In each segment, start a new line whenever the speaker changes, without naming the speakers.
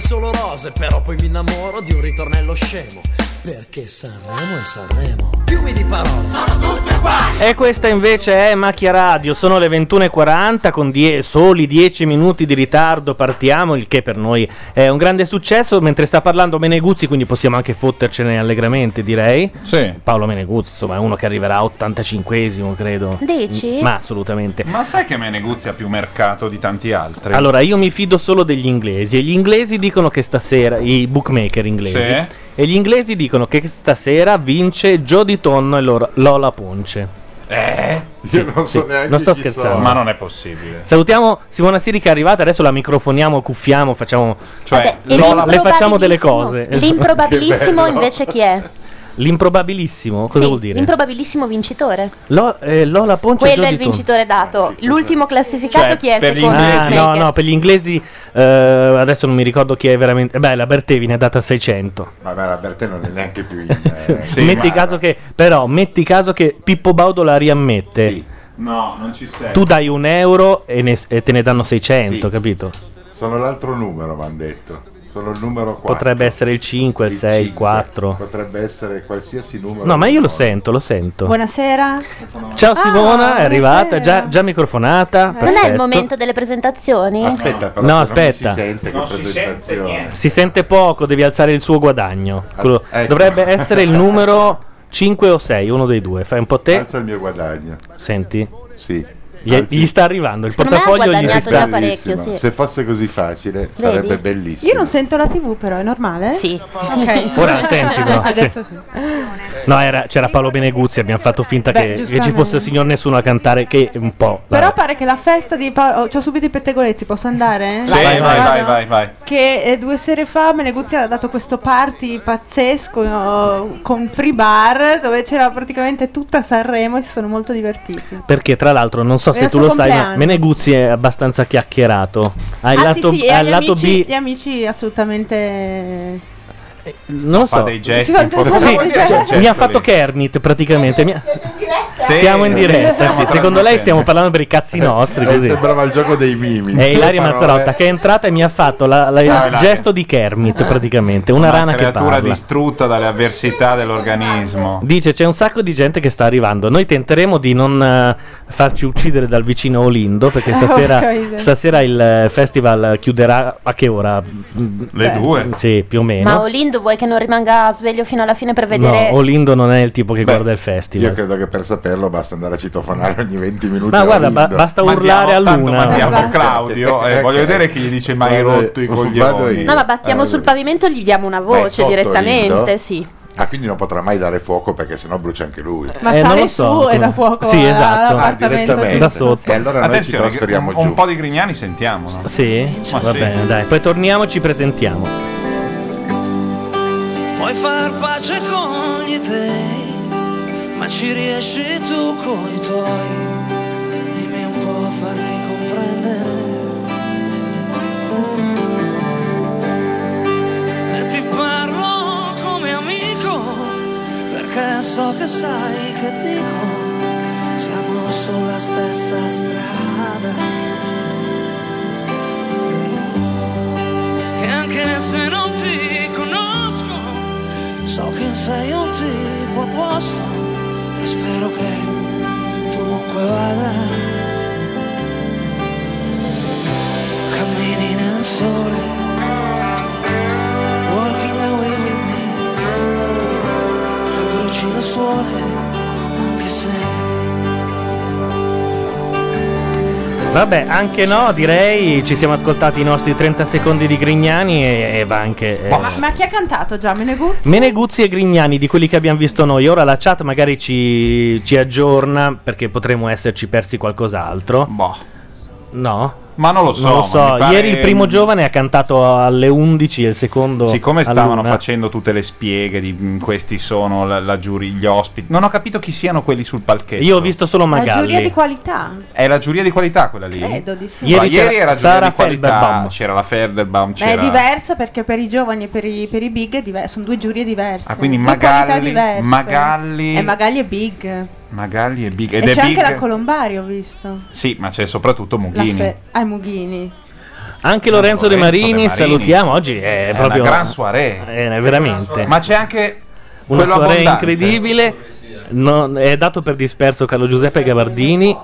solo rose, però poi mi innamoro di un ritornello scemo. Perché Sanremo è Sanremo. Fiumi di parole. Sono tutte
uguali. E questa invece è Macchia Radio. Sono le 21.40 con die- soli 10 minuti di ritardo. Partiamo, il che per noi è un grande successo. Mentre sta parlando Meneguzzi, quindi possiamo anche fottercene allegramente, direi.
Sì.
Paolo Meneguzzi, insomma, è uno che arriverà 85esimo, credo.
Dici?
Ma assolutamente.
Ma sai che Meneguzzi ha più mercato di tanti altri?
Allora, io mi fido solo degli inglesi. E gli inglesi dicono che stasera, i bookmaker inglesi.
Sì.
E gli inglesi dicono che stasera vince Jody Tonno e Lor- Lola Ponce.
Eh?
Sì,
Io non so
sì,
neanche
non sto
chi
scherzando.
sono.
Ma non è possibile.
Salutiamo Simona Siri che è arrivata, adesso la microfoniamo, cuffiamo, facciamo...
Cioè,
Vabbè,
Lola- le
l'improbabilissimo-
facciamo delle cose.
Che
L'improbabilissimo
bello.
invece chi è?
L'improbabilissimo, cosa
Sì,
vuol dire?
L'improbabilissimo vincitore.
Lo- eh, Lola Ponce e
Quello è
Jody
il
Tonno.
vincitore dato. L'ultimo classificato
Cioè,
chi è
per gli
secondo
Ah,
inglesi-
no,
Makers?
no, per gli inglesi eh, adesso non mi ricordo chi è veramente. Beh, la Bertevi ne è data 600.
Vabbè, la Bertè non è neanche più in. eh,
Sì,
metti
ma-
caso che, però, metti caso che Pippo Baudo la riammette.
Sì, eh.
No, non ci sei.
Tu dai un euro e, ne- e te ne danno 600,
Sì.
capito?
sono l'altro numero, mi hanno detto. Sono il numero 4.
Potrebbe essere il 5, il 6, il 4.
Potrebbe essere qualsiasi numero.
No, ma io lo
No.
sento, lo sento.
Buonasera.
Ciao
Ah,
Simona, è arrivata,
buonasera.
già, già microfonata.
Non è il
perfetto.
momento delle presentazioni?
Aspetta, però.
No,
se
aspetta.
Non si sente che
Non si sente
presentazione.
niente.
Si sente poco, devi alzare il suo guadagno. Quello-
ecco.
Dovrebbe essere il numero 5 o 6, uno dei due. Fai un po' te.
Alza il mio guadagno.
Senti,
Sì.
gli,
Anzi,
gli sta arrivando. Il
Secondo me ha
portafoglio gli si
guadagnato
sta.
già parecchio,
bellissimo.
sì.
Se fosse così facile, sarebbe bellissimo.
Io non sento la TV però, è normale?
Sì.
Ok.
Ora la senti, però, sì.
Adesso sì.
No, era- c'era Paolo Beneguzzi. Abbiamo fatto finta
Beh,
che, che ci
giustamente.
fosse il signor nessuno a cantare. Che un po'.
Però
dai.
pare che la festa di Paolo... oh, C'ho subito i pettegolezzi, posso andare?
Sì, vai, vai, vai, vai,
Che eh, due sere fa Meneguzzi ha dato questo party pazzesco oh, con free bar dove c'era praticamente tutta Sanremo e si sono molto divertiti.
Perché tra l'altro non so
Era
se
il
tu
suo
lo sai, ma
compleanno.
Meneguzzi è abbastanza chiacchierato. Ha il
Ah,
lato,
sì, sì, e
ha il
gli
lato
amici,
B,
Gli amici assolutamente...
non lo
Fa
so.
dei gesti
Ci
un po'
sono
così.
Sì,
Cosa vuol
cioè,
Certo,
mi ha fatto
lì.
Kermit praticamente. mi ha-
Sì,
Siamo in
sì,
diretta.
stiamo
sì, secondo lei
trasmettendo.
stiamo parlando per i cazzi nostri.
Eh,
Così.
sembrava il gioco dei mimi.
È Ilaria
Parole.
Mazzarotta che è entrata e mi ha fatto la- la-
Ciao,
il
Ilaria.
gesto di Kermit praticamente. Una, rana che
creatura
parla.
distrutta dalle avversità dell'organismo.
Dice c'è un sacco di gente che sta arrivando. Noi tenteremo di non eh, farci uccidere dal vicino Olindo perché stasera,
Porca miseria.
stasera il eh, festival chiuderà a che ora? Le
Le due.
Sì, più o meno.
Ma Olindo vuoi che non rimanga sveglio fino alla fine per vedere?
Eh, No, Olindo non è il tipo che
Beh,
guarda il
Io
festival.
credo che per saperlo basta andare a citofonare ogni 20 minuti.
Ma
a
guarda, ba-
Lindo.
basta
Mandiamo-
urlare a
tanto
luna.
mandiamo
Esatto.
Claudio, eh,
Ecco.
voglio vedere chi gli dice mai hai
Vado-
rotto i
vado
coglioni.
io.
No, ma battiamo
Vado
sul
io.
pavimento e gli diamo una
Beh,
voce
Eh, sotto
direttamente,
Lindo.
sì.
Ah, quindi non potrà mai dare fuoco perché sennò brucia anche lui.
Ma
Eh, non
sale
lo so,
su e da
come-
fuoco
Sì,
a-
esatto. Ah,
all'appartamento.
direttamente.
Da sotto.
E allora noi ci
Attenzione,
trasferiamo
un,
giù.
un po' di Grignani sentiamo. no?
Sì,
Ma
va
sì.
bene, dai. Poi torniamo e ci presentiamo.
Puoi far pace con gli dei, ma ci riesci tu coi tuoi. Dimmi un po' a farti comprendere. E ti parlo come amico, perché so che sai che dico. Siamo sulla stessa strada. E anche se non ti conosco, so che sei un tipo a posto. Spero che dovunque vada cammini nel sole. Walking away with me. Abbruci le suole, anche se
Vabbè, anche no, direi ci siamo ascoltati i nostri 30 secondi di Grignani e, e va anche...
Boh.
eh,
Ma, ma chi ha cantato già? Meneguzzi?
Meneguzzi e Grignani di quelli che abbiamo visto noi. Ora la chat magari ci, ci aggiorna perché potremmo esserci persi qualcos'altro.
Boh.
No?
Ma non lo so,
Non lo
ma
so.
mi pare-
Ieri il primo giovane ha cantato alle 11 e il secondo.
Siccome stavano
all'una.
facendo tutte le spieghe di "Mm, questi sono la, la giuria, gli ospiti, non ho capito chi siano quelli sul palchetto.
Io ho visto solo
La giuria
Magalli.
di qualità,
È la giuria di qualità quella lì?
credo di sì.
Allora, Ieri,
Ieri c'era
era giuria
Sara
di qualità,
Felderbaum.
c'era la Felderbaum,
Ma è
c'era...
diversa perché per i giovani e per i, per i big è diver- sono due giurie diverse.
Ah, quindi
due qualità
Magalli-
diverse.
Magalli-
E Magalli è big.
Magalli e Big.
e
Ed
c'è
è
anche
Big...
la Colombari, ho visto.
Sì, ma c'è soprattutto
La
Mughini.
fe- ah, i Mughini.
Anche Lorenzo, De,
Lorenzo De
Marini,
Marini.
salutiamo. Oggi è,
È
proprio.
una gran soirée.
Eh, veramente.
Ma c'è anche
Una
quello
soirée
abbondante.
incredibile. Non- è dato per disperso Carlo Giuseppe Gavardini.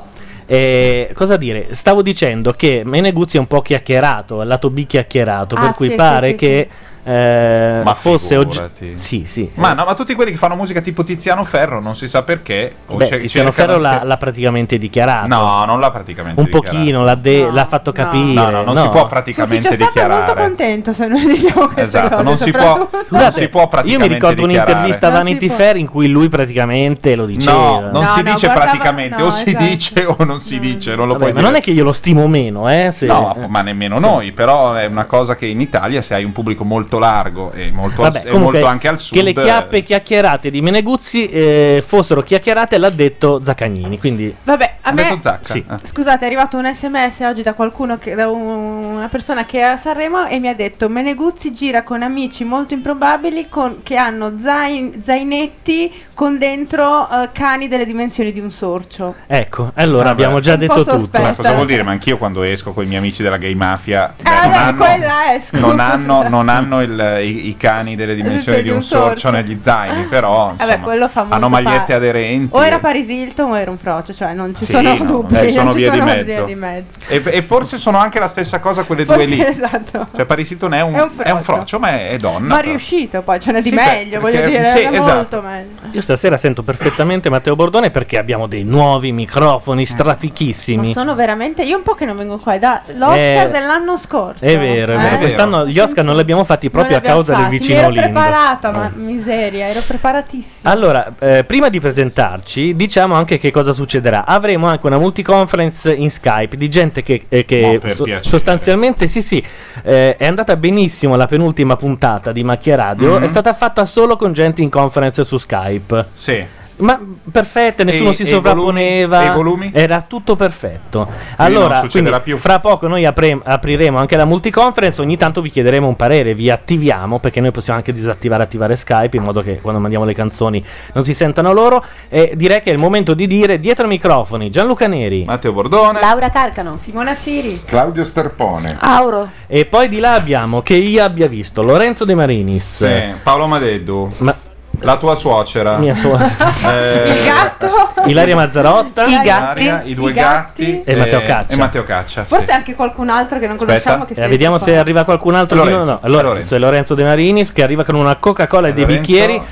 Eh, cosa dire? Stavo dicendo che Meneguzzi è un po' chiacchierato, al lato B chiacchierato,
Ah,
per cui
sì,
pare
sì, sì,
che eh,
Ma
fosse
figurati.
Sì, sì.
Ma no, ma tutti quelli che fanno musica tipo Tiziano Ferro, non si sa perché. o
Beh,
c'è-
Tiziano
cercano
Ferro
di-
l'ha, l'ha praticamente dichiarato.
cioè, No, non l'ha praticamente
Un pochino, l'ha, de- l'ha fatto capire.
No, no, non si può praticamente
Ufficio stampa è molto
dichiarare.
contento se noi diciamo queste
Esatto,
cose.
non si può-
soprattutto-
non Scusate, si può praticamente
Io mi ricordo
dichiarare.
un'intervista a
Non si
Vanity
può.
Fair in cui lui praticamente lo diceva.
No, non si dice
guardava-
praticamente,
no,
o si
esatto.
dice o non si dice, non lo
Vabbè,
puoi
ma
dire.
non è che io lo stimo meno, eh? se-
No, ma- ma nemmeno noi, però è una cosa che in Italia se hai un pubblico molto largo e molto,
Vabbè,
e
comunque,
molto anche al sud... eh.
Che le chiappe chiacchierate di Meneguzzi eh, fossero chiacchierate l'ha detto Zaccagnini. Quindi
Vabbè, a me...
Sì.
Ah.
Scusate, è arrivato un sms oggi da qualcuno, che- da un- una persona che è a Sanremo e mi ha detto Meneguzzi gira con amici molto improbabili con- che hanno zain- zainetti con dentro eh, cani delle dimensioni di un sorcio.
Ecco, allora
Ah,
abbiamo
beh.
già
Un po'
detto tutto.
sospetta.
Ma Eh, cosa vuol dire? Ma anch'io quando esco con i miei amici della gay mafia... beh,
Ah,
non
beh,
hanno-
quella è, scusa.
non hanno, non hanno il- i, i cani delle dimensioni di un sorcio negli zaini, però
Ah, Vabbè,
insomma,
quello fa molto
hanno magliette
pa-
aderenti.
O era Paris Hilton o era un frocio, cioè non ci
Sì,
sono
no,
dubbi.
eh,
non
sono
ci
via di
sono
mezzo.
via di mezzo.
E, e forse sono anche la stessa cosa quelle
Forse-
due lì.
esatto.
Cioè Paris Hilton è un,
È un
è un frocio, ma Eh, è, è donna.
Ma è
però.
riuscito poi, ce n'è di
Sì, beh,
meglio, voglio
perché-
dire,
sì,
era
esatto.
molto meglio.
Io stasera sento perfettamente Matteo Bordone perché abbiamo dei nuovi microfoni
Eh. Ma
strafichissimi.
sono veramente. Io un po' che non vengo qua. è Da, l'Oscar
Eh,
dell'anno scorso.
È vero, è
Eh?
vero. Quest'anno gli Oscar non li abbiamo fatti
Non
proprio a
l'abbiamo
causa del
fatti.
vicino
Mi ero
Lindo.
preparata, ma miseria, ero preparatissima.
Allora, eh, prima di presentarci, diciamo anche che cosa succederà. Avremo anche una multiconference in Skype di gente che, eh, che
Ma per
so-
piacere.
sostanzialmente, sì, sì, eh, è andata benissimo la penultima puntata di Macchia Radio,
Mhm.
è stata fatta solo con gente in conference su Skype.
Sì.
Ma perfette, nessuno
E-
si
e i volumi?
sovrapponeva.
E i volumi?
Era tutto perfetto.
non
Esatto. allora,
succederà
quindi, fra poco noi apre- apriremo anche la multiconference. Ogni tanto vi chiederemo un parere, vi attiviamo perché noi possiamo anche disattivare e attivare Skype in modo che quando mandiamo le canzoni non si sentano loro. E direi che è il momento di dire dietro i microfoni Gianluca Neri,
Matteo Bordone,
Laura Carcano.
Simona Siri.
Claudio Sterpone.
Auro.
E poi di là abbiamo che io abbia visto Lorenzo De Marinis.
Sì, eh, Paolo Madeddu,
Ma-
la tua suocera, Eh,
Mia
suocera.
Il gatto.
Ilaria Mazzarotta,
I gatti.
i due
I
gatti,
E Matteo Caccia.
Eh, e Matteo Caccia, sì.
Forse anche qualcun altro che non conosciamo. Che
Eh,
sia
vediamo
qua.
se arriva qualcun altro.
Lorenzo.
No, no, no. Allora, Lorenzo. è Lorenzo De Marinis che arriva con una Coca-Cola e dei
Lorenzo.
bicchieri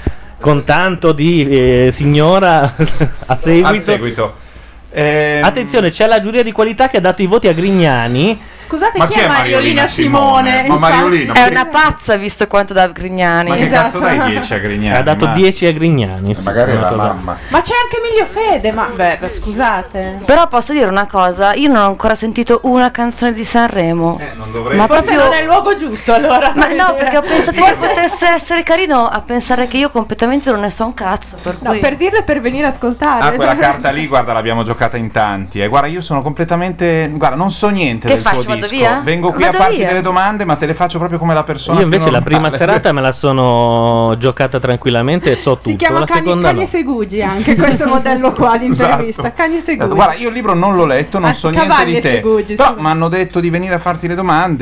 con tanto di eh, signora a seguito. Eh,
Al seguito.
Attenzione, c'è la giuria di qualità che ha dato i voti a Grignani.
Scusate,
Ma
chi,
chi
è
è
Mariolina
Mariolina
Simone?
Simone? Ma
Infatti-
Mariolina-
È una pazza visto quanto da Grignani.
Ma che
Esatto.
cazzo dai
a Grignani.
ha dato
ma-
10 a Grignani. sì,
magari
una
la
cosa-
mamma.
Ma c'è anche Emilio Fede, ma beh, beh, scusate.
Però posso dire una cosa, io non ho ancora sentito una canzone di Sanremo.
Eh,
Ma forse
Ma proprio-
non è il luogo giusto allora.
Ma no, perché ho pensato che
Forse-
potesse essere carino a pensare che io completamente non ne so un cazzo. Per
No,
cui...
per dirle per venire a ascoltare.
Ah,
Ah, quella carta lì, guarda, l'abbiamo giocata in tanti. eh. Guarda, io sono completamente. Guarda, non so niente
Che
del
faccio,
tuo
vado
disco.
via?
Vengo qui
Vado
a farti
via.
delle domande, ma te le faccio proprio come la persona.
Io
più
invece la prima
normale.
serata me la sono giocata tranquillamente e so tutto.
Si chiama
la
Cagni,
seconda
Cagni
no.
e Segugi anche questo modello qua di intervista.
Esatto.
Cagni e Segugi.
Guarda, io il libro non l'ho letto, non
Ah,
so niente
Cavalli
di
e
te.
Segugi,
però
scusa.
mi hanno detto di venire a farti le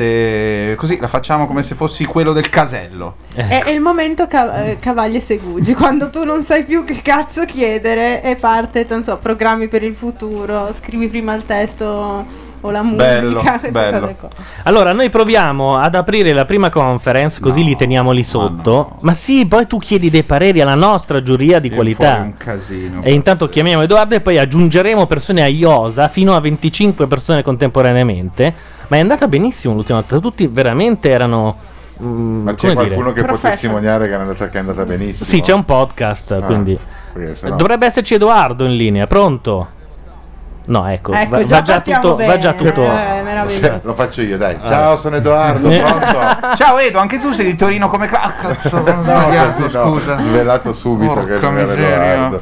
domande. Così la facciamo come se fossi quello del casello.
Eh.
È, è il momento ca- eh, Cavalli e Segugi, quando tu non sai più che cazzo chiedere e parte, non so, programmi per il futuro, scrivi prima il testo o la musica,
Bello,
queste
bello.
cose qua.
Allora, noi proviamo ad aprire la prima conference, così li teniamo lì sotto. Ma, sì, poi tu chiedi dei pareri alla nostra giuria di
fuori
qualità.
un casino.
E intanto chiamiamo Edoardo e poi aggiungeremo persone a Iosa fino a 25 persone contemporaneamente. Ma è andata benissimo l'ultima volta, tutti veramente erano. mm,
Ma c'è
come dire?
qualcuno che può testimoniare che è andata, che è andata benissimo?
Sì, c'è un podcast,
Ah,
quindi.
perché sennò-
Dovrebbe esserci Edoardo in linea, pronto? No, ecco,
Ecco,
va,
già
va già
partiamo
tutto, va
bene.
già tutto.
Eh, meraviglioso.
Lo faccio io, dai. Ciao, sono Edoardo,
Eh.
pronto?
Ciao Edo, anche tu sei di Torino come cla- ah, cazzo. non
No,
sbagliato,
così no.
scusa.
Svelato subito
Porca
che non era
miseria. Mm.
Edoardo.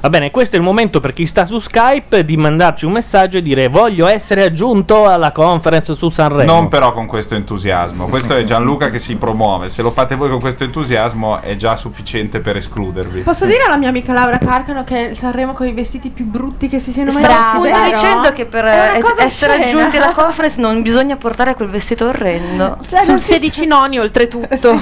Va bene, questo è il momento per chi sta su Skype di mandarci un messaggio e dire voglio essere aggiunto alla conference su Sanremo.
Non però con questo entusiasmo. Questo è Gianluca che si promuove. Se lo fate voi con questo entusiasmo è già sufficiente per escludervi.
Posso dire alla mia amica Laura Carcano che è Sanremo con i vestiti più brutti che si siano mai
Brava.
vestiti?
Appunto,
Vero?
dicendo che per
È una
es-
cosa
essere
oscena.
aggiunti alla conference non bisogna portare quel vestito orrendo.
Cioè, non
Sul
si-
16 noni oltretutto.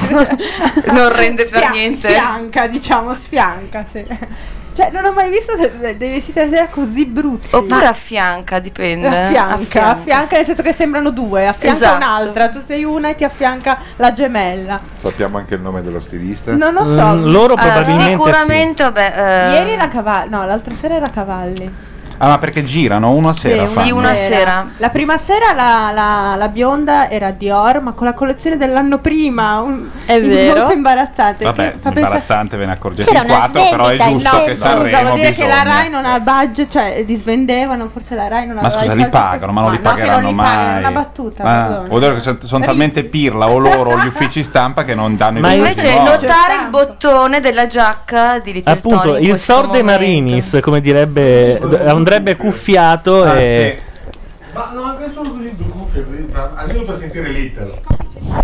non rende per
Sfia-
niente.
Sfianca, diciamo, sfianca. sì. Cioè, non ho mai visto de- de- dei vestiti da sera così brutti.
Oppure a fianca, dipende. eh.
affianca, affianca, nel senso che sembrano due, affianca
Esatto.
un'altra, tu sei una e ti affianca la gemella.
Sappiamo anche il nome dello stilista.
Non lo so. Eh,
Mm, loro
Ah,
probabilmente.
sicuramente, vabbè. eh,
Ieri era Cavalli, no, l'altra sera era Cavalli.
Ah, ma perché girano uno a sera?
una
fanno.
Sì, una sera.
La prima sera la, la- la bionda era Dior, ma con la collezione dell'anno prima. un-
È vero.
Molto imbarazzante.
Vabbè,
che fa pensare-
imbarazzante ve ne accorgete
C'era
in
una
quattro, però è
svendita,
giusto
no,
che
scusa,
Sanremo
Scusa, vuol dire che la
bisogna.
Rai non ha budget, cioè li svendevano, forse la Rai non
Ma
aveva i
scusa,
soldi
li pagano,
per-
ma non li
no, che
pagheranno
non li pagano,
mai.
è Una battuta,
Ah,
madonna.
vuol dire che sono, sono talmente pirla o loro o gli uffici stampa che non danno
Ma
i vestiti
Invece
nuovi.
notare
Certo.
il bottone della giacca di Little Tony
Appunto,
in
il
questo
Sor de
momento.
Marinis, come direbbe, d- andrebbe cuffiato
Ah,
e.
sì.
Ma non anche solo così due cuffie, per- almeno per sentire l'Italo.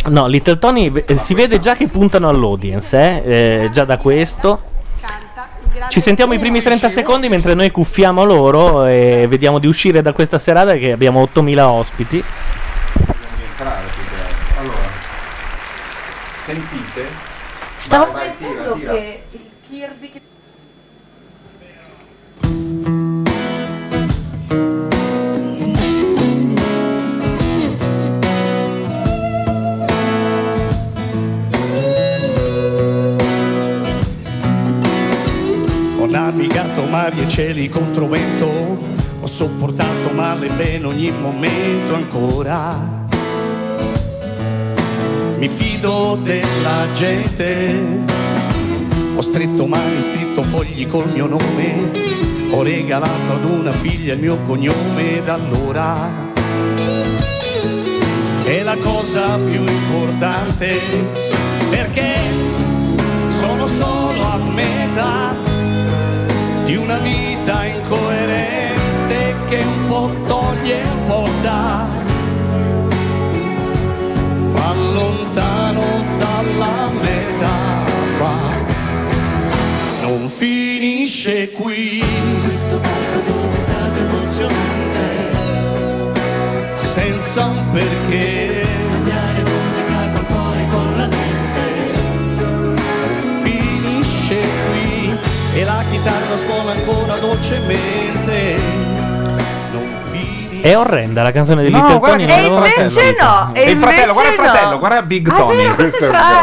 No, Little Tony eh, si vede già che puntano all'audience, eh, eh, già da questo. Ci sentiamo i primi 30 secondi mentre noi cuffiamo loro e vediamo di uscire da questa serata che abbiamo 8000 ospiti.
Allora, sentite?
Stavo
Vai, vai,
pensando
tira, tira.
che il Kirby che
Ho navigato mari e cieli contro vento, ho sopportato male e bene ogni momento ancora. Mi fido della gente, ho stretto mani, scritto fogli col mio nome, ho regalato ad una figlia il mio cognome da allora. È la cosa più importante perché sono solo a metà di una vita incoerente che un po' toglie e un po' dà. Ma lontano dalla metà va. non finisce qui. questo senza un perché. Scambiare musica col cuore con la mente. Non finisce qui e la chitarra suona ancora dolcemente. Non finisce.
È orrenda la canzone di
No,
Little
guarda
Tony.
che
non
E
l'avevo
fratello,
invece
Little
no,
Tony.
e
E il fratello, guarda il
invece no.
fratello, guarda Big
Ah, è
Tony.
vero,
questo
questo
è un
ah,
bravo.
È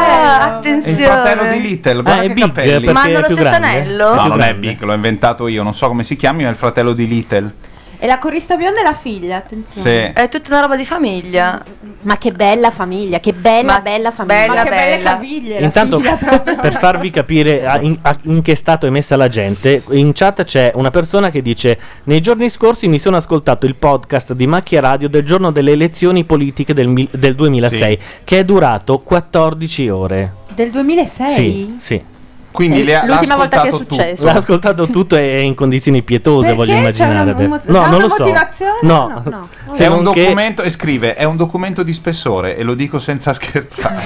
il fratello
attenzione.
di Little, guarda
Ah, è
che
Big,
capelli.
perché
Ma hanno
è
lo
più
stesso
grande?
anello?
È
No,
più
non è
grande.
Big, l'ho inventato io, non so come si chiami, ma è il fratello di Little.
E la corista bionda è la figlia, attenzione.
Sì.
È tutta una roba di famiglia.
Ma che bella famiglia, che bella,
Ma-
bella famiglia.
Ma
bella,
che belle
bella.
caviglie, la
Intanto,
figlia proprio.
per farvi capire a- in, a- in che stato è messa la gente, in chat c'è una persona che dice: Nei giorni scorsi mi sono ascoltato il podcast di Macchia Radio del giorno delle elezioni politiche del, mil- del 2006, che è durato 14 ore.
Del 2006?
Sì, sì.
Quindi
È
le ha- l'ha
l'ultima volta che è
ascoltato
successo.
tutto.
L'ha ascoltato tutto e è in condizioni pietose,
Perché?
voglio
C'è
immaginare.
una- un mo-
Beh, no,
ha
non
una
lo so.
motivazione?
No,
È
Se
un
non che-
documento, e scrive, è un documento di spessore e lo dico senza scherzare.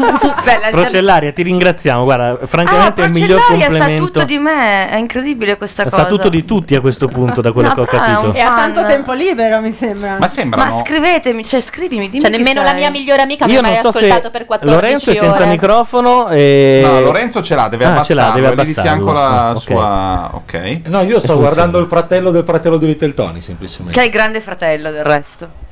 cioè,
Procellaria, ti ringraziamo. Guarda, francamente è il miglior
Cellaria sa tutto
complimento.
di me, è incredibile questa cosa.
Sa tutto di tutti a questo punto, da quello
No,
che ho
però è un
capito.
E ha tanto
Fan.
tempo libero, mi sembra.
Ma sembrano-
Ma scrivetemi, cioè scrivimi, dimmi
Cioè,
chi
nemmeno la
sei.
mia migliore amica mi
Io
ha
non
mai
so se
ascoltato per 14
Lorenzo è
ore.
senza microfono. E...
No, Lorenzo ce l'ha, deve
Ah, ce l'ha,
abbassarlo,
deve
è lì di fianco la
abbassarlo.
sua... Ok.
No, io sto
E funziona.
guardando il fratello del fratello di Little Tony, semplicemente.
Che è il grande fratello del resto.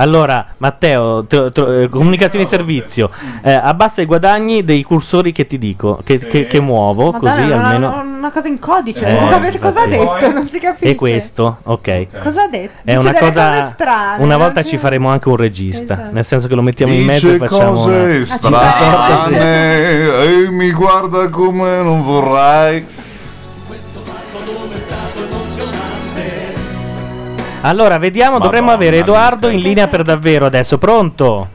Allora, Matteo, te- te- eh, comunicazione di servizio, eh, abbassa i guadagni dei cursori che ti dico, che, che- che muovo,
Madonna,
così
una-
almeno.
Una cosa in codice.
Eh,
cosa, avete- cosa ha
infatti.
detto? Non si capisce.
E questo, ok.
Cosa ha detto?
È
Dice
una
delle
cosa.
cose strane,
una
no?
volta ci faremo anche un regista,
Esatto.
nel senso che lo mettiamo in
Dice
mezzo e facciamo.
cose
una-
strane e mi guarda come non vorrai.
Allora, vediamo, dovremmo
Madonna
avere Edoardo in linea per davvero adesso. Pronto?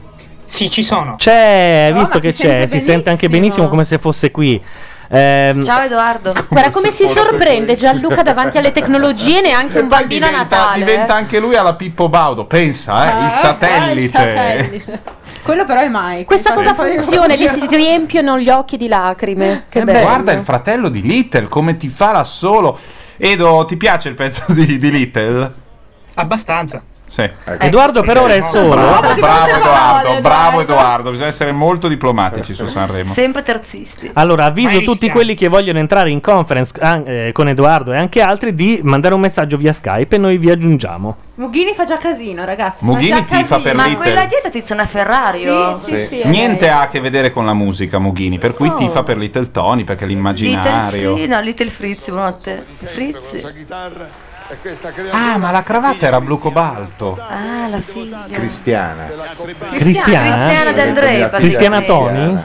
Sì, ci sono.
C'è, hai
No,
visto
ma
che
si
c'è,
sente
si sente anche benissimo come se fosse qui. Ehm,
Ciao Edoardo.
Guarda come si sorprende Gianluca davanti alle tecnologie, neanche un bambino a
Diventa,
Natale. eh.
diventa anche lui alla Pippo Baudo, pensa, eh, il satellite.
Ah, Quello però è mai.
Questa cosa
Poi-
funziona, gli si riempiono gli occhi di lacrime. Che
Eh beh,
bello.
guarda il fratello di Little, come ti fa da solo. Edo, ti piace il pezzo di, di Little?
Abbastanza.
Sì.
Edoardo per ora è solo.
Ecco. Bravo, bravo Edoardo,
Edoardo.
bravo Edoardo, bisogna essere molto diplomatici su Sanremo.
Sempre terzisti.
Allora, avviso tutti quelli che vogliono entrare in conference an- eh, con Edoardo e anche altri di mandare un messaggio via Skype e noi vi aggiungiamo.
Mughini fa già casino, ragazzi.
Mughini
fa già
tifa
casino.
per Ma Little. quella
dietro Tiziana Ferrario.
Sì, sì, sì. è
Niente
lei.
ha a che vedere con la musica, Mughini, per cui tifa per Little Tony, perché è
Little
l'immaginario.
Frizzi, no, Little Frizzi, buonanotte. Frizzi.
Ah, ma la cravatta era blu cobalto.
Ah, la figlia.
Cristiana.
Cristiana? eh? Cristiana
D'Andrea,
Cristiana Toni?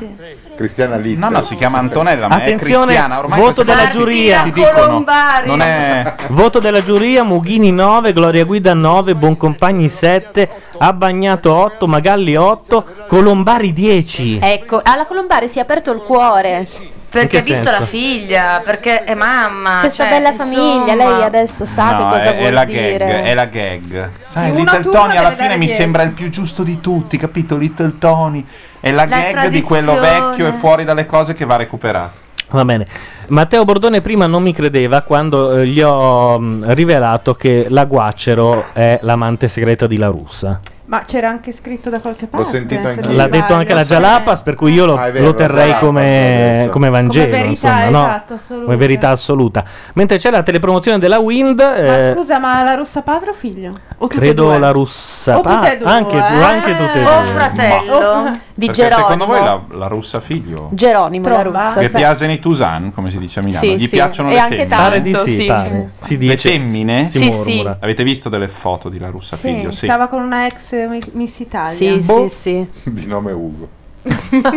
Cristiana Little.
No, no, si chiama Antonella, ma è
Attenzione,
Cristiana. Ormai
voto
queste
della
cose si-
giuria.
Si dicono,
Colombari.
non è...
Voto della giuria, Mughini 9, Gloria Guida 9, Boncompagni 7, Abbagnato 8, Magalli 8, Colombari 10.
Ecco, alla Colombare si è aperto il cuore.
che
Perché ha visto
senso?
la figlia, perché è mamma.
Questa
cioè,
bella famiglia,
insomma.
lei adesso sa che
No,
cosa
è,
vuol
è la
dire.
gag, è la gag. Sai,
uno
Little
turno
Tony
deve
alla
dare
fine mi
dieci.
sembra il più giusto di tutti, capito? Little Tony è la,
La
gag di quello
tradizione.
vecchio e fuori dalle cose che va recuperato.
Va bene. Matteo Bordone prima non mi credeva quando eh, gli ho mh, rivelato che la Guacero è l'amante segreta di La Russa.
Ma c'era anche scritto da qualche parte. eh,
sentito
se non
anch'io.
L'ha
sbaglio.
detto anche la Jalapas, per cui io lo,
Ah, è vero,
lo terrei
Jalapas, l'ha
come,
detto.
come Vangelo.
Come verità,
insomma, no?
esatto, assoluta.
Come verità assoluta. Mentre c'è la telepromozione della Wind, eh,
Scusa, ma la russa padre o figlio? O tutte e
credo
due?
la russa.
O tutte
Ah,
e due,
anche, tu-
eh?
anche tutte e due.
O fratello.
Ma- Oh, Di
Perché secondo
Geronimo.
voi la, la russa figlio?
Geronimo la
Tromba.
russa.
Che piasen Tusan, come si dice a Milano,
Sì,
gli
sì.
piacciono
E
le
anche
femmine.
tanto, Pare di sì, sì. pare.
Si dice,
le femmine?
si Sì, murmura. sì.
Avete visto delle foto di la russa
Sì,
figlio? Sì.
stava con una ex mi- Miss Italia.
Sì, sì, sì.
Di nome Ugo.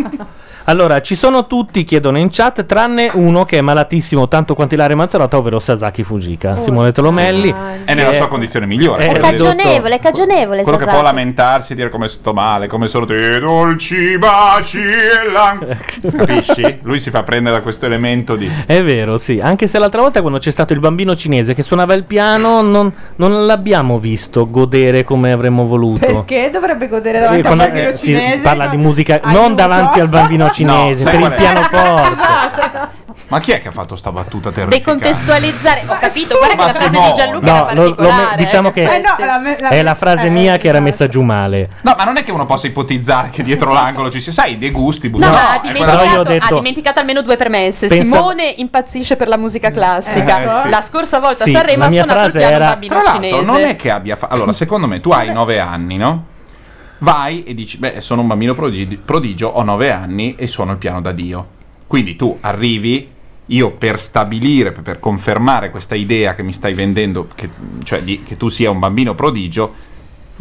Allora, ci sono tutti, chiedono in chat, tranne uno che è malatissimo tanto quanto Ilaria Mazzarotta, ovvero Sasaki Fujika. Simone Tolomelli. Eh,
È nella sua condizione migliore.
è
quello che-
Cagionevole, cagionevole. esatto.
Quello che può
Sasaki.
lamentarsi e dire come sto male, come sono te dolci baci e lan- Capisci? Lui si fa prendere da questo elemento di...
È vero, sì. Anche se l'altra volta quando c'è stato il bambino cinese che suonava il piano, non, non l'abbiamo visto godere come avremmo voluto.
Perché dovrebbe godere
Eh,
davanti a un
quando-
bambino
eh, si
cinese?
parla di musica non davanti al bambino cinese,
No, sai
per il
qual è?
pianoforte.
Esatto.
Ma chi è che ha fatto sta battuta terrificante?
Decontestualizzare, ho capito, guarda che
Ma
la frase
Simone.
di Gianluca
No,
era
lo- lo me-
particolare.
diciamo
eh,
che-
in
Eh, no,
effetti.
È la eh. frase mia che era messa giù male.
No, ma non è che uno possa ipotizzare che dietro l'angolo ci sia, sai, dei gusti, Ecco,
No, ma ha
è quella-
dimenticato, ha dimenticato almeno due premesse.
Pensa-
Simone impazzisce per la musica classica.
Eh, sì.
La scorsa volta a
Sì,
Sanremo
la
ha
mia
suonato il
frase
piano
era-
un bambino
Tra l'altro,
cinese.
non è che abbia fa- Allora, secondo me, tu hai nove anni, no? Vai e dici, beh, sono un bambino prodigi- prodigio, ho nove anni e suono il piano da Dio. Quindi tu arrivi, io per stabilire, per- per confermare questa idea che mi stai vendendo, che, cioè di- che tu sia un bambino prodigio,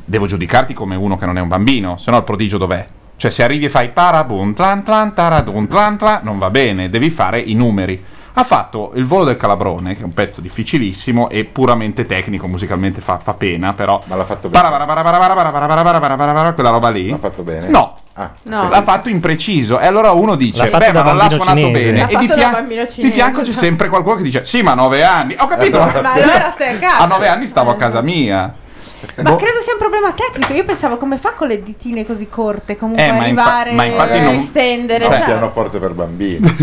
devo giudicarti come uno che non è un bambino, se no il prodigio dov'è? Cioè se arrivi e fai parabun tlan tlan taradun tlan tlan, non va bene, devi fare i numeri. Ha fatto il volo del calabrone, che è un pezzo difficilissimo e puramente tecnico, musicalmente fa, fa pena, però... Ma l'ha fatto bene. Ah, Quella roba lì. L'ha
fatto bene.
No,
No.
L'ha fatto impreciso e allora uno dice:
L'ha fatto
Beh,
da
ma non l'ha
bambino
suonato
cinese."
bene.
L'ha
e di,
fatto da
fian-
bambino
di
cinese.
fianco c'è sempre qualcuno che dice: Sì, ma a nove anni. Ho capito.
Ma allora stai a casa.
a nove anni stavo a casa mia. Boh.
Ma credo sia un problema tecnico. Io pensavo come fa con le ditine così corte comunque
Eh, ma infa-
arrivare
ma infatti
a
non-
estendere.
cioè-
cioè-
pianoforte per bambini.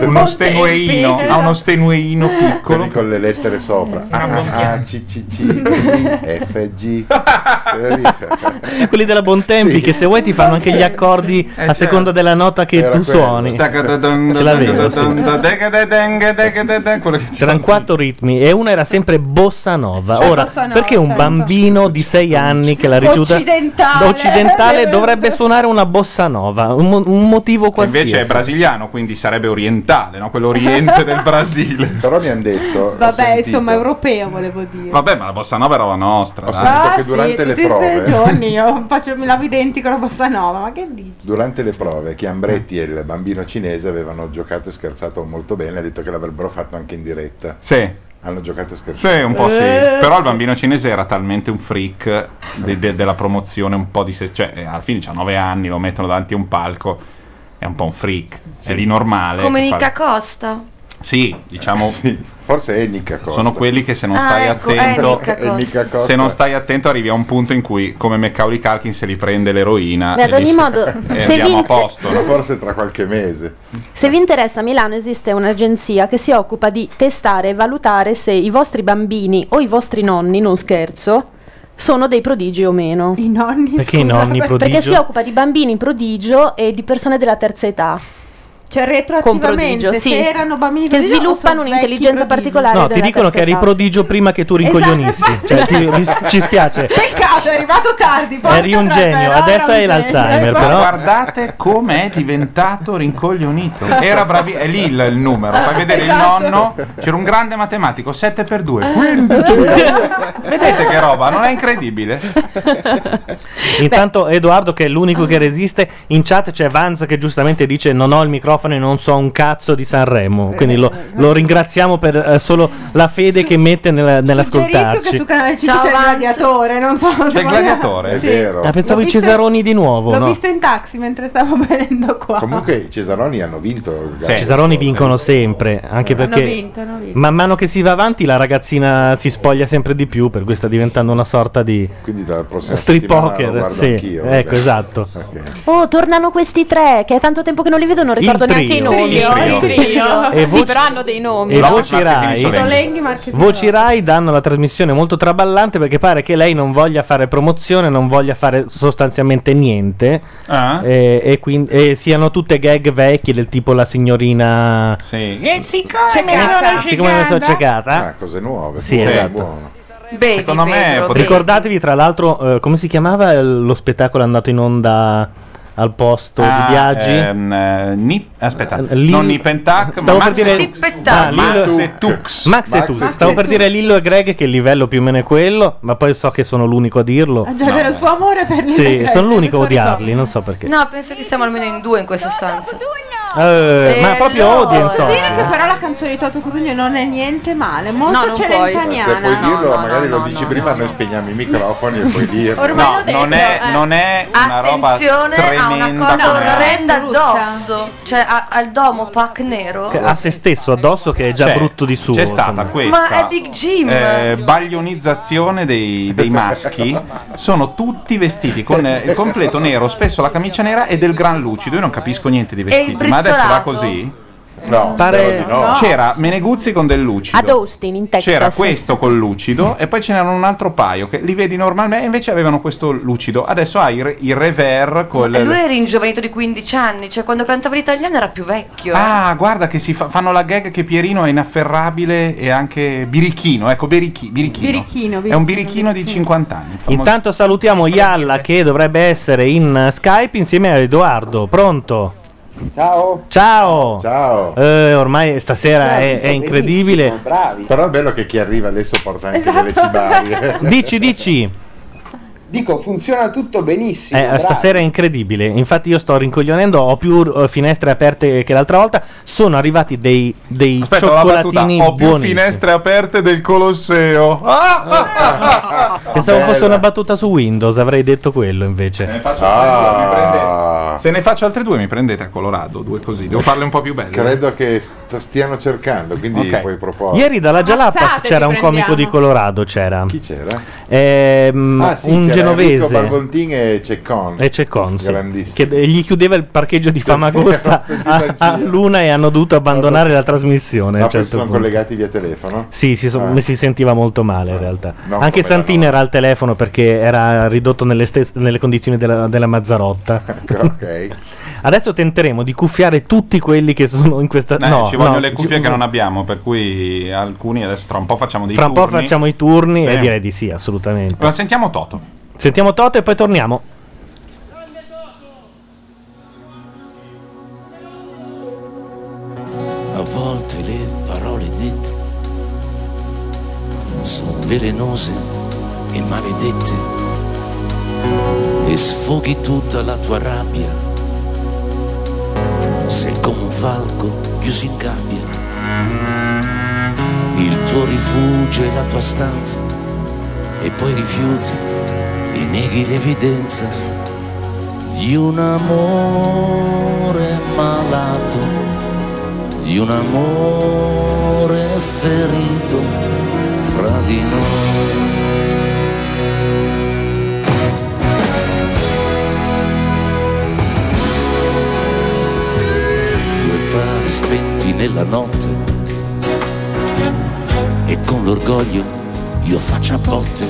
Uno stenueino. Ha uno stenueino piccolo.
Quelli con le lettere
Eh.
sopra.
Ah,
A, A, A, C, C, C, D, F, G.
Quelli della Bontempi che se vuoi ti fanno anche gli accordi a
Eh, certo.
seconda della nota che
Era
tu
quello.
suoni. Ce l'avevo, sì. C'erano quattro ritmi e una era sempre bossa nova.
Cioè,
Ora,
bossa nova,
perché un
certo.
bambino di sei anni che la rifiuta
Occidentale. eh,
occidentale dovrebbe suonare una bossa nova? Un, mo- un motivo
Che
qualsiasi.
Invece è brasiliano, quindi sarebbe orientale, no? Quell'oriente del Brasile. Però mi hanno detto.
Vabbè, insomma, europeo volevo dire.
Vabbè, ma la bossa nova era la nostra. dai.
Ah, sì, tutti i sei giorni io faccio, mi lavo i denti con la bossa nova, ma che dici?
Durante le prove, Chiambretti e il bambino cinese avevano giocato e scherzato molto bene. Ha detto che l'avrebbero fatto anche in diretta.
Sì.
Hanno giocato e
Sì,
scherzato.
un po' sì.
Eh,
Però il bambino cinese era talmente un freak de- de- della promozione, un po' di se. cioè, eh, alla fine c'ha 9 anni, lo mettono davanti a un palco. È un po' un freak.
Eh.
È di normale.
Come
che fa-
Nica Costa.
Sì, diciamo.
Forse è Nica
Sono quelli che se non
Ah,
stai
ecco, è
attento.
Nica Costa. È Nica
Costa.
Se non stai attento, arrivi a un punto in cui, come Macaulay Culkin, se li prende l'eroina.
Beh, ad
e
ogni
dici-
modo,
e
se
andiamo a
vi-
posto. no?
Forse tra qualche mese.
Se vi interessa, a Milano esiste un'agenzia che si occupa di testare e valutare se i vostri bambini o i vostri nonni, non scherzo, sono dei prodigi o meno.
I nonni?
Perché i scusa? nonni
Perché
prodigio?
si occupa di bambini prodigio e di persone della terza età.
Cioè
retroattivamente,
se erano bambini
che
prodigio o
sviluppano un'intelligenza particolare
No, ti
della
dicono
terza
che eri
età.
prodigio prima che tu
Esatto.
rincoglionissi. Cioè, ti- ris- ci spiace.
Peccato, è arrivato tardi. porca
Eri un
troia,
genio,
era
adesso
un
hai
genio. Esatto.
l'Alzheimer,
Ma
però.
guardate come è diventato rincoglionito. Era bravi- è lì il, il numero. Fai vedere
Esatto.
il nonno. C'era un grande matematico, 7 per 2, 15. Vedete che roba, non è incredibile?
Intanto Edoardo, che è l'unico
Ah.
che resiste, in chat c'è Vanz che giustamente dice non ho il microfono e non so un cazzo di
Eh,
Sanremo. Quindi lo, lo ringraziamo per eh, solo la fede che mette nella-
Suggerisco che
nell'ascoltarci.
su Canale 5
Ciao,
c'è il
Vanzo.
gladiatore, non so se
C'è il
vogliamo-
Gladiatore?
Sì.
Ah, pensavo
L'ho
i
visto-
Cesaroni di nuovo.
L'ho
no?
visto in taxi mentre stavo venendo qua.
Comunque i Cesaroni hanno vinto. il
I Cesaroni vincono sempre, anche
Hanno
perché
vinto, hanno vinto.
man mano che si va avanti la ragazzina si spoglia sempre di più, per cui sta diventando una sorta di street
settimana lo
poker.
guardo
Sì,
anch'io, eh.
ecco,
vabbè.
esatto.
Oh, tornano questi tre, che è tanto tempo che non li vedo, non ricordo
trio.
neanche i nomi.
oh,
Il trio.
Il trio.
E
sì,
voci-
però hanno dei nomi.
E voci Rai,
Solenghi, Marchesini.
voci Rai danno la trasmissione molto traballante perché pare che lei non voglia fare promozione, non voglia fare sostanzialmente niente
Ah.
e, e quin- e siano tutte gag vecchie del tipo la signorina...
E
siccome
mi sono Ah, Siccome me sono cercata?
Ah, cose nuove.
Sì,
buone,
esatto.
buone.
Secondo me potrebbe-
Ricordatevi tra l'altro eh, come si chiamava eh, lo spettacolo andato in onda al posto
Ah,
di Viaggi?
ehm, eh, Ni- aspetta,
Lil-
non Nipentac, ma
Stavo per
Max
dire-
e Tux.
Ah, Lillo-
Max e Tux.
Max e Tux. Stavo per dire Lillo e Greg che il livello più o meno è quello, ma poi so che sono l'unico a dirlo.
Ah, Già, vero, il tuo amore per gli
Sì,
immigrati.
sono l'unico a odiarli, non so perché.
No, penso che siamo almeno in due in questa stanza.
Eh, ma proprio
allora?
audience oggi.
Dire che però la canzone di Toto Cotugno non è niente male,
No,
molto
non puoi.
Se
celentaniana.
puoi dirlo, magari lo dici prima, noi spegniamo i microfoni e puoi dirlo.
Ormai No, l'ho detto,
non è- eh. non è una roba
Attenzione a una
tremenda
cosa
come-
orrenda addosso, cioè a- al domo pac nero.
Che ha se stesso addosso che è già
C'è-
brutto di suo.
Cioè, c'è stata
insomma.
questa.
Ma è Big Jim.
eh, baglionizzazione dei, dei maschi sono tutti vestiti con eh, il completo nero, spesso la camicia nera e del gran lucido. Io non capisco niente di vestiti, ma adesso va
brizzolato?
così?
No,
Pare- spero di no.
c'era Meneguzzi con del lucido.
Ad Austin, in Texas.
C'era questo col lucido e poi ce n'era un altro paio che li vedi normalmente e invece avevano questo lucido. Adesso ha il, re- il rever col
Lui era ingiovanito di 15 anni, cioè quando cantava l'italiano era più vecchio. eh.
Ah, guarda che si fa- fanno la gag che Pierino è inafferrabile e anche birichino, ecco, birichi, birichino.
Birichino,
È un birichino di 50 anni. il famoso-
Intanto salutiamo Ialla che dovrebbe essere in eh, Skype insieme a Edoardo. Pronto?
Ciao.
Ciao. Eh,
Ciao.
ormai stasera
Ciao,
è,
tutto
è incredibile.
Però è bello che chi arriva adesso porta anche delle cibarie.
Dici, dici.
Dico, funziona tutto benissimo.
Eh,
bravi.
stasera è incredibile. Infatti, io sto rincoglionendo. Ho più eh, finestre aperte che l'altra volta. Sono arrivati dei, dei
Aspetta, la battuta.
cioccolatini
Ho più
buoni.
finestre aperte del Colosseo. Ah, ah, ah, ah, ah.
Pensavo fosse
Bella.
una battuta su Windows, avrei detto quello
Se ne
invece.
faccio
Ah.
altre due, mi prendete. Se ne Ah. faccio altre due, mi prendete a Colorado. Due così. Devo farle un po' più belle.
Credo che st- stiano cercando, quindi
Ok.
puoi proporre.
Ieri dalla Jalapas
Ammazzate,
c'era
ti
un comico
prendiamo.
di Colorado. C'era. Chi
c'era?
ah,
Ah, sì,
un
c'era
genovese.
Enrico Bargontin e Ceccon.
E c'è Cons
Grandissimo.
che eh, gli chiudeva il parcheggio di Famagosta a- all'una e hanno dovuto abbandonare la trasmissione. a
Ma
un certo
poi si sono
punto.
collegati via telefono?
Sì, si, so-
Ah.
mi si sentiva molto male in realtà.
Eh. No, come
Anche
la
Santini era al telefono perché era ridotto nelle, stes- nelle condizioni della, della Mazzarotta. Adesso tenteremo di cuffiare tutti quelli che sono in questa.
Eh,
no,
ci vogliono
no,
le cuffie
gi-
che non abbiamo, per cui alcuni adesso tra un po' facciamo dei
Fra un po'
turni.
facciamo i turni
Sì.
e direi di sì, assolutamente.
Ma sentiamo Toto.
Sentiamo Toto e poi torniamo.
A volte le parole dette sono velenose e maledette e sfoghi tutta la tua rabbia. Sei come un falco chiuso in gabbia. Il tuo rifugio è la tua stanza e poi rifiuti e neghi l'evidenza di un amore malato di un amore ferito fra di noi. Due fari spenti nella notte e con l'orgoglio io faccio a botte.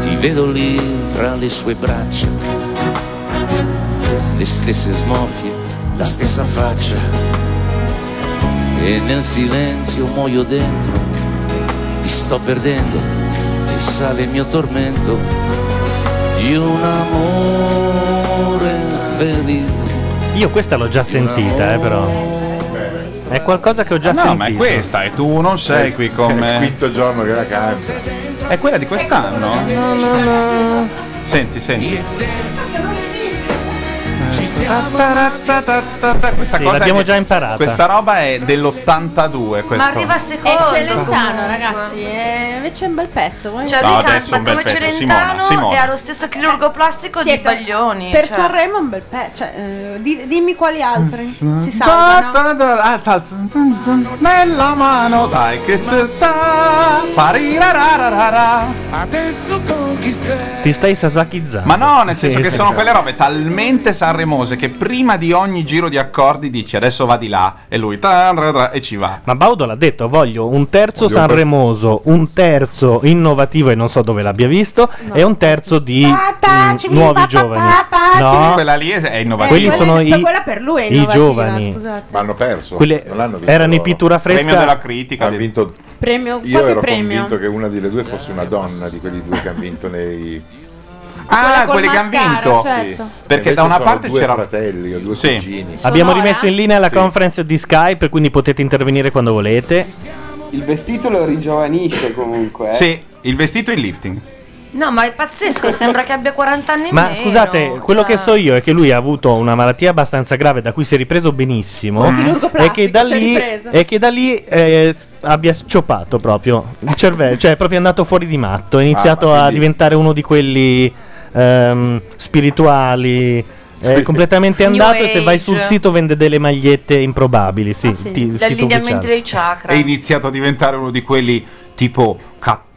Ti vedo lì fra le sue braccia, le stesse smorfie, la stessa faccia e nel silenzio muoio dentro, ti sto perdendo e sale il mio tormento di un amore ferito.
Io questa l'ho già sentita, eh, però. È qualcosa che ho già
Ah, no,
sentito.
ma è questa, e tu non sei qui con me.
Eh, È il quinto giorno che la canta.
È quella di quest'anno? Senti, senti. Questa
Sì,
cosa
l'abbiamo
è-
già imparata.
Questa roba è dell'82. Questo.
Eh,
È Celentano, ragazzi. È invece è un bel pezzo. vuoi-
Cioè,
No,
lui
adesso
canta
un bel
come
pezzo,
Celentano
Simona, Simona.
e ha lo stesso chirurgo plastico di
Siete-
Baglioni.
Per
cioè.
Sanremo è un bel pezzo. Cioè, eh, di- dimmi quali
Eh,
altri ci salvano.
Alza, alza. Nella mano, dai, che te sta.
Adesso con chi sei?
Ti stai sasakizzando.
Ma no, nel senso
Sì,
che
sì.
sono quelle robe talmente sanremose che prima di ogni giro di accordi dici adesso va di là e lui ta- tra- tra- e ci va.
Ma Baudo l'ha detto, voglio un terzo
Voglio un po'-
sanremoso, un terzo innovativo e non so dove l'abbia visto, e un terzo di
Ah,
mm, nuovi giovani. No,
Quella lì è, è innovativa.
Quelli sono i-
quella per lui è
i
innovativa,
giovani.
Esatto.
scusate.
Ma hanno perso.
Quelle-
non hanno vinto.
erano i pittura fresca.
Premio della
critica.
Ha vinto.
Premio,
Io
qualche
ero
premio.
convinto che una delle due fosse una donna di quelli due che hanno vinto nei.
Ah,
col
quelli che hanno
mascara,
vinto.
certo.
Sì. Perché
Invece
da una
sono
parte
due
c'era.
fratelli o due
Sì.
cugini.
Abbiamo rimesso in linea la conference di Skype, quindi potete intervenire quando volete.
Il vestito lo ringiovanisce comunque. eh.
Sì, il vestito e il lifting.
No, ma è pazzesco, sembra che abbia 40 anni in
Ma
meno.
scusate, quello che so io è che lui ha avuto una malattia abbastanza grave da cui si è ripreso benissimo.
Un chirurgo
E
plastico
che da
si è
lì,
ripreso.
e che da lì eh, abbia scioppato proprio il cervello, cioè è proprio andato fuori di matto.
Ah,
È iniziato
ma
a
quindi-
diventare uno di quelli ehm, spirituali. È completamente
New
andato e se vai
Age. Ah,
sul sito vende delle magliette improbabili. Sì, ti- il sito
L'allineamento
ufficiale.
dei chakra.
Eh,
È iniziato a diventare uno di quelli tipo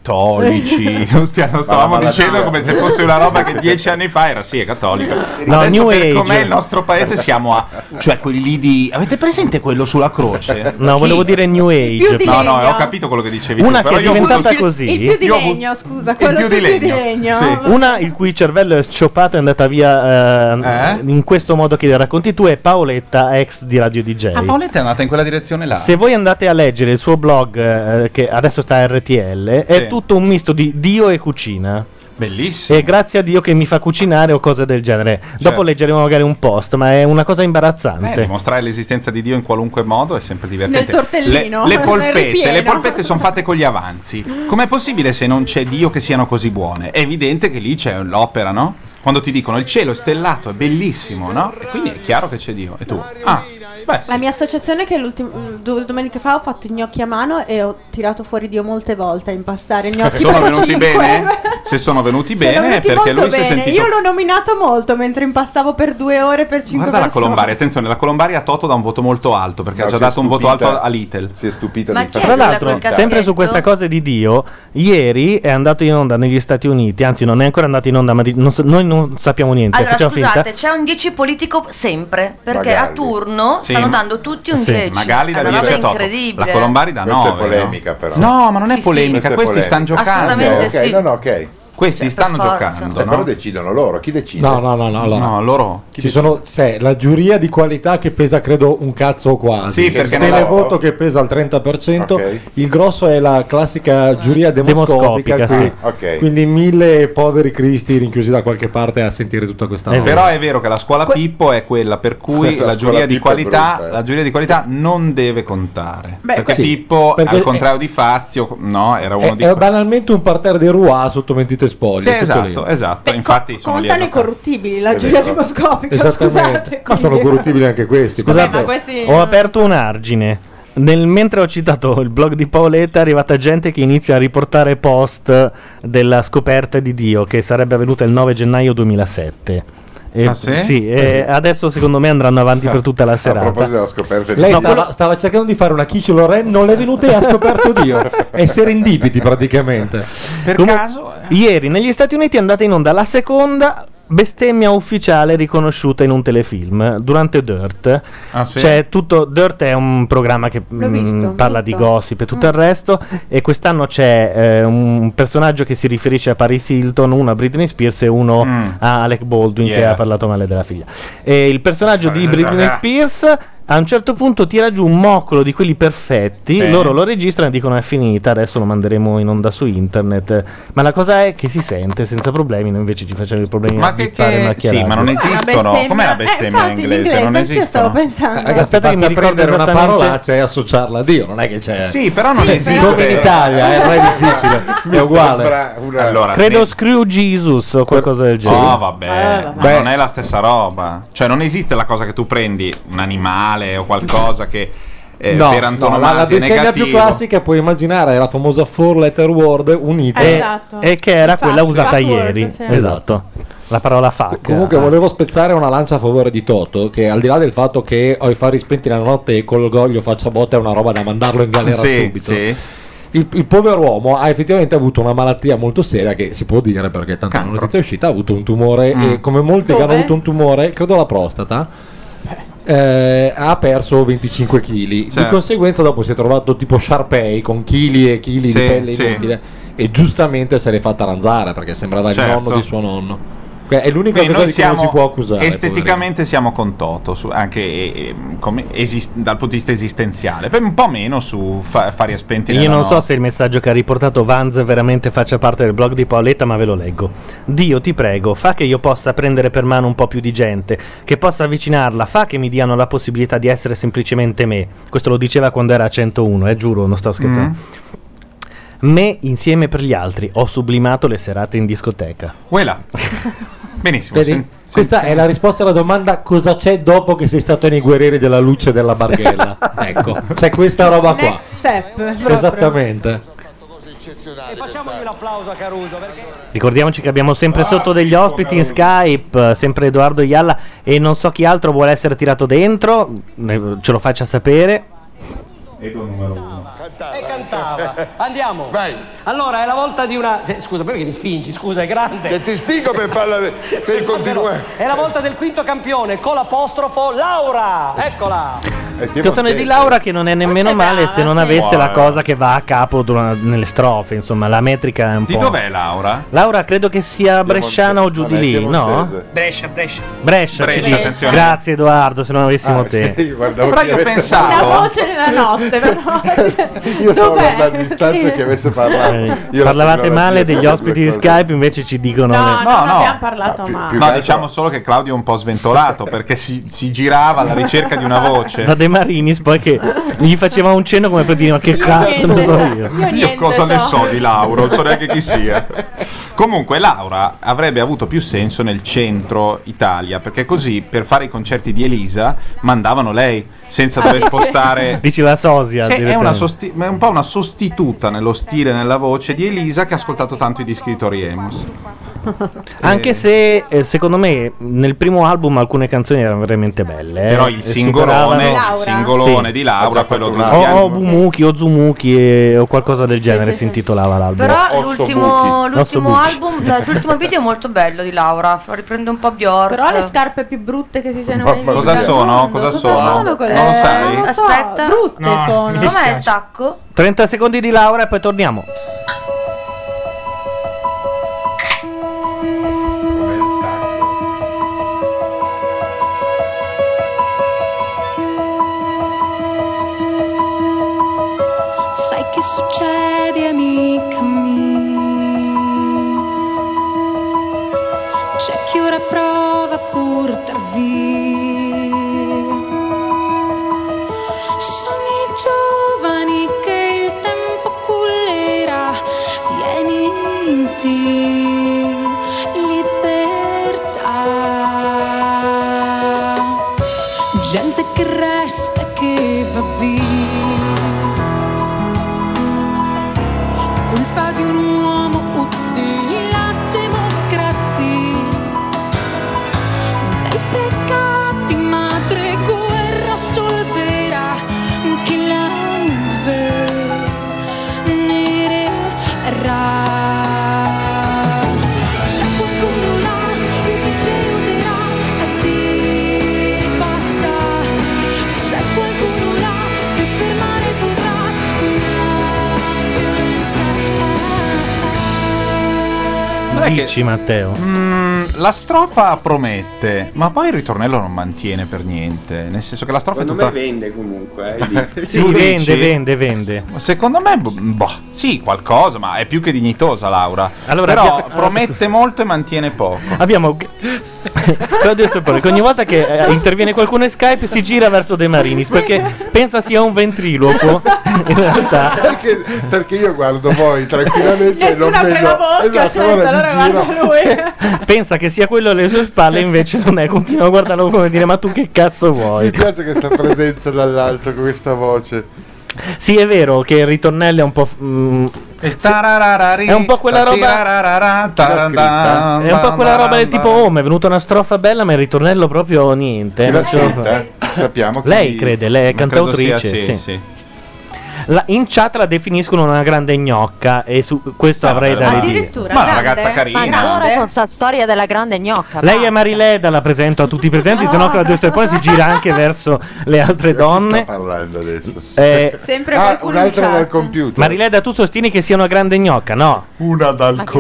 cattolici. Non stiamo- stavamo
malattia.
dicendo come se fosse una roba che dieci anni fa era sì, è cattolica.
No,
Adesso
New
per
Age.
com'è il nostro paese siamo a. cioè quelli lì di. Avete presente quello sulla croce?
No, volevo dire New Age.
di
No, no,
legno.
ho capito quello che dicevi
Una
tu,
che
però
è
io ho avuto
diventata
il-
così.
Il più di
Io ho avuto-
legno, scusa, quello
più
sul
di
più di
legno,
legno.
sì.
Una il cui cervello è scioppato e è andata via eh, in questo modo che racconti tu è Paoletta, ex di Radio DJ.
Ah, Paoletta è andata in quella direzione là.
Se voi andate a leggere il suo blog, eh, che adesso sta a RTL, è
Sì.
tutto un misto di Dio e cucina.
Bellissimo. Certo.
E grazie a Dio che mi fa cucinare o cose del genere. Dopo leggeremo magari un post, ma è una cosa
Eh,
imbarazzante.
dimostrare l'esistenza di Dio in qualunque modo è sempre divertente.
Nel tortellino,
le, le
nel
polpette,
ripieno.
le polpette sono fatte con gli
Mm.
avanzi. Com'è possibile se non c'è Dio che siano così buone? È evidente che lì c'è l'opera, no? Quando ti dicono il cielo è stellato, è bellissimo, no? E quindi è chiaro che c'è Dio. E tu? Ah,
La mia associazione che l'ultim- mm, due domeniche fa ho fatto i gnocchi a mano e ho tirato fuori Dio molte volte a impastare gnocchi
sono
per
venuti
cinque.
bene? Se sono venuti
Sono
bene, è
venuti
perché
molto
lui si è
bene.
sentito.
Io l'ho nominato molto mentre impastavo per due ore per cinque
Guarda la
persone.
Colombari, attenzione, la Colombari a Toto dà un voto molto alto perché
No,
ha già
si è
dato un voto
stupita-
alto a Little.
Si è stupita
Ma di chi fatto. Tra l'altro, sempre su questa cosa di Dio, ieri è andato in onda negli Stati Uniti, anzi non è ancora andato in onda, ma di- non so- noi non sappiamo niente,
Allora,
facciamo
scusate,
finta.
c'è un 10 politico sempre, perché a
Magalli.
turno
Sì,
stanno
ma-
dando tutti un
sì,
10.
Magali da
È una
dire
roba
a Toto.
incredibile.
La Colombari da
Questa è
9.
polemica, però.
eh, No, ma non è
Sì, sì.
polemica,
Questa è
questi stanno
polemica.
giocando.
Assolutamente Ok, sì. no, no, ok.
Questi stanno giocando,
Eh,
no?
Però decidono loro, chi decide?
No, no, no, no. allora.
loro.
Ci sono, c'è la giuria di qualità che pesa credo un cazzo o quasi.
Sì, perché
il
non la-
televoto che pesa al 30%.
Ok.
Il grosso è la classica giuria demoscopica.
Demoscopica,
qui-
sì. Ok.
Quindi mille poveri cristi rinchiusi da qualche parte a sentire tutta questa
Eh,
roba.
Però è vero che la scuola Pippo è quella per cui
La
la giuria,
scuola
di
Pippo è
qualità,
brutta, eh.
la giuria di qualità non deve contare.
Beh,
perché
sì,
Pippo,
perché-
al contrario di Fazio, no, era uno
È, è
di quelli.
banalmente un parterre di Rouen sotto mentite spoglie.
Sì,
tutto
esatto,
lì.
esatto. Infatti sono lì a
Contano i
giocare.
corruttibili, la
È
giuria
vero.
demoscopica,
Esattamente.
scusate.
Ma sono
quindi-
corruttibili anche questi.
Scusate,
Vabbè, ma questi-
ho aperto un argine. Nel- mentre ho citato il blog di Paoletta è arrivata gente che inizia a riportare post della scoperta di Dio che sarebbe avvenuta il 9 gennaio 2007. E-
Ah, sì?
e adesso secondo me andranno avanti per tutta la serata.
Ah, proposito della scoperta
Lei stava, stava cercando di fare una Kici Loren, non l'è venuta e ha scoperto Dio. È serendipiti praticamente.
Per
caso, ieri negli Stati Uniti è andata in onda la seconda bestemmia ufficiale riconosciuta in un telefilm durante Dirt.
sì?
C'è tutto Dirt è un programma che
L'ho
mh,
visto, Mm.
parla di gossip e tutto il resto e quest'anno c'è eh, un personaggio che si riferisce a Paris Hilton, uno a Britney Spears e uno a Alec Baldwin che
Yeah.
ha parlato male della figlia. E il personaggio di Britney Spears a un certo punto tira giù un moccolo di quelli perfetti,
Sì.
loro lo registrano e dicono è finita, adesso lo manderemo in onda su internet. Ma la cosa è che si sente senza problemi, noi invece ci facciamo i problemi
Ma
a
che-
fare
che-
una
sì, ma non esistono.
bestemmia-
Com'è la
Eh,
bestemmia
infatti,
in inglese? Non
anch'io
esistono. Eh,
stavo pensando.
Eh, Ragazzi,
Aspetta che mi
basta
ricordo
prendere una
esattamente-
parolaccia e associarla a Dio, non è che c'è.
Sì, però non esiste.
Come in Italia, eh, è re difficile.
Mi
è uguale.
sembra una- Allora,
Credo
ne-
Screw Jesus o qualcosa del genere.
No, Ah, Oh,
Eh,
vabbè, ma non è la stessa roba. Cioè, non esiste la cosa che tu prendi un animale o qualcosa che eh,
No, no,
per
la, la
antonomasia è
bestemmia
negativo.
più classica puoi immaginare è la famosa four letter word unita
Eh, Esatto. e che era quella usata
Fuck word,
ieri.
sì.
Esatto. La parola fuck.
Comunque volevo spezzare una lancia a favore di Toto, che al di là del fatto che ho i fari spenti la notte e l'orgoglio faccia botta è una roba da mandarlo in galera
Sì,
subito.
sì.
Il, il povero uomo ha effettivamente avuto una malattia molto seria che si può dire perché tanto la notizia è uscita, ha avuto un tumore
Mm.
e come molti che hanno
Dove?
avuto un tumore, credo la prostata, eh, ha perso 25 kg. Di
Certo.
conseguenza dopo si è trovato tipo Sharpei con chili e chili
Sì,
di pelle
sì.
inutile e giustamente se l'è fatta ranzare perché sembrava il
Certo.
nonno di suo nonno. Que- È l'unica
Quindi
cosa
noi
di cui non
siamo
si può accusare.
esteticamente siamo con Toto su- anche eh, eh, come esist- dal punto di vista esistenziale per un po' meno su fa- Fari e Spenti
Io
nella
non so
notte.
se il messaggio che ha riportato Vanz veramente faccia parte del blog di Paoletta, ma ve lo leggo. Dio, ti prego, fa che io possa prendere per mano un po' più di gente, che possa avvicinarla, fa che mi diano la possibilità di essere semplicemente me. Questo lo diceva quando era a 101, eh, giuro, non sto scherzando.
Mm.
Me insieme per gli altri ho sublimato le serate in discoteca.
Uela. benissimo
Vedi?
sen- sen-
Questa è la risposta alla domanda cosa c'è dopo che sei stato nei guerrieri della luce e della barghella. ecco, c'è questa roba qua.
Next step. proprio.
Esattamente.
E facciamogli un applauso a Caruso perché
Ricordiamoci che abbiamo sempre sotto degli ospiti in Skype, eh, sempre Edoardo Ialla e non so chi altro vuole essere tirato dentro, ne- ce lo faccia sapere.
e cantava. Andiamo. Vai. Allora è la volta di una eh, scusa, perché mi spingi? Scusa, è grande.
Che ti spingo per farla per continuare.
È la volta del quinto campione con l'apostrofo Laura. Eccola.
Canzone di Laura che non è nemmeno male se non avesse
Buona.
la cosa che va a capo dura- nelle strofe, insomma, la metrica è un
Di
po'.
dov'è Laura?
Laura credo che sia bresciana o
Ah,
giù di lì, no?
Brescia, Brescia.
Brescia,
Brescia,
quindi-
attenzione.
grazie Edoardo, se non avessimo
Ah,
te.
sì, io guardavo Però chi io avesse-
Una voce nella notte, però.
Io stavo
Dov'è?
guardando a distanza
Sì.
che avesse parlato. Io la
Eh, Parlavate
tecnologia
male
sono
degli
due
ospiti di
cose.
Skype, invece ci dicono
No, no,
le-
non abbiamo parlato
Ah,
male.
no, diciamo solo che Claudio è un po' sventolato perché si, si girava alla ricerca di una voce.
da De Marinis, poi che gli faceva un cenno come per dire ma che cazzo ne so io.
Io cosa ne so di Laura, non so neanche chi sia. Comunque Laura avrebbe avuto più senso nel centro Italia, perché così per fare i concerti di Elisa mandavano lei
Ah,
senza dover spostare
Dici la sosia.
Sì, è, una
direttamente.
sosti- ma è un po' una sostituta nello stile e nella voce di Elisa che ha ascoltato tanto i dischi di Tori Amos.
Anche se eh, secondo me nel primo album alcune canzoni erano veramente belle. eh,
Però il
e
singolone, il
superavano-
singolone
Sì. Esatto. Oh,
di Laura, quello di
O, o Bumuki o Zumuki eh, o qualcosa del genere si intitolava l'album.
Però l'ultimo, l'ultimo
Ossobuchi.
album, no, l'ultimo video è molto bello di Laura, fa- riprende un po' Bjork.
Però le scarpe più brutte che si siano
Ma-
mai viste.
cosa
al
sono?
mondo.
Cosa sono?
quelle?
eh,
Non lo sai?
Non lo so,
Aspetta.
Brutte
No, mi
sono.
dispiace.
Com'è il tacco?
30 secondi di Laura e poi torniamo.
Sai che succede, amica mia? C'è chi ora prova a portar via. Sono i giovani che il tempo cullerà. Vieni in te, libertà. Gente che resta e che va via. Colpa di un uomo o della democrazia. Dai peccati madre guerra solverà chi la venererà. C'è qualcuno là invece aiuterà a dire basta. C'è qualcuno là che fermare potrà la violenza.
Dici Matteo.
Mm, la strofa promette, ma poi il ritornello non mantiene per niente. Nel senso che la strofa
Secondo
è tutta.
me vende comunque. eh, il disco.
Tu
Sì,
dici?
vende, vende, vende.
Secondo me, boh, boh, sì, qualcosa, ma è più che dignitosa, Laura.
Allora,
Però
abbiamo-
promette molto e mantiene poco.
Abbiamo Claudio Stepone che ogni volta che eh, interviene qualcuno in Skype si gira verso De Marinis perché pensa sia un ventriloquo. In realtà
Sai che- perché io guardo voi tranquillamente e non
Nessuno apre
vedo
la bocca,
esatto,
certo,
allora mi
allora
giro.
guarda lui.
pensa che sia quello alle sue spalle, invece non è. Continua a guardarlo come dire: Ma tu che cazzo vuoi?
Mi piace questa presenza dall'alto con questa voce.
Sì, è vero che il ritornello è un po'. f- mm,
Tarararari,
è un po' quella
tarararara,
roba.
tarantan,
È un po' quella roba del tipo Home. È venuta una strofa bella, ma il ritornello proprio niente.
Chi l'ha
Non ce lo fa.
scritta? Sappiamo chi-
Lei crede, lei è
Ma credo sia,
cantautrice.
sì,
sì.
sì.
La- in chat la definiscono una grande gnocca e su questo avrei da ridire.
Ma
una grande,
ragazza
ragazza carina.
carina. eh? Ma ancora con sta storia della grande gnocca.
Lei è Marileda, la presento a tutti i presenti, se no Claudio Stepone si gira anche verso le altre
Sta
donne.
parlando adesso.
Eh,
Sempre
ah,
qualcuno in
un'altra
chat.
dal computer.
Marileda, tu sostieni che sia una grande gnocca, no?
Una dal
Ma ti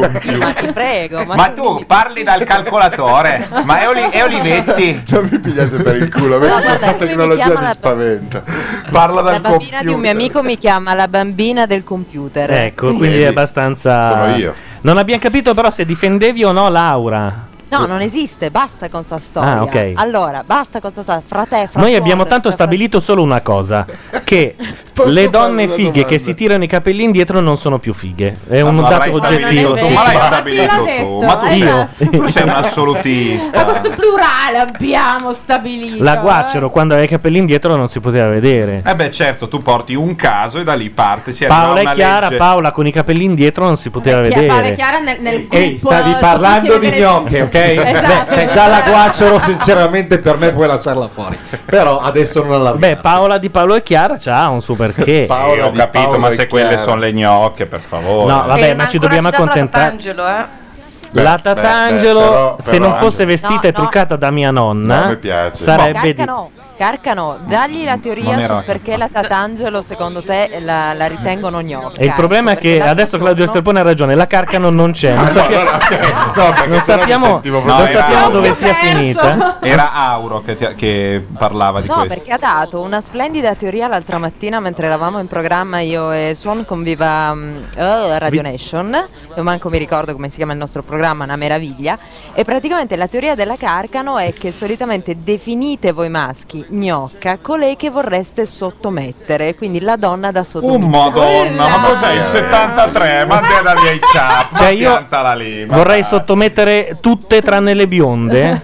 prego, ma,
Ma tu parli dal calcolatore, ma è, Oli- è Olivetti.
Non mi pigliate per il culo, a me
No,
questa
guarda, qui mi
tecnologia
chiama
mi
la-
spaventa. Parla
la
dal
bambina di un mio
computer.
amico mi chiama la bambina del computer.
Ecco, quindi è abbastanza...
Sono io.
Non abbiamo capito però se difendevi o no Laura.
No, non esiste, basta con sta storia.
Ah, ok.
Allora, basta con sta storia, fra te, fra
Noi
suore,
abbiamo tanto
fra-
stabilito solo una cosa, che
Posso
le
fare
donne
una
fighe che
domanda?
si tirano i capelli indietro non sono più fighe. È un
Ma l'avrai
dato oggettivo.
stabilito tu,
Sì,
ma
sì.
l'hai
Ma
stabilito
chi l'ha
tu,
detto?
ma tu sei,
Io.
tu sei un
Ma
assolutista.
questo plurale abbiamo stabilito.
eh?
La guacciano quando aveva i capelli indietro non si poteva vedere.
Eh beh, certo, tu porti un caso e da lì parte. Si arriva a
Paola
una
e Chiara,
legge.
Paola con i capelli indietro non si poteva vedere.
Paola e Chiara nel, nel gruppo.
Ehi, stavi parlando di gnocche, ok?
Esatto.
Beh, cioè, già la guacciolo, sinceramente, per me puoi lasciarla fuori. Però adesso non la
Beh, eh, Paola di Paolo e Chiara c'ha un super che.
Eh, ho capito, Eh, ma se quelle sono le gnocche, per favore.
Eh,
No, vabbè, ma ci dobbiamo accontentare.
Angelo, eh.
la Tatangelo,
beh, però-
se
però-
non fosse vestita
No,
e
no.
truccata da mia nonna,
No, mi piace.
sarebbe di...
Carcano, Carcano, dagli la
Non
teoria
era
su perché la Tatangelo secondo te la, la ritengono gnocca.
E il problema è che adesso Claudio Sterpone ha ragione, la Carcano non c'è.
Ah,
Non, so che- non sappiamo, non sappiamo dove sia finita.
Era Auro che, ti- che parlava di
No,
questo.
perché ha dato una splendida teoria l'altra mattina mentre eravamo in programma io e Suon con Viva mm, eh, Radio Nation, io manco mi ricordo come si chiama il nostro programma, una meraviglia, e praticamente la teoria della Carcano è che solitamente definite voi maschi gnocca colei che vorreste sottomettere, quindi la donna da
Un
sottomettere.
Oh, madonna, ma cos'è il 73? Ma te da lì ai ciap,
Cioè,
ma
io Boh,
piantala lì. ma
Vorrei
dai.
sottomettere tutte tranne le bionde.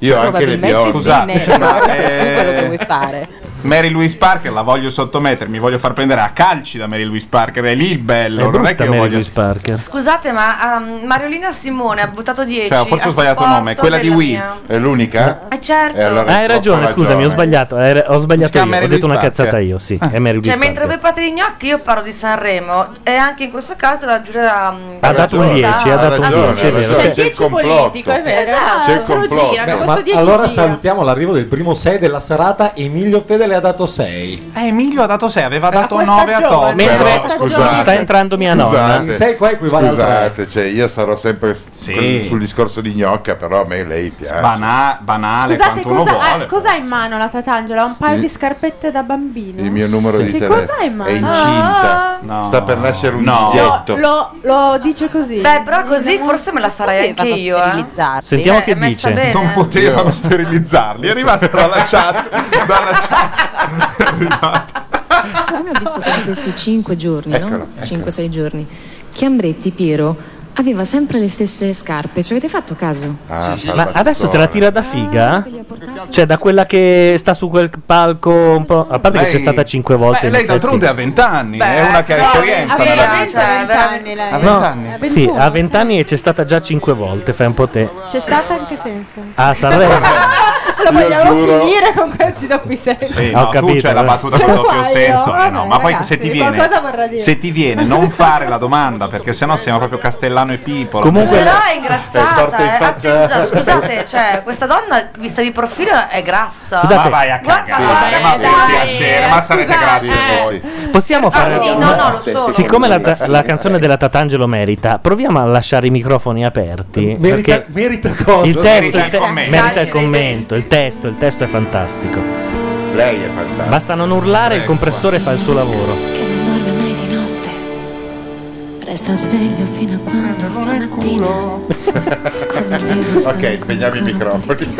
Io
anche le
Probabilmente
bionde.
sì,
Scusate,
ne- no,
ma,
a questo punto
eh,
lo che vuoi fare.
Mary Louise Parker la voglio sottomettere, mi voglio far prendere a calci da Mary Louise Parker, è lì il bello, non è che io voglio
Parker.
Scusate, ma ehm, Mariolina Simone ha buttato 10.
Cioè, forse ho
a
sbagliato
supporto
nome, quella di
della
Wiz.
mia-
È l'unica?
Eh, certo.
Ah, Hai ragione, scusami, ho sbagliato. eh, ho sbagliato
chiama
io, ho
Mary
detto una
Louise
cazzata
Parker.
io, sì. È Mary
Cioè,
Louise
mentre voi
Parker.
parlate di gnocchi, io parlo di Sanremo. E anche in questo caso la giuria. mm,
Ha dato un
giuria-
10, ha dato un
ragione,
Cioè,
10, è
ha
vero.
ragione. C'è il C'è il complotto. politico, è vero.
Esatto.
C'è il complotto.
Beh, ma allora salutiamo l'arrivo del primo 6 della serata. Emilio Fedele ha dato 6.
Eh, Emilio ha dato 6, aveva dato
questa
9 a
giovane,
Toto.
Mentre- questa giovane- sta entrando mia nonna.
Scusate,
Il sei qua equivale al
Scusate, cioè, io sarò sempre quel- sul discorso di gnocca, però a me lei piace.
banale
Scusate, cosa, ha- cosa ha in mano la Tatangela? Un paio di scarpette da bambino.
Il mio numero di
Che
telefono
cosa hai in mano? Ah,
è incinta.
ah,
Sta per nascere un digetto.
Lo, lo dice così.
Beh, però così forse me la farei anche
Potevano
io. eh.
Sentiamo
Cioè,
che
è messa
dice.
bene.
Non potevano sterilizzarli. È arrivata dalla chat. dalla
Siccome ho visto che in questi 5 giorni,
Eccolo,
no? 5-6 giorni, Chiambretti, Piero, aveva sempre le stesse scarpe. Ci avete fatto caso?
Ah,
Ma adesso te la tira da figa? Cioè, da quella che sta su quel palco un po'. A parte che
Lei-
c'è stata cinque volte.
Beh,
in
lei
effetti.
d'altronde ha 20 anni, è una che ha esperienza.
ah, aveva
nella-
20 Cioè, vent'anni lei.
Ha
No,
20 anni?
sì, ha 20 anni e c'è stata già cinque volte, fai un po' te.
C'è stata in che senso?
Ah, Sanremo.
Lo vogliamo
giuro-
finire con questi doppi sensi.
Sì,
Ho
no, tu
capito, eh.
c'è la
vabbè.
battuta
Ce
col
lo
doppio
fai, oh,
senso,
no?
eh no, ma poi se ti
Ragazzi, qualcosa vorrà
viene
dire.
se ti viene non fare la domanda perché sennò siamo proprio Castellano e Pipolo.
Comunque-
Però è ingrassata. eh. Attenzione,
faccia.
Scusate, cioè, questa donna vista di profilo è grassa.
Ma vai a cagare, ma per piacere, ma sarete grazie voi.
Possiamo fare.
Ah, sì, no, no, lo so.
Siccome la, la canzone della Tatangelo merita, proviamo a lasciare i microfoni aperti.
Merita-
perché
merita cosa?
Il testo,
Merita
il
il
te-
commento.
merita
Dai,
il commento, il testo, il testo è fantastico.
Lei è fantastica.
Basta non urlare, il compressore fa il suo lavoro.
Che non dorme mai di notte. Resta sveglio fino a quando fa mattina.
ok, spegniamo i microfoni.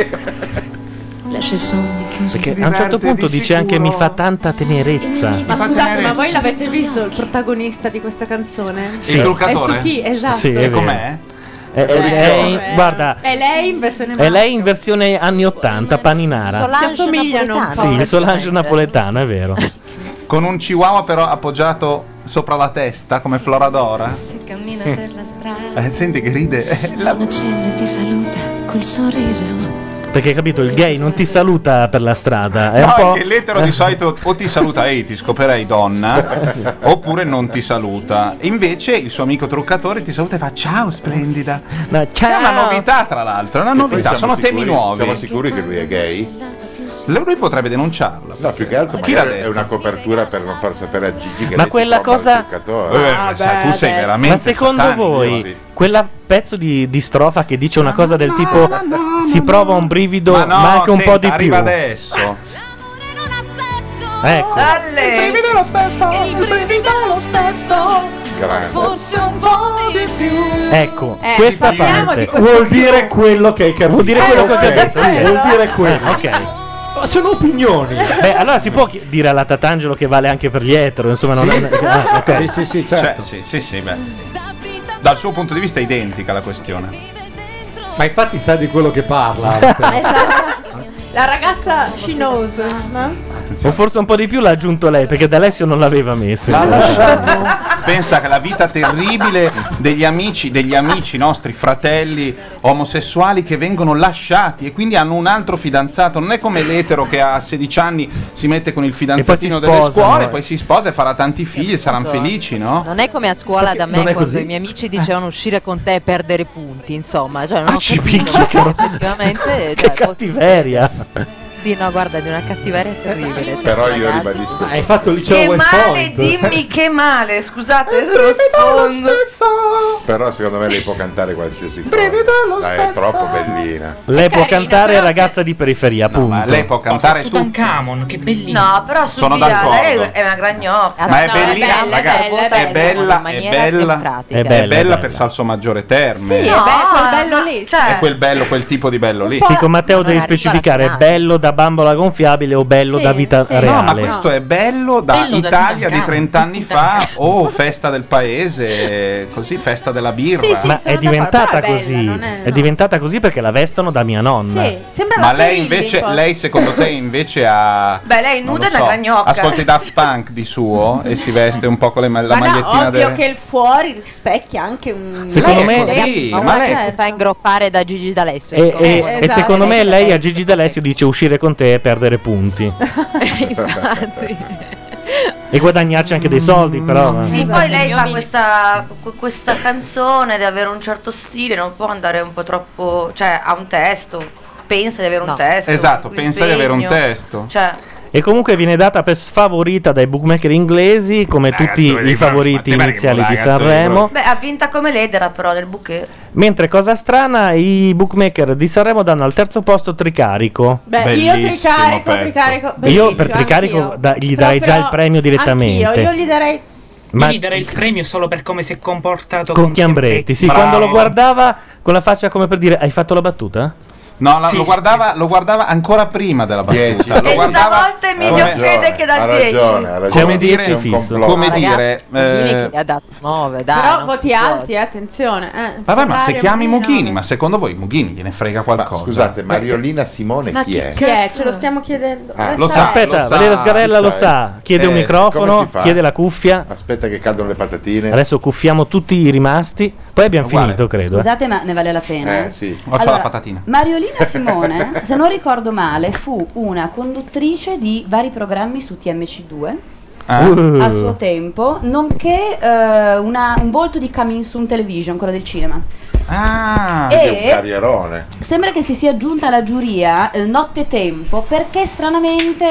Lascia i sogni chiusi.
Perché a un certo punto dice anche mi fa tanta tenerezza.
Ma scusate, ma voi l'avete visto il protagonista di questa canzone?
Sì. Il truccatore?
È Suki, esatto.
Sì, è vero.
Com'è?
È- è- è in- guarda,
È lei in versione
è lei in versione anni 80, paninara.
Si assomigliano un po'.
Sì, il Solange napoletano, è vero.
Con un chihuahua però appoggiato sopra la testa come Floradora.
Cammina per la strada.
Eh, senti che ride.
Fa una cenno e ti saluta col sorriso.
Perché capito, il gay non ti saluta per la strada. È
No,
un po'.
che l'etero di solito o ti saluta e ti scoperei donna, oppure non ti saluta. Invece il suo amico truccatore ti saluta e fa ciao splendida.
No,
È una novità tra l'altro, è una
Che poi
novità, sono
siamo sicuri-
temi nuovi.
Siamo sicuri che lui è gay?
Lui potrebbe denunciarlo.
No, più che altro
Chi
magari
l'ha
è una copertura per non far sapere a Gigi che
Ma
lei si
quella
trova al
cosa- Ah,
truccatore.
Eh, ma sa- tu sei veramente
Ma secondo
satanico.
voi,
Sì.
quel pezzo di, di strofa che dice una cosa del tipo si prova un brivido, ma,
Ah, no,
anche un
senta,
po' di più.
arriva adesso.
Ecco.
Il brivido è lo stesso. Il brivido è lo stesso.
Grande.
Forse un po' di più.
Ecco,
Eh,
questa
parliamo
parte
di questo
Vuol dire quello che hai capito.
Vuol dire quello che ho
ok,
detto,
sì,
sì.
vuol dire quello.
Ah, ok.
Ma sono opinioni.
Beh, allora si può chi- dire alla Tatangelo che vale anche per gli etero, insomma, non
Sì.
è ah, ok.
Sì, sì, certo. sì, sì, sì, beh. Dal suo punto di vista è identica la questione.
Ma infatti
Cioè-
sa di quello che parla.
La ragazza she knows, no?
O forse un po' di più l'ha aggiunto lei, perché D'Alessio non l'aveva messo.
L'ha lasciato. Pensa che la vita terribile degli amici, degli amici nostri, fratelli omosessuali che vengono lasciati e quindi hanno un altro fidanzato. Non è come l'etero che a 16 anni si mette con il fidanzatino delle
sposano,
scuole,
eh.
poi si sposa e farà tanti figli e saranno felici, no?
Non è come a scuola da me
Non è
quando
così?
i miei amici dicevano uscire con te e perdere punti, insomma, cioè
Ah,
non ho
ci
capito perché effettivamente cioè, può
Cattiveria.
succedere. sì, no, guarda, di una cattiveria terribile. cioè,
Però
un
io
ragazzo-
ribadisco.
Hai fatto il liceo
Che
West
male,
Point.
dimmi che male. Scusate, adesso lo sfondo.
Però secondo me lei può cantare qualsiasi cosa. Dai, è troppo bellina.
Lei può cantare ragazza di periferia, punto.
lei può cantare
tutto.
Camon, che bellino.
No, però su
Sono
Villa
d'accordo.
lei è una gragnocca.
Ma è
No,
bellina,
bella,
ragazzi,
bella,
è bella,
bella.
è bella,
pratica.
è
È bella,
bella
bella.
per Salsomaggiore Terme.
Sì,
È bello, quel bello lì.
È quel bello, quel tipo di bello lì.
Sì, con Matteo devi specificare è bello da bambola gonfiabile o bello da vita reale.
No, ma questo è bello da
Bello da
Italia
Tutankhamon.
di 30 anni fa. Oh, festa del paese, così festa della birra.
ma è diventata così. È, diventata così perché la vestono da mia nonna.
sembra
Ma
la
lei
Ferilli
invece,
un po'.
lei secondo te invece ha...
Beh, lei
non
nuda
lo
è una cagnocca.
Ascolti Daft Punk di suo e si veste un po' con le ma- la
Ma no,
magliettina
ovvio
del...
che il fuori rispecchia anche un...
ma guarda che si fa ingroppare da Gigi D'Alessio.
E,
ecco,
e-
come-
e secondo
Esatto.
me lei a Gigi D'Alessio dice uscire con te e perdere punti e guadagnarci anche dei soldi però eh.
Sì, poi lei fa questa, qu- questa canzone di avere un certo stile, non può andare un po' troppo. cioè, ha un testo. Pensa di avere un testo.
Esatto,
un
pensa di avere un
impegno.
testo.
Cioè,
e comunque viene data per sfavorita dai bookmaker inglesi come tutti i favoriti iniziali di Sanremo
Beh, ha vinta come l'edera, però, del bouquet.
mentre cosa strana i bookmaker di Sanremo danno al terzo posto Tricarico
Beh, io tricarico, tricarico.
io
bellissimo,
per Tricarico
anch'io.
da- gli darei già il
Proprio
premio direttamente
Anch'io, io gli darei
Ma-
Ma gli darei il premio solo per come si è comportato
con Chiambretti sì,
Bravo.
quando lo guardava con la faccia come per dire hai fatto la battuta?
No, la-
Sì,
lo,
sì,
guardava, lo guardava ancora prima della battuta. Lo guardava
Stavolta Emilio Fede che dal 10.
come dire,
c'è un complotto.
come
Ragazzi,
dire eh,
ha dato 9, dai.
però
non
voti
si può.
alti, eh, attenzione. Eh.
Vabbè, ma se
Ferrari,
chiami
Mughini,
Mughini, ma secondo voi Mughini gliene frega qualcosa?
scusate, Mariolina Simone
Ma
chi è?
Chi è? Ce lo stiamo chiedendo.
Eh.
Ah,
lo sa,
Aspetta,
lo sa,
Valeria Sgarella lo
sai.
sa, chiede un
Eh, come
microfono,
si fa?
chiede la cuffia.
Aspetta che cadono le patatine.
Adesso cuffiamo tutti i rimasti, poi abbiamo
Uguale.
finito, credo. eh.
Scusate, ma ne vale la pena.
Eh, sì.
Oh, c'ho
Allora,
la patatina.
Mariolina Simone, se non ricordo male, fu una conduttrice di vari programmi su TMC2
Ah. Uh.
a suo tempo, nonché eh, una- un volto di Coming Soon Television, quella del cinema.
Ah,
Quindi è
E-
un carrierone.
Sembra che si sia giunta alla giuria eh, notte e tempo perché stranamente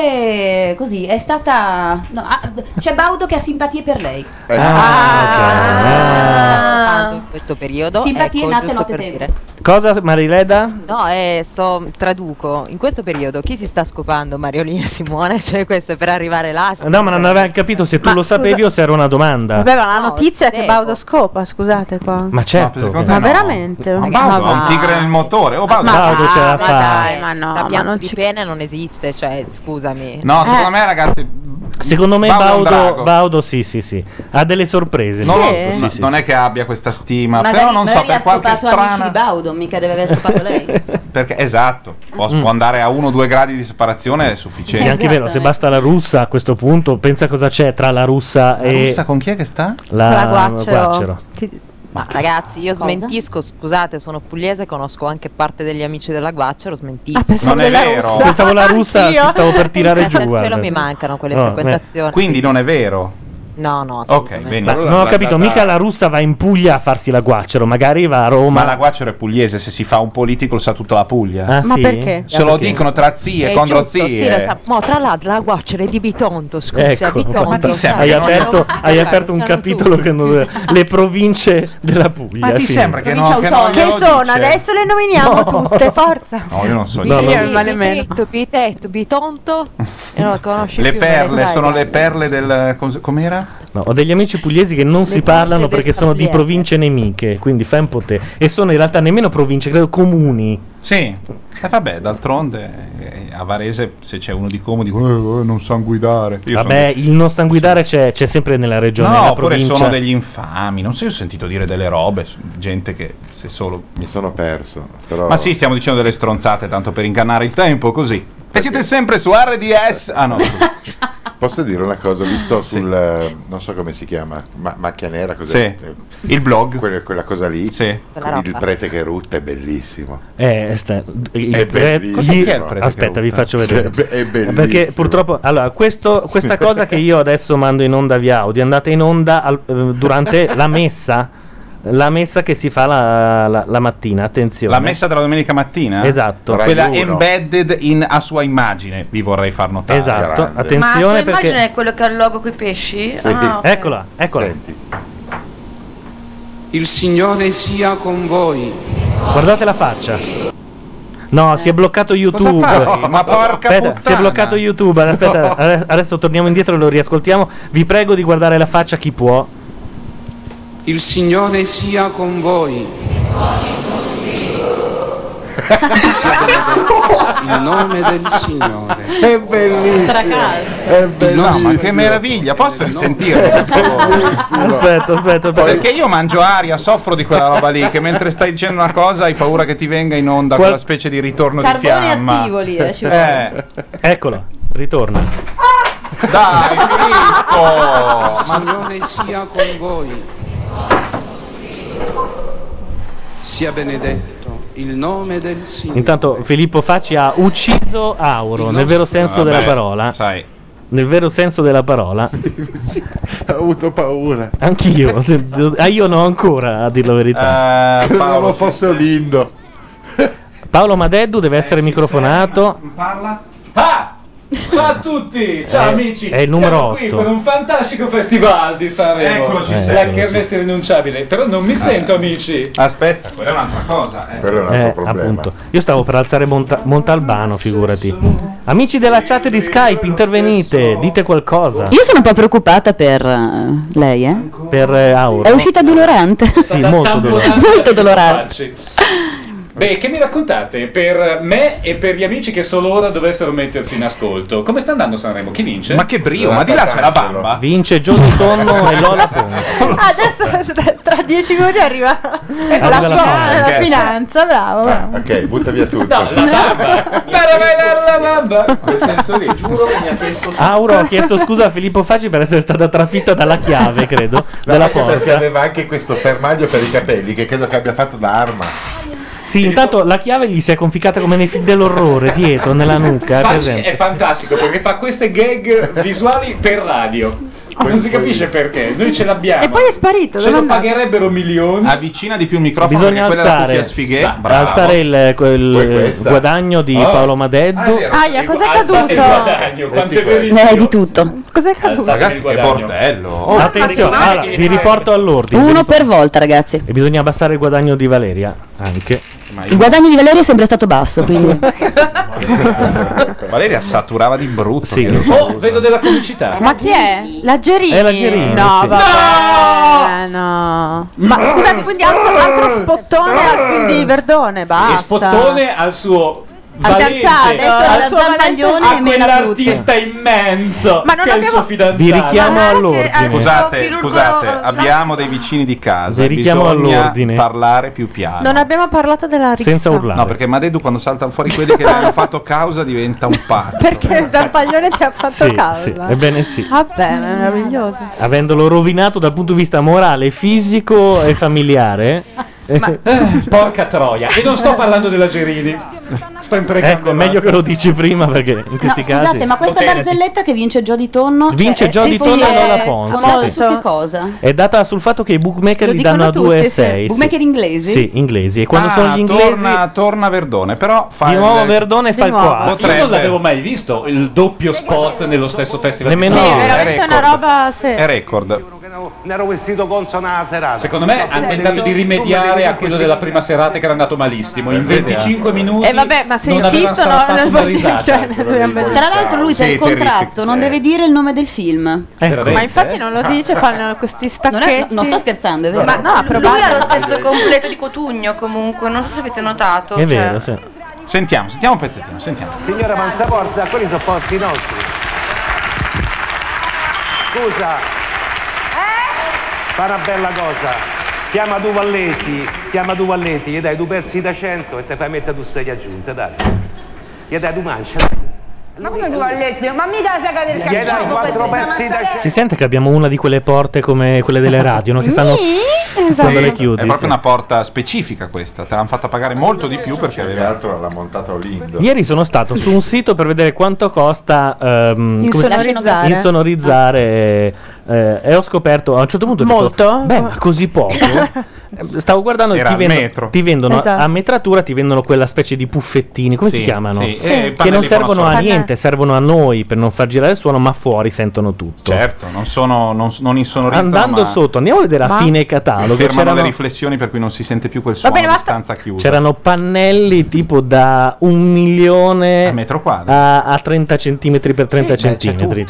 eh, così è stata. no, ah, c'è Baudo che ha simpatie per lei.
Ah,
Soltanto in questo periodo.
Simpatie
ecco,
nate,
giusto
notte e
per
tempo.
dire.
Cosa Marileda?
No, eh, sto traduco. In questo periodo chi si sta scopando Mariolina e Simone? Cioè questo è per arrivare là. si-
No, ma non avevamo capito se tu
Ma
lo sapevi
scusa-
o se era una domanda.
Vabbè, ma la notizia è che Baudo scopa, scusate qua.
Ma certo.
Ma, veramente?
Ma
Baudo,
va.
un tigre nel motore. Oh, Baudo.
Ma Baudo ce la
ma
fa.
dai,
ma no,
la
ma
pianta
non
di
ci- Eh.
pene non esiste, cioè, scusami.
No, secondo me, ragazzi,
Secondo me
Baudo è un
Baudo,
drago.
Baudo, sì, sì, sì. Ha delle sorprese.
non,
Sì,
lo-
sì,
no-
sì.
non è che abbia questa stima,
Magari-
però non so
magari
per
ha
qualche
scopato amici
strana
di Baudo, mica deve aver scopato lei.
perché esatto, può, può andare a 1-2 gradi di separazione è
Sì,
sufficiente.
è Mm. anche
Esatto,
vero, se basta la russa a questo punto, pensa cosa c'è tra la russa
La
e
russa con chi è che sta?
la, Guaccero.
Ma ragazzi, io
Cosa?
smentisco, scusate, sono pugliese, conosco anche parte degli amici della Guacero, smentisco.
Ah,
Non è vero.
Pensavo la russa, ti stavo per tirare
Grazie
giù.
al cielo
guarda. Eh,
mi mancano quelle
No,
frequentazioni.
Eh, Quindi non è vero.
No, no,
Ok, bene.
Ma non ho capito, mica la russa va in Puglia a farsi la guaccero, magari va a Roma.
Ma la Guacero è pugliese, se si fa un politico lo sa tutta la Puglia.
Ah, Ma sì? perché?
Se lo
Perché?
dicono tra zie,
È
contro
giusto,
zie.
sì, lo sa- Mo, tra l'altro la Guacero è di Bitonto, scusa,
Ecco,
Bitonto.
ma ti
Cioè, sai,
sembra- hai
non è
aperto,
Roma,
hai
Bitonto,
aperto un
sono
capitolo che non le province della Puglia.
Ma ti
sì.
sembra che no, che
Ciao,
no,
che
glielo
sono?
dice?
Adesso le nominiamo tutte, forza.
No, io non so.
No,
niente.
no,
non vale meno.
Bitonto, Bitetto, Bitonto. E Eh, non la conosci
Le
più, ma
perle
sai,
sono le
guarda.
perle del cos- com'era?
No, ho degli amici pugliesi che non si parlano perché sono di province nemiche, quindi fai un po' te. E sono in realtà nemmeno province, credo comuni.
Sì. Eh, vabbè, d'altronde eh, a Varese se c'è uno di Como dico "Eh, eh, non san guidare. Io son
Vabbè,
di-
il non sanguidare c'è, c'è sempre nella regione.
No,
nella
oppure
provincia.
sono degli infami. Non so, io ho sentito dire delle robe. su- Gente che se solo.
Mi sono perso. Però...
Ma sì, stiamo dicendo delle stronzate tanto per ingannare il tempo, così. E siete sempre su RDS. Ah no. scusa.
Posso dire una cosa? Vi sto sul, eh, non so come si chiama, ma- macchia nera, cos'è?
Sì.
Il blog. Quella, quella cosa lì.
Quella
Il
roba.
prete che rutta è bellissimo.
Eh, sta- il
È
pre-
bellissimo.
gli-
Cos'è che è il prete
aspetta,
che
vi
urta?
faccio
Sì,
vedere. Eh,
è be- è bellissimo.
Perché purtroppo, allora, questo- questa cosa che io adesso mando in onda via audio è andata in onda al- eh, durante la messa. La messa che si fa la, la- la mattina, attenzione.
La messa della domenica mattina?
eh. Esatto. Rai
Quella
uno.
embedded in, a sua immagine, vi vorrei far notare.
Esatto, Grande.
Ma la sua immagine è quello che ha il logo coi pesci? Ah, ok.
Eccola, eccola.
Il Signore sia con voi.
Guardate la faccia. No, si è bloccato YouTube.
fai? Ma porca
Aspetta,
puttana.
Si è bloccato YouTube. Aspetta, ade- adesso torniamo indietro e lo riascoltiamo. Vi prego di guardare la faccia chi può.
Il Signore sia con voi. Il nome del Signore.
È bellissimo. È
No, ma che meraviglia, posso risentirlo? per favore?
Aspetta, aspetta, aspetta.
Perché io mangio aria, soffro di quella roba lì, che mentre stai dicendo una cosa hai paura che ti venga in onda quella specie di ritorno di
Carbone
fiamma.
attivo lì, eh, ci
Eh.
vuole.
Eccolo, ritorna.
Dai,
Il
Filippo! Ma-
Signore sia con voi. Sia benedetto il nome del Signore.
Intanto Filippo Facci ha ucciso Auro, nel vero senso
Vabbè,
della parola.
Sai.
Nel vero senso della parola.
Ho avuto paura.
Anch'io. se- ah, io no ancora, a dir la
Eh,
verità.
Paolo fosse Olindo.
Paolo Madeddu
Eh,
deve essere microfonato.
Parla. Ah! Ciao a tutti, ciao
Eh,
amici.
è il numero
Siamo qui
otto. Eh,
per un fantastico festival di Sanremo.
Eccoci,
La
siamo.
kermesse irrinunciabile, però non
Eh.
mi sento amici.
Ah, Aspetta, quella è un'altra cosa. eh.
Eh, appunto. Io stavo per alzare Monta- Montalbano, figurati. Amici della chat di Skype, intervenite, dite qualcosa.
Io sono un po' preoccupata per eh, lei, eh.
Per eh, Auro.
È uscita dolorante.
Sì, molto dolorante.
Molto dolorante.
Facci. Beh, che mi raccontate per me e per gli amici che solo ora dovessero mettersi in ascolto? Come sta andando Sanremo? Chi vince?
Ma che brio, ma di là c'è la bamba.
Vince Giorgio Tonno e Lola
Adesso tra dieci minuti arriva
Arriva
la,
la
so-
finanza.
la finanza, bravo. bravo.
Ok, butta via tutto.
Nel senso lì, giuro che mi ha chiesto
Auro ha chiesto scusa a Filippo Facci per essere stata trafitta dalla chiave, credo,
No,
della
anche perché
porta.
aveva anche questo fermaglio per i capelli che credo che abbia fatto da arma.
Sì, intanto la chiave gli si è conficcata come nei film dell'orrore, dietro, nella nuca, è
Facci è
presente.
fantastico perché fa queste gag visuali per radio. Non si capisce perché, noi ce l'abbiamo.
Ah, E poi è sparito.
Ce lo
dov'è andato?
pagherebbero milioni.
Avvicina di più il microfono
Bisogna
perché quella è la
alzare,
cuffia sfighe. Bravo.
alzare il, quel
questa?
guadagno di
Oh.
Paolo Madeddu.
Ah, è vero.
Aia, cos'è
Alzate il
caduto?
guadagno, quanto è verissimo.
Eh, di tutto.
Cos'è caduto?
Ragazzi, che bordello.
Oh, Attenzione,
mamma
allora,
mia.
vi riporto all'ordine.
Uno per volta, ragazzi.
E bisogna abbassare il guadagno di Valeria anche.
Il guadagno di Valerio è sempre stato basso, quindi.
Valeria saturava di brutto.
Oh, vedo della comicità.
Ma chi è? La Gerini?
È la Gerini,
No,
sì.
vabbè. No! Ma scusate, quindi altro, altro spottone al film di Verdone, basta.
E spottone al suo
Al
valente,
calzare, adesso
al
la
suo
zampaglione
valente-
e
a
me la
quell'artista immenso
Ma non
che è il suo
abbiamo-
fidanzato.
Vi richiamo all'ordine.
Scusate, scusate, abbiamo dei vicini di casa.
Vi richiamo
bisogna
all'ordine.
parlare più piano.
Non abbiamo parlato della rissa.
No, perché Madedu quando saltano fuori quelli che le hanno fatto causa diventa un pazzo.
Perché il zampaglione ti ha fatto
Sì,
causa.
sì, ebbene sì.
Vabbè, ma è meraviglioso.
Avendolo rovinato dal punto di vista morale, fisico e familiare.
Porca troia. E non sto parlando della Gerini. Sto imprecando.
ecco, meglio che lo dici prima perché in
No,
questi casi.
scusate, ma questa barzelletta che vince Gio di Tonno cioè,
Vince Gio
si
Di Tonno e
fondava-
Lola Pons,
fondava
sì.
su che cosa?
È data sul fatto che i bookmaker
Lo
gli
dicono
danno a
tutti,
2,6.
sì. Bookmaker inglesi?
Sì, inglesi. E quando
Ah,
sono gli inglesi.
torna, torna Verdone, però fa
Di nuovo
il-
Verdone fa il quarto.
Io non l'avevo mai visto il doppio spot nello stesso festival.
Nemmeno
di
io.
Sanremo.
Sì, veramente
Era
una
Ecco.
record.
Roba, sì.
È record.
Ne ero vestito consono alla serata. Ah, Secondo me hanno tentato di rimediare a quello della prima serata che era andato malissimo. In
eh.
25 minuti.
E Eh, vabbè, ma se
non avevano
insistono,
strappato
non
una
vuol dire-
risata.
cioè, non dobbiamo-
Tra l'altro lui
Sì,
per contratto
terrific-
non
sì.
deve dire il nome del film.
Ecco.
Ah.
Ma infatti non lo dice, fanno questi
Non, è- no,
stacchetti.
non sto scherzando, è vero.
Ma no,
Lui ha lo stesso completo di Cotugno comunque, non so se avete notato. cioè.
sì.
Sentiamo, sentiamo un pezzettino, sentiamo.
Signora Mansaporza, quelli sono posti nostri. Scusa, fa una bella cosa. Chiama tu Valletti, chiama tu Valletti, gli dai due pezzi da 100 e te fai mettere tu sei aggiunte, dai. Gli dai tu mancia, dai.
Ma come Duvalletti? Ma mica la saga del
Gli era
calciato
quattro pezzi da
Si sente che abbiamo una di quelle porte come quelle delle radio, no? Che fanno quando le chiudi.
è
sì.
proprio una porta specifica questa, te l'hanno fatta pagare molto di più perché aveva... altro l'ha montata Olindo.
Ieri sono stato su un sito per vedere quanto costa ehm, come-
Insonorizzare.
insonorizzare, eh, e ho scoperto a un certo punto dico,
Molto?
beh, ma così poco? Eh, Stavo guardando
Era
ti,
al
vendo-
metro.
ti vendono
Esatto.
a metratura ti vendono quella specie di puffettini, come
Sì,
si chiamano?
sì, eh, Sì. e i
Che non
pannelli
servono a
fonosonici.
niente, servono a noi per non far girare il suono, ma fuori sentono tutto.
Certo, non sono non, non insonorizzano,
Andando
ma
sotto, andiamo a vedere
Ma-
a fine catalogo.
fermano
c'erano-
le riflessioni per cui non si sente più quel suono
bene,
di
basta.
stanza chiusa.
C'erano pannelli tipo da un milione a, a 30 cm per 30
Sì, beh, c'è
centimetri.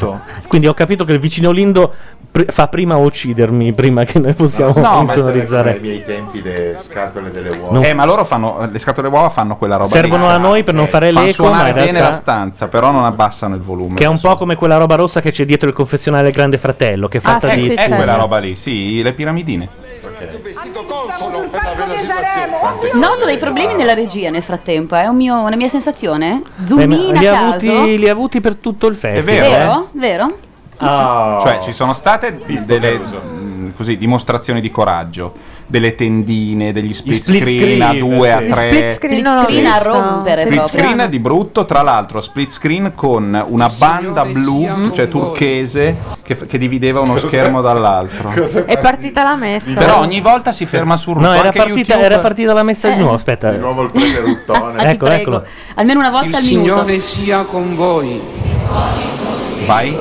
Quindi ho capito che il vicino Lindo pr- fa prima a uccidermi prima che noi possiamo
Ai
insonorizzare.
miei tempi le scatole delle uova.
Non-
Eh, ma loro fanno le scatole uova fanno quella roba
Servono
lì.
a noi per non fare
Fanno
l'eco, ma
suonare
in
bene
realtà-
la stanza, però non abbassano il volume.
Che è un po' come quella roba rossa che c'è dietro il confessionale del Grande Fratello,
Ah,
che è fatta
è,
di...
è Ecco Eh,
certo.
quella roba lì, sì, le piramidine.
Esatto.
Noto dei problemi nella regia nel frattempo, eh, è un mio- una mia sensazione.
Eh, ma
Zoomina
li,
a
ha
caso.
avuti, eh? li ha avuti per tutto il
È
festival.
vero?
Vero? Vero?
Ah.
Cioè, ci sono state di- delle mh, così, dimostrazioni di coraggio, delle tendine, degli split,
split
screen, a
screen,
2
sì.
a 3.
Split screen non l'ho Split screen a visto. rompere
Split
proprio.
screen di brutto, tra l'altro, split screen con una banda blu, cioè turchese, che, che divideva uno schermo dall'altro.
È partita la messa.
Però ogni volta si ferma sul
No, era
anche
partita,
YouTube-
era partita la messa di
Eh.
nuovo, aspetta. Di nuovo il preteruttone. eccolo, Ecco, eccolo.
Ah, Almeno una volta
Il
al minuto.
Signore sia con voi.
Vai.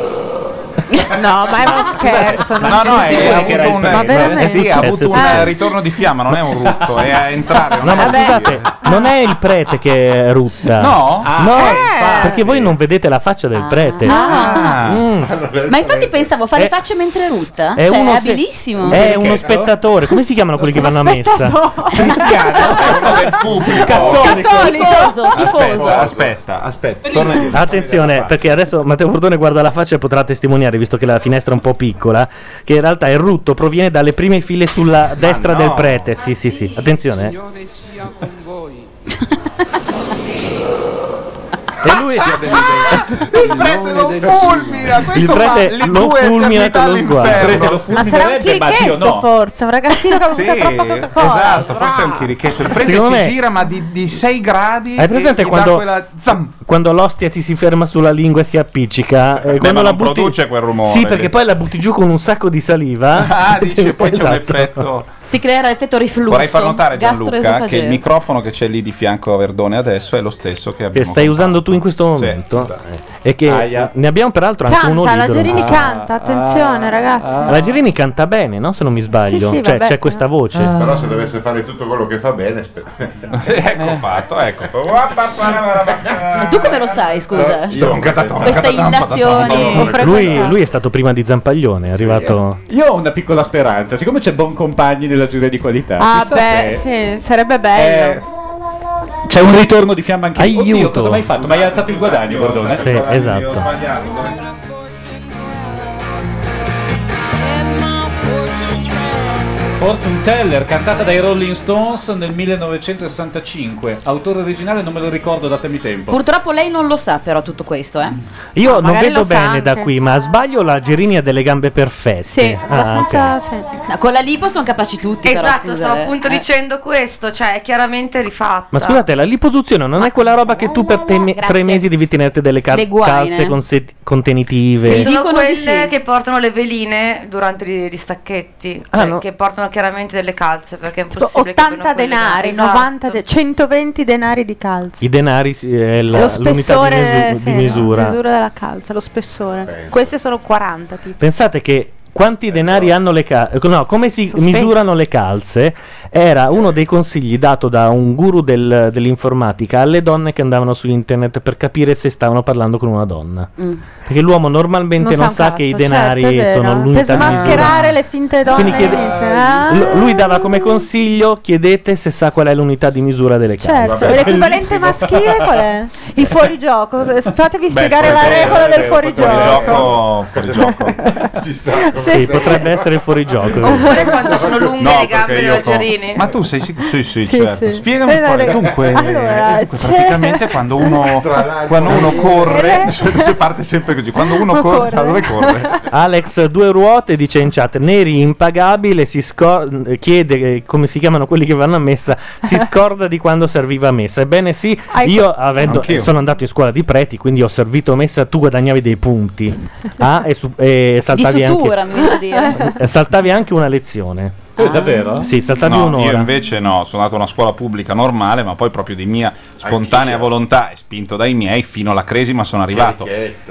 No, Oh, ma è uno scherzo.
Ma no, no, è, ha avuto un, eh,
Ma veramente?
sì, ha avuto un eh,
Ah.
ritorno di fiamma, non è un rutto, è a entrare.
No, ma scusate, non è il prete che rutta.
Ah. No? Ah,
No,
eh,
perché voi non vedete la faccia del prete.
Ah.
Mm.
Ma infatti pensavo fare
È-
facce mentre rutta.
Eh, È
cioè,
uno
è
se-
abilissimo.
È uno spettatore. Come si chiamano quelli che vanno a messa? Cioè,
Tifoso, tifoso.
Aspetta, aspetta, aspetta. Torna indietro.
Attenzione, perché adesso Matteo Bordone guarda la faccia e potrà testimoniare, visto che la finestra è un po' piccola, che in realtà il rutto proviene dalle prime file sulla destra
no.
del prete. Sì, sì,
Ah,
sì. Attenzione. eh.
Il Signore sia con voi.
E lui
sia benedetto. Il prete
lo
fulmina,
Il prete lo fulmina con lo sguardo.
l'inferno. Il prete lo
Ma sarà un
Fulminerebbe, ma io
chirichetto
no.
forse, un ragazzino che ha
Sì,
bevuto troppa Coca-Cola.
esatto, forse è un chirichetto. Il prete
Secondo
si
me-
gira ma di, di 6 gradi
Hai
e
presente
gli
quando,
dà quella zam.
quando l'ostia ti si ferma sulla lingua e si appiccica? eh,
Beh, ma
quando la
non
butti-
produce quel rumore. eh.
Sì, perché poi la butti giù con un sacco di saliva.
Ah, dice, poi c'è un
Esatto.
effetto.
Si crea l'effetto riflusso.
Vorrei far notare Gianluca
gastroesofageo.
che il microfono che c'è lì di fianco a Verdone adesso è lo stesso che
Che
abbiamo
stai usando tu in questo momento.
esatto.
E che ne abbiamo peraltro anche uno
Canta, la
Ah.
libero. Ah,
Gerini canta, attenzione ragazzi. Ah,
La Gerini canta bene, no? Se non mi sbaglio.
Sì, sì,
cioè,
vabbè. Ah.
c'è questa voce.
Però se dovesse fare tutto quello che fa bene, spe-
ecco fatto, ecco.
Ma tu come lo sai,
Eh,
scusa?
Io ho un catatone.
Queste illazioni.
Lui, lui è stato prima di Zampaglione, è
eh.
arrivato.
Io ho una piccola speranza, siccome c'è buon compagni nella giuria di qualità.
Ah
chissà
beh,
se-
sì, sarebbe bello.
Eh, C'è un ritorno di fiamma anche Aiuto. Oddio, cosa mai fatto? Ma hai alzato il guadagno, Bordone?
Sì, esatto.
Fortune Teller, cantata dai Rolling Stones nel 1965. Autore originale non me lo ricordo, datemi tempo.
Purtroppo lei non lo sa però tutto questo, eh.
Io non
magari
vedo
lo sa
bene da
anche.
qui, ma sbaglio la Gerini ha delle gambe perfette.
Sì,
Ah,
abbastanza
ok.
No, con la lipo sono capaci tutti.
Esatto,
però, scusa,
stavo
eh.
appunto
Eh.
dicendo questo, cioè è chiaramente rifatta.
Ma scusate, la liposuzione non è quella roba che tu per te- tre mesi devi tenerti delle cal-
Le guaine.
eh.
calze conse- contenitive.
Che sono
Dicono di
quelle
sì.
che portano le veline durante gli, gli stacchetti,
Ah,
cioè,
no.
che portano chiaramente delle calze perché è impossibile che abbiano
80
quelle
denari,
gambe. Esatto.
90 de- 120 denari di calza.
I denari sì, è la-
lo
l'unità di,
spessore
misu-
sì,
di misura.
la misura della calza, lo spessore. Queste sono 40 tipo.
Pensate che quanti
Ecco.
denari hanno le calze? No, come si
Sospeso.
misurano le calze? Era uno dei consigli dato da un guru del- dell'informatica alle donne che andavano su internet per capire se stavano parlando con una donna.
Mm.
Perché l'uomo normalmente
Non
non,
sa un
sa
cazzo,
che i
certo, è
denari
vero.
sono
Per
l'unità di misura.
smascherare le finte donne.
Quindi chiede-
niente, eh?
L- lui dava come consiglio chiedete se sa qual è l'unità di misura delle calze.
Certo, l'equivalente maschile qual è? Il fuorigioco. S- Fatevi spiegare la regola del fuorigioco.
Fuorigioco.
Ci sta.
Sì, potrebbe essere fuori gioco.
Oppure quando sono lunghe
No,
le gambe
perché
dei
io co-
rogerini.
Ma tu sei sicuro? Sì, sì,
Sì,
certo.
sì.
Spiegami
Eh,
un po'.
raga.
Dunque,
Allora,
dunque,
c'è-
praticamente quando uno, quando uno corre, se, se parte sempre così, quando uno corre,
eh. Corre.
da dove corre?
Alex due ruote dice in chat Neri impagabile si scor- chiede eh, come si chiamano quelli che vanno a messa si scorda di quando serviva messa ebbene sì
Hai-
io avendo-
Anch'io.
sono andato in scuola di preti quindi ho servito messa tu guadagnavi dei punti ah, e, su- e
Di
saltavi
sutura,
anche
mi viene da dire.
eh, saltavi anche una lezione Ah.
Eh, davvero?
Oh, sì saltavi
No, io
un'ora
invece no, sono andato a una scuola pubblica normale, ma poi proprio di mia spontanea volontà e spinto dai miei fino alla cresima sono arrivato.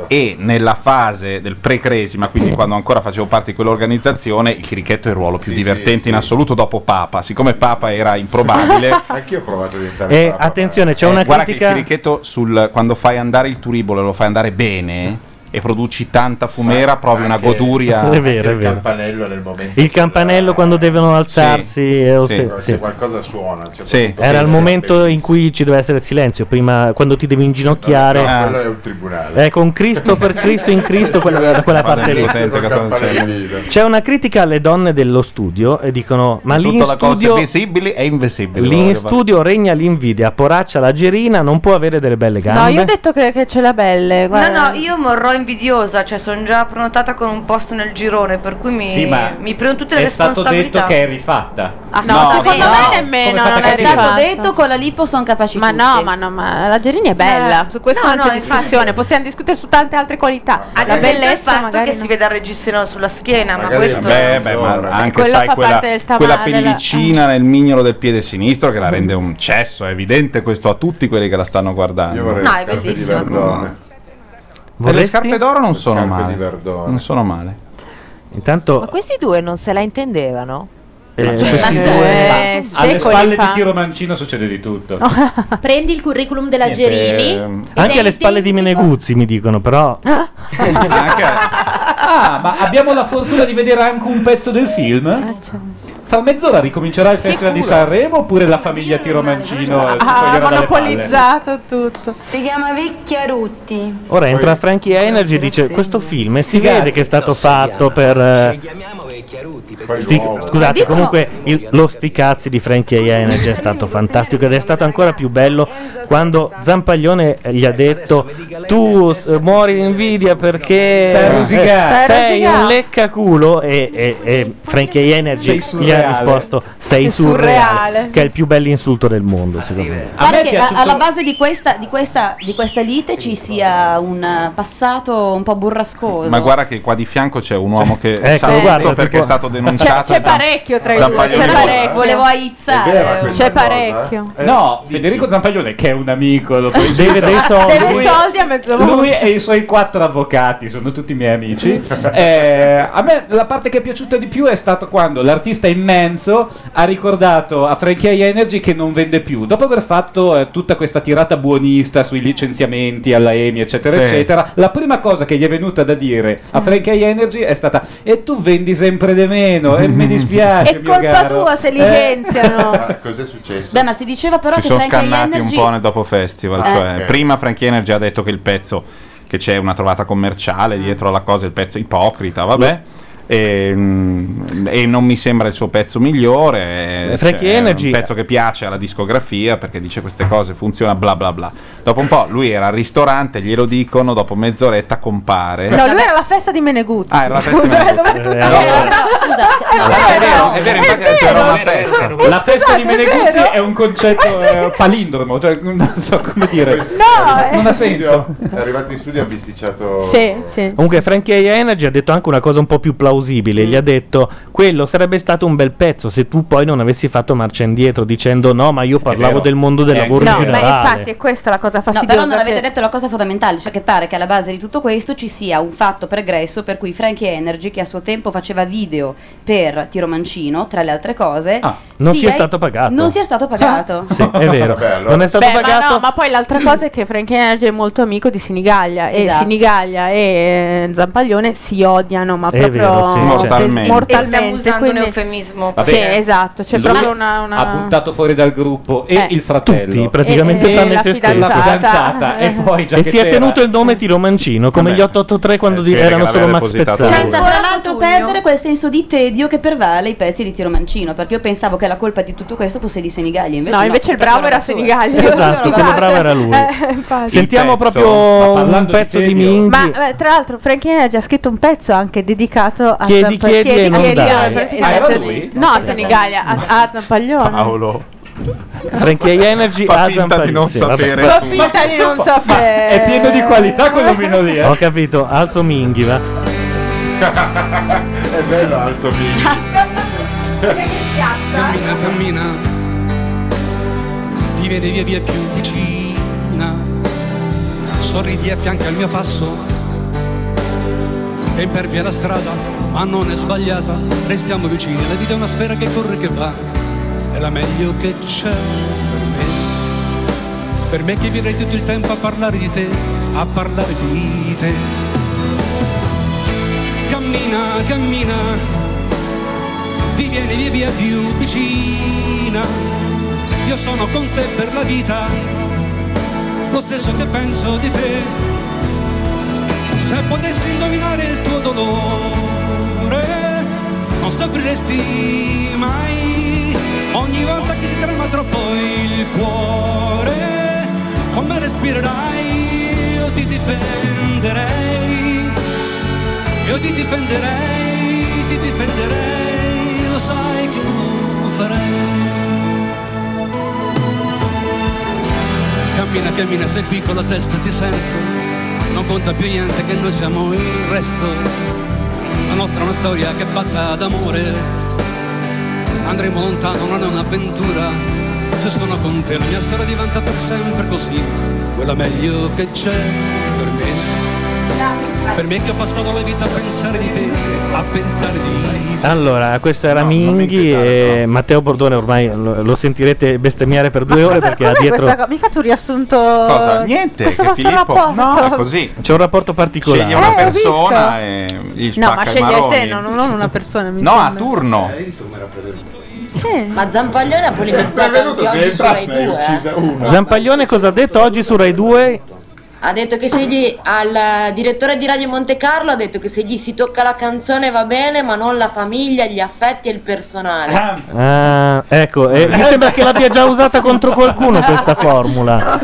E nella fase del pre-cresima, quindi quando ancora facevo parte di quell'organizzazione, il crichetto è il ruolo più divertente in assoluto dopo Papa. Siccome Papa era improbabile,
Anch'io ho provato a diventare
Eh,
papa.
attenzione, c'è una
guarda
critica-
che il cricchetto sul quando fai andare il turibolo e lo fai andare bene e produci tanta fumera, provi una
anche-
goduria.
Eh, È vero, è
il
vero.
campanello nel momento
il campanello quando devono alzarsi eh, o
sì,
se-
se
sì.
qualcosa suona cioè,
Era il momento in cui ci doveva essere il silenzio, prima quando ti devi inginocchiare.
No, quello è un tribunale.
Eh, con Cristo per Cristo in Cristo, quella, da quella
Guarda,
parte lì.
silenzio col campanellino.
C'è una critica alle donne dello studio e dicono: Ma lì in
Tutta la cosa
studio,
è visibile e invisibile.
lì in
Guarda.
studio regna l'invidia, poraccia la gerina, non può avere delle belle
No, io ho
gambe.
detto che, che ce l'ha belle.
No,
Guarda.
no, io morrò invidiosa, cioè sono già prenotata con un posto nel girone, per cui mi,
Sì, ma
mi prendo tutte le
È stato
responsabilità.
detto che è rifatta.
Ah, No, secondo me nemmeno. eh, Non
è
è
stato
rifatta.
detto con la lipo sono capaci
Ma
tutti.
no, ma no, ma la Gerini è bella.
Eh,
Su questo
no,
non
no,
c'è
infatti.
discussione. Possiamo discutere su tante altre
Ah,
qualità.
Ad
la
esempio il
bellezza
fatto
magari.
che si veda il reggiseno sulla schiena, ma
Magari-
questo...
beh, beh, ma anche
Quello
sai
fa
quella,
parte del tama-
quella
della-
pellicina nel mignolo del piede sinistro che la rende un cesso, è evidente questo a tutti quelli che la stanno guardando.
vorrei No, le è scarpe di bellissima. Verdone.
E Le
Vorresti?
scarpe d'oro non sono
scarpe
male.
di Verdone.
Non sono male.
Intanto
Ma questi due non se la intendevano?
eh,
Cioè,
questi
ma-
due-
Eh,
Alle
secoli
spalle
fa.
di Tiro Mancino succede di tutto.
Prendi il curriculum della
Niente,
Gerini.
ehm,
e
anche
devi-
alle spalle di Meneguzzi mi dicono, però
Ah, ma abbiamo la fortuna di vedere anche un pezzo del
Eh,
film?
certo. cioè.
Fra mezz'ora ricomincerà il Festival di Sanremo oppure la famiglia Tiro Mancino eh, si
Ah,
toglierà dalle palle?
monopolizzato tutto. Si chiama Vecchiarutti.
Ora entra Frankie Energy e dice: Questo film si vede che è stato fatto per. eh, sti- scusate,
Dicono-
comunque il- lo sticazzi di Frankie Energy è stato fantastico ed è stato ancora più bello quando Zampaglione gli ha detto: Tu s- muori di invidia perché
Stai rosicando. Stai
sei un
rosicando."
leccaculo. E, e, e Frankie Energy
Sei
gli ha
surreale.
risposto: Sei
Sei
surreale, Ah,
surreale.
che è il più bello insulto del mondo. Secondo me,
Pare che a- alla base di questa, di, questa, di questa lite ci sia un eh, passato un po' burrascoso.
Ma guarda che qua di fianco c'è un uomo che
Ecco,
sa tutto
guarda, tipo-
perché è stato
C'è,
denunciato.
c'è parecchio tra i
da un
due.
paio
C'è
di
parecchio.
Volevo aizzare.
C'è parecchio.
No, Federico Zampaglione, che è un amico, lo conosco.
Deve
Ah,
dei soldi.
Deve
Lui-
soldi a mezzo mondo.
Lui e i suoi quattro avvocati sono tutti miei amici. Eh, a me la parte che è piaciuta di più è stata quando l'artista immenso ha ricordato a Frankie Energy che non vende più. Dopo aver fatto eh, tutta questa tirata buonista sui licenziamenti alla EMI, eccetera,
Sì.
eccetera, la prima cosa che gli è venuta da dire a Frankie Energy è stata: E tu vendi sempre di meno, e mi dispiace.
È
mio
colpa
caro."
tua se
Eh,
licenziano.
Ah, Cos'è successo?
Beh, ma si diceva però
si
che
sono
Frankie
scannati
Energy
un po' nel dopo festival.
Ah,
cioè,
ok.
prima Frankie Energy ha detto che il pezzo che c'è una trovata commerciale dietro alla cosa, il pezzo ipocrita, vabbè. E, mm, e non mi sembra il suo pezzo migliore. eh,
Frankie
cioè, è
Energy-
un pezzo che piace alla discografia perché dice queste cose, funziona bla bla bla. Dopo un po' lui era al ristorante, glielo dicono, dopo mezz'oretta compare.
No, lui era la festa di Meneguzzi.
Ah, era la festa di Meneguzzi. Eh, allora- È vero, è vero, infatti c'era una festa.
La festa di
Esatto. Scusate, è
Meneguzzi
vero?
è, un concetto eh, palindromo, cioè non so come dire. non ha senso.
È arrivato in studio e ha bisticciato
sì.
Comunque Frankie Energy ha detto anche una cosa un po' più plausibile, gli ha detto quello sarebbe stato un bel pezzo se tu poi non avessi fatto marcia indietro dicendo no ma io parlavo
vero.
del mondo del
Eh,
lavoro in
No, ma
generale.
infatti è questa la cosa
No,
fastidiosa.
però non avete
che-
detto la cosa fondamentale, cioè che pare che alla base di tutto questo ci sia un fatto pregresso per cui Frankie Energy, che a suo tempo faceva video per Tiro Mancino, tra le altre cose,
Ah, non sia
è-
stato pagato.
Non sia stato pagato.
Sì, è vero. Non è stato
Beh,
pagato.
ma no, ma poi l'altra cosa è che Frankie Energy è molto amico di Sinigaglia e
Esatto.
Sinigaglia e eh, Zampaglione si odiano, ma
È
proprio
vero, cioè,
Sì, mortalmente.
E stiamo usando
quindi-
un eufemismo.
Va
Sì,
bene.
esatto, c'è
Lui
proprio una- una-
ha buttato fuori dal gruppo e
Eh.
il fratello.
Tutti, praticamente, E- e tranne la se stesso.
La
fidanzata.
fidanzata.
Eh.
e poi già
e
che
si è
c'era-
tenuto il nome Tiro Mancino, come
Vabbè.
gli 883 quando
Eh
di-
sì, perché
erano solo
l'aveva
Max
depositato
Pezzali.
lui.
Senza tra l'altro perdere quel senso di tedio che pervale i pezzi di Tiro Mancino, perché io pensavo che la colpa di tutto questo fosse di Senigallia. Invece
No, invece il bravo era Eh, Senigallia.
Esatto, quello bravo era lui. Sentiamo proprio un pezzo di Minghi.
Ma eh, tra l'altro Franchini ha già scritto un pezzo anche dedicato a
Chiedi,
Zampa-
chiedi e non
chiedi,
dai.
perché-
Ah, era lui?
No, a Senigallia, a, a Zampaglione.
Paolo.
Frankie Energy
Fa
a
finta di
Zamparini.
non
Sì, vabbè.
sapere
Fa finta di non sapere.
È pieno
Eh.
di qualità quello eh.
minoria.
Ho capito, alzo Minghi, va.
È bello, alzo Minghi.
Cammina, cammina, ti vede via via più vicina, sorridi a fianco al mio passo, è impervia la strada, ma non è sbagliata, restiamo vicini, la vita è una sfera che corre e che va, è la meglio che c'è per me. Per me che vivrei tutto il tempo a parlare di te, a parlare di te. Cammina, cammina, divieni via via più vicina. Io sono con te per la vita, lo stesso che penso di te. Se potessi indovinare il tuo dolore, non soffriresti mai. Ogni volta che ti trema troppo il cuore, come respirerai, io ti difenderei. Io ti difenderei, ti difenderei, lo sai che lo farei. Cammina, cammina, sei qui con la testa, ti sento. Non conta più niente che noi siamo il resto. La nostra è una storia che è fatta d'amore. Andremo lontano, non è un'avventura. Se sono con te la mia storia diventa per sempre così. Quella meglio che c'è per me. Per me che ho passato la vita a pensare di te, a pensare di te.
Allora, questo era Minghi e Matteo Bordone ormai lo, lo sentirete bestemmiare per due ore perché ha
Cos'è
dietro
questa co- Mi fate un riassunto?
Cosa? Niente,
Questo
che
vostro
Filippo-
rapporto?
no, è così. c'è un rapporto particolare.
Sceglie una
Eh, ho
persona e gli
No, ma
spacca i
scegliete
maroni.
no, non, non una persona. Mi
No, a
sembra.
turno.
Sì.
Ma Zampaglione ha polemizzato anche oggi su Rai
eh.
2.
Zampaglione cosa ha detto oggi su Rai 2?
Ha detto che se gli al direttore di Radio Monte Carlo ha detto che se gli si tocca la canzone va bene, ma non la famiglia, gli affetti e il personale.
Ah, ecco, eh, mi sembra che l'abbia già usata contro qualcuno questa formula.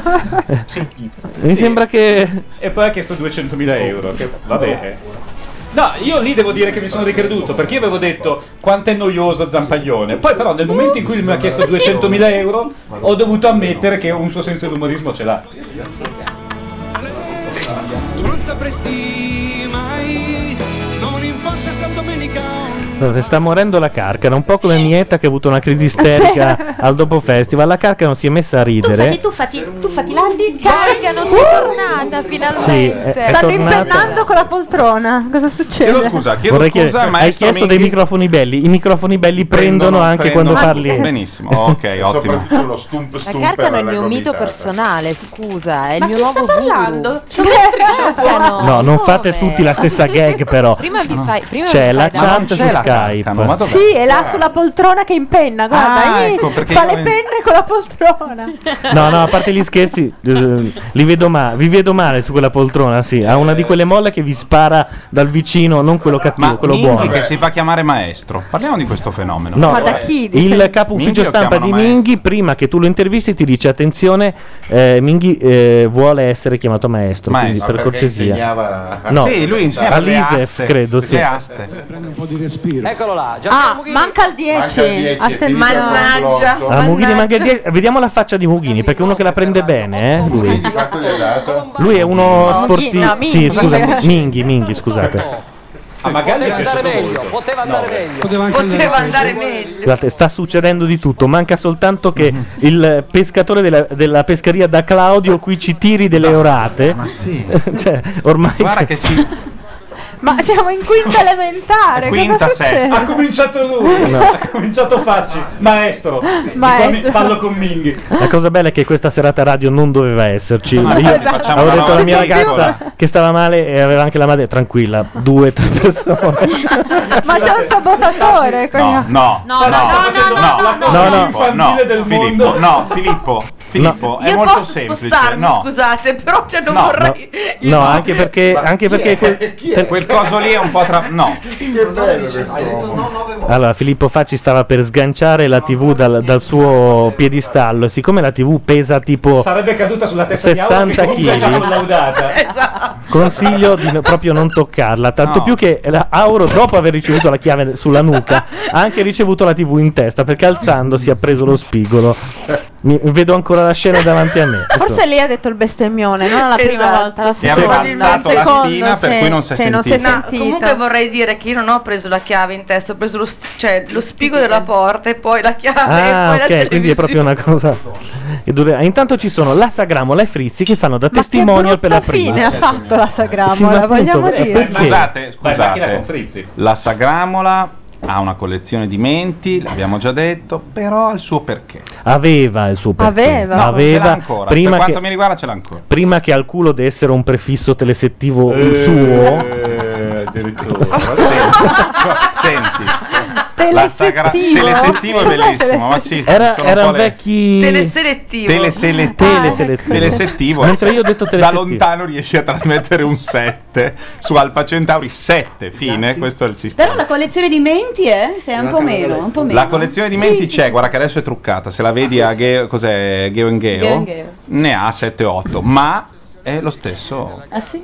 Mi sembra che...
E poi ha chiesto 200.000 euro, che va bene. No, io lì devo dire che mi sono ricreduto, perché io avevo detto quanto è noioso Zampaglione. Poi però nel momento in cui mi ha chiesto 200.000 euro, ho dovuto ammettere che un suo senso d'umorismo ce l'ha.
Tu non sapresti mai, non importa se è domenica
Guarda, Sta morendo la carcana, un po' come Mieta che ha avuto una crisi isterica al dopo festival. La carcana si è messa a ridere.
tu fatti, tu fatti l'anti carica, non
sei tornata
Sì, è, è
Stanno
tornata.
impennando con la poltrona. Cosa succede?
Chiedo scusa, chiedo
Vorrei
scusa,
chiedere- hai
maestro
chiesto dei
Minghi.
microfoni belli. I microfoni belli prendono, anche
prendono. Ah,
quando
Ah,
parli.
Benissimo, ok,
E
ottimo.
soprattutto lo stump
La
stump
carcano è
era
il
la
mio mito
gomitata.
personale, scusa, è il
Ma
mio
chi sta
nuovo
parlando?
guru.
Cioè,
C'è un elettricità.
Carcano.
No, non fate tutti la stessa gag, però.
Prima vi fai- prima vi
c'è
fai
la
da- Ma non
chat
c'è
su
la
Skype.
carcano, ma dov'è?
Sì, è là sulla poltrona che impenna. Guarda,
Ah,
lì
ecco, perché
fa
io-
le penne con la poltrona.
No, no, a parte gli scherzi, eh, li vedo ma- vi vedo male su quella poltrona, sì. Ha una di quelle molle che vi spara dal vicino, non quello cattivo,
Ma
quello
Minghi
buono.
che si fa chiamare maestro. Parliamo di questo fenomeno.
No, eh, il capo
Minghi
ufficio
lo
stampa di
chiamano maestro.
Minghi, prima che tu lo intervisti, ti dice: Attenzione, eh, Minghi eh, vuole essere chiamato maestro.
Ma
Quindi, per
perché
cortesia,
insegnava-
No. Sì, lui insieme alle
All'ISEF,
aste, credo, sì. le
Prende un po' di respiro.
Eccolo là,
Ah, manca il 10.
Manca il 10, è
Atten-
finito il
mannaggia.
complotto.
Ah, Mughini, ma che die- vediamo la faccia di Mughini perché è uno che la prende bene, eh, lui.
Fatto gli ha dato.
Lui è uno
No,
sportivo.
Minghi, no,
sì,
Minghi.
scusa, Minghi, Minghi, scusate.
Ah, magari è
Poteva andare
piaciuto
meglio,
molto.
poteva andare meglio.
Poteva anche
Poteva
andare
andare meglio.
Scusate, sta succedendo di tutto. Manca soltanto che
Mm-hmm.
il pescatore della, della pescheria da Claudio qui ci tiri delle orate.
Ma sì.
cioè, ormai.
Guarda che si
Ma siamo in quinta elementare. cosa succede?
Ah,
Ha cominciato lui. Ha cominciato Facci. Maestro.
Maestro.
Con- Parlo con Minghi.
La cosa bella è che questa serata radio non doveva esserci.
No,
Io
esatto. facciamo
avevo
una
detto alla mia
volta sola.
ragazza che stava male e aveva anche la madre. Tranquilla, due, tre persone.
Ma c'è un sabotatore.
No, no,
No, no,
no, no,
no, no,
Filippo,
no.
no, Filippo, no, Filippo, Filippo, è
Io
molto
posso
semplice,
spostarmi,
no.
scusate, però cioè, non
No,
vorrei.
Eh,
No, anche perché, anche perché quel,
quel coso lì Eh, è un po' tra... No.
Che bello questo uomo.
Allora, Filippo Facci stava per sganciare la TV dal, dal suo piedistallo. e Siccome la TV pesa tipo.
Sarebbe caduta sulla testa di Aula che
60
comunque è già
chili.
collaudata.
Consiglio di no- proprio non toccarla. Tanto
No.
più che la Auro, dopo aver ricevuto la chiave sulla nuca, ha anche ricevuto la TV in testa perché alzandosi ha preso lo spigolo. Mi- vedo ancora la scena davanti a me.
Forse lei ha detto il bestemmione, non la prima
Esatto.
volta. La
E aveva alzato
la
stina per cui non si è se non si è
No,
sentita.
comunque vorrei dire che io non ho preso la chiave in testa, ho preso lo, st- cioè, lo spigo della porta e poi la chiave
Ah,
e poi la
ok, quindi è proprio una cosa. che dura- Intanto ci sono la Sagramola e Frizzi che fanno da testimonial per la prima.
Certo.
Fine ha fatto la
Sì, ma
sagramola,
appunto,
vogliamo
eh,
dire.
perché?
Scusate,
Vai in macchina
scusate.
con Frizzi.
La Sagramola ha una collezione di menti, l'abbiamo già detto, però ha il suo perché.
Aveva il suo perché.
No, ce l'ha
Aveva,
ancora. per
prima,
quanto
che,
mi riguarda ce l'ha ancora.
prima che al culo dessero un prefisso telesettivo
Eh,
suo.
Senti, la sagra-
Telesettivo?
telesettivo è
Cos'è
bellissimo, ma sì,
Era-
sono
erano
un po' le-
vecchi-
Teleselettivo.
Teleselettivo.
Teleselettivo.
Telesettivo.
Mentre io ho detto
Da
telesettivo.
lontano riesci a trasmettere un 7 su Alfa Centauri 7, fine, questo è il
Però
sistema.
la collezione di menti, eh? Se è un po' meno, un po' meno.
La collezione di menti c'è, guarda che adesso è truccata, se la vedi a Geo, cos'è, Geo in Geo,
Geo in Geo.
ne ha 7-8, ma è lo stesso,
Ah sì?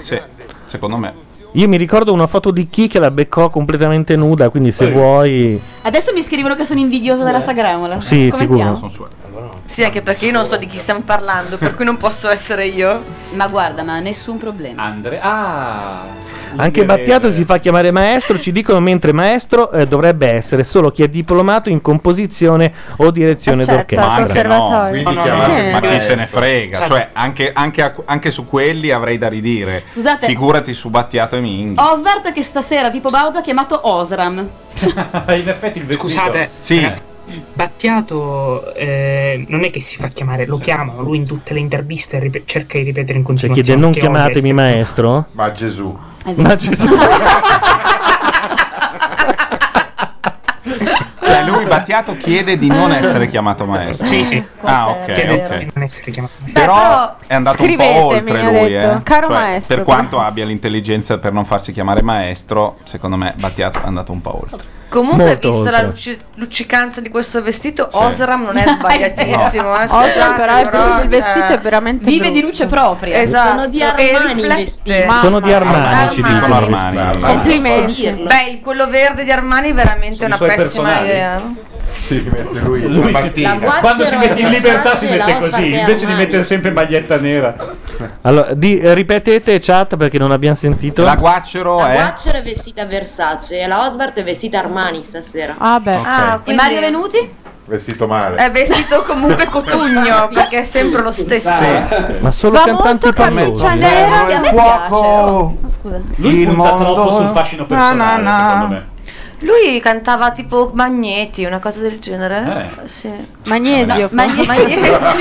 sì, secondo me.
Io mi ricordo una foto di chi che la beccò completamente nuda, quindi se vuoi...
Adesso mi scrivono che sono invidiosa
Eh.
della Sagramola.
Sì,
Eh, Scommettiamo.
sicuro.
Sì, anche perché io non so di chi stiamo parlando, per cui non posso essere io.
Ma guarda, ma nessun problema.
Andre. Ah!
Anche Battiato si fa chiamare maestro, ci dicono mentre maestro eh, dovrebbe essere solo chi è diplomato in composizione o direzione
Eh, certo,
d'orchestra.
quindi
No, no,
chiamate-
sì.
ma chi se
Maestro.
ne frega,
Certo.
cioè anche, anche a- anche su quelli avrei da ridire,
Scusate.
figurati su Battiato e Minghi.
Osbert che stasera Pippo Baudo ha chiamato Osram.
In effetti il vestito.
Scusate,
sì.
Battiato eh, non è che si fa chiamare, lo chiamano, lui in tutte le interviste rip- cerca di ripetere in
Cioè
continuazione.
chiede non
che
chiamatemi
Overs-
maestro?
Ma Gesù.
Ma Gesù.
Cioè lui Battiato chiede di non essere chiamato maestro.
Sì, sì.
Ah, ok,
Chiede
ok.
di non essere chiamato.
Però è andato un po'
scrivetemi,
oltre
ha
lui,
detto.
eh.
Caro
Cioè,
maestro,
per
però.
quanto abbia l'intelligenza per non farsi chiamare maestro, secondo me Battiato è andato un po' oltre.
Comunque,
Molto
visto
oltre.
la lucci- luccicanza di questo vestito, Osram non è sbagliatissimo. eh,
Osram,
scusate,
però, è brutto, il
eh,
vestito è veramente
Vive di luce propria.
Esatto.
Sono di
e
Armani i
riflette.
vestiti.
Sono di Armani, ci
Armani.
dicono
Armani.
questi.
Armani.
Complimenti. Beh, il- quello verde di Armani è veramente
Sono i
una
suoi
pessima
personali.
idea.
Sì, che mette lui,
Lui
la
si-
mattina.
Quando si mette in libertà si
La
mette
guancia
così,
era
invece di
Armani.
mettere sempre maglietta nera.
Allora, di- eh, ripetete chat perché non abbiamo sentito.
La guaccero
La Guacciero è vestita Versace e la Osbert è vestita Armani stasera.
Ah, beh.
Ah,
E
quindi
Mario Venuti?
Vestito male.
è vestito comunque cotugno perché è sempre lo stesso.
Ma solo Cioè, cantanti
Cioè,
pallosi.
cioè,
nera.
a me
fuoco.
cioè, Scusa.
Lui
Il
punta
mondo-
troppo sul fascino
Na,
personale,
na, na.
secondo me.
Lui cantava tipo Magneti, una cosa del genere.
Eh.
Sì.
Magnesio.
Magnesio.
Eh,
Guarda,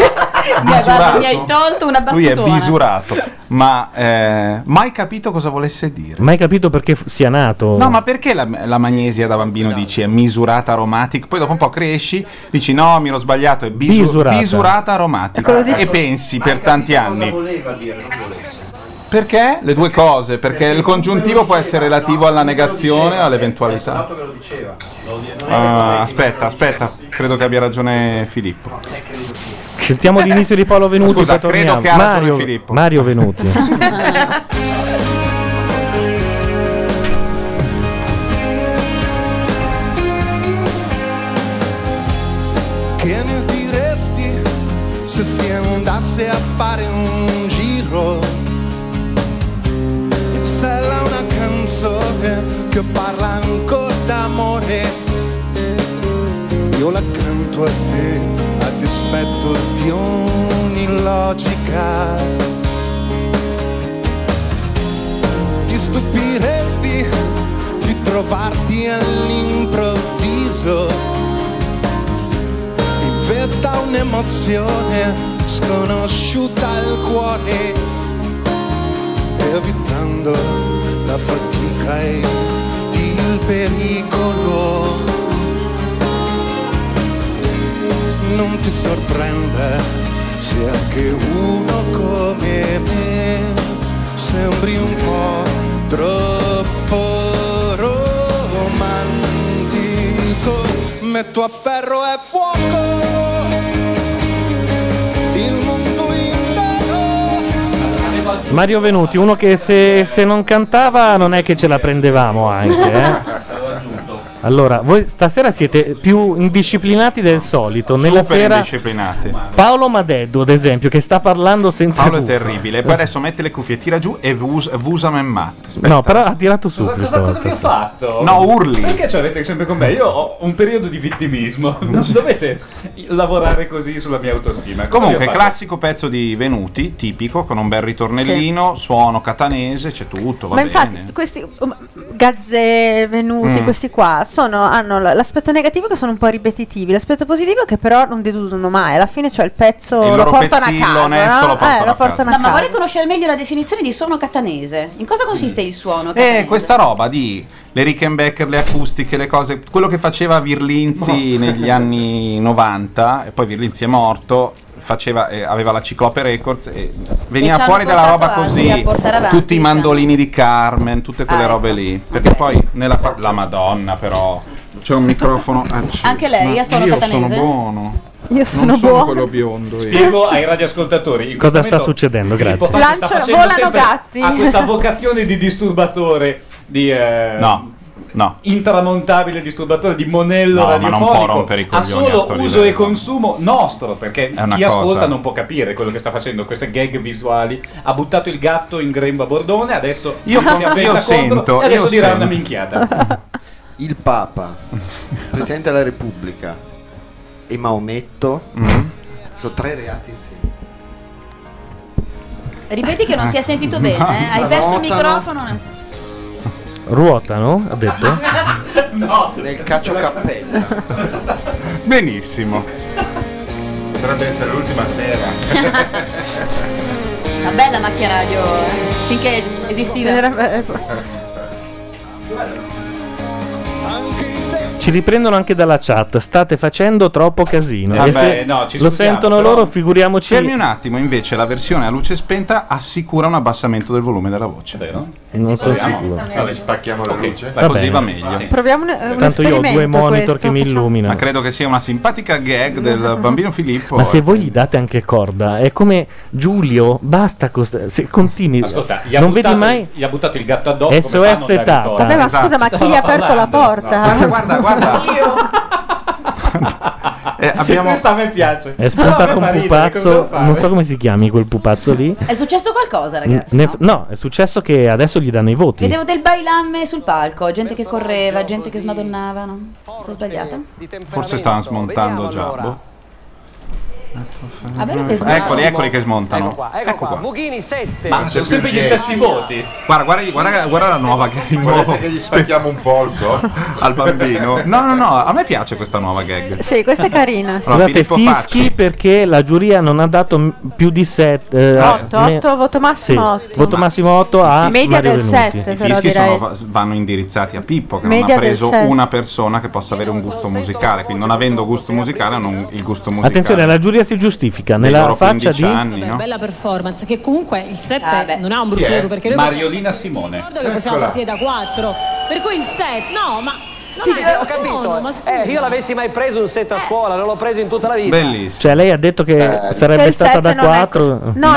Misurato.
mi hai tolto una
Lui è
battutona.
misurato, ma eh, mai capito cosa volesse dire.
Mai capito perché f- sia nato.
No, ma perché la, la magnesia da bambino dici è misurata aromatica? Poi dopo un po' cresci, dici no, mi ero sbagliato, è bisu-
Bisurata.
bisurata. aromatica. E pensi per tanti anni.
voleva dire non volesse.
Perché? Le due cose, perché il congiuntivo può essere relativo alla negazione, all'eventualità.
Dato che lo diceva.
Ah, aspetta, aspetta, credo che abbia ragione Filippo.
Sentiamo l'inizio di Paolo Venuti.
Scusa,
poi
credo
torniamo.
che ha ragione
Mario,
Filippo.
Mario Venuti.
Che ne diresti se si andasse a fare un giro? In sella una canzone che parla ancora d'amore. Io la canto a te a dispetto di ogni logica. Ti stupirei
trovarti all'improvviso inventa un'emozione sconosciuta al cuore evitando la fatica e il pericolo non ti sorprenda se anche uno come me sembri un po' troppo romantico. Metto a ferro e fuoco il mondo intero.
Mario Venuti, uno che se, se non cantava non è che ce la prendevamo anche. eh. Allora, voi stasera siete più indisciplinati del solito. Nella
Super
sera
indisciplinati.
Paolo Madeddu, ad esempio, che sta parlando senza...
Paolo è
buca.
terribile. E poi adesso mette le cuffie, tira giù e vus- vusame in matte. Aspetta.
No, però ha tirato su. questa volta.
Che ho fatto?
No, urli.
Perché ci avete sempre con me? Io ho un periodo di vittimismo. Non dovete lavorare così sulla mia autostima. Cosa
Comunque,
vi ho fatto?
classico pezzo di Venuti, tipico, con un bel ritornellino, suono catanese, c'è tutto, va
Ma
bene.
infatti, questi um, Gazze venuti,
Mm.
questi qua, sono- hanno l- l'aspetto negativo che sono un po' ripetitivi, l'aspetto positivo che però non dedudono mai. Alla fine, cioè, il pezzo
Il
lo
loro
portano a
pezzillo
casa.
onesto
no?
lo portano
Eh,
a
lo portano
No,
a
ma
casa.
vorrei conoscere meglio la definizione di suono catanese. In cosa consiste
Mm.
il suono?
E
catanese?
Eh, questa roba di le Rickenbacker, le acustiche, le cose, quello che faceva Virlinzi negli anni 90, e poi Virlinzi è morto, faceva, eh, aveva la Ciclope Records e
E
veniva
ci hanno
fuori dalla roba
portato avanti,
così,
a portare avanti,
tutti i
diciamo. Ah, ecco.
mandolini di Carmen, tutte quelle robe lì, perché poi nella fa- la Madonna però c'è un microfono acceso.
Anche lei,
Ma
a suono
io
catanese?
sono buono.
Io
sono non sono quello biondo. eh. io.
Spiego ai radioascoltatori in
Cosa
questo
sta succedendo?
momento
Grazie.
Filippo Facci sta
Lanciano-
facendo
volano
sempre-
gatti.
Ha questa vocazione di disturbatore di eh,
No, no.
Intramontabile disturbatore di monello
No, ma non
radiofonico.
può rompere i
ha
coglioni a
solo
sto
uso
livello.
e consumo nostro, perché
È una
chi
cosa.
ascolta non può capire quello che sta facendo, queste gag visuali. Ha buttato il gatto in grembo a Bordone, adesso
Io
si
con-
abbetta
io
contro
sento,
e adesso
io
dirà
sento.
una minchiata.
Il Papa, Presidente della Repubblica e Maometto
Mm-hmm.
sono tre reati insieme.
Ripeti che non si è sentito bene, eh? hai
Ma
perso il
notano.
microfono.
Ruotano, ha detto.
No. Nel caccio cappella.
Benissimo.
Potrebbe essere l'ultima sera.
Una bella macchia radio eh, finché esisteva.
eh,
Ci riprendono anche dalla chat. State facendo troppo casino.
Eh, Vabbè,
E se
no, ci
lo
scusiamo,
sentono
però-
loro, figuriamoci.
Fermi un attimo, invece la versione a luce spenta assicura un abbassamento del volume della voce. Vero?
Non sono sicuro.
spacchiamo
la
luce?
Va
Così
bene.
va meglio.
Eh, Proviamo un, un
Tanto io ho due
esperimento
monitor
questo,
che mi
facciamo.
illuminano.
Ma credo che sia una simpatica gag del bambino Filippo.
Ma se voi gli date anche corda, è come Giulio, basta cos- se continui.
Ascolta, gli ha,
non vedi
buttato,
mai
gli ha buttato il gatto addosso. come fa a non
SOS
dargli
tappa.
corda?
Vabbè, ma scusa, ma chi gli ha aperto la porta?
guarda, guarda. Eh, abbiamo-
Questa a me piace.
è
No, a
spuntato
me fa
un
ridere, cosa devo
pupazzo,
fare?
non so come si chiami quel pupazzo lì.
Eh,
È successo qualcosa, ragazzi.
Ne- no, è successo che adesso gli danno i voti.
Vedevo del bailamme sul palco, gente che correva, gente che smadonnava, no? Mi sono sbagliata?
Forse stanno smontando già. boh.
Ah, vero che smontano.
Mm. Eccoli, eccoli che smontano.
Ecco qua, Mughini 7.
Ma sono sempre gli stessi
voti.
Guarda, guarda, guarda, guarda la nuova gag. Volete che gli spacchiamo un polso al bambino? No, no, no, a me piace questa nuova gag.
Sì, questa è carina. sì.
Scusate,
Filippo
fischi
Facci.
perché la giuria non ha dato m- più di eh, 7.
Otto, otto, voto massimo otto.
Voto massimo 8 a
Media
Mario
del
Venuti.
sette,
I
però,
fischi
direi.
sono- vanno indirizzati a Pippo, che non
Media
ha
del
preso
set.
una persona che possa avere un gusto musicale. Quindi, non avendo gusto musicale, hanno il gusto musicale.
Attenzione, la giuria si giustifica
Dei
nella
loro
faccia
15
di
anni, no?
Bella performance, che comunque il 7
Ah,
non ha un
Chi
brutto
è?
voto perché noi possiamo,
Mariolina Simone.
ricordo che possiamo
Eccola.
partire da 4. Per cui il 7, no, ma
Sì,
non
ho capito.
ma scusa.
Eh, io l'avessi mai preso un
Eh.
set a scuola, non l'ho preso in tutta la vita.
Bellissimo.
Cioè, lei ha detto
Eh,
che sarebbe
Che il
stata
sette
da
non è
4.
No, no, che loro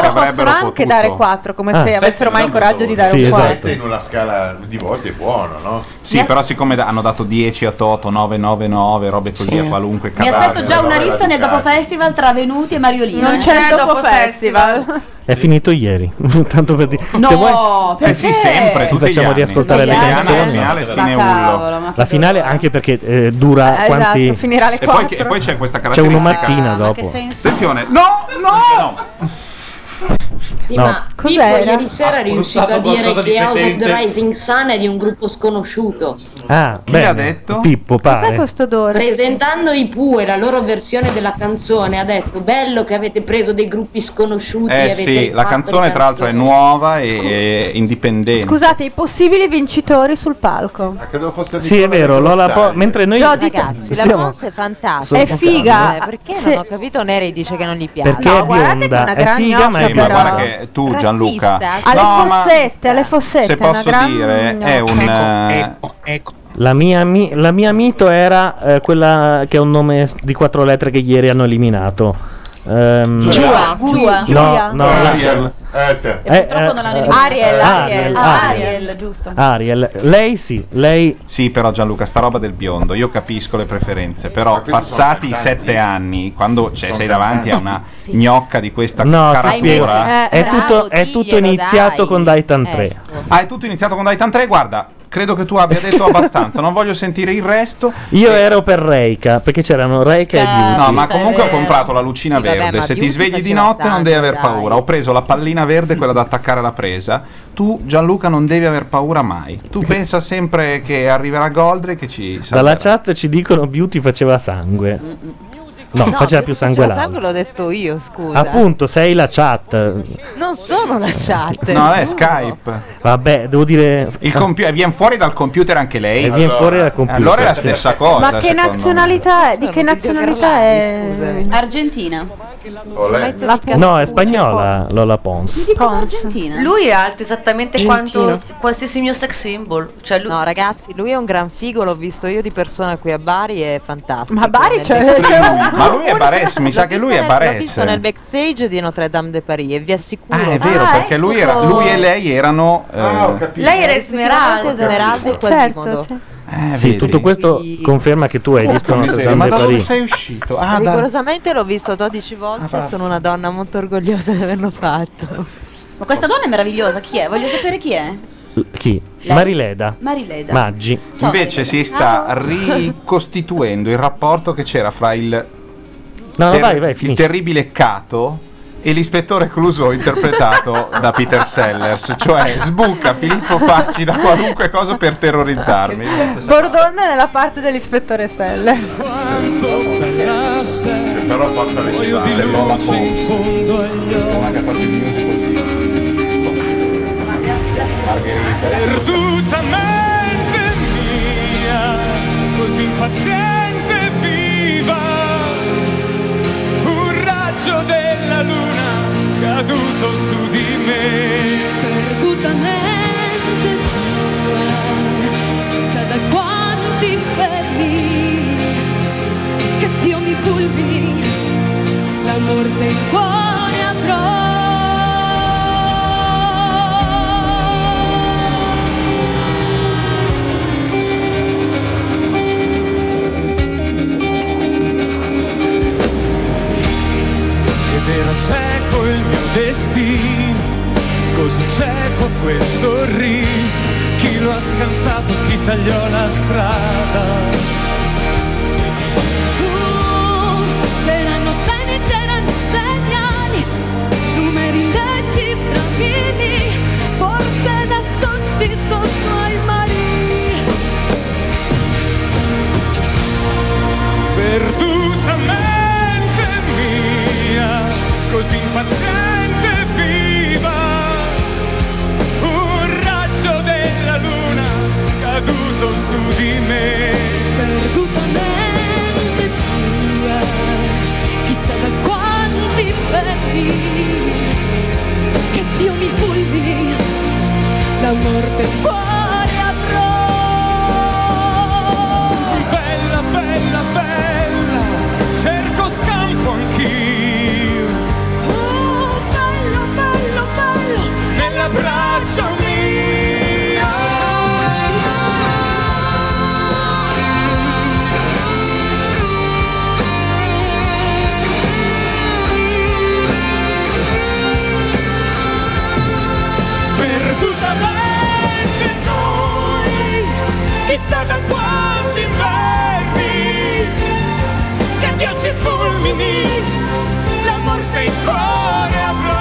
possono
avrebbero
anche
potuto.
dare 4, come
Ah,
se
sette
avessero mai il coraggio di dare
Sì, esatto.
un 4.
Sette in una scala di voti è buono, no?
Sì, però, siccome da- hanno dato 10 a Toto, 9, 9, 9, robe così a qualunque
Mi
cavallo.
aspetto già una
lista
lista nel dopo festival tra Venuti e Mariolina.
Non c'è il dopo festival.
È finito ieri. Tanto per dire.
No,
Se vuoi-
perché? Eh sì, sempre,
Ti
tutti gli
facciamo
anni.
riascoltare
Tutti
le
gli anni,
canzoni.
alla finale Ma Sineulo. cavolo, ma che
La finale anche perché eh, dura
Eh,
quanti.
esatto, finirà alle
E poi,
4.
che- e poi c'è questa
C'è uno
caratteristica.
mattina dopo.
Attenzione, no, no!
Sì,
No.
ma Pippo
Cos'era?
ieri sera
Ha
è riuscito a
sponsorizzato
dire
qualcosa di
che House of the
potente.
Rising Sun è di un gruppo sconosciuto.
Ah,
l'ha
bene. Pippo pare.
odore?
Presentando i Pooh e la loro versione della canzone, ha detto: Bello che avete preso dei gruppi sconosciuti. e
Eh
avete
sì, la
fatto
canzone
le
tra l'altro è nuova e indipendente.
Scusate, i possibili vincitori sul palco.
Credo fosse Eh,
Sì, è vero, Lola
Po-
mentre
noi-
Jody,
Ragazzi, la
stiamo-
Monza è fantastica.
È figa.
Eh, Perché
Se-
non ho capito Neri dice che non gli piace?
Perché No, è guardate che è bionda, una è gran figa, ma è gnocca, bionda. però. Guarda che tu, Gianluca-
Alle
No, ma-
fossette, alle fossette.
se
è una
posso
gran
dire, è
gnocca.
un eh,
La mia, ami- la mia mito era eh, quella che è un nome s- di quattro lettere che ieri hanno eliminato. Ehm,
Giua, Giua. Giua.
No, no, la-
Ariel.
E purtroppo non l'hanno eliminata. Ariel, Ariel, Ariel, giusto.
Ariel, lei sì, lei
Sì, però Gianluca, sta roba del biondo, io capisco le preferenze, però
questi
passati i
sono
sette anni, quando cioè, sei davanti a una
Sì. eh,
gnocca di questa
No, ti spiego.
caratura,
è tutto, è tutto iniziato con Daitan 3.
Ah, è tutto iniziato con Daitan 3, guarda, credo che tu abbia detto abbastanza, non voglio sentire il resto.
Io ero per Reika, perché c'erano Reika e Beauty.
Eh, No, ma comunque ho comprato la lucina
Eh, Sì, vabbè,
verde.
ma
Se ti
Beauty
svegli di
faceva
notte non
sangue,
devi aver
dai.
paura. Ho preso la pallina verde, quella da attaccare alla presa. Tu, Gianluca, non devi aver paura mai. Tu pensa sempre che arriverà Goldre che ci salverà.
Dalla chat ci dicono Beauty faceva sangue. No, faceva più sangue
sangue
là.
l'ho detto io, scusa.
Appunto, sei la chat.
Non sono la chat.
No, è Skype.
Vabbè, devo dire.
Il computer viene fuori dal computer anche lei.
E Eh, viene Allora. fuori dal computer.
Allora è la stessa cosa.
Ma che
secondo
nazionalità è? Di che nazionalità è?
Argentina.
La pu-
No, è spagnola Lola Pons.
Argentina.
Lui è alto esattamente
Argentino.
quanto qualsiasi mio sex symbol. Cioè lui...
No, ragazzi, lui è un gran figo, l'ho visto io di persona qui a Bari, è fantastico.
Ma Bari
Nel
c'è-
backstage-
c'è
me. Ma lui è Bares, mi sa che lui è
L'ho
Bares.
visto nel backstage di Notre Dame de Paris e vi assicuro. ecco.
Ah, è vero, perché lui, era- lui e lei erano. eh,
Lei era
Esmeralda,
Esmeralda.
Esmeralda e
Certo,
Quasimodo.
eh,
Sì,
vedi.
tutto questo conferma che tu hai
Porca
visto Notre
miseria,
Dame
Ma
de
da dove
Paris.
sei uscito? Ah, da-
Rigorosamente l'ho visto 12 volte
Ah, va.
sono una donna molto orgogliosa di averlo fatto.
Ma questa donna è meravigliosa, chi è? Voglio sapere chi è.
L- Chi? Marileda.
Marileda.
Maggi.
Ciao,
Invece si sta ricostituendo il rapporto che c'era fra il,
No,
ter-
vai, vai,
il terribile Cato e l'ispettore Clouseau interpretato da Peter Sellers, cioè sbucca Filippo Facci da qualunque cosa per terrorizzarmi.
Bordone nella parte dell'ispettore Sellers.
Eh, Però porta le civate, Lola Po. Anche qualche musical di- Margherita.
Perdutamente mia, così impaziente e viva, un raggio della luna caduto su di me.
Perdutamente mia, chissà da quanti inferni che Dio mi fulmini, l'amor dei cuori avrò.
Ed era cieco il mio destino, così cieco quel sorriso, chi lo ha scansato, chi tagliò la strada.
Uh, C'erano segni, c'erano segnali, numeri indecifrabili, forse nascosti sotto ai mari.
Perdutamente mia, così impaziente e viva, un raggio della luna caduto su di me.
Perdutamente tua, chissà da quanti fermi, che Dio mi fulmini, la morte cuore avrò.
Bella, bella, bella, cerco scampo anch'io.
Oh, bello, bello, bello,
nella braccia mia. Perdutamente noi, chissà da quanti inverni, che Dio ci fulmini, la morte in cuore avrò.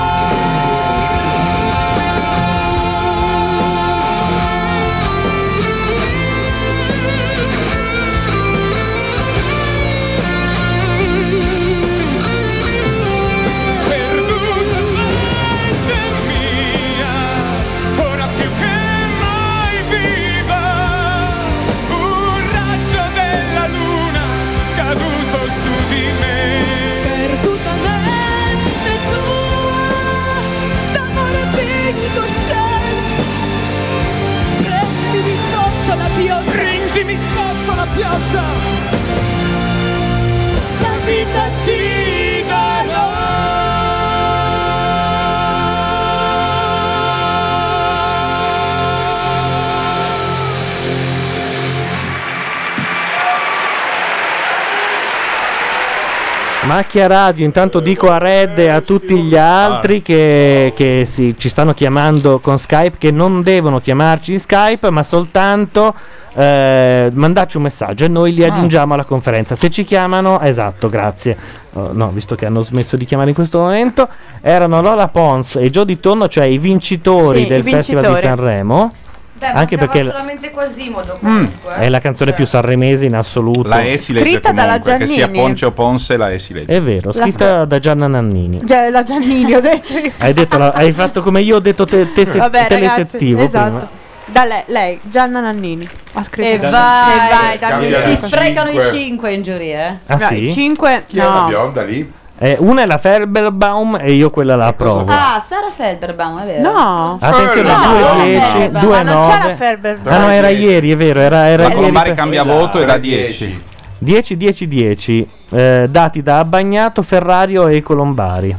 Macchia Radio, intanto dico a Red e a tutti gli
Ah.
altri che, che si- ci stanno chiamando con Skype che non devono chiamarci in Skype, ma soltanto eh, mandarci un messaggio e noi
Ah.
li aggiungiamo alla conferenza. Se ci chiamano, esatto, grazie. Oh, no, visto che hanno smesso di chiamare in questo momento, erano Lola Pons e Gio Di Tonno, cioè i vincitori
Sì,
del
i
Festival di
vincitori.
Sanremo.
Beh, mancava
anche perché Mm. l-
solamente Quasimodo comunque.
è la canzone più sanremese in assoluto.
La E si legge comunque, che sia Ponce o Ponce, la E si legge.
È vero,
La-
scritta da Gianna Nannini.
Cioè, la Giannini, ho detto io.
Hai, detto la- hai fatto come io ho detto te, te se-
Vabbè,
telesettivo
ragazzi, esatto.
prima.
Da lei, lei, Gianna Nannini. Ha
E
scritto.
vai,
E vai,
si sprecano i
Cinque.
5 in giuria. eh.
Ah, sì?
5
Chi è la
no.
Bionda lì?
Eh, una è la Ferberbaum e io quella la approvo.
Ah, Sara Felderbaum, è vero?
No,
Attenzione,
Ah, no,
2-10,
Ferber,
2-9.
ma non c'è la
Ferber.
Ah no, era ieri, è vero, era, era
La
ieri.
Colombari
per-
cambia voto e da 10.
10 10 10 eh, dati da Abbagnato, Ferrario e Colombari.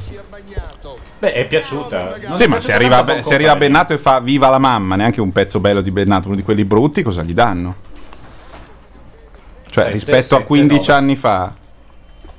Beh, è piaciuta. Non
Sì,
è
ma
piaciuta
se arriva,
tanto a
Be- se arriva
Boncompagni.
Bennato e fa viva la mamma, neanche un pezzo bello di Bennato, uno di quelli brutti, cosa gli danno? Cioè,
Sette,
rispetto a
sette,
15 anni fa,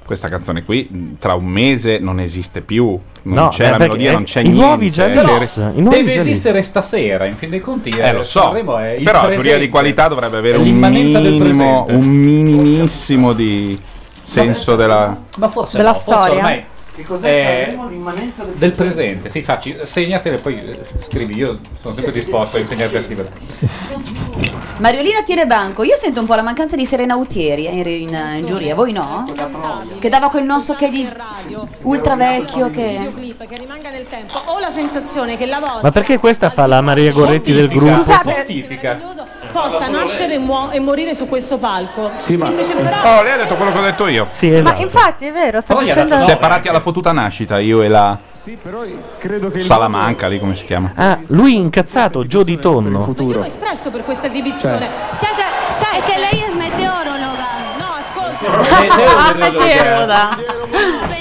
questa canzone qui mh, tra un mese non esiste più, non
No,
c'è
beh,
la
perché-
melodia, non
eh,
c'è
i
niente.
nuovi Jalis,
Però
i nuovi
Deve
Jalis.
esistere stasera, in fin dei conti.
Eh, lo so,
Sanremo è il
però la giuria
presente.
di qualità dovrebbe avere
È
un
l'immanenza del
minimo,
presente.
un minimissimo di senso della...
Ma forse
Della
no, forse
storia.
ormai
Che cos'è
Eh,
Sanremo? L'immanenza del,
del presente. Sì, facci, segnatele poi eh, scrivi. Io sono sempre disposto a insegnarti a scrivere.
Mariolina tiene banco. Io sento un po' la mancanza di Serena Utieri eh, in, in- in giuria, voi no? Che dava quel non so che di ultra vecchio che.
videoclip che rimanga nel tempo ho la sensazione che la
Ma
vostra
perché questa fa la Maria Goretti del gruppo?
possa nascere e, muo- e morire su questo palco Semplice, però
Oh, lei ha detto quello che ho detto io.
Sì, esatto.
Ma infatti è vero, sta
Poi
dicendo
separati alla fottuta nascita, io e la Salamanca, lì come si chiama?
Ah, lui incazzato, Gio di Tonno.
ho espresso per questa esibizione siete sei che lei è meteorologa no
Ah,
ascolta
meteorologa.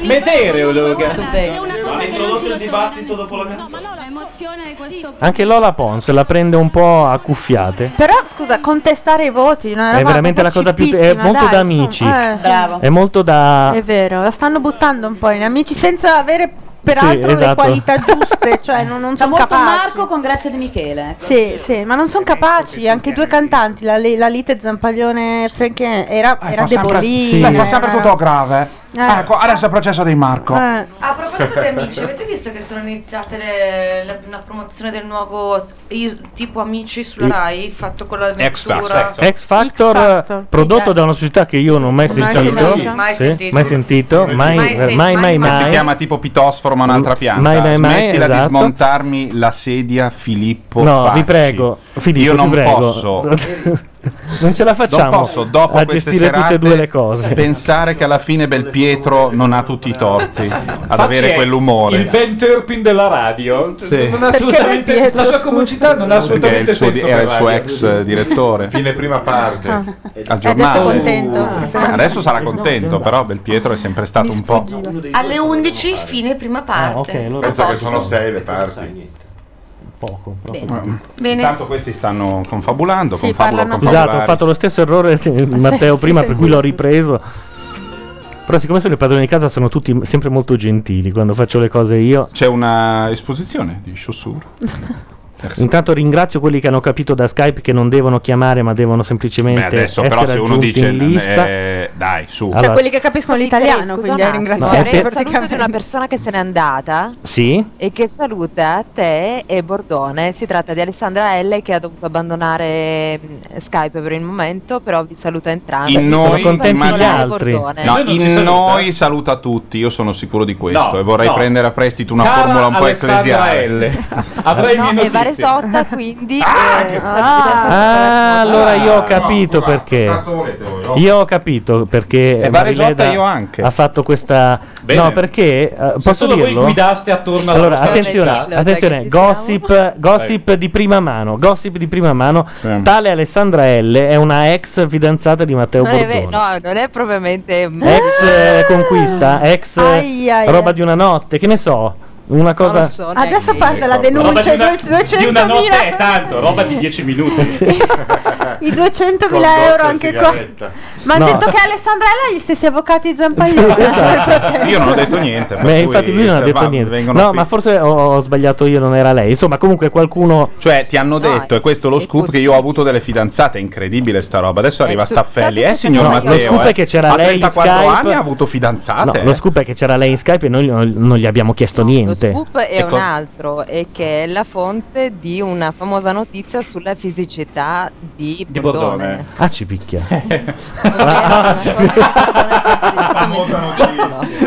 Meteorologa.
c'è una cosa che non ce
il
lo
dibattito dopo la
no ma no l'emozione è questo
Anche Lola Pons la prende un po' a cuffiate.
Però scusa, contestare i voti non
È
eravamo
veramente la
proprio
cosa più. È
cippissima,
molto
dai,
da
insomma,
amici.
eh.
È molto da.
È vero, la stanno buttando un po' in amici senza avere peraltro le
esatto.
qualità giuste, cioè non, non
Fa
sono
molto
capaci.
Marco con Grazia De Michele.
Sì, sì, ma non sono capaci, anche i due cantanti, la, la Lite Zampaglione Franchien era,
Ah,
era debolina.
fa
era-
sempre tutto grave.
Eh.
Ecco, adesso è il processo di Marco.
Eh.
A proposito di amici, avete visto che sono iniziate le, la, la promozione del nuovo is- tipo Amici sulla
Il-
Rai fatto con la
X Factor, eh, prodotto da una società che io non ho mai
Mai
sentito.
sentito. Mai
Sì,
sentito.
Mai sentito. Mai, eh,
Mai sen-
mai, mai,
Ma si
mai.
chiama tipo pitosforo ma un'altra pianta.
mai, mai, mai,
Smettila di
esatto.
smontarmi la sedia Filippo
No, vi
Facci.
prego, Filippo,
Io
ti
non
prego.
posso.
Non ce la facciamo
non posso, dopo
a
queste
gestire tutte e
serate,
due le cose.
pensare che alla fine Belpietro non ha tutti i torti ad
Facci
avere
è
quell'umore.
Il Ben Turpin della radio.
Sì.
Non ha assolutamente-
Perché Pietro,
la sua comicità non ha
Perché
assolutamente
il suo-
senso.
era
per
il suo
radio.
ex eh, direttore. Ah.
Fine prima parte.
Al
Ah. Adesso è
giornale.
contento.
Ah, Adesso sarà contento, però Belpietro è sempre stato un po'.
Alle 11 fine
Ah,
prima parte.
Penso che sono sei le parti.
Poco.
Bene.
Intanto questi stanno confabulando,
Sì,
confabulo,
parlano-
confabulare.
Scusate, Esatto, ho fatto lo stesso errore se- di Matteo
sì,
prima,
sì,
per
sì.
cui l'ho ripreso. Però, siccome sono i padroni di casa, sono tutti sempre molto gentili quando faccio le cose io.
C'è una esposizione di Chaussure.
Intanto ringrazio quelli che hanno capito da Skype che non devono chiamare, ma devono semplicemente
Beh, adesso
essere
però se uno
aggiunti
dice
in lista.
eh, dai, su.
Allora,
Quelli che capiscono l'italiano,
Scusa
quindi
un
hai
attimo,
ringraziato.
avrei il saluto di una persona che se n'è andata
Sì?
e che saluta te e Bordone. Si tratta di Alessandra L che ha dovuto abbandonare mh, Skype per il momento, però vi saluta entrambi.
In noi, immagino-
Bordone.
No,
non
in noi saluta tutti, io sono sicuro di questo
No,
e vorrei
no.
prendere a prestito una
Cara
formula un po'
Alessandra
ecclesiale.
Avrei
no,
mie
e
notizie.
Varesotta, quindi eh,
Ah, allora io ho
no,
capito
guarda, che
perché.
cazzo volete voi? Oh.
Io ho capito perché.
E
Marileda
Varegiotta io anche.
Ha fatto questa.
Bene.
No, perché. eh,
Se
posso
solo voi
dirlo?
guidaste attorno alla
Allora,
vostra
attenzione,
città.
attenzione gossip, gossip di prima mano. Gossip di prima mano.
Eh.
Tale Alessandra L è una ex fidanzata di Matteo
non è,
Bordone.
ve- no, non è propriamente
Ex eh, conquista, ex eh,
Ai, ai,
roba
ai.
di una notte, che ne so. Una cosa.
Adesso
ecco.
parte la denuncia, i due-
Roba di una, di una
200.000
notte è tanto, roba di 10 minuti.
i 200.000 euro anche qua. Ma hanno
No. esatto.
detto che Alessandrella ha gli stessi avvocati di Zampaglione.
Ah, Io non ho detto niente. per
Beh,
cui
infatti lui non ha
se
detto
cioè, va-
niente.
vengono
No,
qui.
ma forse ho, ho sbagliato io, non era lei. Insomma, comunque qualcuno.
Cioè, ti hanno detto, e questo è lo scoop, che io ho avuto delle fidanzate, è incredibile sta roba. Adesso arriva
su-
Staffelli,
casi
eh
che
signor
sono io.
Matteo.
Lo scoop
eh.
è che c'era
a
lei in
34
Skype.
anni ha avuto
No,
fidanzate.
lo
eh.
scoop è che c'era lei in Skype e noi non, non gli abbiamo chiesto niente.
Scoop è
Ecco.
un altro e che è la fonte di una famosa notizia sulla fisicità di,
Di
eh.
Bordone.
Ah, ci picchia.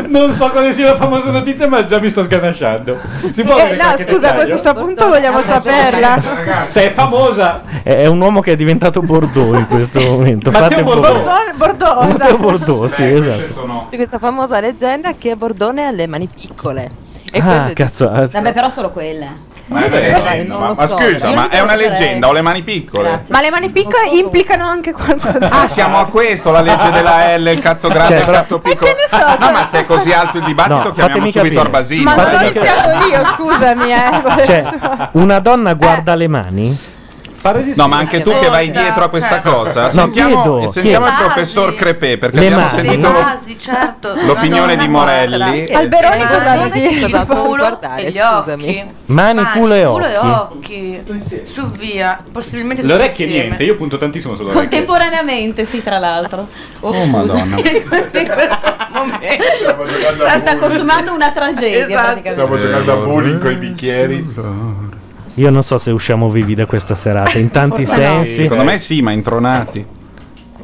non so quale sia la famosa notizia, ma già mi sto sganasciando. Si può
Eh,
avere
no,
qualche
scusa, a
dettaglio?
questo so- appunto vogliamo saperla.
Se è famosa,
È, è un uomo che è diventato Bordeaux in questo momento.
Matteo
Fate
Bordeaux.
Bordone- Bordeaux,
Matteo
esatto.
Bordeaux, sì, esatto.
Di questa famosa leggenda che Bordone ha le mani piccole. E
Ah,
quello-
cazzo. eh,
Vabbè, però solo quelle.
Ma è una
Vabbè,
leggenda.
non
Ma,
lo
ma
so.
scusa,
Io
ma
non
è una
vorrei.
leggenda, ho le mani piccole.
Ma le mani piccole implicano anche qualcosa.
Ah, siamo a questo, la legge della L, il cazzo grande,
Cioè,
il
però-
cazzo piccolo. No, ma se è così alto il dibattito,
No,
chiamiamo
fatemi
subito
capire.
Arbasini.
Ma
dai.
non ho
iniziato io, scusami, eh.
Cioè, una donna
Eh.
guarda le mani?
No, ma anche tu che vai dietro a
Cioè,
questa cosa.
No,
sentiamo
chiedo,
sentiamo il
chiedo.
professor Crepè, perché
Le
abbiamo
mani.
sentito lo-
Quasi, certo.
l'opinione di Morelli.
Guarda,
Alberoni
eh,
cosa
guarda
vuol
che
dire?
cosa può guardare,
e gli
scusami.
Ah,
Mani, culo e
Ah, Culo e
occhi.
occhi. Su via, possibilmente
le
tutti
orecchie
insieme.
niente, io punto tantissimo sulle orecchie.
Contemporaneamente, sì, tra l'altro. Oh, scusa.
Madonna.
In questo momento sta, sta consumando una tragedia
Esatto.
praticamente.
Stavo giocando a
Eh,
bowling con i bicchieri.
Io non so se usciamo vivi da questa serata, in tanti
Forse no.
sensi.
Secondo me sì, ma intronati.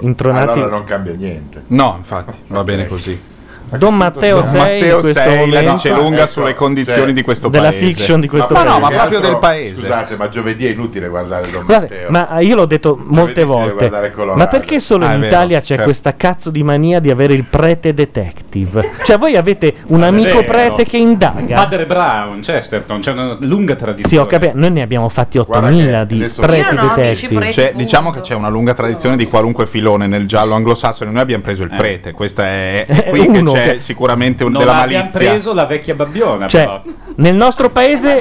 Intronati.
Allora non cambia niente.
No, infatti, va bene così.
Don Matteo
Don
6
Matteo
in questo
sei, la
momento-
dice lunga sulle condizioni
cioè,
di questo
della
paese.
fiction di questo
ma, No,
paese.
no, ma
Più che
proprio
altro,
del paese.
Scusate, ma giovedì è inutile guardare Don
Guarda,
Matteo.
ma eh, io l'ho detto molte
deve
volte.
guardare Colorado.
Ma perché solo
Ah, è
in
vero,
Italia c'è
certo.
questa cazzo di mania di avere il prete detective? cioè, voi avete un
Ah,
Ma è
amico
vero.
prete che indaga.
Padre Brown, Chesterton, c'è una lunga tradizione.
Sì, ho capito, noi ne abbiamo fatti 8000 di preti detective.
Cioè, diciamo che c'è una lunga tradizione di qualunque filone nel giallo anglosassone. Noi abbiamo preso il prete, questa è, è qui che
uno
c'è
che-
sicuramente un-
Eh. Non
della
abbiamo
malizia.
preso la vecchia babbiona,
Cioè,
però.
Nel nostro paese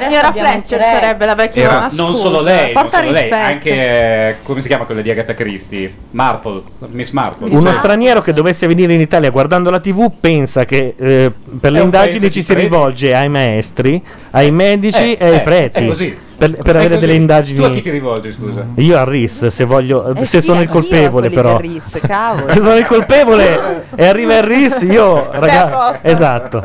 Signora Fletcher sarebbe la vecchia
Era-
Cioè,
mamma,
non
scusa.
solo lei, non
Porta
solo lei,
rispetto.
anche eh, come si chiama quella di Agatha Christie? Marple, Miss Marple.
uno
Sì.
straniero che dovesse venire in Italia guardando la TV pensa che eh, per le
un
indagini
paese
ci
di
si
preti.
rivolge ai maestri, ai medici
Eh,
e ai
eh,
preti.
È così.
Per, per
È
avere
così.
delle indagini.
Tu a chi ti rivolgi, scusa?
Io a RIS, se voglio,
Eh
se
sì,
sono il
anch'io a
colpevole,
quelli
però.
del RIS, cavolo.
se sono il colpevole e arriva il RIS, io,
Stai a
ragazzi,
posto.
esatto.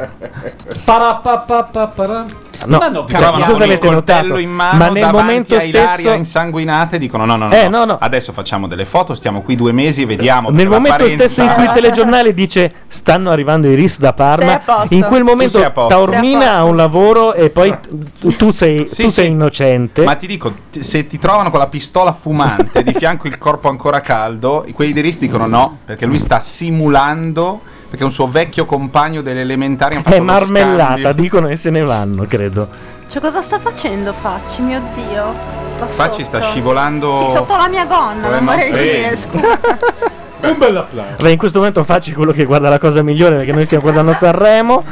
Parapapapapara.
No,
Ma no,
Ti trovano
cavolo.
con il coltello in mano
Ma nel
davanti
momento
a Ilaria
stesso-
insanguinata e dicono no no no,
Eh,
no, adesso facciamo delle foto stiamo qui due mesi e vediamo
Nel
perché
momento
l'apparenza-
stesso in cui il telegiornale dice stanno arrivando i RIS
Sei a
da Parma,
posto.
in quel
Tu
momento
sei a posto. Sei a
Taormina
posto.
ha un lavoro e poi tu, tu sei, tu sei innocente.
ma ti dico t- se ti trovano con la pistola fumante di fianco il corpo ancora caldo i- quelli di Riz dicono no perché lui sta simulando perché un suo vecchio compagno delle elementari ha fatto
È
lo
marmellata,
scambio.
dicono e se ne vanno, credo.
Cioè, cosa sta facendo Facci, mio Dio? Qua
Facci sta
sotto.
scivolando-
Sì, sotto la mia gonna,
Come
non vorrei
nostri-
dire, scusa.
Un bel applauso.
Beh, in questo momento facci quello che guarda la cosa migliore perché noi stiamo guardando Sanremo.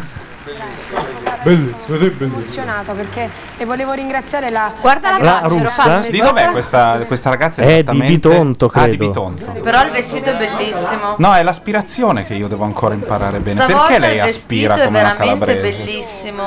Bellissimo, sì, bellissimo.
emozionata perché e volevo ringraziare la
guarda
La russa?
di dov'è questa, questa ragazza
È di
esattamente?
Bitonto,
Ah, di
credo.
Bitonto.
Però il vestito è bellissimo.
No, è l'aspirazione che io devo ancora imparare bene.
Stavolta
Perché lei
il vestito
aspira
è
come una
veramente
calabrese?
bellissimo.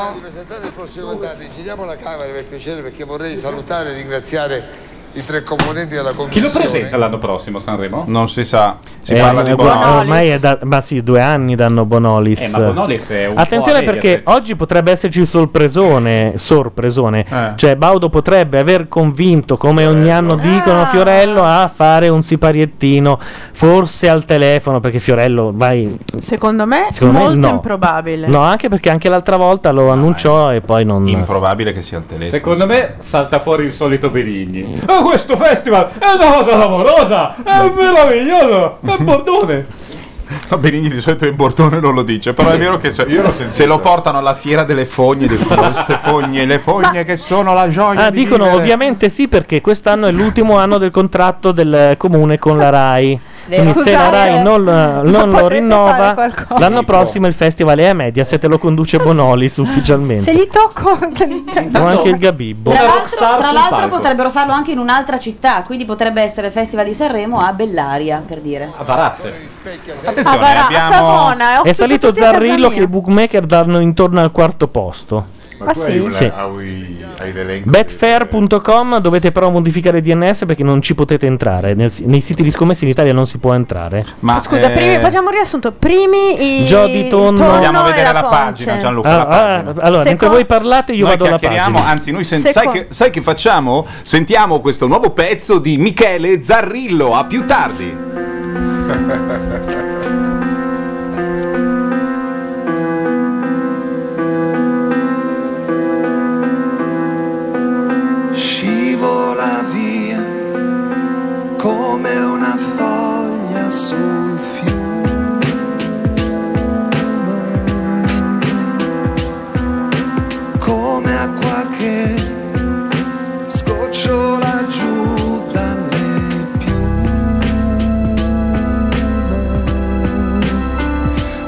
Giriamo la camera per piacere perché vorrei salutare e ringraziare i tre componenti della
Chi lo
commissione.
presenta l'anno prossimo Sanremo?
Non si sa, si
Eh,
parla di Bonolis.
guarda, Ormai è da ma sì, due anni danno Bonolis.
Eh, ma Bonolis è un po'
Attenzione
a Mediaset.
perché oggi potrebbe esserci il sorpresone. Sorpresone.
Eh.
Cioè, Baudo potrebbe aver convinto, come ogni anno dicono, Fiorello a fare un sipariettino, forse al telefono, perché Fiorello vai.
Secondo me
Secondo me
molto
no.
improbabile.
No, anche perché anche l'altra volta lo annunciò e poi non.
Ah, eh. Improbabile che sia al telefono.
Secondo me salta fuori il solito Benigni. Oh, questo festival è una cosa lavorosa, è meraviglioso, è bordone.
No, Benigni di solito in Bortone non lo dice, però è vero che se, se lo portano alla fiera delle fogne, dicono queste fogne, le fogne che sono la gioia.
Ah,
di
dicono
vivere."
ovviamente sì, perché quest'anno è l'ultimo anno del contratto del eh, comune con la RAI. Quindi se la
Scusate,
Rai non, lo- non lo
potrete
rinnova,
fare qualcosa?
l'anno prossimo il festival è a Mediaset e lo conduce Bonolis ufficialmente.
Se li tocco.
O anche il Gabibbo.
Tra l'altro,
rockstar
tra
sul
l'altro
palco.
potrebbero farlo anche in un'altra città, quindi potrebbe essere il Festival di Sanremo a Bellaria, per dire.
A Varazze.
Attenzione, eh,
Avarà-
abbiamo...
Savona, ho
È salito
tutti a casa
Zarrillo
mia.
che i bookmaker danno intorno al quarto posto.
Ma
Ah,
tu hai,
Ah, Sì.
la- hai- hai l'elenco?
Betfair.com dovete però modificare il DNS perché non ci potete entrare. Nel- nei siti di scommesse in Italia non si può entrare.
Ma eh,
Scusa, primi, facciamo un riassunto. Primi i
Jody eh, Tonno.
Vogliamo
e
vedere la
Ponce.
pagina, Gianluca.
Ah,
la pagina.
ah, allora, mentre voi parlate, io
Noi
vado alla
chiacchieriamo,
pagina.
Anzi, noi sen- sai,
Secondo-
che, sai che facciamo? Sentiamo questo nuovo pezzo di Michele Zarrillo. A più tardi.
scivola via come una foglia sul fiume. Come acqua che sgocciola giù dalle piume.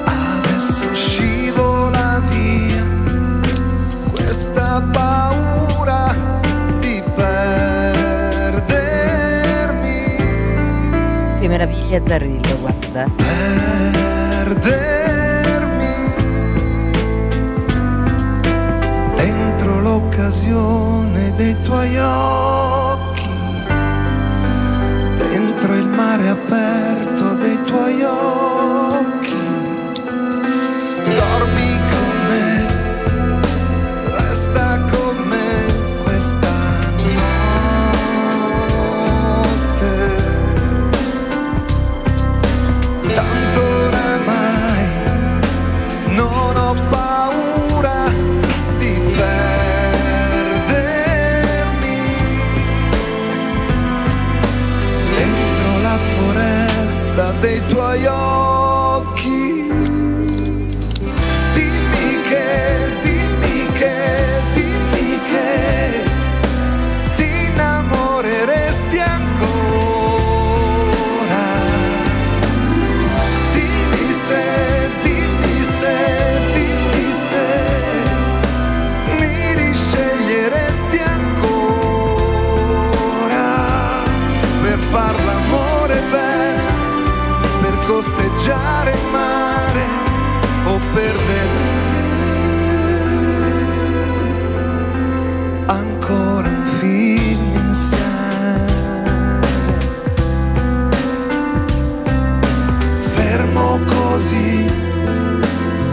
Adesso scivola via questa paura di perdermi,
Che meraviglia Zarrillo, guarda.
perdermi dentro l'occasione dei tuoi occhi, dentro il mare aperto dei tuoi occhi. Dormi con me, resta con me questa notte. Tanto oramai non ho paura di perdermi dentro la foresta dei tuoi occhi. Dimmi che, dimmi che, dimmi che ti innamoreresti ancora. Dimmi se, dimmi se, dimmi se mi risceglieresti ancora per far l'amore bene, per costeggiare il mare o per vedere ancora un film insieme. fermo così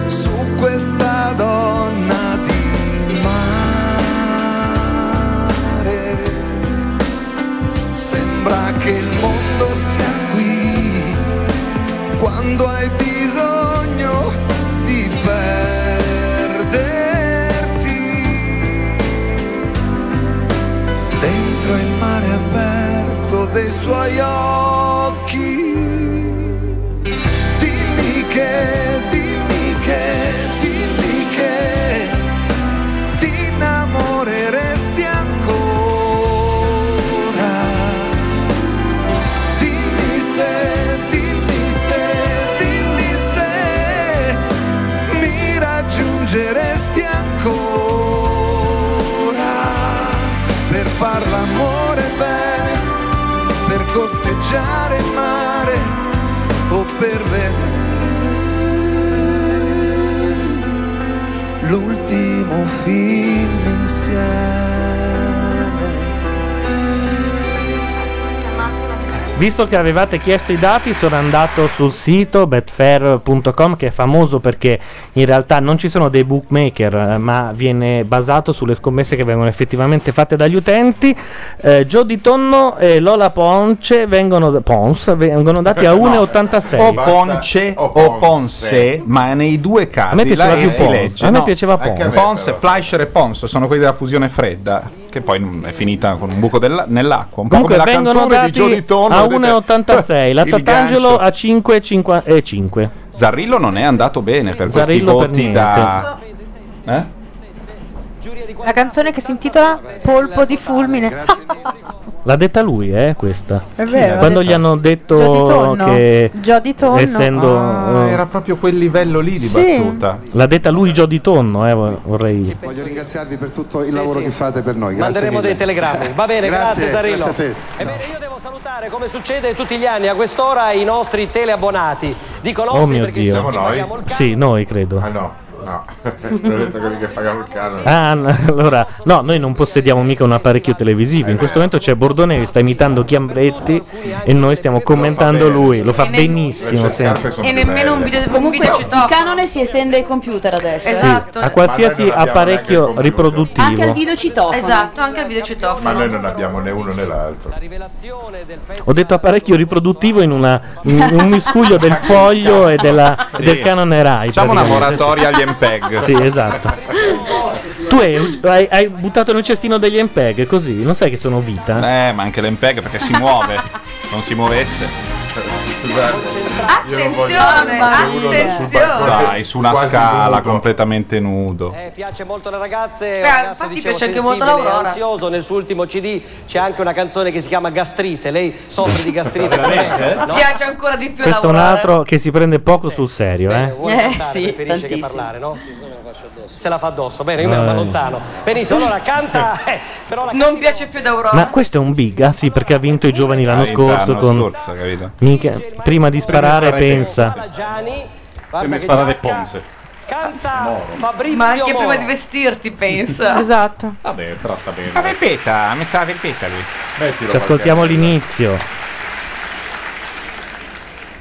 su questa donna di mare. Sembra che il mondo sia qui quando hai bisogno di perderti dentro il mare aperto dei suoi occhi. Dimmi che, dimmi che, dimmi che ti innamoreresti ancora. Dimmi se, dimmi se, dimmi se mi raggiungeresti ancora per far l'amore bene, per costeggiare il mare o per vedere l'ultimo film insieme.
Visto che avevate chiesto i dati, sono andato sul sito betfair.com che è famoso perché in realtà non ci sono dei bookmaker, eh, ma viene basato sulle scommesse che vengono effettivamente fatte dagli utenti. Eh, Joe Di Tonno e Lola Ponce vengono, Pons, vengono dati a
No,
1,86.
O Ponce o Ponce, ma nei due casi
A me piaceva
la E
più
si
Ponce,
legge.
a me piaceva
anche
Ponce.
a me, Ponce, Fleischer e Ponce sono quelli della fusione fredda, che poi mm, è finita con un buco della- nell'acqua. Un po'
Comunque
come la
vengono
canzone di
dati
Gio Di Tonno,
a
vedete?
1,86, la
Il
Tatangelo
gancio.
a 5,5.
Zarrillo non è andato bene per
Zarrillo per
questi voti
niente.
da... Eh?
La canzone che si intitola Polpo di fulmine.
L'ha detta lui, eh, questa.
È vero,
Quando
ha detto-
gli hanno
Gio di
detto
Tonno.
che
Gio di Tonno.
essendo
Ah,
eh,
era proprio quel livello lì di
Sì.
battuta.
l'ha detta lui Gio di Tonno, eh, vo- vorrei
Voglio ringraziarvi per tutto il lavoro che fate per noi. Grazie
Manderemo
mille.
dei telegrammi. Va bene, grazie, Zarillo.
Grazie a te.
Ebbene, io devo salutare, come succede tutti gli anni a quest'ora, i nostri teleabbonati. Dico nostri
Oh mio
perché
Dio.
tutti
Siamo noi?
paghiamo il
Sì, noi credo.
Ah no, no,
Eh,
ho detto quelli che pagano il canone.
Ah, n- allora, no, noi non possediamo mica un apparecchio televisivo. In questo momento c'è Bordone che sta imitando Chiambretti e noi stiamo commentando lui. Lo fa benissimo. sempre.
E nemmeno un video
Comunque
un
il canone si estende ai computer adesso. eh.
Esatto.
A qualsiasi apparecchio
Anche al
riproduttivo.
videocitofono.
Esatto, anche al videocitofono.
Ma noi non abbiamo né uno né l'altro.
Ho detto apparecchio riproduttivo in una- in un miscuglio del foglio e della-
Sì.
del canone Rai.
Facciamo una
praticamente.
moratoria agli MPEG.
Sì, esatto. Tu hai, hai- hai buttato in un cestino degli MPEG così, non sai che sono vita?
Eh, ma anche l'MPEG perché si muove. Non si muovesse.
Io non voglio- attenzione.
Dai, su una
Quasi
scala
nudo.
completamente nudo.
Eh, piace molto alle ragazze, un
Beh,
ragazzo,
infatti
dicevo,
piace anche molto
sensibile,
l'Aurora.
ansioso, nel suo ultimo CD c'è anche una canzone che si chiama Gastrite, lei soffre di gastrite
Veramente?
No?
Piace ancora di più
Questo è un
lavorare.
altro che si prende poco sul serio, eh?
Vuole cantare, preferisce che parlare, no? Se la fa addosso, bene, io me la
Eh.
vado lontano. Benissimo, allora canta, eh, però la
Non piace più da Aurora.
Ma questo è un big, ah sì, perché ha vinto i giovani l'anno
Ha vinto
scorso
l'anno
con
scorso, capito?
Mica- prima di sparare
sparare
pensa.
Gianni,
Prima
guarda
di
che
sparare
giacca,
Ponze.
canta Fabrizio
Ma anche prima
Moro.
di vestirti, pensa.
esatto.
Vabbè, però sta bene. La pepeta, mi sa la pepeta lui.
Ci ascoltiamo all'inizio.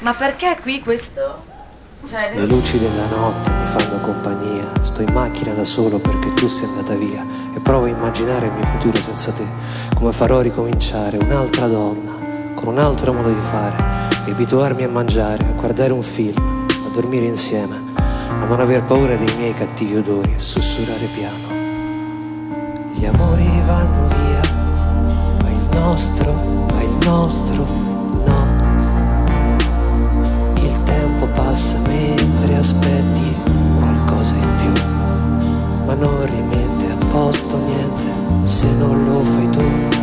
Ma perché è qui questo? Cioè,
Le luci della notte mi fanno compagnia, sto in macchina da solo perché tu sei andata via e provo a immaginare il mio futuro senza te, come farò a ricominciare un'altra donna, con un altro modo di fare, di abituarmi a mangiare, a guardare un film, a dormire insieme, a non aver paura dei miei cattivi odori, a sussurrare piano. Gli amori vanno via, ma il nostro, ma il nostro no. Il tempo passa mentre aspetti qualcosa in più, ma non rimette a posto niente se non lo fai tu.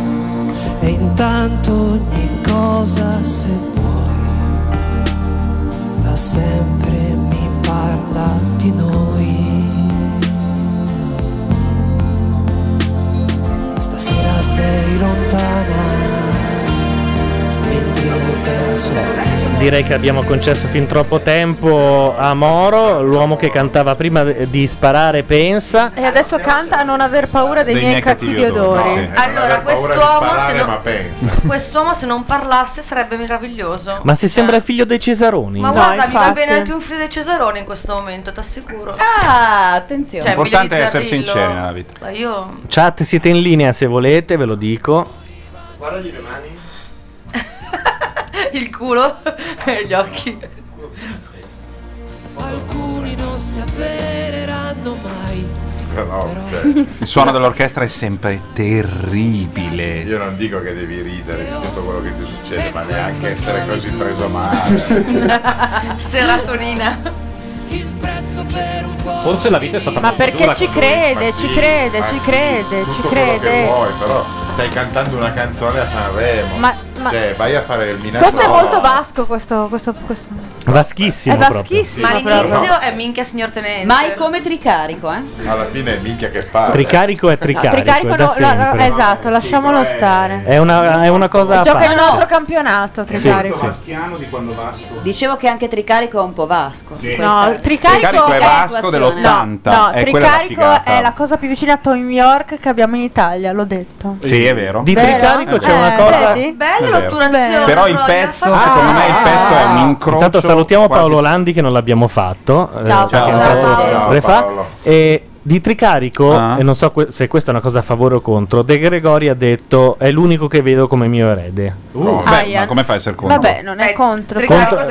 E intanto ogni cosa se vuoi, da sempre mi parla di noi. Stasera sei lontana, mentre io penso a te.
Direi che abbiamo concesso fin troppo tempo a Moro, l'uomo che cantava prima di sparare pensa.
E adesso canta a non aver paura dei, miei cattivi, odori. eh,
allora, quest'uomo se, non-
pensa.
quest'uomo se non parlasse sarebbe meraviglioso. Cioè,
Ma si sembra il figlio dei Cesaroni.
Ma guarda, mi va bene anche un Frida Cesarone in questo momento, t'assicuro.
Ah, attenzione.
Cioè,
L'importante è
Emilio
essere
Zarrillo-
sinceri nella vita.
Ma io
Chat, siete in linea se volete, ve lo dico.
Guardagli le mani. il culo e gli occhi.
Alcuni non si avvereranno mai.
cioè.
Il suono dell'orchestra è sempre terribile.
Io non dico che devi ridere di tutto quello che ti succede, ma neanche essere così preso male.
Seratonina.
Il prezzo per un po'.
Forse la vita è stata
Ma
molto
perché
dura
ci
con lui.
crede,
Ma
ci
sì,
crede,
ma
ci
sì,
crede, ci
Tutto quello che
crede.
vuoi, però stai cantando una canzone a Sanremo.
Ma- ma-
Cioè, vai a fare il minaccio.
Questo è molto vasco, questo, questo, questo.
Vaschissimo
È
proprio.
vaschissimo
Ma
proprio.
all'inizio è minchia signor Tenente. Ma è come tricarico, eh?
Alla fine è minchia che parla.
Tricarico è tricarico,
Tricarico
è da
no, la- la-
sempre.
esatto, lasciamolo stare.
È una, è una cosa a
Gioca in un
parte.
altro campionato, Tricarico.
sì.
Vaschiano di quando Vasco.
Dicevo che anche Tricarico è un po' vasco.
Sì.
Ecco. Questa-
No, Tricarico,
Tricarico è Vasco dell'80.
No,
è quella la
Tricarico
figata.
è la cosa più vicina a Tom York che abbiamo in Italia, l'ho detto.
Sì, è vero.
Di
Vero?
Tricarico c'è
Eh,
una cosa. Ah.
vedi?
Bello
È vero.
l'otturazione.
Però il pezzo, secondo me, il pezzo è un incrocio.
Intanto salutiamo
quasi-
Paolo Landi che non l'abbiamo fatto. eh,
Ciao,
perché è
Paolo.
entrato
Ciao, Paolo.
ore fa.
Ciao, Paolo. Ah.
E di Tricarico, e non so que- se questa è una cosa a favore o contro, De Gregori ha detto è l'unico che vedo come mio erede.
Uh, beh,
Aia.
ma come fai a essere contro?
Ah, Vabbè, non è contro.
Contro-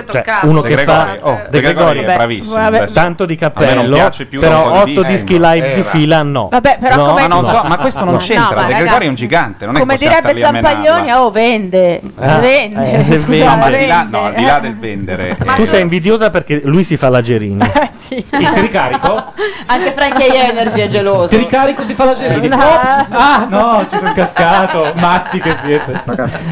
cioè, uno
De
che
Gregori,
fa
oh,
De
De Gregori
Gregori
è bravissimo,
vabbè.
adesso.
tanto di
A me non
cappello,
piace più da un
però
po' di
8
dischi.
dischi
Eh, ma
live di
era.
fila no.
Vabbè, però
No,
come-
Ma, non so, ma
no.
questo non c'entra.
No, ma
De
ragazzi,
Gregori è un gigante. Non è
Come
che possiamo
direbbe
stargli a
Zampaglioni,
menarla.
oh, vende.
Ah,
vende.
eh, se
scusate.
No, ma al di là,
vende.
no, al di là del vendere.
tu sei invidiosa perché lui si fa la Gerini.
sì.
Il Tricarico?
Anche Frank Ieri
Energy è geloso.
Ti ricarico, si fa la gelina.
No.
Ops! Ah, no, ci sono cascato. Matti che siete.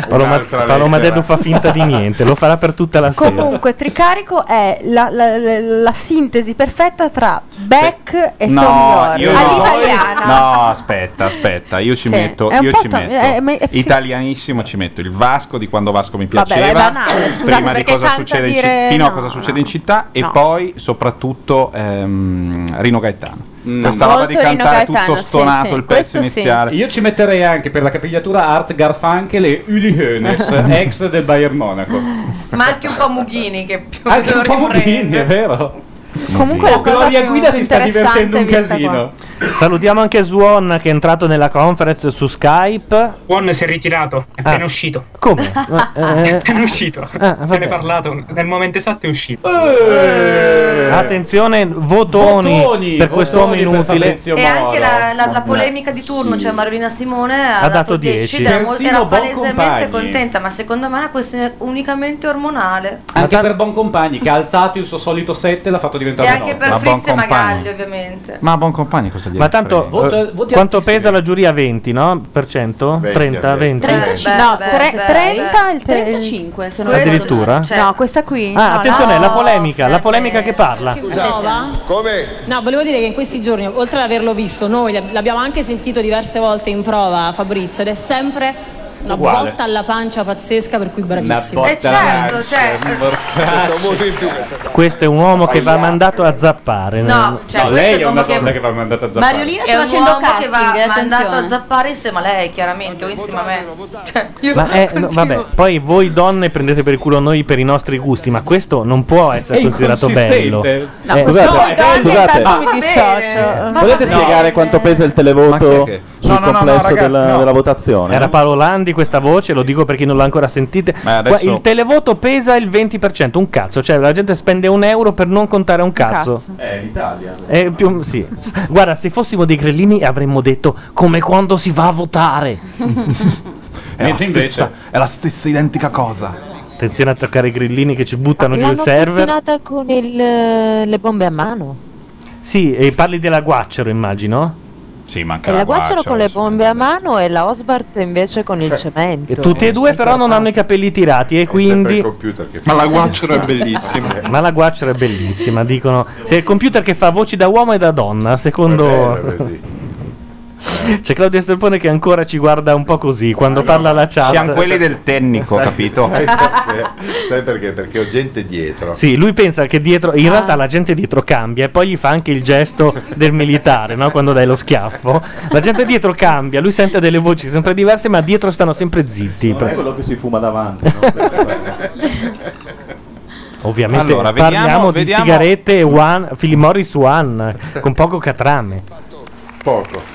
Paloma, Paloma Dedo fa finta di niente, lo farà per tutta la sera.
Comunque, Tricarico è la, la- la- la sintesi perfetta tra Beck e
No,
Tom
io
York.
no.
All'italiana.
No, aspetta, aspetta, io ci
Sì,
metto,
è un
io
po'
ci
to-
metto.
eh, ma- eh, sì.
Italianissimo ci metto il Vasco di quando Vasco mi
Vabbè,
piaceva,
è banale, scusate,
prima di
perché
cosa
tanto
succede in
dire
città, fino a
no,
cosa succede in città e
no.
poi soprattutto eh, ehm, Rino Gaetano. Questa roba
stava
di cantare tutto stonato il pezzo iniziale.
Io ci metterei anche per la capigliatura Art Garfunkel e Uli Hoeneß, ex del Bayern Monaco.
Ma anche un po' Mughini che più
Anche un po' Mughini, è vero?
Mm.
Comunque
la cosa Gloria più Guida si sta interessante divertendo un vista casino.
Salutiamo anche Swan che è entrato nella conference su Skype.
Swan si è ritirato,
Ah.
è appena uscito.
Come? Eh,
È uscito, te ne
vabbè. Ah.
ho parlato, nel momento esatto è uscito.
Eh.
Attenzione, votoni,
Votoni,
per quest'uomo
votoni per
inutile.
Fabrizio
E anche la, la- la polemica di turno, cioè Marolina Simone ha,
Ha dato 10.
ed era, mol-
Persino
era
Bon
palesemente
Compagni.
contenta, ma secondo me è una questione unicamente ormonale.
Anche per Bon Compagni che ha alzato il suo solito 7 e l'ha fatto diventare
E
un
anche per
otto.
Fritz e Magalli, ovviamente.
Ma buon compagno cosa gli
Ma tanto,
frega?
eh,
Voti
quanto pesa la giuria? 20, no? Per cento? 30, 20?
No,
beh,
tre-
beh,
30 il
35 se
non Addirittura? sbaglio.
No, questa qui.
Ah,
no,
attenzione,
no.
la polemica, la polemica che parla.
Prova?
Come?
No, volevo dire che in questi giorni, oltre ad averlo visto, noi l'ab- l'abbiamo anche sentito diverse volte in prova Fabrizio ed è sempre una
Uguale.
botta alla pancia pazzesca per cui bravissimo.
Una botta alla Eh,
Cioè,
certo,
Questo è un uomo che va mandato a zappare.
No, cioè, questo
lei è
uomo
una
che-
donna che va mandata a zappare.
Mariolina
sta facendo
che
casting, eh,
va
attenzione.
mandato a zappare insieme a lei, chiaramente, o insieme a me. Cioè, io-
Ma eh, no, vabbè, poi voi donne prendete per il culo noi per i nostri gusti, ma questo non può essere
È
considerato bello.
inconsistente.
Eh, Ah,
scusate,
scusate.
Mi dissocio.
Volete spiegare quanto pesa il televoto sul
No, no, no, no,
complesso
ragazzi,
della,
no.
della votazione?
Era Paolo Landi questa voce, lo dico per chi non l'ha ancora sentita.
adesso-
Qua Il televoto pesa il 20%, un cazzo, cioè la gente spende un euro per non contare un cazzo.
Eh, l'Italia.
Eh, più- sì. S- Guarda, se fossimo dei grillini avremmo detto come quando si va a votare.
È la stessa, è la stessa identica cosa.
Attenzione a toccare i grillini che ci buttano giù il
L'hanno
server.
pettinata con il, eh, le bombe a mano.
Sì, e parli della Guaccero, immagino. Sì, manca
E la guacciano con le bombe a mano e la Osbart invece con
Eh.
il cemento.
Tutti e due però non hanno i capelli tirati e quindi...
Ma la guacciano
è bellissima.
Eh.
Ma la guacciano è bellissima, dicono. Se è il computer che fa voci da uomo e da donna, secondo... C'è Claudio Stolpone che ancora ci guarda un po' così quando parla alla chat.
Ah, Siamo quelli del tecnico, capito?
Sai perché? Sai perché? Perché ho gente dietro.
Sì, lui pensa che dietro, in realtà la gente dietro cambia e poi gli fa anche il gesto del militare, no? Quando dai lo schiaffo. La gente dietro cambia, lui sente delle voci sempre diverse, ma dietro stanno sempre zitti.
Non è quello che si fuma davanti.
Ovviamente
Allora, vediamo-
parliamo di
vediamo-
sigarette One, Philip Morris One, con poco catrame.
Poco.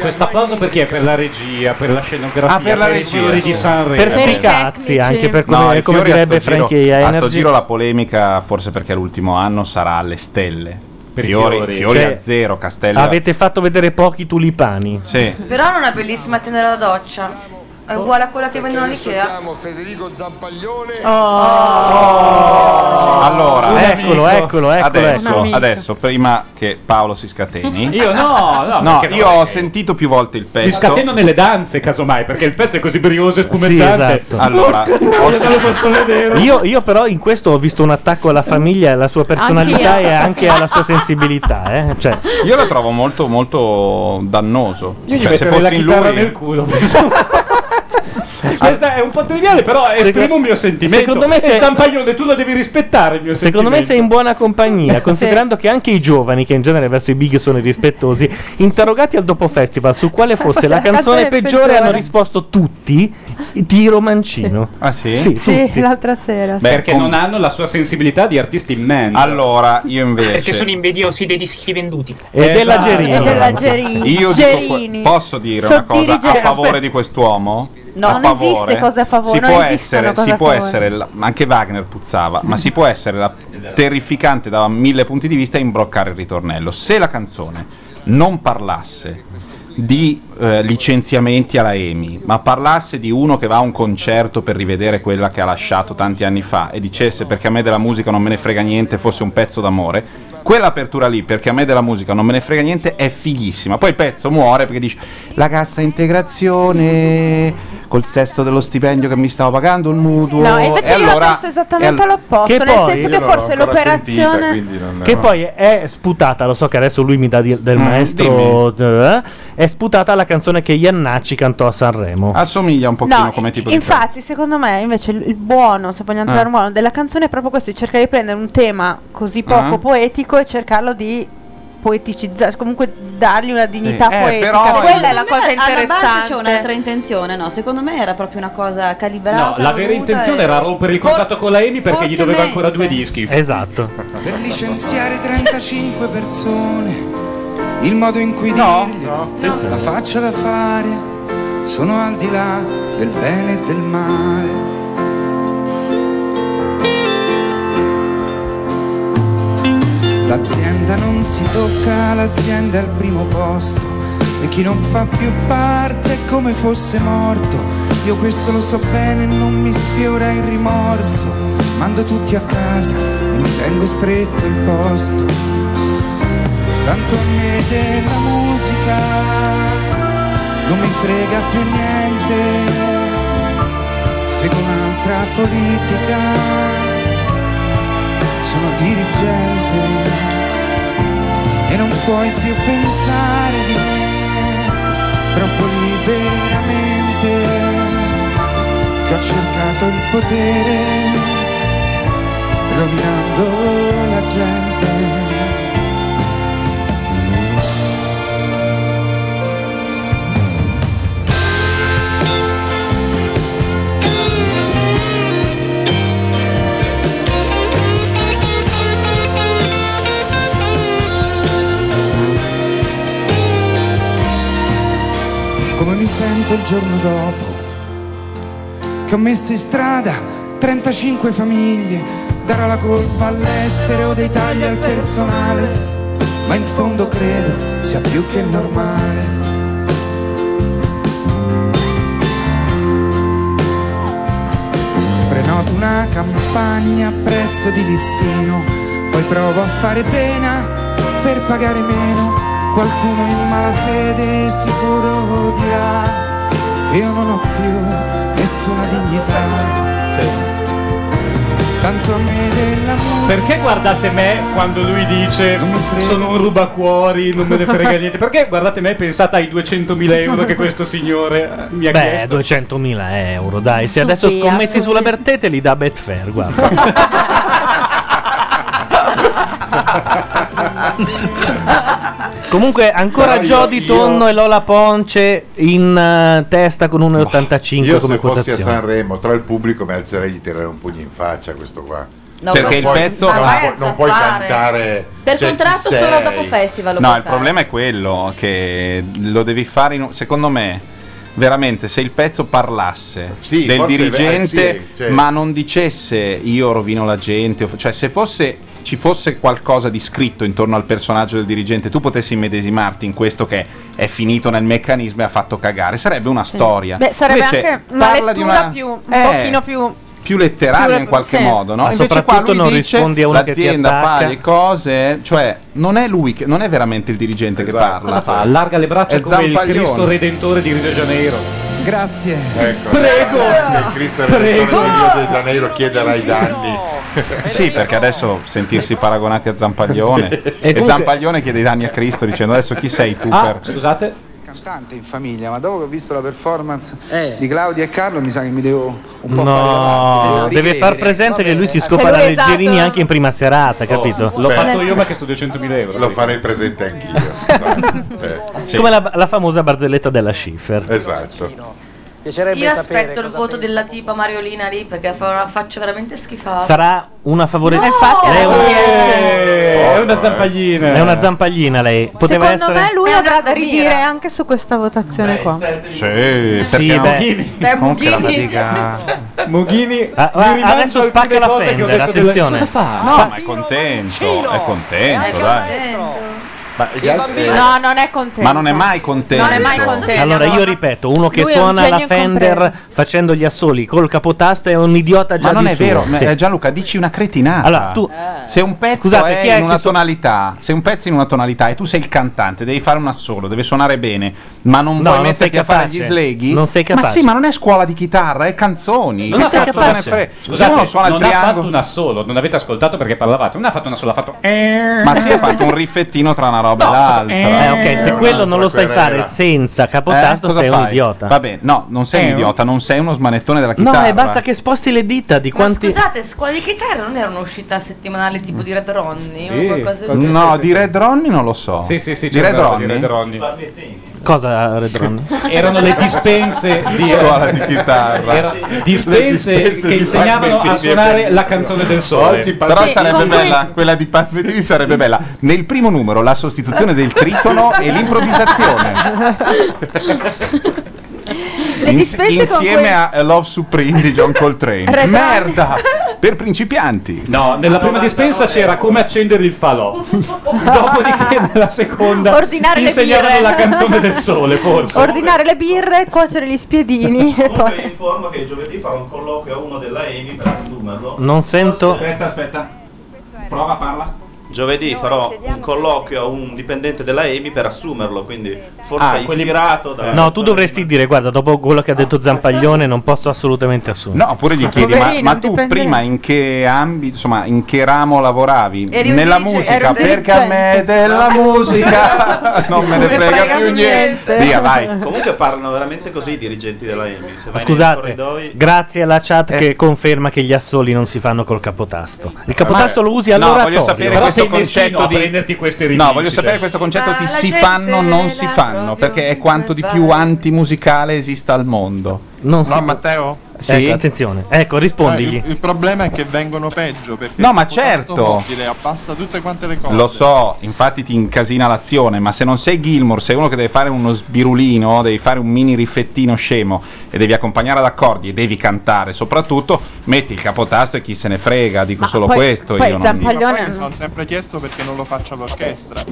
Questo applauso per chi è? Per la regia, per la scenografia,
Ah, per la
i
regia.
giuri di Sanremo.
Per sti cazzi, anche per come,
i
come
fiori a
direbbe
sto giro-
Frankie
A sto
Energy.
giro la polemica, forse perché è l'ultimo anno, sarà alle stelle.
Per i
fiori
fiori.
fiori
Cioè,
a zero, Castello.
Avete fatto vedere pochi tulipani.
Sì.
Cioè, Però ha una bellissima tenda da doccia. È uguale a quella che vendono all'Ikea. Oh.
Federico Zampaglione.
Oh!
Allora, ecco,
Un
Uh, Eccolo, amico. eccolo, ecco. eccolo,
Adesso,
eccolo. Un amico.
adesso, prima che Paolo si scateni.
Io no, no, perché
io
no,
ho
perché-
sentito più volte il pezzo.
Mi scateno nelle danze, casomai, perché il pezzo è così brioso e spumeggiante.
esatto.
Allora,
Porca troia,
ho-
se lo posso
Oh!
vedere.
Io, io però in questo ho visto un attacco alla famiglia, e alla sua personalità
Anch'io.
e anche alla sua sensibilità. Eh? Cioè,
Io lo trovo molto, molto dannoso.
Io gli
Cioè, se
metterei la
fossi in
chitarra
lui,
nel culo. Questa è un po' triviale, però esprimo un mio sentimento.
secondo me
E
se-
Zampaglione, tu lo devi rispettare il mio
Secondo me sei in buona compagnia, considerando che anche i giovani, che in genere verso i big sono irrispettosi, interrogati al dopo festival su quale fosse la canzone peggiore, hanno risposto tutti di Romancino.
Ah sì?
Sì,
Sì,
tutti.
l'altra sera. sì.
perché non hanno la sua sensibilità di artisti immenso.
Allora, io
Perché sono invidiosi dei dischi venduti.
E
Eh,
della
Gerini. Esatto. E della Gerini.
Io dico, que-
Gerini.
posso dire
Sottili
una cosa a
Gerini.
favore di quest'uomo?
No,
a
non esiste cose a favore,
Si
non
può
esistono
essere,
cose
si
a
può
favore.
essere la- ma anche Wagner puzzava, ma si può essere la- terrificante da mille punti di vista e imbroccare il ritornello. Se la canzone non parlasse di eh, licenziamenti alla EMI, ma parlasse di uno che va a un concerto per rivedere quella che ha lasciato tanti anni fa e dicesse perché a me della musica non me ne frega niente, fosse un pezzo d'amore, quell'apertura lì, perché a me della musica non me ne frega niente, è fighissima. Poi il pezzo muore perché dice la cassa integrazione col sesto dello stipendio che mi stavo pagando il mutuo.
No, e invece
E
io
allora-
penso esattamente
e all-
all'opposto,
Che
nel
poi-
senso che forse l'operazione
Che poi è sputata, lo so che adesso lui mi dà di-
Mm,
del maestro, eh, è sputata la canzone che Iannacci cantò a Sanremo.
Assomiglia un
No, infatti, secondo me invece il il buono, se vogliamo trovare
Ah.
un buono, della canzone è proprio questo: di cercare di prendere un tema così poco
Ah.
poetico e cercarlo di poeticizzare, comunque dargli una dignità
Eh,
poetica.
però-
che quella è
Secondo
la
me
cosa
Alla base
interessante.
c'è un'altra intenzione, no? Secondo me era proprio una cosa calibrata.
No, la vera
voluta
intenzione
e-
era rompere il contatto con la Emi perché gli doveva ancora due dischi.
Esatto.
Per licenziare 35 persone, il modo in cui dirglielo, la faccia da fare, sono al di là del bene e del male. L'azienda non si tocca, l'azienda è al primo posto e chi non fa più parte è come fosse morto. Io questo lo so bene, non mi sfiora il rimorso. Mando tutti a casa e mi tengo stretto il posto. Tanto a me della musica non mi frega più niente. Seguo un'altra politica, sono dirigente e non puoi più pensare di me troppo liberamente che ho cercato il potere rovinando la gente come mi sento il giorno dopo che ho messo in strada 35 famiglie darò la colpa all'estero dei tagli al personale ma in fondo credo sia più che normale prenoto una campagna a prezzo di listino poi provo a fare pena per pagare meno Qualcuno in malafede sicuro dirà che io non ho più nessuna dignità. Tanto a me della
Perché guardate me quando lui dice sono un rubacuori, non me ne frega niente? Perché guardate me e pensate ai 200.000 euro che questo signore mi ha
Beh,
chiesto?
200.000 euro, dai. Se adesso
Sofia,
scommetti
Sofia.
sulla Bertè te li dà Betfair, guarda. Comunque, ancora
No, io-
Jody
io-
Tonno e Lola Ponce in eh, testa con 1,85
Io
come
se fossi a
quotazione.
Sanremo, tra il pubblico mi alzerei di tirare un pugno in faccia a questo qua.
No, Perché
Non
il
puoi-
pezzo- Ma
non,
vai a
puoi- non puoi
zappare.
cantare
Per
cioè, chi
contratto solo
sei?
dopo festival. lo
No,
puoi
il
fare.
problema è quello che lo devi fare in un- secondo me veramente se il pezzo parlasse
Sì,
del
forse-
dirigente
eh, sì, cioè-
ma non dicesse io rovino la gente, o- cioè se fosse ci fosse qualcosa di scritto intorno al personaggio del dirigente, tu potessi immedesimarti in questo che è finito nel meccanismo e ha fatto cagare, sarebbe una storia.
Beh, sarebbe
Invece
anche una
parla
lettura
di
più, un
Eh.
pochino più.
più letteraria in qualche
Sì.
modo, no?
Ma
Invece
soprattutto
qua lui
non
dice,
rispondi a uno che ti
l'azienda fa
attacca."
le cose, cioè non è lui che non è veramente il dirigente che parla.
Cosa fa? Allarga le braccia
È
come il
zampaglione.
Cristo Redentore di Rio de Janeiro.
Grazie.
Ecco,
Prego.
grazie, il Cristo
Prego.
Redentore di Rio de Janeiro chiederà i danni.
Sì, perché adesso sentirsi paragonati a Zampaglione
Sì.
e,
E comunque-
Zampaglione chiede i danni a Cristo dicendo adesso chi sei tu
Ah,
per
Scusate.
Cantante in famiglia, ma dopo che ho visto la performance di Claudia e Carlo, mi sa che mi devo un po' fare
No,
avanti, devo
deve far
ricredere.
presente che lui si
Che
scopa
lui
la
esatto.
Leggerini anche in prima
Oh,
serata, capito?
L'ho fatto io ma che sto 200.000 euro.
Lo farei presente anch'io, scusate. Cioè,
Come la, la famosa barzelletta della Schiffer.
Esatto.
Io aspetto il voto della tipa Mariolina lì perché fa una faccia veramente schifata.
Sarà una favorevole.
No! Infatti
Lei è,
l'avevo
una...
È una zampaglina.
È una zampaglina lei. Poteva
eh, Secondo
essere.
me Eh, lui
È una
avrà da
rapina.
ridire anche su questa votazione qua.
Sì,
Sì,
perché no?
beh. Beh,
Non che la
Mughini.
dica-
Mughini
Ah, ah,
mi rimangio
adesso
alcune
spacca la
cose che ho detto
Fender,
della-
attenzione.
Cosa fa?
Eh,
Ecco.
No, ma è contento, è contento, dai.
Ma
gli altri-
No, non è contento.
Ma non è mai contento.
Non è mai contento.
Allora io ripeto, uno che
Lui è un
suona la
genio
Fender facendo gli assoli col capotasto è un idiota già
Ma non
di
è
suo,
vero,
sì.
eh, Gianluca, dici una cretinata.
Allora, tu-
Ah. se un pezzo
Scusate,
è
chi è
in una
che so-
tonalità, se un pezzo è in una tonalità e tu sei il cantante, devi fare un assolo, deve suonare bene, ma non
No,
puoi
non
metterti
sei
a fare
capace.
gli sleghi.
Non sei
Ma
capace.
sì, ma non è scuola di chitarra, è canzoni.
Non
Che
ha fatto
cazzo te ne frega? Se
Scusate,
uno suona il
non ha fatto
triangolo,
una solo, non avete ascoltato perché parlavate. Non ha fatto una sola, ha fatto. eh.
ma si è fatto un riffettino tra una roba e l'altra.
Eh, ok, se quello non lo sai fare senza capotasto
eh, cosa
sei un
fai?
idiota.
Va bene, no, non sei
Eh,
un idiota, non sei uno smanettone della
No,
chitarra.
e basta che sposti le dita di quanti
Scusate, scuola di chitarra non era un'uscita settimanale tipo di Red Ronnie o qualcosa del genere?
No, di Red Ronnie non lo so.
Sì, sì, sì,
di
c'è
Red
stato di
Ronnie.
Red Ronnie.
cosa Red Ronnie?
Erano le dispense di
Scuola di chitarra.
Era- dispense,
Le dispense
che
di
insegnavano a
Palmetini e
suonare
Pellegrino.
la canzone del sole.
Oggi passa- Però sarebbe bella, quella di Palmetini sarebbe bella. Nel primo numero la sostituzione del tritono e l'improvvisazione.
Le
Ins-
dispense con
insieme
cui-
a A Love Supreme di John Coltrane.
Red
Merda! Per principianti.
No, nella prima dispensa c'era come accendere il falò. Dopodiché nella seconda
Ordinare le
insegnavano
birre.
la canzone del sole, forse.
Ordinare le birre, cuocere gli spiedini. e
Comunque vi
poi-
informo che giovedì farò un colloquio a uno della EMI per assumerlo.
Non sento
Aspetta, aspetta. Prova, parla.
Giovedì farò un colloquio a un dipendente della EMI per assumerlo, quindi forse
Ah, quelli-
ispirato da...
No, tu dovresti dire, guarda, dopo quello che ha detto Zampaglione non posso assolutamente assumere.
No, oppure gli chiedi, ma,
Poverino,
ma
non
tu
dipende-
prima in che ambito, insomma, in che ramo lavoravi?
Eri un
Nella
DJ, eri
musica,
un
perché a me della musica non me ne frega più niente. Via, vai.
Comunque parlano veramente così i dirigenti della EMI. Se vai
Ma
nei
Scusate,
corridoi...
grazie alla chat
Eh.
che conferma che gli assoli non si fanno col capotasto. Il capotasto
Vabbè.
lo usi
No,
allora.
voglio sapere questo concetto di No, voglio sapere questo
Ah,
concetto di si fanno o non si fanno, perché è quanto di più antimusicale esista al mondo.
Non si-
Matteo? Eh,
Sì.
Ecco, attenzione. Ecco,
Eh,
rispondigli.
il, il problema è che vengono peggio perché
No, ma
il potasto
certo.
mobile abbassa tutte quante le cose.
Lo so, infatti ti incasina l'azione, ma se non sei Gilmour, sei uno che deve fare uno sbirulino, devi fare un mini riffettino scemo e devi accompagnare ad accordi e devi cantare, soprattutto metti il capotasto e chi se ne frega, dico solo questo io non-
Sì, ma poi mi sono sempre chiesto perché non lo faccia l'orchestra.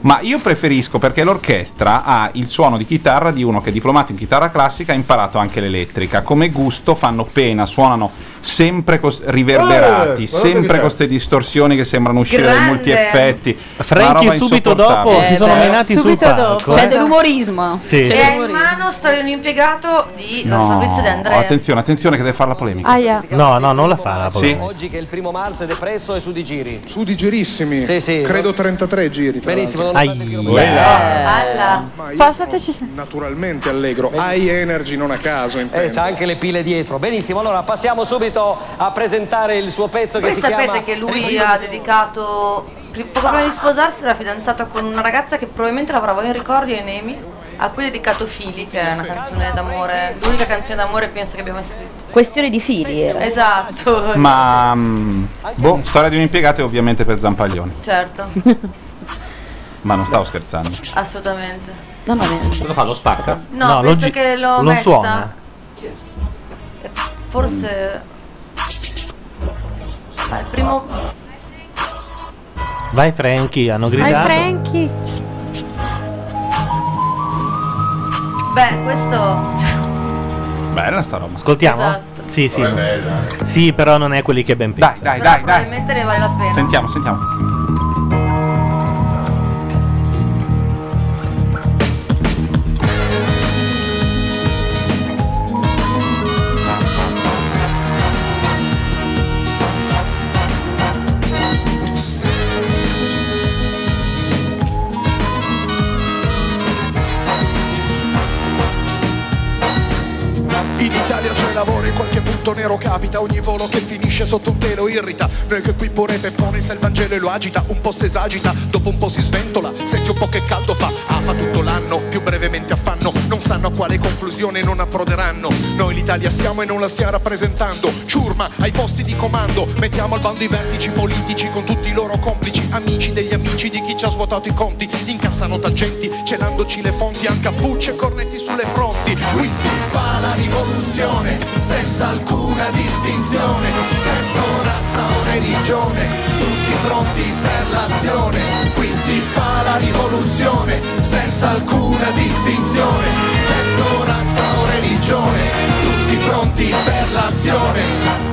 Ma io preferisco perché l'orchestra ha il suono di chitarra di uno che è diplomato in chitarra classica e ha imparato anche l'elettrica. Come gusto fanno pena, suonano sempre cos- riverberati,
Eh, guardate che
sempre
c'è.
con queste distorsioni che sembrano uscire dai
Grande.
multi effetti.
Franchi subito dopo si
Eh,
sono menati sul
Ecco.
palco.
C'è
eh.
dell'umorismo.
Sì.
E ha in mano storia di un impiegato di eh, Fabrizio De
No,
Andrea. Ah,
attenzione, attenzione che deve fare la polemica.
Aia.
No, no, non la fa la
Sì.
polemica.
Oggi che è il primo marzo ed è presso e su di giri.
Su di girissimi.
Sì, sì.
Credo 33 giri. tra
Benissimo,
l'altro.
Eh, Alla.
Naturalmente allegro. High energy non a caso,
Eh,
intendo.
c'ha anche le pile dietro. Benissimo, allora passiamo subito a presentare il suo pezzo che
Voi
si
sapete
chiama
che lui
Ricordo
ha
di-
dedicato pri- poco prima di sposarsi era fidanzato con una ragazza che probabilmente lavorava in ricordi ai Nemi a cui ha dedicato Fili che è una canzone d'amore l'unica canzone d'amore penso che abbiamo mai scritto
Questione di fili era.
esatto
Ma mm, boh, storia di un impiegato è ovviamente per Zampaglione,
certo
ma non stavo scherzando.
assolutamente
Cosa fa lo stacca?
no, penso che lo metta forse ma il primo
Vai Franchi, hanno gridato.
Frankie beh questo
Bella sta roba.
Ascoltiamo?
Esatto.
Sì, sì.
Vabbè,
Sì, però non è quelli che ben pensa.
Dai,
però probabilmente ne vale la pena
Sentiamo, sentiamo.
In Italia c'è lavoro, in qualche punto nero capita Ogni volo che finisce sotto un telo irrita Noi che qui pure peppone sa il Vangelo e lo agita Un po' si esagita, dopo un po' si sventola Senti un po' che caldo fa, ah fa tutto l'anno Più brevemente affanno, non sanno a quale conclusione non approderanno Noi l'Italia siamo e non la stiamo rappresentando Ciurma ai posti di comando Mettiamo al bando i vertici politici con tutti i loro complici Amici degli amici di chi ci ha svuotato i conti Incassano tangenti, celandoci le fonti Anche a pucce e cornetti sulle fronti Qui si fa la rivoluzione senza alcuna distinzione Sesso, razza o religione, tutti pronti per l'azione Qui si fa la
rivoluzione senza alcuna distinzione, sesso, razza o religione, tutti pronti per l'azione.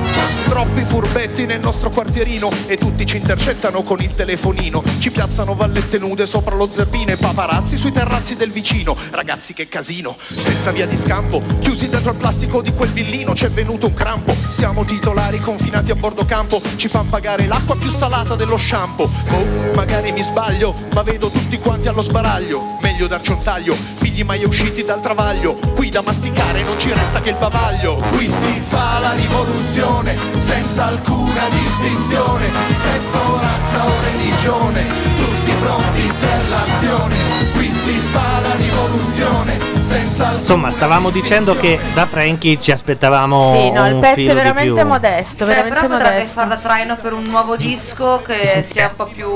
Troppi furbetti nel nostro quartierino e tutti ci intercettano con il telefonino. Ci piazzano vallette nude sopra lo zerbino e paparazzi sui terrazzi del vicino. Ragazzi che casino, senza via di scampo, chiusi dentro al plastico di quel villino c'è venuto un crampo. Siamo titolari confinati a bordo campo, ci fan pagare l'acqua più salata dello shampoo. Boh, magari mi sbaglio, ma vedo tutti quanti allo sbaraglio. Meglio darci un taglio, figli mai usciti dal travaglio. Qui da masticare non ci resta che il bavaglio. Qui si fa la rivoluzione senza alcuna distinzione, sesso, razza o religione, tutti pronti per l'azione, qui si fa la rivoluzione, senza alcuna
Insomma, stavamo dicendo che da Frankie ci aspettavamo
Sì, no, il
un
pezzo
filo
è
di
veramente
più.
modesto,
Cioè,
veramente
però potrebbe
modesto.
far da traino per un nuovo disco che sia un po' più.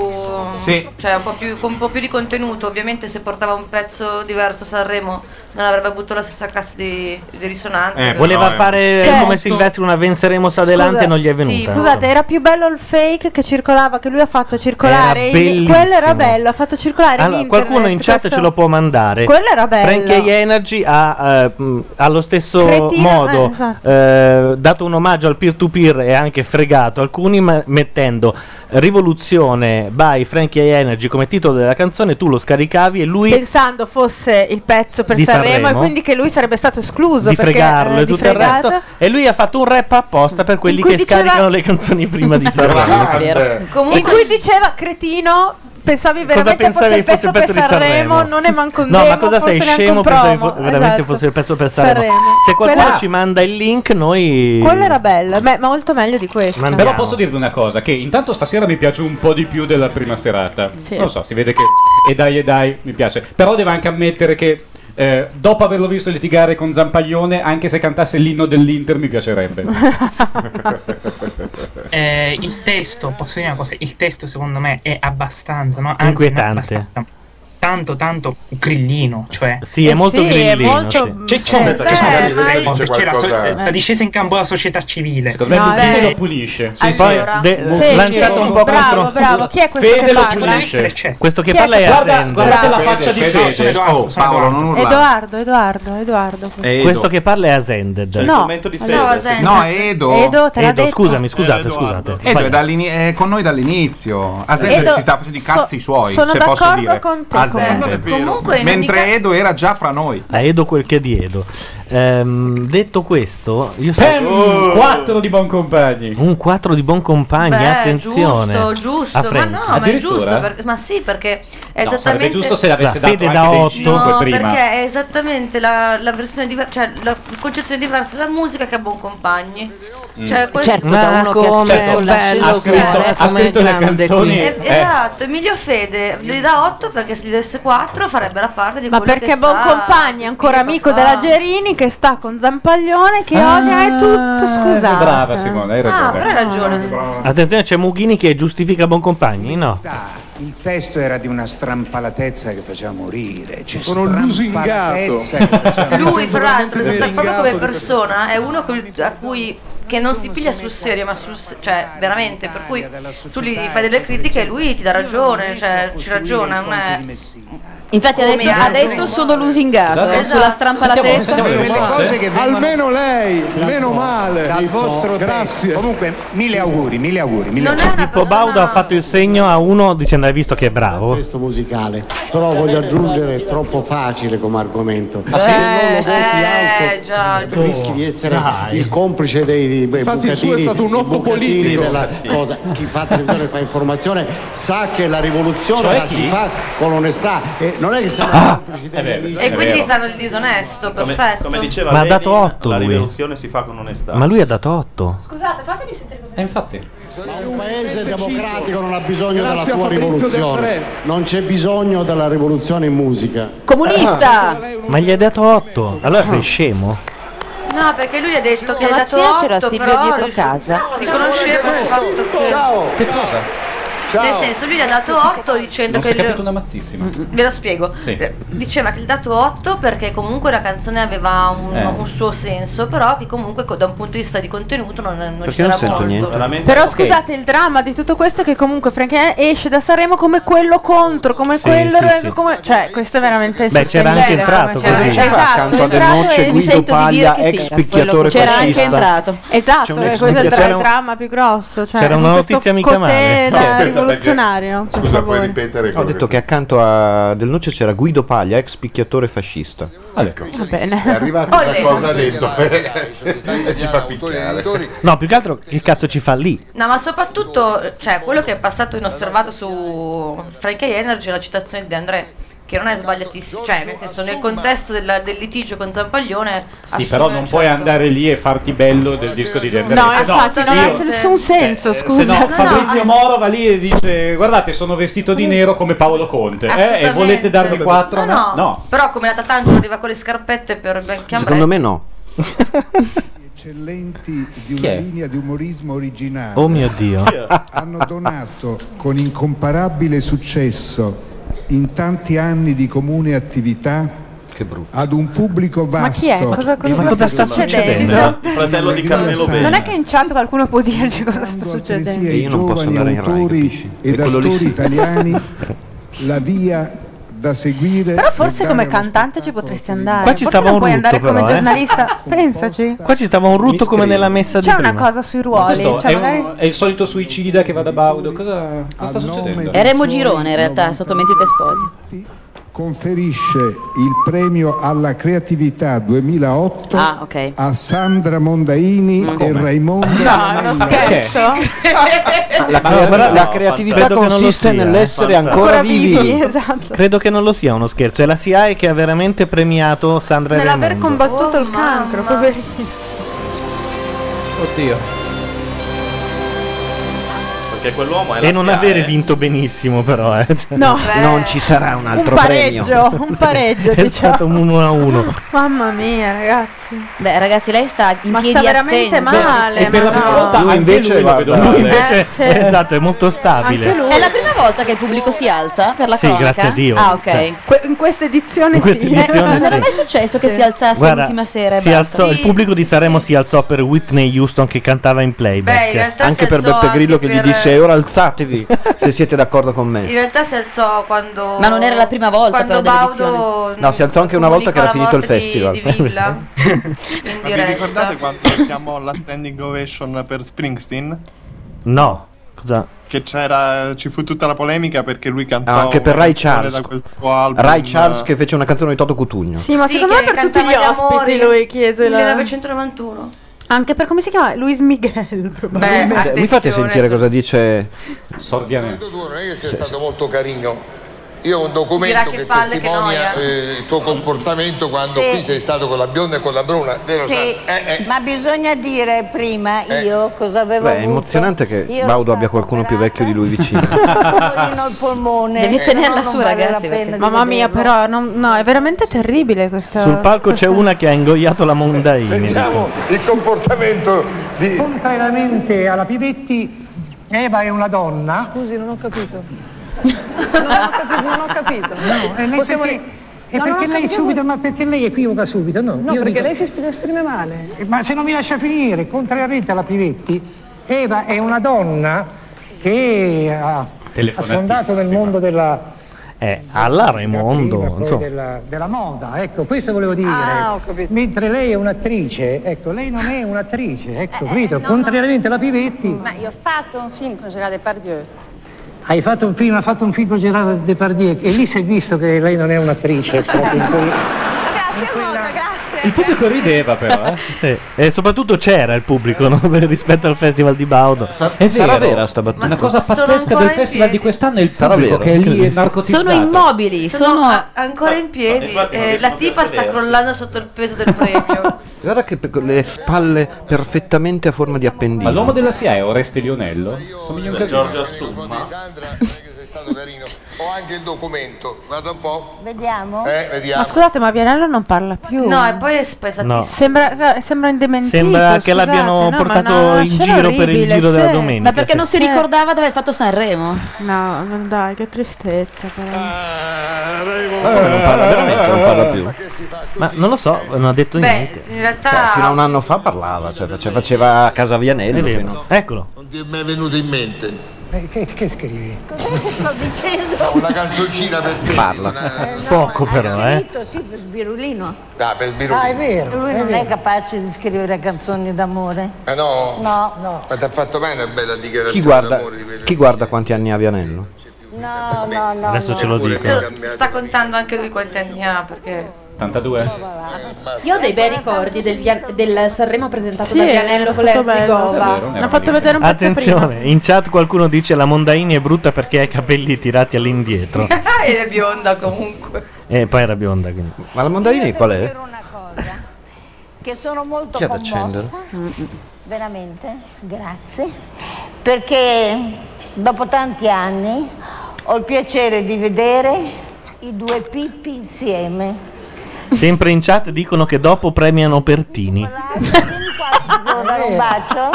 Sì.
cioè un po' più, con un po' più di contenuto. Ovviamente se portava un pezzo diverso a Sanremo non avrebbe avuto la stessa classe di, di risonanza.
Eh,
Però-
Voleva fare
Cioè-
come Silvestri una venceremo sadelante e non gli è venuta.
Sì, scusate, era più bello il fake che circolava, che lui ha fatto circolare.
Era
in- quello
bellissimo.
era bello, ha fatto circolare in
Allora,
internet,
qualcuno in chat
questo-
ce lo può mandare.
Quello era bello.
Frankie Energy ha eh, mh, allo stesso
Cretino,
modo
eh, esatto.
eh, dato un omaggio al peer-to-peer e anche fregato alcuni ma- mettendo Rivoluzione by Frankie Energy come titolo della canzone, tu lo scaricavi e lui
Pensando fosse il pezzo per
Di
Sanremo, e
Sanremo.
quindi che lui sarebbe stato escluso
di
perché,
fregarlo
eh,
e
di
tutto
fregato.
il resto e lui ha fatto un rap apposta per quelli
cui
che
diceva-
scaricano le canzoni prima di
Ah,
Sanremo.
in cui diceva cretino, pensavi veramente
pensavi
fosse il
fosse
pezzo
il
per
pezzo di
Sanremo,
Sanremo?
non è manco un
No, ma
demo,
cosa
forse
sei
neanche
scemo?
un
Pensavi
promo.
fo- veramente
Esatto.
fosse il pezzo per Sanremo.
Sanremo.
Se qualcuno
Quella-
ci manda il link, noi.
Quello era bello, beh, ma molto meglio di questo.
Però posso dirvi una cosa, che intanto stasera mi piace un po' di più della prima serata.
Sì.
Non lo so, si vede che... E dai, e dai, mi piace. Però devo anche ammettere che... eh, dopo averlo visto litigare con Zampaglione, anche se cantasse l'inno dell'Inter mi piacerebbe.
Eh, il testo, posso dire una cosa? Il testo secondo me Eh, è abbastanza, no? Anzi, non è
Inquietante.
tanto tanto grillino cioè
Sì, è Eh molto sì, è grillino, molto- sì.
c'è, c'è,
Eh,
c'è-
beh,
c'è-
ma-
c'è-
Dice
c'è la, so-
qualcosa-
la discesa in campo della società civile
Secondo me No, Lupini beh. lo pulisce. Sì, sì.
Poi
Allora.
de-
Sì,
lanciato
sì.
un po'
Bravo,
contro
bravo. Chi è questo
Fede
che
lo
parla?
pulisce.
Chi è
questo che
che
parla è
parla? Guarda-
Arsene.
guardate la Fede, faccia di Fede, Fede. Fede. Oh, Paolo, non urlare.
Edoardo, Edoardo, Edoardo.
Questo che parla è Asended.
Eh, il No, commento di Fede. no, Asended.
No, Edo.
Edo, te l'ha detto.
scusami, scusate, scusate.
Edo è, dall'ini- è con noi dall'inizio. Ha sempre
Edo,
si sta facendo i
so-
cazzi suoi.
sono
se posso
d'accordo
dire.
con te.
Ha sempre.
Eh, comunque, in
Mentre
ogni ca-
Edo era già fra noi.
A Eh, Edo quel che è di Edo. Ehm, detto questo, io
Pem,
Oh.
quattro di buon compagni.
Un 4 di buon compagni,
Beh,
attenzione.
giusto,
A
giusto, ma
Franchi.
no, ma è giusto, perché- ma sì, perché è
eh? No, sarebbe
esattamente
giusto se l'avesse La dato fede anche da dei otto. cinque
no,
prima.
perché è esattamente la, la versione diversa, cioè la concezione diversa della musica che ha buon compagni.
Mm.
Cioè, questo-
Certo, da uno che
Cioè,
ha scritto la
ha scritto, ha scritto le canzoni.
Eh,
eh,
Esatto, Emilio Fede gli dà 8 perché se gli desse 4 farebbe la parte di
Ma
quello
perché
che
buon
sa-
compagno è ancora amico della Gerini che sta con Zampaglione che
Ah,
odia e tutto, scusate.
Brava
cioè.
Simone, hai
Ah,
ragione.
però hai ragione.
Attenzione, c'è Mughini che giustifica buon compagni, no?
Il testo era di una strampalatezza che faceva morire. Cioè,
Sono lusingato.
strampalatezza che faceva
Lui, fra l'altro,
veramente
proprio
delicato
come
di
persona, è uno col- a cui che non si piglia sul serio, ma sul se- cioè veramente. Per cui tu gli fai delle critiche e lui ti dà ragione, cioè ci ragiona. Non è...
Infatti ha
Come
detto, ha
altri.
detto sono lusingato
Esatto.
sulla strampa alla
Sentiamo-
testa.
sentiamo le cose che vengono-
Almeno lei, meno male.
Dal vostro testo. Comunque, mille auguri, mille auguri. Mille auguri.
Pippo Baudo ha fatto il segno a uno dicendo hai visto che è bravo.
testo musicale, però voglio aggiungere è troppo facile come argomento.
Ah, sì?
eh,
Se non lo voti
Eh, già.
alto, rischi di essere il complice dei, dei
Infatti il suo è
bucatini-
stato un otto
i bucatini
politico.
della cosa. Chi fa televisione e fa informazione sa che la rivoluzione
Cioè
la
chi?
si fa con onestà e non è che siamo
Ah!
complici degli amici.
E quindi stanno il disonesto,
Come-
perfetto.
come diceva
Ma ha
Lenin,
dato otto
La
lui.
rivoluzione si fa con onestà.
Ma lui ha dato 8.
Scusate, fatemi sentire
Eh,
E infatti.
Un paese democratico non ha bisogno della
Grazie a
tua
Fabrizio Del
rivoluzione, non c'è bisogno della rivoluzione in musica.
Comunista!
Ah!
Ma gli ha dato 8. Allora
Ah.
sei scemo?
No, perché lui ha detto
Eh,
che ha dato
Stamattina c'era
8,
Silvio
però
dietro casa.
riconoscevo il fatto che...
Ciao!
Che cosa?
Nel senso, lui gli ha dato 8 dicendo
Non si
che.
è capito
Ve
una
Mm,
mazzissima.
lo spiego.
Sì.
Diceva che gli ha dato 8 perché comunque la canzone aveva un,
Eh.
un suo senso, però che comunque co- da un punto di vista di contenuto non, non
Perché
c'era
non sento
molto.
niente? Veramente?
Però
Ok.
scusate, il dramma di tutto questo è che comunque Franchè esce da Saremo come quello contro, come
Sì,
quello.
sì, sì.
come- Cioè, questo è veramente.
Beh, c'era anche
sostenibile,
entrato
c'era-
così.
esatto,
Accanto a De
entrato
Noce,
e-
Guido
mi sento di dire
Paglia,
che sì,
ex
era
picchiatore
quello- C'era
fascista.
anche entrato. Esatto,
C'è un ex
questo è il,
picchiatore-
dra- il dramma più grosso. Cioè,
C'era una
questo
notizia mica male.
cotè
No,
da
aspetta, perché-
rivoluzionario. per
Scusa, puoi
favore.
ripetere
Ho
quello
detto
che
che accanto a Del Noce c'era Guido Paglia, ex picchiatore fascista.
Ah, ecco.
Va bene.
è arrivata una
Olè.
cosa dentro e ci fa picchiare.
No, più che altro che cazzo ci fa lì?
No, ma soprattutto, cioè, quello che è passato inosservato su Frankie Energy è la citazione di De André, che non è sbagliatissima, cioè, nel senso, nel contesto della- del litigio con Zampaglione,
Sì, però non puoi andare lì e farti bello del disco di Gender
certo. No, infatti, non
io-
ha nessun senso.
Eh, Se
Scusa,
no, Fabrizio Moro va lì e dice: Guardate, sono vestito di nero come Paolo Conte. eh, e
Assolutamente.
volete darmi quattro?
No, no.
no.
Però come la Tatangelo arriva con le scarpette per ben
Secondo me no.
eccellenti di
Chi
una
è?
linea di umorismo originale.
Oh mio Dio. Chi è?
Hanno donato con incomparabile successo in tanti anni di comune attività ad un pubblico
Ma chi è?
vasto.
Cosa-
e
cosa- cosa sta
maturo.
Eh,
succedendo?
Esatto.
Il fratello di
Allegria
Carmelo
sana.
Non è che in chat qualcuno può dirci cosa sta succedendo.
sia i giovani autori ed
quello lì
attori
sì.
italiani la via da seguire
Però
per
forse come
dare allo
cantante ci potresti andare.
Qua ci
forse
stava
non
un
puoi
rutto
andare come
però, eh.
giornalista. Pensaci.
Qua ci stava un rutto come nella messa di
C'è una
prima.
cosa sui ruoli.
Questo
Cioè
è, un-
magari...
è il solito suicida che va da Baudo. Cosa, cosa sta succedendo?
È Remo Girone in realtà, sotto mentite spoglie.
conferisce il premio alla creatività 2008
Ah, ok.
a Sandra Mondaini e Raimondo Giannelli.
La, crea- la creatività
Credo che non lo
consiste
sia, eh.
nell'essere
Fantastico.
ancora vivi.
esatto.
Credo che non lo sia uno scherzo. È la SIAE che ha veramente premiato Sandra e
Nell'aver
Raimondo.
combattuto il cancro, poverino.
Oddio.
Perché quell'uomo è la
E non
SIAE.
avere vinto benissimo, però. eh.
No.
Non ci sarà un altro
Un pareggio, un pareggio,
È
diciamo.
stato un 1 a 1.
Mamma mia, ragazzi.
Beh, ragazzi, lei sta in
Ma
piedi
sta veramente
a stento.
male.
E per la
ma
prima
no.
volta
Lui
anche
invece,
lui lo vedo
guarda,
male.
lui
Invece,
Eh, sì.
esatto, è molto stabile.
È la prima volta che il pubblico si alza per la
Sì,
cronaca?
grazie a Dio.
Ah, ok.
Eh.
Que- in questa edizione
In questa
sì.
edizione
non
sì.
era mai successo che
Sì.
si alzasse
Guarda,
l'ultima sera. e
si
basta.
alzò, il pubblico di Sanremo si alzò per Whitney Houston che cantava in playback.
Beh, in realtà
Anche
si
per
alzò
Beppe Grillo
anche
che gli
per-
disse: "E ora alzatevi se siete d'accordo con
In
me.
realtà si alzò quando.
Ma non era la prima volta,
Quando
però,
Baudo
No, si alzò anche una volta che era
comunicò
finito il
la morte
festival.
di- di Villa.
Ma vi ricordate quanto chiamò la standing ovation per Springsteen?
No, cosa?
Che c'era, ci fu tutta la polemica perché lui cantò
Ah, anche per
una
Ray
canzone
Charles.
da quel suo album,
Rai Charles
eh,
che fece una canzone di Toto Cutugno.
Sì, ma
Sì,
secondo me
che
per tutti gli
cantava gli
ospiti
amori.
lui chiese la...
1991.
Anche per come si chiama? Luis Miguel, probabilmente.
Mi fate sentire cosa dice. Sorviamente.
Tu non è che sei stato molto carino. Io ho un documento
Dirà che
che
palle, che
testimonia
noia.
eh, il tuo comportamento quando
Sì.
qui sei stato con la bionda e con la bruna, vero
Sì,
Sandra?
ma bisogna dire prima io cosa avevo
Beh, è
avuto.
emozionante che
Io ero
Baudo abbia qualcuno più vecchio di lui vicino.
stato al polmone.
Devi
Eh,
però
tenerla
non
su,
vale la
ragazzi,
pena di
Mamma mia,
vederlo.
però, non- no, è veramente terribile questa...
Sul palco c'è una che ha ingoiato la Mondaini.
Vediamo il comportamento di...
Contrariamente alla Pivetti, Eva è una donna. Scusi, non ho capito.
Non ho capito.
No, è lei
Possiamo
perché,
ri-
è
No,
perché
non ho
lei
capito.
subito, ma perché lei equivoca subito? No,
No,
io
perché
rido.
lei si esprime, esprime male.
Eh, Ma se non mi lascia finire, contrariamente alla Pivetti, Eva è una donna che ha, ha sfondato nel mondo della,
Eh, alla Raimondo.
poi
insomma.
della, della moda, ecco, questo volevo dire.
Ah, ho
Mentre lei è un'attrice, ecco, lei non è un'attrice,
Eh,
ecco, capito? Contrariamente alla Pivetti,
Ma io ho fatto un film con Gerard Depardieu.
hai fatto un film, ha fatto un film con Gerard Depardieu e lì si è visto che lei non è un'attrice. proprio in quel-
Il pubblico rideva, però.
Sì. E soprattutto c'era il pubblico no? Per- rispetto al festival di Baudo.
È sarà vero. vera sta battuta?
Una cosa
Sono
pazzesca
ancora
del
in
festival di quest'anno è il
Sarà
pubblico
vero.
che è lì e narcotizzato.
Sono immobili, sono,
Ancora in piedi.
infatti non
eh, la
riescono più a
tipa sta
sedersi.
crollando sotto il peso del premio.
Guarda che pe- con le spalle perfettamente a forma di appendino.
Ma l'uomo della SIA è Oreste Lionello? Somiglia un casino.
Giorgio Assumma.
stato carino. Ho anche il documento, guarda un po'.
Vediamo.
Eh, vediamo.
Ma scusate, ma Vianello non parla più.
No, e poi
è spesatissimo.
No.
Sembra, eh, sembra indementito.
Sembra che
scusate,
l'abbiano
no, ma è
portato
una
in
scena
giro per il
orribile,
giro della
sì.
domenica.
Ma perché non si
sì.
ricordava di aver fatto Sanremo?
No, ma dai, che tristezza. Però.
non parla veramente, non parla più.
Ma non lo so, non ha detto
Beh,
niente.
in
Cioè, fino a
realtà
un anno fa parlava, cioè face- faceva a casa Vianello.
Eccolo.
Non ti è mai venuto in mente.
Eh, Che, che scrivi?
Sto
Certo.
dicendo.
Una canzoncina per te.
Eh,
Parla.
Poco però, eh.
Sì, per sbirulino.
Ah, per Birulino.
Lui non è capace di scrivere canzoni d'amore.
Eh no?
No. No.
Ma ti ha fatto bene una bella
Chi
dichiarazione
guarda,
d'amore di quelle.
chi guarda quanti anni ha Vianello?
No, no, no.
Adesso ce lo
sta- sta contando anche lui quanti anni ha perché
82.
Io ho dei bei ricordi del, via- del Sanremo presentato
Sì,
da Vianello
è
con
stato bello.
l'Erzigova.
È vero, L'ha fatto vedere un po'
Attenzione, in chat qualcuno dice la Mondaini è brutta perché ha i capelli tirati all'indietro.
ed è bionda comunque.
E poi era bionda. Quindi.
Ma la Mondaini qual è?
Che sono molto
Chi ha da
commossa.
accendere?
Mm,
Veramente, grazie. Perché dopo tanti anni ho il piacere di vedere i due Pippi insieme.
Sempre in chat dicono che dopo premiano Pertini.
Devo dare un bacio?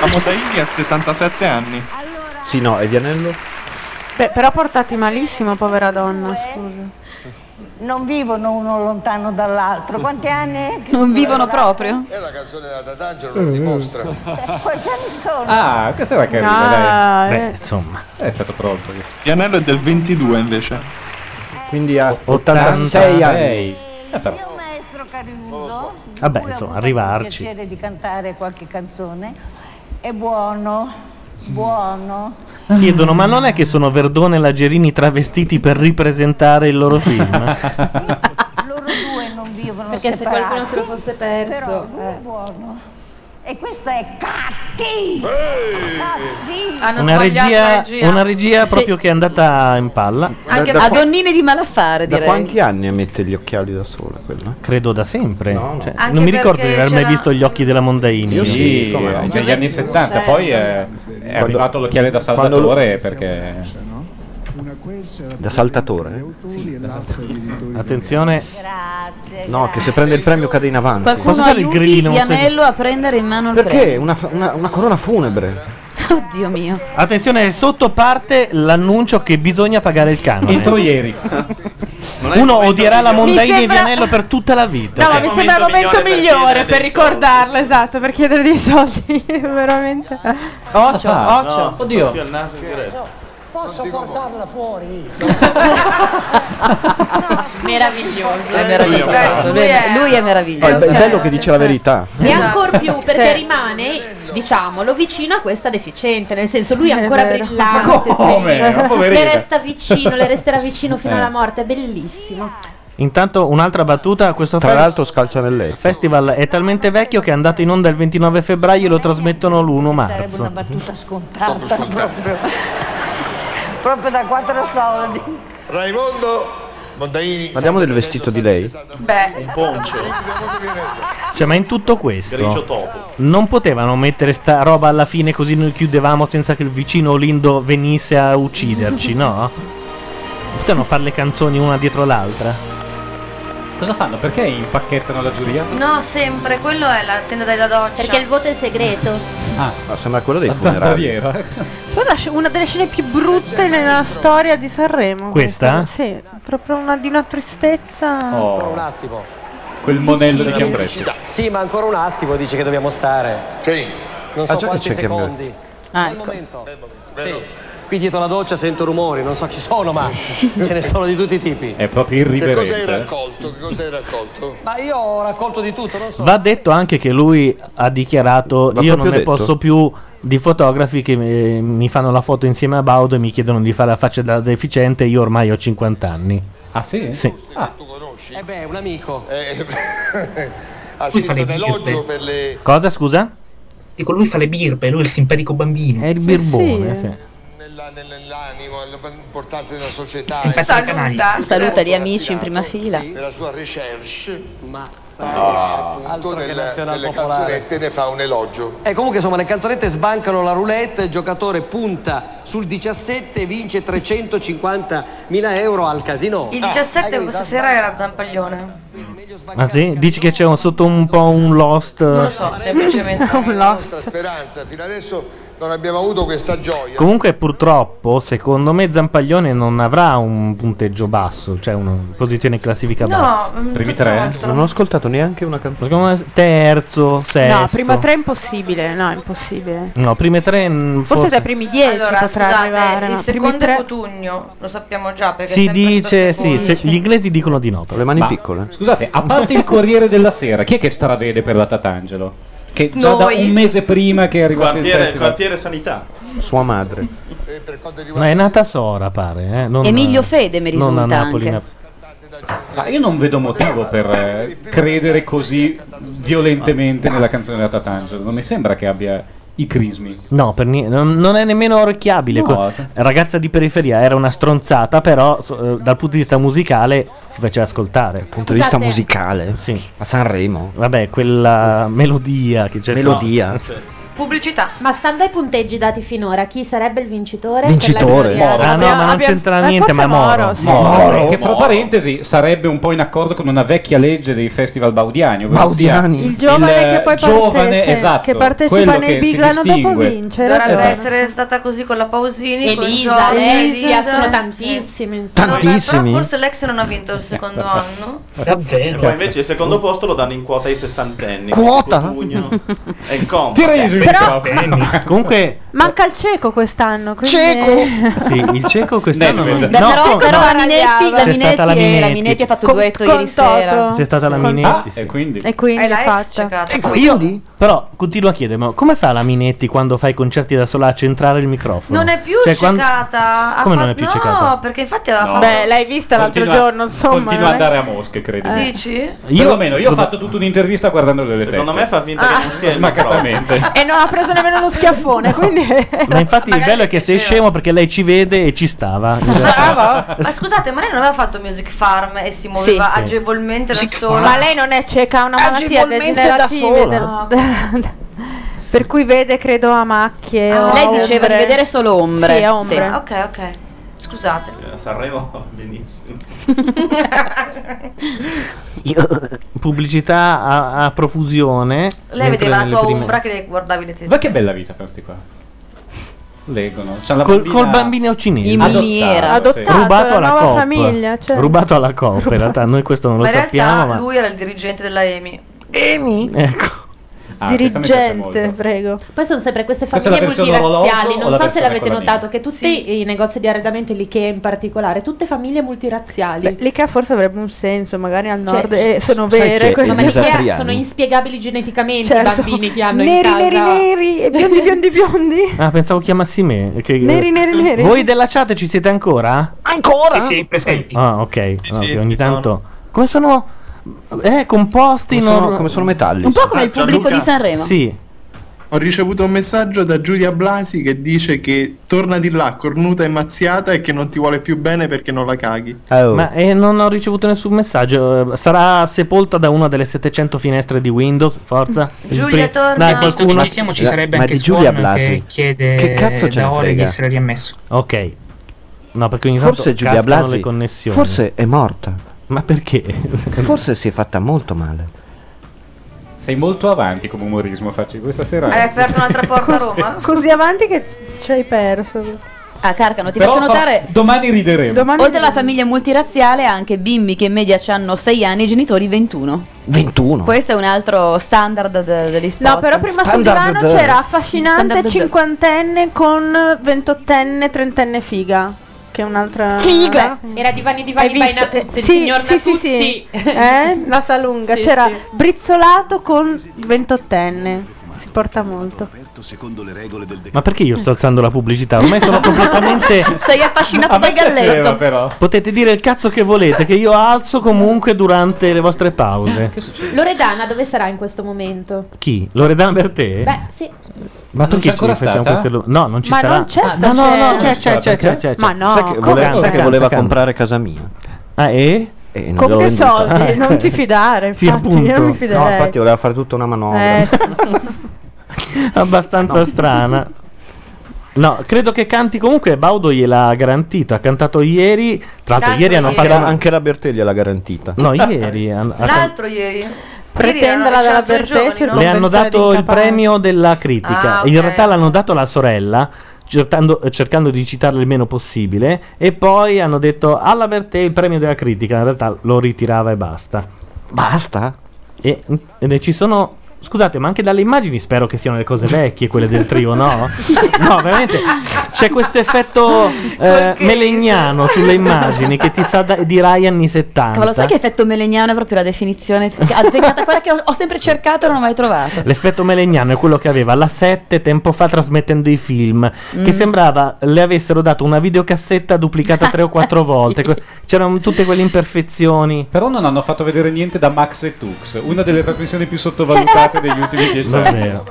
La Mondaini ha 77 anni.
Sì, no, è Vianello?
Beh, però portati malissimo, povera donna. Scusa.
Non vivono uno lontano dall'altro. Quanti anni? è che
Non vivono
durerà?
proprio?
È la canzone della D'Angelo lo dimostra.
Quanti anni sono?
Ah, questa era carina,
Ah,
dai.
eh. Beh,
insomma.
È stato pronto.
Vianello è del 22 invece.
Quindi ha
86
anni.
Il maestro Caruso, di
Eh, Vabbè,
cui ho
insomma,
avuto
arrivarci.
Il piacere di cantare qualche canzone. È buono, buono.
Chiedono, ma non è che sono Verdone e Lagerini travestiti per ripresentare il loro film?
Loro due non vivono
Perché se
separati.
qualcuno se lo fosse perso,
Però lui è
eh.
buono. E questa è cattiva.
Hanno
Una
sbagliato
regia,
regia.
una regia
Sì.
proprio che è andata in palla.
Anche a donnine di malaffare,
Da
direi.
quanti anni mette gli occhiali da sola quella?
Credo da sempre. Cioè,
Anche
non mi ricordo
perché
di aver mai
c'era-
visto gli occhi della Mondaini.
Sì, eh, già negli anni 70,
Cioè,
poi eh, è arrivato l'occhiale da Salvatore perché...
Da saltatore?
Attenzione.
No, che se prende il premio cade in avanti.
Qualcuno aiuti Vianello a prendere in mano il
Perché?
premio.
Una, fa- una- una corona funebre.
Oddio mio.
Attenzione, sotto parte l'annuncio che bisogna pagare il canone.
Entro ieri.
Uno odierà la Mondaini
Mi
e
sembra-
Vianello per tutta la vita. Cioè,
No, ma mi sembra il momento
migliore per
migliore
chiedere
per
dei
ricordarlo, esatto, per chiedere dei soldi, veramente.
Occhio,
occhio.
Oddio. il naso
Posso portarla fuori?
Meraviglioso.
È meraviglioso. Lui è, lui è meraviglioso.
Poi il Ah, be- il bello che dice la verità.
E ancora più perché
Sì.
rimane, diciamolo, vicino a questa deficiente. Nel senso, lui è ancora
È vero.
brillante.
Ma come?
sveglio.
Ma poverina.
Le resta vicino, le resterà vicino fino
Eh.
alla morte. È bellissimo.
Intanto un'altra battuta. Questo
Tra l'altro
scalcia nel letto. festival è talmente vecchio che è andato in onda il 29 febbraio e lo trasmettono l'1
Sarebbe una
marzo.
battuta scontata proprio. proprio da quattro soldi.
Raimondo Mondaini.
Parliamo del vestito di lei.
Beh. Un poncio.
Cioè, ma in tutto questo,
Grigio topo.
non potevano mettere sta roba alla fine così noi chiudevamo senza che il vicino Olindo venisse a ucciderci, no? Potevano fare le canzoni una dietro l'altra.
Cosa fanno? Perché impacchettano la giuria?
No, sempre, quello è la tenda della doccia.
Perché il voto è segreto.
Ah,
sembra quello dei
la
funerali.
zanzariera.
Poi la sc- una delle scene più brutte nella storia di Sanremo.
Questa?
Sì, proprio una di una tristezza.
Oh.
Un attimo.
Quel monello di Chiambretti.
Sì, ma ancora un attimo dice che dobbiamo stare. Che? Non so
Ah, già che
quanti
c'è Chiambretti.
secondi. Ah, ecco. momento. Sì. Qui dietro la doccia sento rumori, non so chi sono, ma ce ne sono di tutti i tipi.
È proprio
Che cosa hai
irriverente.
raccolto? Che cosa hai raccolto? Ma io ho raccolto di tutto, non so.
Va detto anche che lui ha dichiarato:
L'ha
Io non
proprio
ne
detto?
posso più di fotografi che eh, mi fanno la foto insieme a Baudo e mi chiedono di fare la faccia da deficiente. Io ormai ho 50 anni.
Ah, sì?
Tu conosci?
Eh beh, un amico. eh,
Ah,
ha
Lui fa
cioè,
scritto
le
un elogio
birre.
per le...
Cosa, scusa?
Dico, lui fa le birbe, lui è il simpatico bambino.
È il birbone, sì.
nella nella- nell'animo, all'importanza della società.
Saluta.
Saluta gli amici in prima fila.
Nella sua recherche
Ah.
parla appunto
Altro che
del-
nazional
delle
popolare.
canzonette e ne fa un elogio.
Eh,
E comunque insomma le canzonette sbancano la roulette, il giocatore punta sul 17 e vince 350.000 euro al casino.
Ah,
Il
Ah,
17 questa sera era Zampaglione.
Ma sì? Dici che c'è un- sotto un po' un lost.
Non lo so, semplicemente.
La nostra speranza, fino adesso non abbiamo avuto questa gioia.
Comunque, purtroppo, secondo me Zampaglione non avrà un punteggio basso, cioè una posizione in classifica
No,
bassa.
mm, Primi tre? tutt'altro.
Non ho ascoltato neanche una canzone.
Secondo me terzo, sesto.
No, prima tre è impossibile. No, è impossibile.
No, prime tre. mm,
Forse dai primi dieci
Allora,
potrà
scusate,
arrivare.
il
no? Primi
secondo
tre-
è Cotugno, lo sappiamo già perché è
Si
sempre
dice,
stato secondo.
sì, se- gli inglesi dicono di no. Le
mani piccole. Scusate, a parte il Corriere della Sera, chi è che stravede per la Tatangelo? Che già da
Noi.
un mese prima che arrivasse il
Quartiere,
festival.
quartiere sanità.
Sua madre.
Ma è nata Sora, pare. eh, non-
Emilio Fede mi
non
risulta
a Napoli,
anche.
Nap-
Ma Ah, io non vedo motivo per eh, credere così violentemente nella canzone della Tatangelo. Non mi sembra che abbia i crismi.
No, per ni- non non è nemmeno orecchiabile.
No.
Co- Ragazza di periferia era una stronzata, però so- eh, dal punto di vista musicale si faceva ascoltare. Dal
punto di vista Scusate. musicale?
Sì.
A Sanremo.
Vabbè, quella melodia che c'è.
Melodia.
No.
Pubblicità. Ma stando ai punteggi dati finora, chi sarebbe il vincitore?
Vincitore.
Per la gloria?
Ah, no, ma non
Abbiamo-
c'entra
eh,
ma
niente,
forse
ma Moro.
sì.
Moro,
Moro,
che fra parentesi sarebbe un po' in accordo con una vecchia legge dei festival baudiani. ovvero
Baudiani.
sia
Il
giovane che poi
giovane,
parte- sì,
esatto,
che partecipa
quello
nei
che si
Big l'anno dopo
distingue.
vince.
Dovrebbe
Esatto.
essere stata così con la Pausini, con
Elisa,
Giorgia,
Alessia,
Elisa.
sono tantissimi.
No, beh,
Insomma.
Tantissimi.
però forse l'ex non ha vinto il secondo anno.
Davvero?
Poi invece il secondo posto lo danno in quota ai sessantenni.
Quota?
Cotugno. È in combo.
Tira
giù il Però-
Comunque,
Manca il cieco quest'anno. Quindi...
sì, il cieco quest'anno. non-
Beh,
no,
però,
sono-
però la Minetti, la
C'è
Minetti,
stata la
è- la
Minetti.
Minetti ha fatto
Con-
duetto
con
ieri sera.
C'è stata
Ah,
la Minetti. sì.
e quindi?
E quindi
È la
è
ex
fatta.
cecata.
Io, però continuo a chiedermi, come fa la Minetti quando fa i concerti da sola a centrare il microfono?
Non è più
Cioè, quan-
ciecata. Ha
Come non è più
no,
ciecata?
perché infatti aveva
No.
fatto.
Beh, l'hai
vista
Continua-
eh.
Continua a andare a mosche, credo.
Dici?
Io, almeno, io ho
secondo-
fatto tutta un'intervista guardando delle tette. Secondo me
fa finta
Ah.
che non sia il
Smaccatamente.
E non ha preso nemmeno lo schiaffone. Quindi.
Ma infatti il bello è che sei scemo perché lei ci vede e ci stava.
Ah, Ma scusate, ma lei non aveva fatto Music Farm e si muoveva
Sì.
agevolmente da sola?
Ma lei non è cieca, ha una malattia
Agevolmente
degenerativa.
da
del- per cui vede, credo, a macchie.
Ah,
o
lei
a
diceva di
ombre.
vedere solo ombre.
Sì, a ombre.
Sì.
Ok, ok. Scusate.
Eh, Sanremo va benissimo.
Pubblicità a, a profusione.
Lei
mentre
vedeva la
nelle
tua
prime-
ombra che le guardavi le tette.
Ma che bella vita fa questi qua. Leggono. C'ha la
Col,
bambina-
col bambino cinese.
In
Adottato,
miniera. Adottato,
Rubato
la
alla
nuova
Coop.
famiglia, cioè.
Rubato alla Coop, in realtà noi questo non lo
ma in
sappiamo,
realtà
ma...
lui era il dirigente della EMI. EMI?
Ah,
Ecco.
Dirigente, prego.
Poi sono sempre queste
Questa è
famiglie
la versione
multiraziali.
orologio o
Non
la
so se
versione
l'avete
con la
notato, che tutti i negozi di arredamento, l'IKEA in particolare, tutte famiglie multiraziali.
Beh, L'IKEA forse avrebbe un senso, magari al
Cioè,
nord. e sono
sai
vere
che-
queste
ma perché
cose.
sono inspiegabili geneticamente i
Certo.
bambini che hanno in
neri,
casa.
neri, neri, e biondi, biondi, biondi.
Ah, pensavo chiamassi me. che-
Neri, neri, neri.
Voi della chat ci siete ancora?
Ancora? Sì, sì, presenti.
Ah, ok.
Sì,
Ah,
sì,
ok, ogni
ci sono.
tanto. Come sono. Eh, composti.
Come sono-
non-
come sono metallici.
Un po' come il
Ah,
Gianluca.
pubblico di Sanremo.
Sì.
Ho ricevuto un messaggio da Giulia Blasi che dice che torna di là cornuta e mazziata e che non ti vuole più bene perché non la caghi.
Oh.
Ma eh, non ho ricevuto nessun messaggio. Eh, Sarà sepolta da una delle 700 finestre di Windows. Forza. Il
Giulia,
pri-
torna.
Dai,
Visto
qualcuno-
che ci siamo,
Eh,
ci sarebbe anche Swan che chiede
Che cazzo ce ne
da ore di
frega?
essere riammesso.
Ok. No, perché ogni tanto
Forse Giulia
cascano
Blasi
le connessioni.
forse è morta.
Ma perché?
forse si è fatta molto male.
Sei molto avanti come umorismo, facci questa sera.
Hai
Eh, certo,
aperto un'altra porta a Roma?
Così avanti che ci hai perso.
Ah, Carcano, ti
Però
faccio
fa-
notare.
Domani rideremo.
Oltre alla famiglia multiraziale, anche bimbi che in media hanno 6 anni e genitori 21.
21.
Questo è un altro standard de- degli sport.
No, però prima sul divano c'era affascinante cinquantenne con ventottenne, trentenne figa. Che è un'altra.
Figa! Era divani divani
Hai visto?
by Natuzzi, il
Sì,
signor
sì, sì,
Natuzzi.
sì. Eh? La salunga.
Sì,
c'era
sì.
brizzolato con ventottenne. Si porta molto.
fatto secondo le regole del
Ma perché io sto alzando la pubblicità? Ormai sono completamente.
Sei affascinato dal galletto.
Potete dire il cazzo che volete, che io alzo comunque durante le vostre pause.
Loredana dove sarà in questo momento?
Chi? Loredana Bertè?
Beh, sì.
Ma perché
c'è
ci
ancora
facciamo
stata?
queste lo- No, non ci
Ma
sarà. Ah,
non c'è
no,
sta-
no, no,
c'è-
c'è, c'è, c'è, c'è, c'è.
Ma no,
sai che
come
voleva,
no?
sai che
Canta,
voleva
canta.
comprare casa mia.
Ah, e?
e non
Con
gliel'ho
che
venduta.
soldi? Non ti fidare,
Sì,
infatti,
appunto.
io non mi
No,
fiderei.
infatti voleva fare tutta una manovra.
Eh,
Abbastanza strana. No, credo che canti comunque. Baudo gliel'ha garantito. Ha cantato ieri. Tra l'altro,
L'altro
ieri hanno
ieri.
fatto.
Anche
la-
anche la Berteglia l'ha garantita. No, ieri. han- ha can-
L'altro ieri. ieri
Pretenderla
erano-
dalla
c'erano solo i
Bertè
giovani,
per
no?
Le hanno
pensare
dato
di
il
incapace.
premio della critica.
Ah,
In
ok.
realtà l'hanno dato la sorella. Cercando, cercando di citarla il meno possibile, e poi hanno detto alla Bertè il premio della critica. In realtà lo ritirava e basta. Basta? E, e ne ci sono. Scusate, ma anche dalle immagini spero che siano le cose vecchie, quelle del trio, no? No, veramente c'è questo effetto eh, melegnano sulle immagini che ti sa da- di Rai anni 70.
Cavolo, sai che effetto melegnano è proprio la definizione azzeccata, quella che ho, ho sempre cercato e non ho mai trovato.
L'effetto melegnano è quello che aveva la 7 tempo fa trasmettendo i film,
Mm.
che sembrava le avessero dato una videocassetta duplicata 3 o 4 volte. que- C'erano tutte quelle imperfezioni.
Però non hanno fatto vedere niente da Max e Tux, una delle trasmissioni più sottovalutate degli ultimi dieci
Non è
anni.
vero.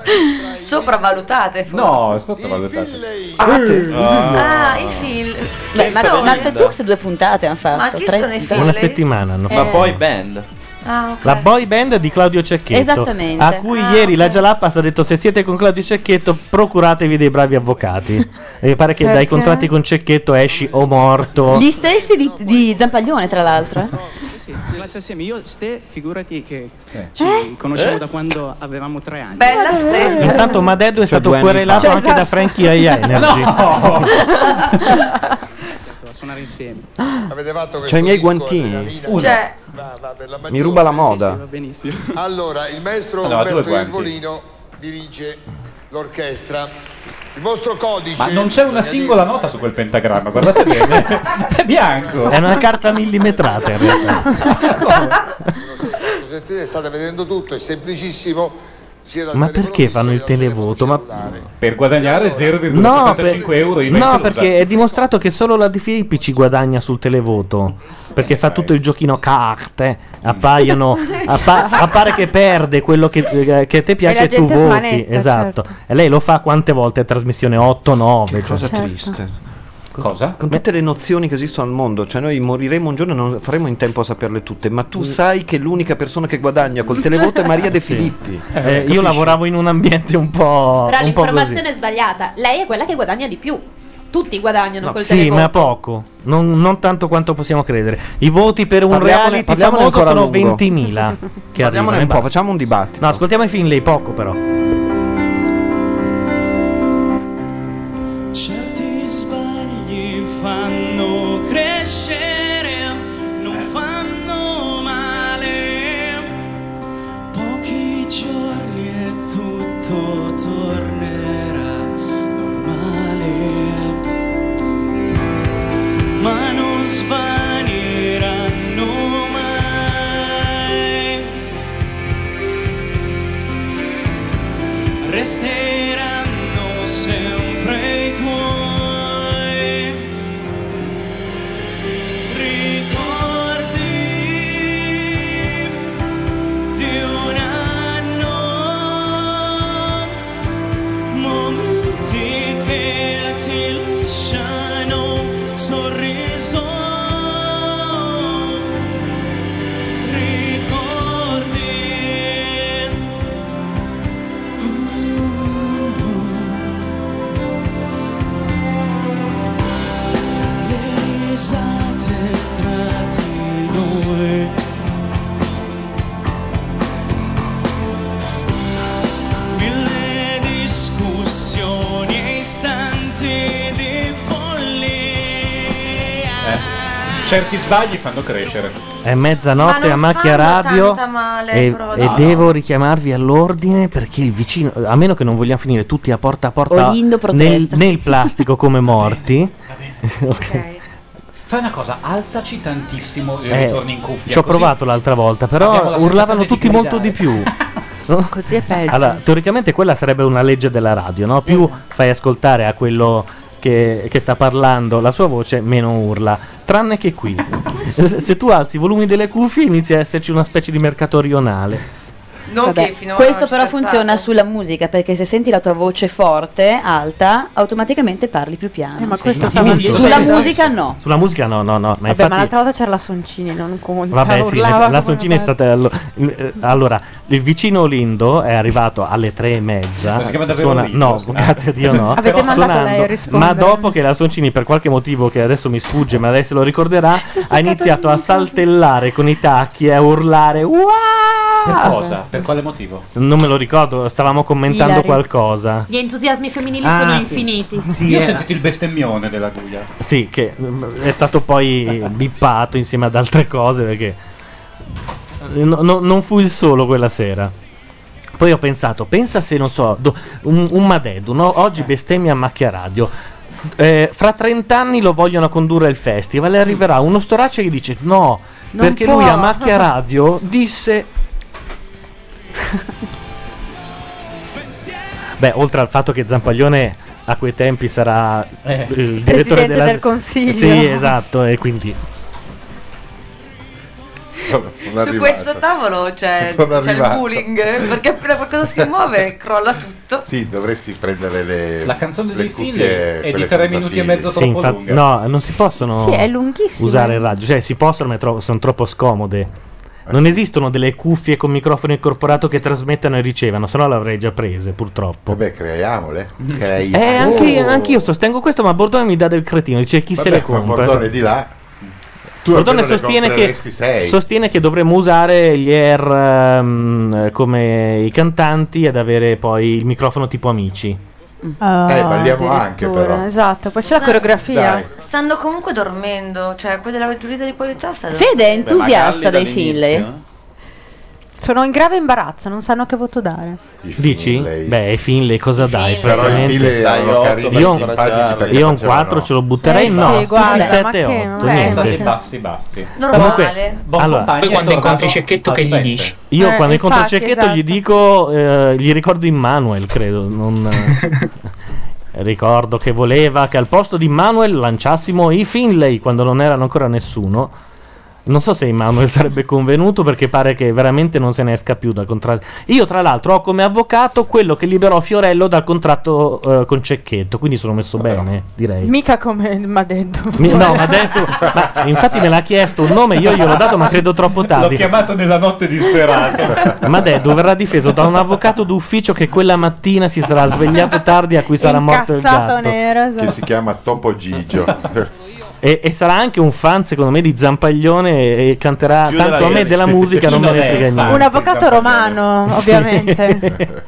Sopravvalutate forse.
No, è sottovalutate.
Eh,
Ah, i film.
Beh,
Chi
ma
sono?
Max e Tux due puntate hanno fatto.
Ma chi
tre-
sono i
Una settimana hanno fatto.
La boy
band.
Ah, ok.
La boy band di Claudio Cecchetto.
Esattamente. Ah,
A cui ieri la Gialappas ha detto: Se siete con Claudio Cecchetto, procuratevi dei bravi avvocati. e pare che dai
Perché?
contratti con Cecchetto esci o morto.
Gli stessi di, di Zampaglione, tra l'altro. eh.
Sì, classe assieme. Io, Ste, figurati che ci
Eh?
conosciamo
Eh?
da quando avevamo tre anni.
Bella stella.
Intanto Madeddu è stato
due anni fa.
querelato
Cioè,
anche
esatto.
da Frankie AI Energy.
Ah,
No! Siamo a suonare insieme.
Avete fatto questo
C'ha i miei
disco,
guantini.
Adrenalina?
Una.
Cioè- Va, va, per la
Mi
maggiore.
ruba la moda.
benissimo.
Allora, il maestro
Allora, due
Umberto
guanti.
Iervolino dirige l'orchestra. Il vostro codice.
Ma non c'è una singola nota su quel pentagramma, guardate bene. È bianco.
È una carta millimetrata in realtà.
Lo sentite, state vedendo tutto, è semplicissimo. Sia dal
Ma
telefono-
perché fanno il televoto? Ma
Per guadagnare 0,75
No, per-
euro IVA
no,
inclusa. Eh.
perché è dimostrato che solo la di Filippi ci guadagna sul televoto. Perché fa tutto il giochino carte. Appaiono. appa- appare che perde quello che, eh, che a te piace e,
la
tu
gente
voti.
smanetta,
esatto. E lei lo fa quante volte a trasmissione? Cioè, 8, 9. Che
Cosa triste. Con tutte le nozioni che esistono al mondo, cioè noi moriremo un giorno e non faremo in tempo a saperle tutte, ma
Mm.
tu sai che l'unica persona che guadagna col televoto è Maria De Filippi.
Eh, io lavoravo in un ambiente un po'.
Però
un po' così.
l'informazione è sbagliata. Lei è quella che guadagna di più. Tutti guadagnano col
sì,
televoto.
ma poco, non, non tanto quanto possiamo credere. I voti per un
Parliamone-
reality
parliamone
famoso
ancora a
sono
lungo.
20.000. Che
Parliamone un po',
facciamo un dibattito. No, ascoltiamo i Finlay poco però.
Certi sbagli fanno crescere, non fanno male. Pochi giorni e tutto tornerà normale. Ma non svaniranno mai. resteranno sempre i tuoi ricordi di un anno, momenti che ti lasciano un sorriso. Ricordi uh, le risate tra di noi mille discussioni e istanti di follia
Eh, Certi sbagli fanno crescere.
È mezzanotte
Ma
a
non
macchia
fanno
radio
tanta male,
e,
però,
e
no.
devo richiamarvi all'ordine perché il vicino, a meno che non vogliamo finire tutti a porta a porta
Olindo
nel,
protesta.
nel plastico come morti. Ok.
Fai una cosa, alzaci tantissimo e
Eh,
ritorni in cuffia.
Ci ho
così
provato l'altra volta,
abbiamo
però
la
urlavano
sensazione
tutti
di
molto di
gridare.
più. No?
Così è peggio.
Allora, teoricamente quella sarebbe una legge della radio, no? Più
Esatto.
fai ascoltare a quello che, che sta parlando la sua voce, meno urla. Tranne che qui. Se se tu alzi i volumi delle cuffie inizia a esserci una specie di mercatorionale.
Vabbè,
che finora
questo
non ci
però
sia
funziona sulla musica perché se senti la tua voce forte, alta, automaticamente parli più piano.
ma
Sì,
questo
ma
stava
appunto.
Sulla
Sì.
musica no.
Sulla musica no, no, no. Ma
Vabbè, ma
infatti...
l'altra volta c'era la Soncini, non conta.
Vabbè, sì,
urlava
la
come
Soncina è
una
stata. allo- eh, Allora, il vicino Olindo è arrivato alle tre e mezza.
Ma si chiama davvero Olindo,
no,
scusa.
grazie a Dio no.
Avete
Però
mandato lei a
suonando,
rispondere?
Ma dopo che la Soncini, per qualche motivo che adesso mi sfugge, ma lei se lo ricorderà, ha iniziato a saltellare con i tacchi e a urlare. "Uah!"
Ah!
Per cosa? Per quale motivo?
Non me lo ricordo, stavamo commentando
Ilari.
qualcosa.
Gli entusiasmi femminili
Ah,
sono
sì. eh.
infiniti.
Io ho sentito il bestemmione della Guglia.
Sì, che mm, è stato poi bippato insieme ad altre cose perché no- no- non fu il solo quella sera. Poi ho pensato, pensa se non so, do- un, un Madedu, no?
Eh.
oggi bestemmia a macchia radio. Eh, fra 30 anni lo vogliono condurre al festival e arriverà uno storace che dice no,
Non
perché
può."
lui a macchia radio disse... Beh, oltre al fatto che Zampaglione a quei tempi sarà
Eh.
il direttore
Presidente
della-
del Consiglio.
Sì, esatto, e quindi
Su questo tavolo c'è, c'è
Sono
il
arrivato.
bullying eh, perché appena qualcosa si muove crolla tutto.
Sì, dovresti prendere le
La canzone
le
dei
cuffie,
Filler è di
quelle
tre
senza
minuti e
fili.
mezzo
Sì, infatti- no, non si possono
Sì, è lunghissimo.
usare il radio, cioè si possono, ma è tro- sono troppo scomode.
Ah,
Non esistono delle cuffie con microfono incorporato che trasmettano e ricevano, se no l'avrei già prese, purtroppo. Vabbè, creiamole.
Crei-
Eh, anche,
Oh.
anche io sostengo questo, ma Bordone mi dà del cretino, dice chi se
Vabbè,
le
ma
compra.
Bordone di là. Tu
Bordone
appena ne
sostiene che,
compreresti sei.
sostiene che dovremmo usare gli air ehm, come i cantanti ed avere poi il microfono tipo amici.
Ah,
Eh, balliamo
addirittura,
anche, però.
Esatto, poi c'è la coreografia.
Dai.
Stanno comunque dormendo, cioè quella della giuria di qualità sta
Fede è entusiasta
Beh, ma
dei
Galli
Finlay.
dall'inizio?
eh? Sono in grave imbarazzo, non sanno che voto dare.
Dici? Beh, i Finlay cosa dai?
Finlay. Però i
francamente?
Finlay Dai, erano otto, carini,
Io,
simpatici, perché
io un
facevano-
4 ce lo butterei,
Eh sì,
no,
guarda, ma
7
che-
8.
eh,
Stati
Niente.
bassi bassi.
Comunque, allora,
Poi quando incontri Cecchetto che gli dici?
Io
Eh,
quando incontro
infatti,
Cecchetto
esatto.
gli dico, eh, gli ricordo Immanuel, credo. non- eh, ricordo che voleva che al posto di Immanuel lanciassimo i Finlay quando non erano ancora nessuno. Non so se Immanuel sarebbe convenuto perché pare che veramente non se ne esca più dal contratto. Io tra l'altro ho come avvocato quello che liberò Fiorello dal contratto eh, con Cecchetto, quindi sono messo bene, direi.
Mica come mi ha detto.
Mi- no, ma detto, ma infatti me l'ha chiesto un nome, io gliel'ho dato, ma credo troppo
L'ho
tardi.
chiamato nella notte disperata.
Ma Deddu verrà difeso da un avvocato d'ufficio che quella mattina si sarà svegliato tardi a cui sarà morto il
Incazzato
gatto.
nero, esatto. Che si
chiama Topo Gigio. e, e sarà anche un fan, secondo me, di Zampaglione e, e canterà
Chiude
tanto
la
a me
iris.
della musica, non me
Chi non
ne
è
frega
fan?
niente.
Un avvocato romano,
Sì.
ovviamente.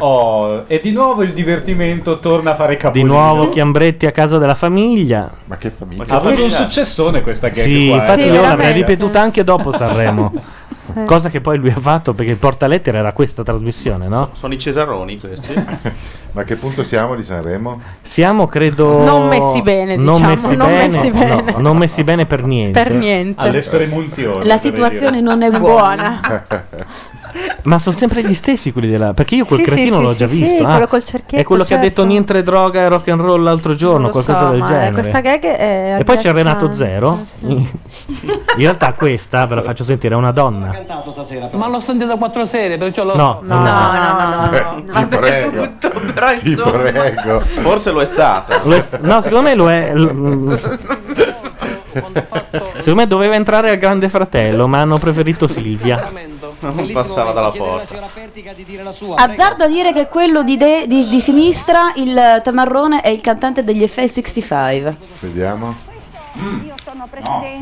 Oh, e di nuovo il divertimento torna a fare
Di
capolino.
nuovo Chiambretti a casa della famiglia. Ma che famiglia?
Ha avuto un successone questa gag
Sì,
qua. eh.
infatti io l'avrei ripetuta anche dopo Sanremo.
Eh.
Cosa che poi lui ha fatto perché il portalettera era questa trasmissione, no?
Sono i Cesaroni questi.
Ma a che punto siamo di Sanremo?
Siamo, credo.
Non messi bene,
non
diciamo,
messi
non
bene,
messi bene.
no, non messi bene per niente.
Per niente. Alle
spremunzioni.
La situazione non è buona.
Ma sono sempre gli stessi quelli della. Perché io quel
Sì, sì,
cretino
sì,
l'ho
sì,
già
sì,
visto. ah,
quello col cerchietto,
È quello che ha
certo.
detto niente droga e rock and roll l'altro
Non
giorno,
lo
qualcosa
so,
del
ma, eh,
genere.
Questa gag è
E poi c'è
agghiacciante.
Renato Zero. In realtà questa ve la faccio sentire, è una donna.
cantato stasera. Ma l'ho sentita quattro sere, perciò l'ho
No, No, no,
no, no, no.
Ti prego. Ti prego.
Forse lo è stato.
Lo è st- no, secondo me lo è. l- mm. secondo me doveva entrare al Grande Fratello, ma hanno preferito Silvia.
Non passava dalla porta.
Azzardo a dire che quello di, de- di- di sinistra, il Tamarrone, è il cantante degli F65.
Vediamo.
No,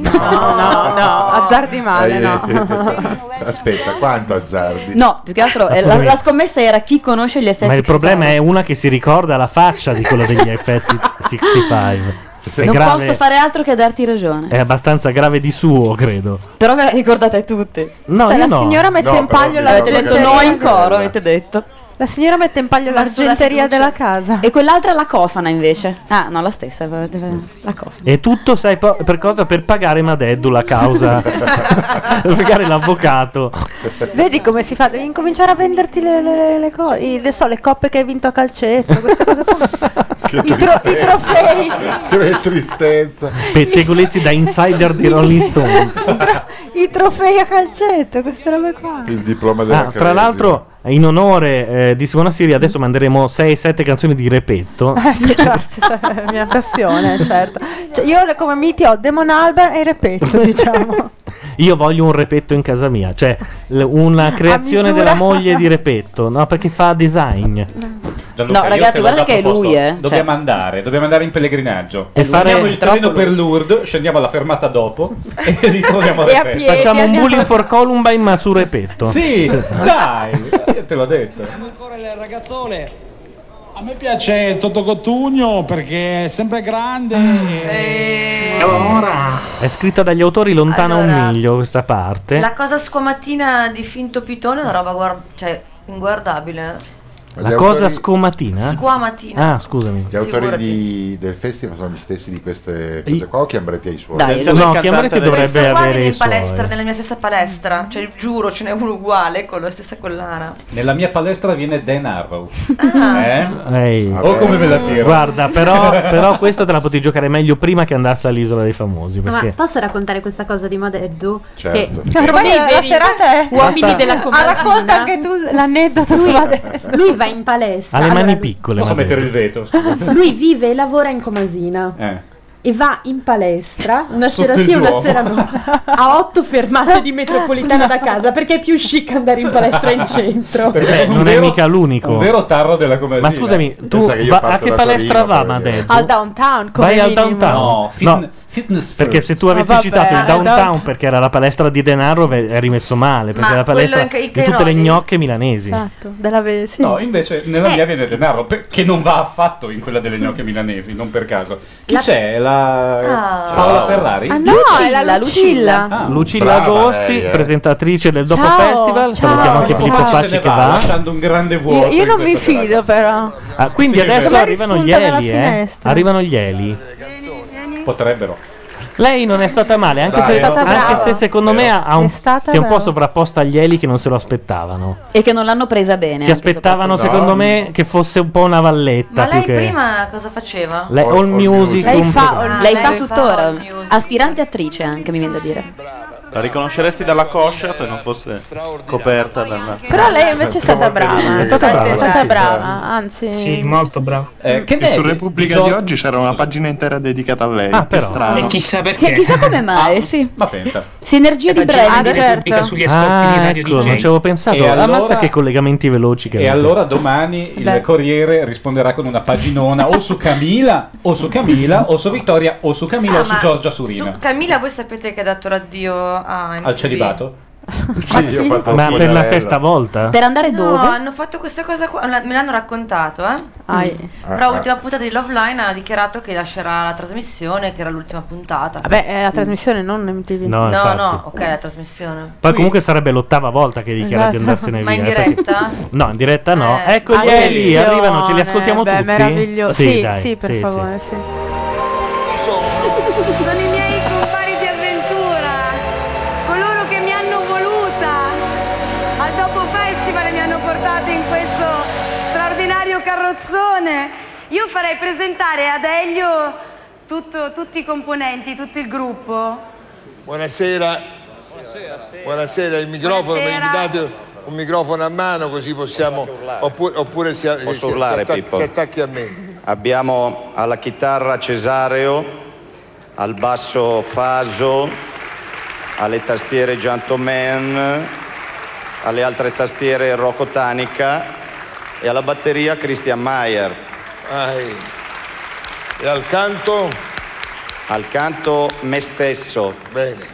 no, no, azzardi
Eh, Aspetta, quanto azzardi?
No, più che altro eh, la, la scommessa era chi conosce gli effetti.
Ma il problema è una che si ricorda la faccia di quello degli FS65. È,
Non
grave-
posso fare altro che darti ragione.
è abbastanza grave di suo, credo.
Però ve la ricordate tutte.
No, Cioè, io la no. signora mette No, in però paglio la
Avete
dico,
detto
magari-
no in coro, avete detto.
La signora mette in paglio l'argenteria della casa.
E quell'altra è la cofana invece. Ah, no, la stessa. La cofana.
E tutto sai po- per cosa? Per pagare Madeddu la causa. per pagare l'avvocato.
Vedi come si fa? Devi incominciare a venderti le, le, le cose. i- ne so, le coppe che hai vinto a calcetto. Queste cose qua. I, tro- i trofei.
Che tristezza.
Pettegolezzi da insider di Rolling Stone.
I trofei a calcetto. Queste robe qua.
Il diploma
Ah,
della
tra
Caresi.
l'altro, in onore eh, di Simona Siri, adesso manderemo 6-7 canzoni di repetto.
Eh, Grazie, è la mia passione, certo. Cioè, io le- come miti ho Demon Alban e Repetto, diciamo.
Io voglio un repetto in casa mia, cioè l- una creazione
misura.
della moglie di repetto, no? Perché fa design.
Gianluca,
No,
io
ragazzi,
te l'ho
guarda
già
che è
proposto.
lui, eh,
Dobbiamo
cioè.
andare, dobbiamo andare in pellegrinaggio.
E fare-
Prendiamo il treno per Lourdes, scendiamo alla fermata dopo e ritorniamo a
E a
Repeto.
piedi Facciamo un andiamo- bullying for Columbine ma su Repetto.
Sì,
Sì.
dai, io te l'ho detto.
A me piace Toto Cotugno perché è sempre grande.
Eh,
E... Allora.
È scritta dagli autori lontana
Allora,
un miglio questa parte.
La cosa squamatina di finto pitone è una roba guard- cioè, inguardabile. eh.
La
Gli
cosa
autori-
scomatina?
Squamatina.
Ah, scusami.
Gli autori
Figurati.
di- del festival sono gli stessi di queste cose qua o Chiambretti ai suoi?
Dai, No, lui- Chiambretti dovrebbe
Questo qua
avere
viene
i
in palestra,
suoi.
nella mia stessa palestra. Cioè, giuro, ce n'è uno uguale con la stessa collana.
Nella mia palestra viene Dan Arrow.
Ah.
Eh?
Ehi.
O come me la tiro.
Guarda, però, però questa te la potevi giocare meglio prima che andasse all'isola dei famosi.
Ma
Perché
posso raccontare questa cosa di Madeddu?
Certo.
Che
Cioè,
ormai
come i
la
veri
serata è-
uomini
Basta-
della
Ah,
compagnia.
racconta anche tu l'aneddoto
lui,
su Madeddu.
lui va in palestra.
ha le
allora,
mani piccole.
Posso
vabbè.
mettere il veto?
lui vive e lavora in Comasina.
Eh.
E va in palestra una
Sotto
sera
il
sì e una
Duomo.
sera no. A otto fermate di metropolitana da casa perché è più chic andare in palestra in centro.
Eh beh, non è mica l'unico.
Un vero tarro della comasina.
Ma scusami, tu
Pensa che io
va-
parto
a che
da
palestra
Torino
va
per vedere.
Madeddu?
Al downtown, come
Vai al
minimo.
downtown.
No, fit- fitness
Perché se tu
Ma
avessi
Ah,
vabbè,
citato
eh,
il
al
downtown
downtown.
perché era la palestra di denaro, ve- è rimesso male. Perché
Ma
è la
quello
palestra
in ca- i
di tutte le
Cairoli.
gnocche milanesi.
Esatto, della ve- sì.
No, invece nella
Eh.
mia viene denaro, che non va affatto in quella delle gnocche milanesi, non per caso. Chi
La-
c'è? La...
Ah.
Paola Ferrari?
Ah, no, è la Lucilla.
Ah.
Lucilla
Brava
Agosti,
lei, eh.
presentatrice del Dopo
Ciao,
Festival.
ciao.
Salutiamo anche
Poco fa
Filippo
se
Facci
ne
che
va,
va.
lasciando un grande
Io,
vuoto.
io
in
non mi
questa serata.
fido, però.
Ah, quindi
Sì,
adesso
vero.
arrivano gli
Rispunta dalla
eli, eh?
finestra.
Arrivano gli eli.
Potrebbero.
Lei non è stata male, anche,
Dai,
se,
è stata
anche
brava.
se secondo me
Vero.
ha un,
È stata
si è un po'
brava.
sovrapposta agli eli che non se lo aspettavano.
E che non l'hanno presa bene.
si aspettavano, secondo me, che fosse un po' una valletta.
Ma lei
più che...
prima cosa faceva?
Lei- All, music.
Lei fa,
programma.
lei
Ah,
fa
lei fa
tuttora.
all music.
Aspirante attrice anche, mi viene da dire.
La riconosceresti dalla coscia se non fosse coperta dalla...
Però lei invece è stata brava.
È stata brava,
È stata
sì.
brava, anzi.
molto bravo.
Eh,
che
su Repubblica di oggi c'era una pagina intera dedicata a lei.
Ah,
che
però.
strano.
E chissà
Che chissà Ah, come mai, sì.
Ma pensa.
Sinergia di brand.
Ah, ecco, non ci avevo pensato.
E allora-
Ammazza che collegamenti veloci che
E
ha avuto.
allora domani il
Beh.
Corriere risponderà con una paginona o su Camila, o su Camila, o su Vittoria, o su Camila,
Ah,
o su
ma
Giorgia Surina.
Camilla, voi sapete che ha dato l'addio a MTV?
Al celibato?
io ho fatto
Ma
la
per la
signorella.
sesta volta?
andare
no,
dove?
hanno fatto questa cosa qua, la- me l'hanno raccontato, eh.
Ah, eh.
Però
Ah,
l'ultima puntata di Love Line ha dichiarato che lascerà la trasmissione, che era l'ultima puntata.
Vabbè, è la trasmissione, non MTV.
No,
No, no,
infatti.
ok, la trasmissione.
Poi comunque sarebbe l'ottava volta che dichiara di
Esatto.
andarsene
Ma
via.
in
eh, perché-
diretta?
No, in diretta no.
Eh,
ecco gli
attenzione.
Eli, arrivano, ce li ascoltiamo
Beh,
tutti. Ah,
meraviglioso.
Sì,
Sì, sì,
dai,
per
sì, sì.
favore, sì.
Sono i miei compagni di avventura, coloro che mi hanno voluta. Al Dopo Festival mi hanno portato in questo straordinario carrozzone. Io farei presentare ad Elio tutto- tutti i componenti, tutto il gruppo.
Buonasera. Buonasera. il microfono, mi
Buonasera.
date un microfono a mano così possiamo... Oppure, oppure si,
Posso
si-
urlare,
si attacchi-
Pippo?
si attacchi a me.
Abbiamo alla chitarra Cesareo, al basso Faso, alle tastiere Gentleman, alle altre tastiere Rocco Tanica e alla batteria Christian Mayer.
E al canto?
Al canto me stesso.
Bene.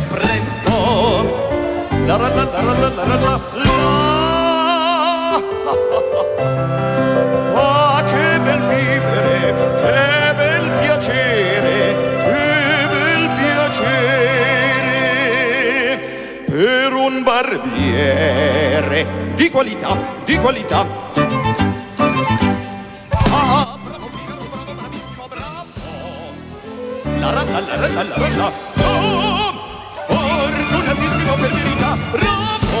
presto la la la la la la la la la la. Ah, che bel vivere, che bel piacere, che bel piacere per un barbiere di qualità, di qualità. Ah, bravo, Figaro, bravo, bravissimo, bravo. La ra la la ra la la ra la. Oh, fortunatissimo per verità, bravo!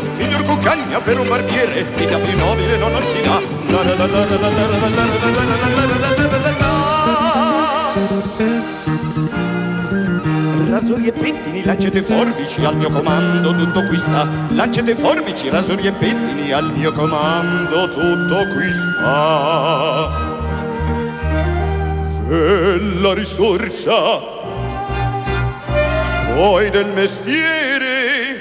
Miglior cuccagna per un barbiere Vita più nobile no, non si dà La la la la la la la la la la la la la la la la la la la. Rasuri e pettini, lancette e forbici al mio comando tutto qui sta Lancette e forbici, rasuri e pettini al mio comando tutto qui sta Se la risorsa poi del mestiere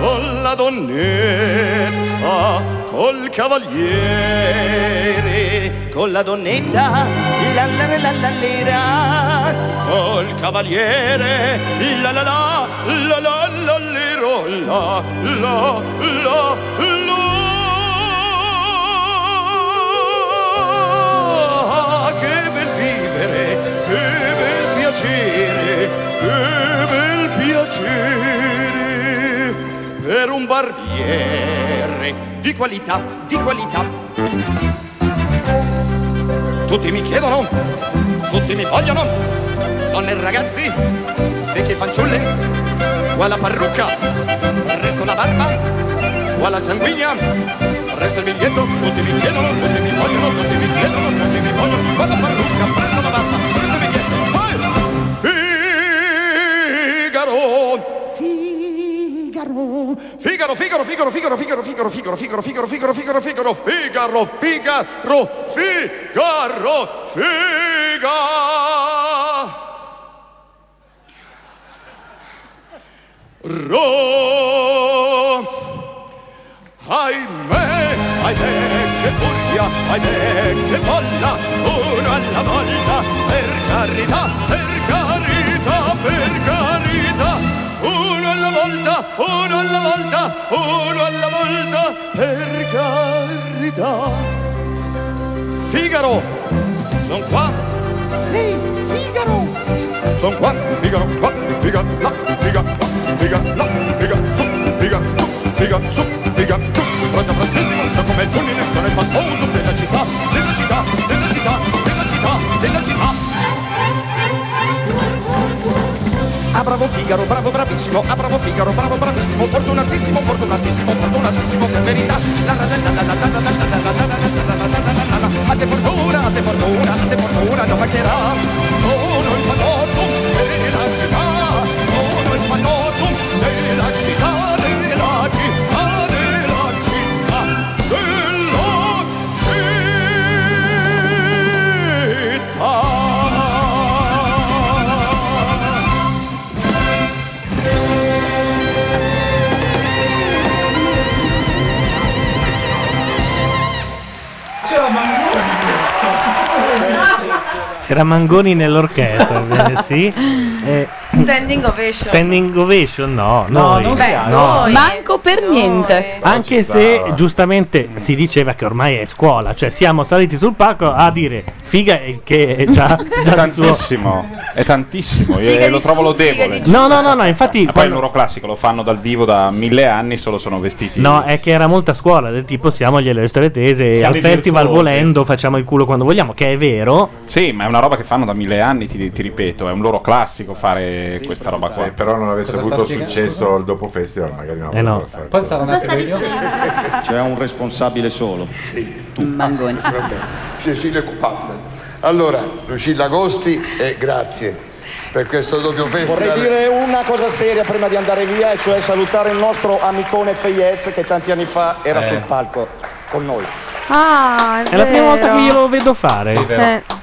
con la donnetta col cavaliere con la donnetta la la la la la lera col cavaliere la la la la la la lero la la la la Ah, che bel vivere che bel piacere, che bel piacere per un barbiere di qualità, di qualità. Tutti mi chiedono, tutti mi vogliono, donne e ragazzi, vecchie fanciulle, qua la parrucca, resto la barba, qua la sanguigna, resto il biglietto, tutti mi chiedono, tutti mi vogliono, tutti mi chiedono, tutti mi vogliono, qua la parrucca, presto la barba, presto il biglietto, Figaro! Figaro! Figaro, Figaro, Figaro, Figaro, Figaro, Figaro, Figaro, Figaro, Figaro, Figaro, Figaro, Figaro, Figaro, Figaro, Figaro, Figaro. Ahimè, ahimè, che furia, ahimè, che folla, uno alla volta, per carità, per carità, per carità, uno alla volta, uno alla volta, uno alla volta, per carità. Figaro, sono qua. Ehi, Figaro! Sono qua, Figaro, qua, Figaro, là, Figaro, qua, Figaro, là, Figaro, su, Figaro, giù, Figaro, su, Figaro, giù. Pronto, prontissimo, so come l'unine, sono il fantasma della città, della città, della città, della città, della città. Figaro, bravo, bravissimo, ah bravo Figaro, bravo, bravissimo, fortunatissimo, fortunatissimo, fortunatissimo, per verità. La la la la la la la la la la la la la la la la la la la. A te fortuna, a te fortuna, a te fortuna non mancherà. Sono il fagotto della città, sono il fagotto della città, della città, della città, della città.
C'era Mangoni nell'orchestra, bene, sì. Eh,
Standing ovation.
standing ovation, no,
No,
noi.
non
siamo.
no.
Noi.
Manco per niente.
Anche se giustamente si diceva che ormai è scuola, cioè siamo saliti sul palco a dire figa eh, che è già, già di suo-
tantissimo, è tantissimo, io lo trovo lodevole.
No, no, no, no, infatti
Ma Ah, poi il loro classico lo fanno dal vivo da mille anni, solo sono vestiti.
No, è che era molta scuola, del tipo siamo agli Eleustere Tese, e
Siamo
al
i
festival
virtuosi.
volendo facciamo il culo quando vogliamo, che è vero.
Sì, ma è una roba che fanno da mille anni, ti, ti ripeto, è un loro classico fare questa roba qua.
Se però non avesse
Cosa sta
avuto
spiegando?
successo il dopo festival, magari no.
Eh no.
Poi sarà nato il video.
C'è un responsabile solo. Sì,
tu. Mangoni.
Ah, Cecilia Cupanda. Allora, Lucilla Agosti e grazie per questo doppio festival.
Vorrei dire una cosa seria prima di andare via, e cioè salutare il nostro amicone Feiez che tanti anni fa era
Eh.
sul palco con noi.
Ah,
È la prima volta che io lo vedo fare.
Sì,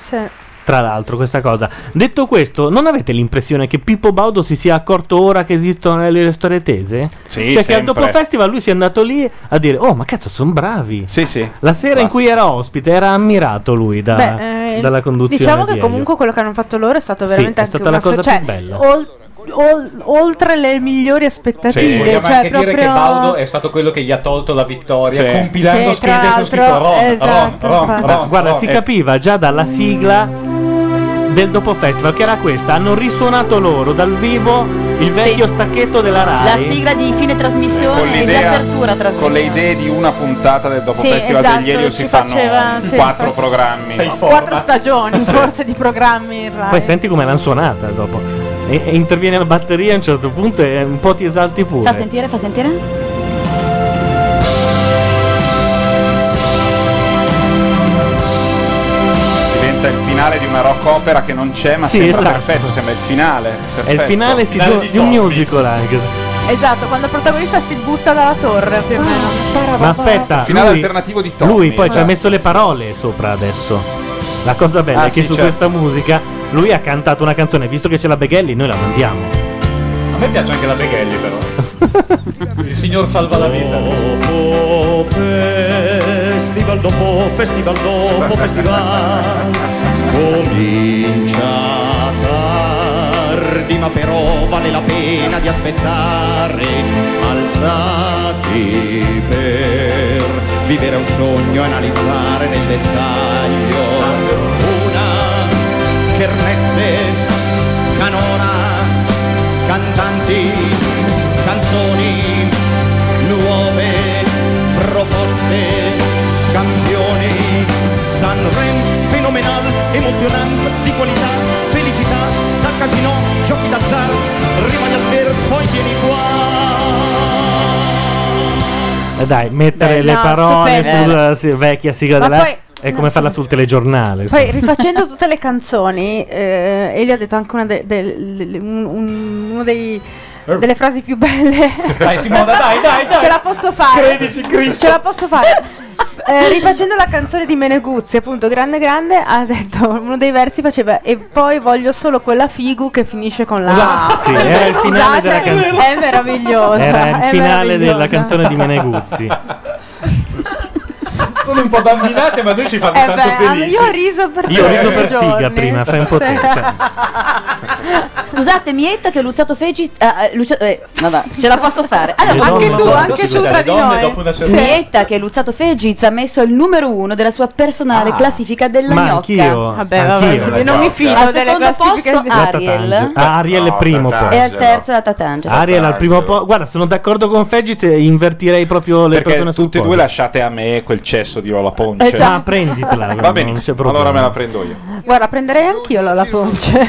sì.
Tra l'altro, questa cosa. Detto questo, non avete l'impressione che Pippo Baudo si sia accorto ora che esistono le storie tese?
Sì,
cioè che al
sempre.
dopo festival lui sia andato lì a dire: Oh, ma cazzo, sono bravi.
Sì, sì.
La sera in cui era ospite era ammirato lui da-
Beh, eh,
dalla conduzione.
Diciamo che
di Elio.
comunque quello che hanno fatto loro è stato
Sì,
veramente
è
anche
stata la
una so-
cosa
cioè,
più bella.
ol- ol- oltre le migliori aspettative,
vogliamo
cioè
anche
proprio
dire che Baudo è stato quello che gli ha tolto la vittoria
Sì.
compilando
Sì, tra
schede con scritto
l'altro,
Rom, Rom,
esatto,
Rom,
infatti.
Rom,
Ma guarda,
Rom.
si
Eh,
capiva già dalla sigla del dopo festival, che era questa. Hanno risuonato loro dal vivo il vecchio stacchetto della Rai.
La sigla di fine
Con
trasmissione e di
l'idea-
apertura
Con le
trasmissione.
idee di una puntata del dopo
Sì,
festival
esatto,
degli Elio si,
si
fanno
faceva- sì,
quattro
fa-
programmi.
No, quattro stagioni forse di programmi in Rai.
Poi senti come l'hanno suonata dopo. E, e interviene la batteria a un certo punto e un po' ti esalti pure.
Fa sentire, fa sentire.
Diventa il finale di una rock opera che non c'è, ma
Sì,
sembra
esatto.
perfetto, sembra il finale.
È il
perfetto.
finale, sì, di, un- di un musical anche.
Esatto, quando il protagonista si butta dalla torre più o meno.
Ma aspetta,
Finale
lui,
alternativo di Tommy,
Lui poi ci ha
esatto.
messo le parole sopra adesso. La cosa bella
Ah,
è
sì,
che su
certo.
questa musica lui ha cantato una canzone, visto che c'è la Beghelli, noi la mandiamo.
A me piace anche la Beghelli però. Il signor salva la vita.
Oh,
Dopo festival, dopo festival, dopo festival Comincia tardi ma però vale la pena di aspettare Alzati per vivere un sogno e analizzare nel dettaglio Una kermesse canora cantanti, canzoni nuove, proposte, campioni. Sanremo fenomenal, emozionante, di qualità, felicità, dal casino, giochi d'azzar, rimani al fer, poi vieni qua.
E dai, mettere
Beh,
le
no,
parole
stupendo.
sulla si- vecchia sigla
Ma
della
poi-
è come farla sul telegiornale.
Poi rifacendo tutte le canzoni, eh, Elio ha detto anche una de- del- del- un- un- uno dei- delle frasi più belle.
Er. Dai Simona, dai, dai, dai.
Ce la posso fare.
Credici, Cristo.
Ce la posso fare. Eh, rifacendo la canzone di Meneguzzi, appunto, grande grande, ha detto uno dei versi faceva e poi voglio solo quella figu che finisce con la
Ah,
A".
Sì, era il finale della
Ah, Scusate,
canzone.
È meravigliosa.
Era il
è
finale della
meravigliosa.
canzone di Meneguzzi.
Sono un po' bambinate, ma noi ci fanno
Eh
tanto
beh,
felici.
io ho riso per
Io ho riso
tre
per figa
giorni.
prima, fra un po' te, cioè.
Scusate, Mietta che Luzzato feci. ah, eh, Lucia- eh, vabbè, ce la posso fare.
Le
Allora,
donne
anche tu,
sono
anche
sicure,
tu tra di
le donne
noi.
dopo una certa-
Mietta che Luzzato Fegiz ha messo il numero uno della sua personale classifica della
Ah. ma
gnocca.
anch'io,
eh,
Vabbè, vabbè, anch'io, quindi non
non
mi
mi
guarda.
fido.
fido
Al
delle
secondo
classifiche
posto
di- La
Ariel.
Tatangelo. Ah, Ariel è No, primo Tatangelo. posto.
E al terzo la Tatangelo.
Ariel al primo po'. Guarda, sono d'accordo con Fegiz e invertirei proprio le
Perché
persone sul
tutte e due
podio.
lasciate a me quel cesso di Lola Ponce.
Eh già.
Ah, prenditela.
Va benissimo, allora me la prendo io.
Guarda, prenderei anch'io la ponce.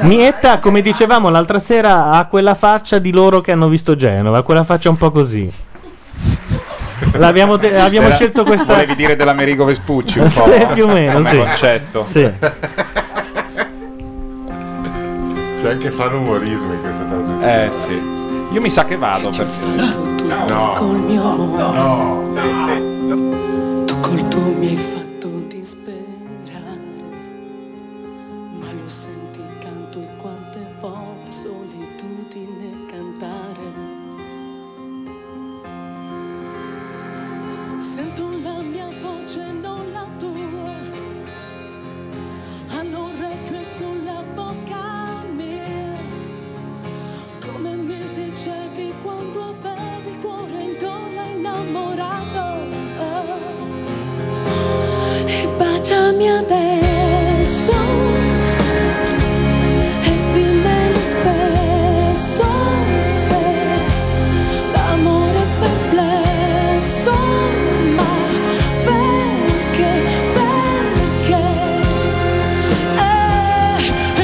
Mi Antonietta, come dicevamo l'altra sera, ha quella faccia di loro che hanno visto Genova, quella faccia un po' così. L'abbiamo de- eh, abbiamo
Era-
scelto questa
Volevi dire dell'Americo Vespucci un po'.
Sì, più o meno,
come
sì.
concetto.
Sì.
C'è anche sano umorismo in questa trasmissione.
Eh sì. Io mi sa che vado per
No.
Col mio amore.
No.
Tu col tuo mi hai fatto disperare. Ma lo senti canto e quante volte solitudine cantare. Sento la mia voce, non la tua. All'orecchio e sulla bocca mia. Come mi dicevi quando avevi il cuore in gola innamorato oh. E baciami adesso E dimmelo spesso se L'amore è perplesso Ma perché, perché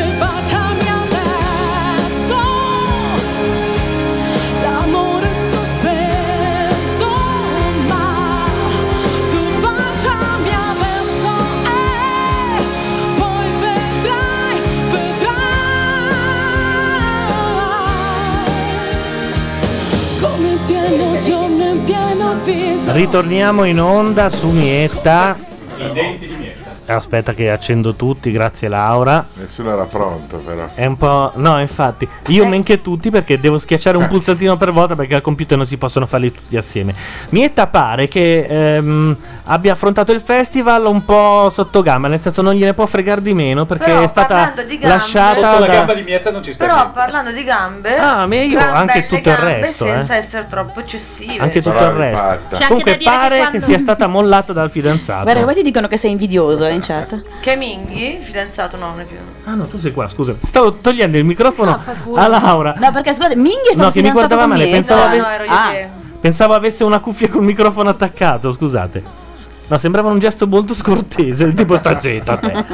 e baciami adesso L'amore è sospeso Ma tu baciami adesso E poi vedrai, vedrai Come in pieno giorno, in pieno viso
Ritorniamo in onda su Mietta.
I denti di mietta.
Aspetta che accendo tutti, grazie Laura.
Nessuno era pronto però.
È un po'. No, infatti,
Eh.
io menche tutti perché devo schiacciare un pulsantino per volta perché al computer non si possono farli tutti assieme. Mietta pare che ehm, abbia affrontato il festival un po' sotto gamba, nel senso non gliene può fregare di meno perché
Però,
è stata
parlando di gambe-
lasciata.
Sotto la
da-
gamba
di Mietta non ci
Però parlando di gambe,
Ah, meglio
gran
anche
belle
tutto il
gambe
resto,
senza
eh.
essere troppo eccessive.
Anche tutto il resto.
C'è anche
Comunque
da dire che
pare che,
quando-
sia stata mollata dal fidanzato.
Guarda, che poi ti dicono che sei invidioso eh, in chat.
Che Minghi, fidanzato, no, non è più.
Ah no, tu sei qua, scusa. Stavo togliendo il
Ah,
microfono
culo.
a Laura.
No, perché aspetta, Minghi è stato
No, che mi
fidanzato
guardava
con
male,
Mietta.
pensavo ave-
Ah,
Pensavo avesse una cuffia col microfono attaccato, scusate. No, sembrava un gesto molto scortese, tipo sta zitto a te.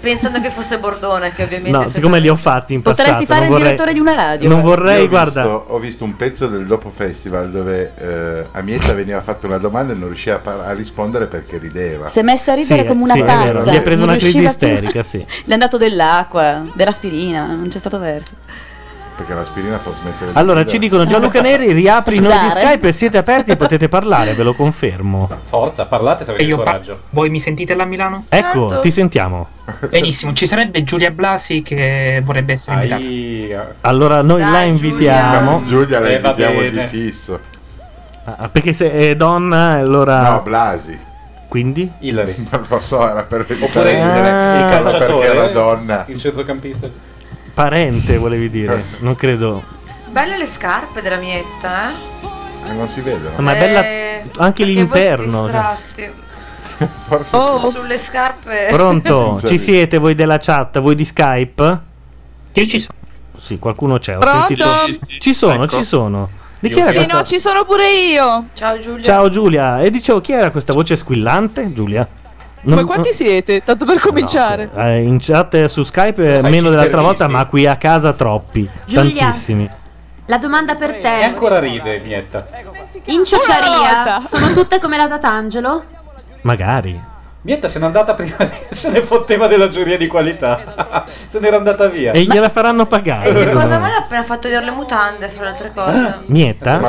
Pensando che fosse Bordone, che ovviamente...
No, siccome li ho fatti in passato,
Potresti fare
non
il
vorrei...
direttore di una radio.
Non vorrei,
Io ho
guarda.
visto- ho visto un pezzo del dopo festival dove eh, Amietta veniva fatta una domanda e non riusciva a, par- a rispondere perché rideva.
Si è messa a ridere
Sì,
come una
sì, è
pazza.
vero, gli è preso
Non
una
riusciva
crisi
più-
isterica, sì.
Le è andato dell'acqua, dell'aspirina, non c'è stato verso.
Perché l'aspirina fa smettere di
Allora,
ridere.
ci dicono Gianluca
Esatto.
Neri, riapri i nodi di
Sudare.
Skype, siete aperti e potete parlare, ve lo confermo.
Forza, parlate se
E
avete
io par-
coraggio. Eh,
Voi mi sentite là a Milano?
Ecco, ti sentiamo.
Benissimo, ci sarebbe Giulia Blasi che vorrebbe essere invitata.
Allora, noi la invitiamo.
Giulia la
Eh, va
invitiamo di
bene.
fisso.
Ah, perché se è donna, allora...
No, Blasi.
Ah. Quindi?
Hillary.
Non lo so, era per evitare
Oppure
di
il,
dire
il
solo perché
calciatore,
era donna.
il centrocampista.
Parente, volevi
Eh.
dire. Non credo.
Belle le scarpe della mietta, eh?
Non si vedono.
Ma è bella
perché voi siete
anche l'interno. cioè.
distratti.
Forse
Oh, sulle scarpe.
Pronto?
Cioè,
ci siete voi della chat, voi di Skype? Io ci sono. Sì, qualcuno c'è. Ho
Pronto?
sentito.
Sì, sì,
Ci sono,
ecco.
ci sono. Di chi era
Sì,
questa-
no, ci sono pure io.
Ciao Giulia.
certo. Ciao Giulia. E dicevo, chi era questa voce squillante? Giulia? Non-
Ma quanti siete? Tanto per cominciare.
eh, in chat eh, su Skype eh,
Fai
meno dell'altra
intervisti.
volta, ma qui a casa troppi.
Giulia.
Tantissimi.
La domanda per
E
te.
ancora ride Mietta.
In ciociaria
volta.
sono tutte come la Tatangelo?
Magari.
Mietta se n'è andata prima, di- se ne fotteva della giuria di qualità. se n'era andata via.
E gliela faranno pagare. secondo
Secondo
me.
me l'ha appena fatto vedere le mutande, fra le altre
Ah.
cose.
Mietta?
Ma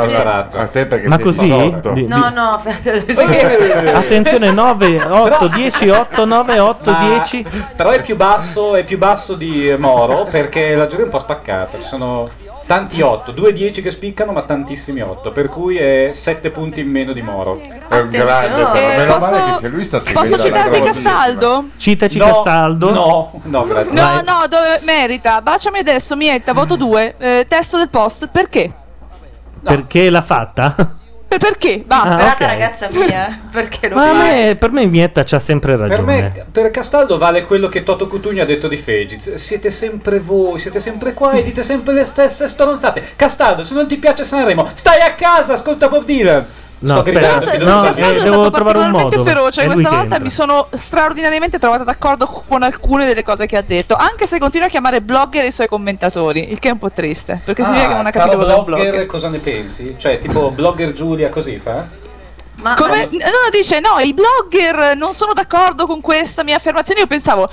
a te perché sei
così?
pasotto.
Di-
No, no.
Attenzione, 9, 8, 10, 8, 9, 8,
Ma-
10.
Però è più basso, è più basso di Moro perché la giuria è un po' spaccata. Ci sono tanti 8, 2 10 che spiccano, ma tantissimi 8, per cui è 7 punti in meno di Moro.
È un grande, però meno male che c'è lui sta seguendo
Eh, Posso citarvi Castaldo?
Citaci
No,
Castaldo.
No, no, grazie.
No, no, dove merita. Baciami adesso, Mietta,
Mm.
voto 2. testo del post, perché?
Perché l'ha fatta?
Per- perché? Basta.
Disperata
Ah, ok.
ragazza mia, eh. perché lo
Ma a
fai?
me, per me Mietta c'ha sempre
Per
ragione.
me, per Castaldo vale quello che Toto Cutugno ha detto di Fegiz. Siete sempre voi, siete sempre qua e dite sempre le stesse stronzate. Castaldo, se non ti piace Sanremo, stai a casa, ascolta Bob Dylan.
No,
Sto gridando
aspetta,
perché
no,
devo-
eh,
sono
devo
stato
trovare un
particolarmente
modo.
feroce
È lui
questa
che
volta
entra.
mi sono straordinariamente trovata d'accordo con alcune delle cose che ha detto anche se continua a chiamare blogger i suoi commentatori il che è un po' triste perché
Ah,
si vede che
Ah,
non ha capito cosa è
caro
un
blogger,
blogger
cosa ne pensi? Cioè, tipo blogger Giulia così fa?
Come? No, dice no, i blogger non sono d'accordo con questa mia affermazione. Io pensavo,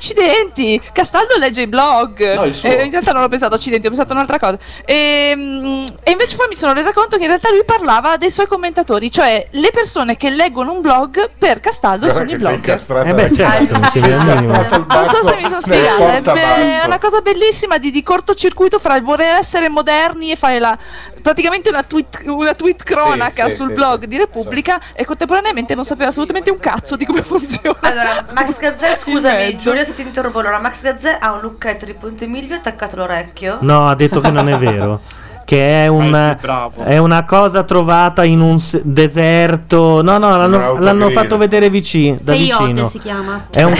accidenti, Castaldo legge i blog.
No, il suo.
E in realtà non ho pensato accidenti, ho pensato un'altra cosa. Ehm, E, invece poi mi sono resa conto che in realtà lui parlava dei suoi commentatori, cioè le persone che leggono un blog per Castaldo
Guarda
sono
che sei
i blogger.
incastrata.
Eh beh, certo, non si vede il minimo.
Non so se mi sono spiegata, è, be- è una cosa bellissima di, di cortocircuito fra il voler essere moderni e fare la, praticamente una tweet, una tweet cronaca
sì,
sul
sì, Certo.
blog di Repubblica e contemporaneamente non sapeva assolutamente un cazzo di come funziona.
Allora, Max Gazzè, scusami,
mezzo.
Giulia se ti interrompo. Allora, Max Gazzè ha un lucchetto di Ponte Milvio attaccato all'orecchio.
No, ha detto che non è vero. Che è, un, è una cosa trovata in un s- deserto. No, no, l'hanno,
Un'autogrill.
l'hanno fatto vedere vicino, da
Peyote
vicino.
si chiama.
È un,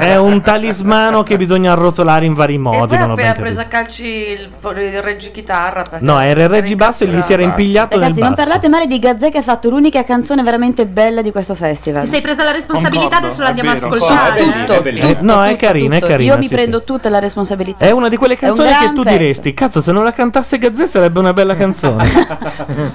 è un talismano che bisogna arrotolare in vari
E
modi.
poi
Non ho
ha
ben
appena
capito.
preso a calci il, il reggichitarra. perché-
No, era il reggibasso e gli si era impigliato nel
Ragazzi, non
basso.
parlate male di Gazzè che ha fatto l'unica canzone veramente bella di questo festival.
Ti sei presa la responsabilità, adesso la andiamo a ascoltare.
Eh, no, è carina, è
Tutto.
carina.
Io mi
sì,
prendo tutta la responsabilità.
È una di quelle
È un
canzoni che
gran
tu
pezzo.
diresti: Cazzo, se non la cantasse Gazzè sarebbe una bella canzone.